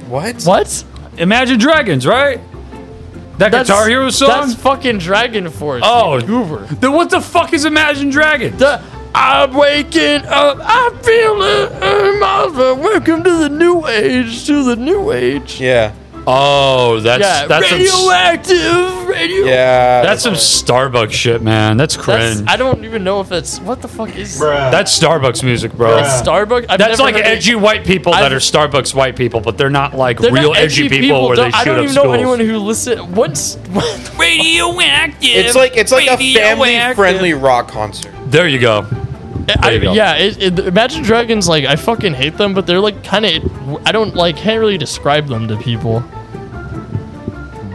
[SPEAKER 13] What?
[SPEAKER 4] What?
[SPEAKER 5] Imagine Dragons, right? That
[SPEAKER 4] That's-
[SPEAKER 5] Guitar Hero song?
[SPEAKER 4] That's fucking Dragon Force.
[SPEAKER 5] Oh.
[SPEAKER 4] Goober.
[SPEAKER 5] Then what the fuck is Imagine Dragons?
[SPEAKER 4] The I'm waking up. I feel it in my life. Welcome to the new age. To the new age.
[SPEAKER 13] Yeah.
[SPEAKER 5] Oh, that's
[SPEAKER 4] yeah.
[SPEAKER 5] that's some,
[SPEAKER 4] radioactive. Radio.
[SPEAKER 13] Yeah.
[SPEAKER 5] that's some Starbucks shit, man. That's
[SPEAKER 4] That's,
[SPEAKER 5] cringe.
[SPEAKER 4] I don't even know if it's what the fuck is
[SPEAKER 5] That's Starbucks music, bro.
[SPEAKER 4] That's Starbucks. I've
[SPEAKER 5] That's
[SPEAKER 4] never
[SPEAKER 5] like
[SPEAKER 4] heard of-
[SPEAKER 5] edgy white people that
[SPEAKER 4] I've-
[SPEAKER 5] are Starbucks white people, but they're not like
[SPEAKER 4] They're not
[SPEAKER 5] real edgy, people, where
[SPEAKER 4] Don't-
[SPEAKER 5] they shoot
[SPEAKER 4] I don't
[SPEAKER 5] up
[SPEAKER 4] even know
[SPEAKER 5] schools.
[SPEAKER 4] anyone who listen. What's (laughs) what?
[SPEAKER 6] Radioactive.
[SPEAKER 13] It's like it's like a
[SPEAKER 6] Radioactive.
[SPEAKER 13] family-friendly rock concert.
[SPEAKER 5] There you go.
[SPEAKER 4] I,
[SPEAKER 5] you go.
[SPEAKER 4] yeah, it, it, Imagine Dragons. Like I fucking hate them, but they're like kind of. I don't like can't really describe them to people.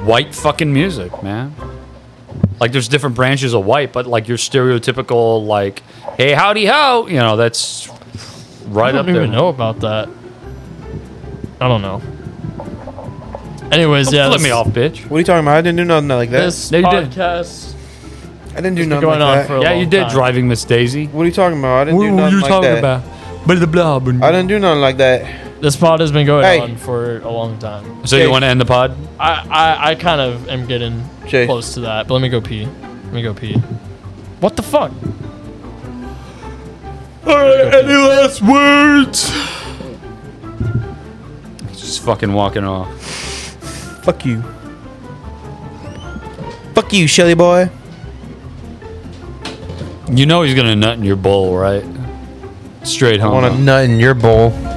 [SPEAKER 5] White fucking music, man. Like there's different branches of white, but like your stereotypical like, hey howdy ho, you know that's right
[SPEAKER 4] I don't
[SPEAKER 5] up there.
[SPEAKER 4] even know about that. I don't know. Anyways,
[SPEAKER 5] Don't
[SPEAKER 4] yeah,
[SPEAKER 5] flip
[SPEAKER 4] this-
[SPEAKER 5] me off, bitch.
[SPEAKER 13] What are you talking about? I didn't do nothing like that.
[SPEAKER 4] This
[SPEAKER 5] They did.
[SPEAKER 4] podcast.
[SPEAKER 13] I didn't do nothing
[SPEAKER 4] going
[SPEAKER 13] like
[SPEAKER 4] on
[SPEAKER 13] that.
[SPEAKER 4] for a
[SPEAKER 5] Yeah,
[SPEAKER 4] long
[SPEAKER 5] you did
[SPEAKER 4] time.
[SPEAKER 5] driving Miss Daisy.
[SPEAKER 13] What are you talking about? I didn't
[SPEAKER 5] What
[SPEAKER 13] do
[SPEAKER 5] were
[SPEAKER 13] nothing
[SPEAKER 5] you
[SPEAKER 13] like
[SPEAKER 5] talking
[SPEAKER 13] that.
[SPEAKER 5] about? Blah, blah, blah.
[SPEAKER 13] I didn't do nothing like that.
[SPEAKER 4] This pod has been going
[SPEAKER 13] Hey.
[SPEAKER 4] on for a long time.
[SPEAKER 5] So you want to end the pod?
[SPEAKER 4] I, I, I kind of am getting
[SPEAKER 13] Jay.
[SPEAKER 4] close to that, but let me go pee. Let me go pee. What the fuck?
[SPEAKER 5] any last words? Just fucking walking off.
[SPEAKER 13] Fuck you. Fuck you, Shelly boy.
[SPEAKER 5] You know he's gonna nut in your bowl, right? Straight
[SPEAKER 13] I
[SPEAKER 5] home.
[SPEAKER 13] want a nut in your bowl.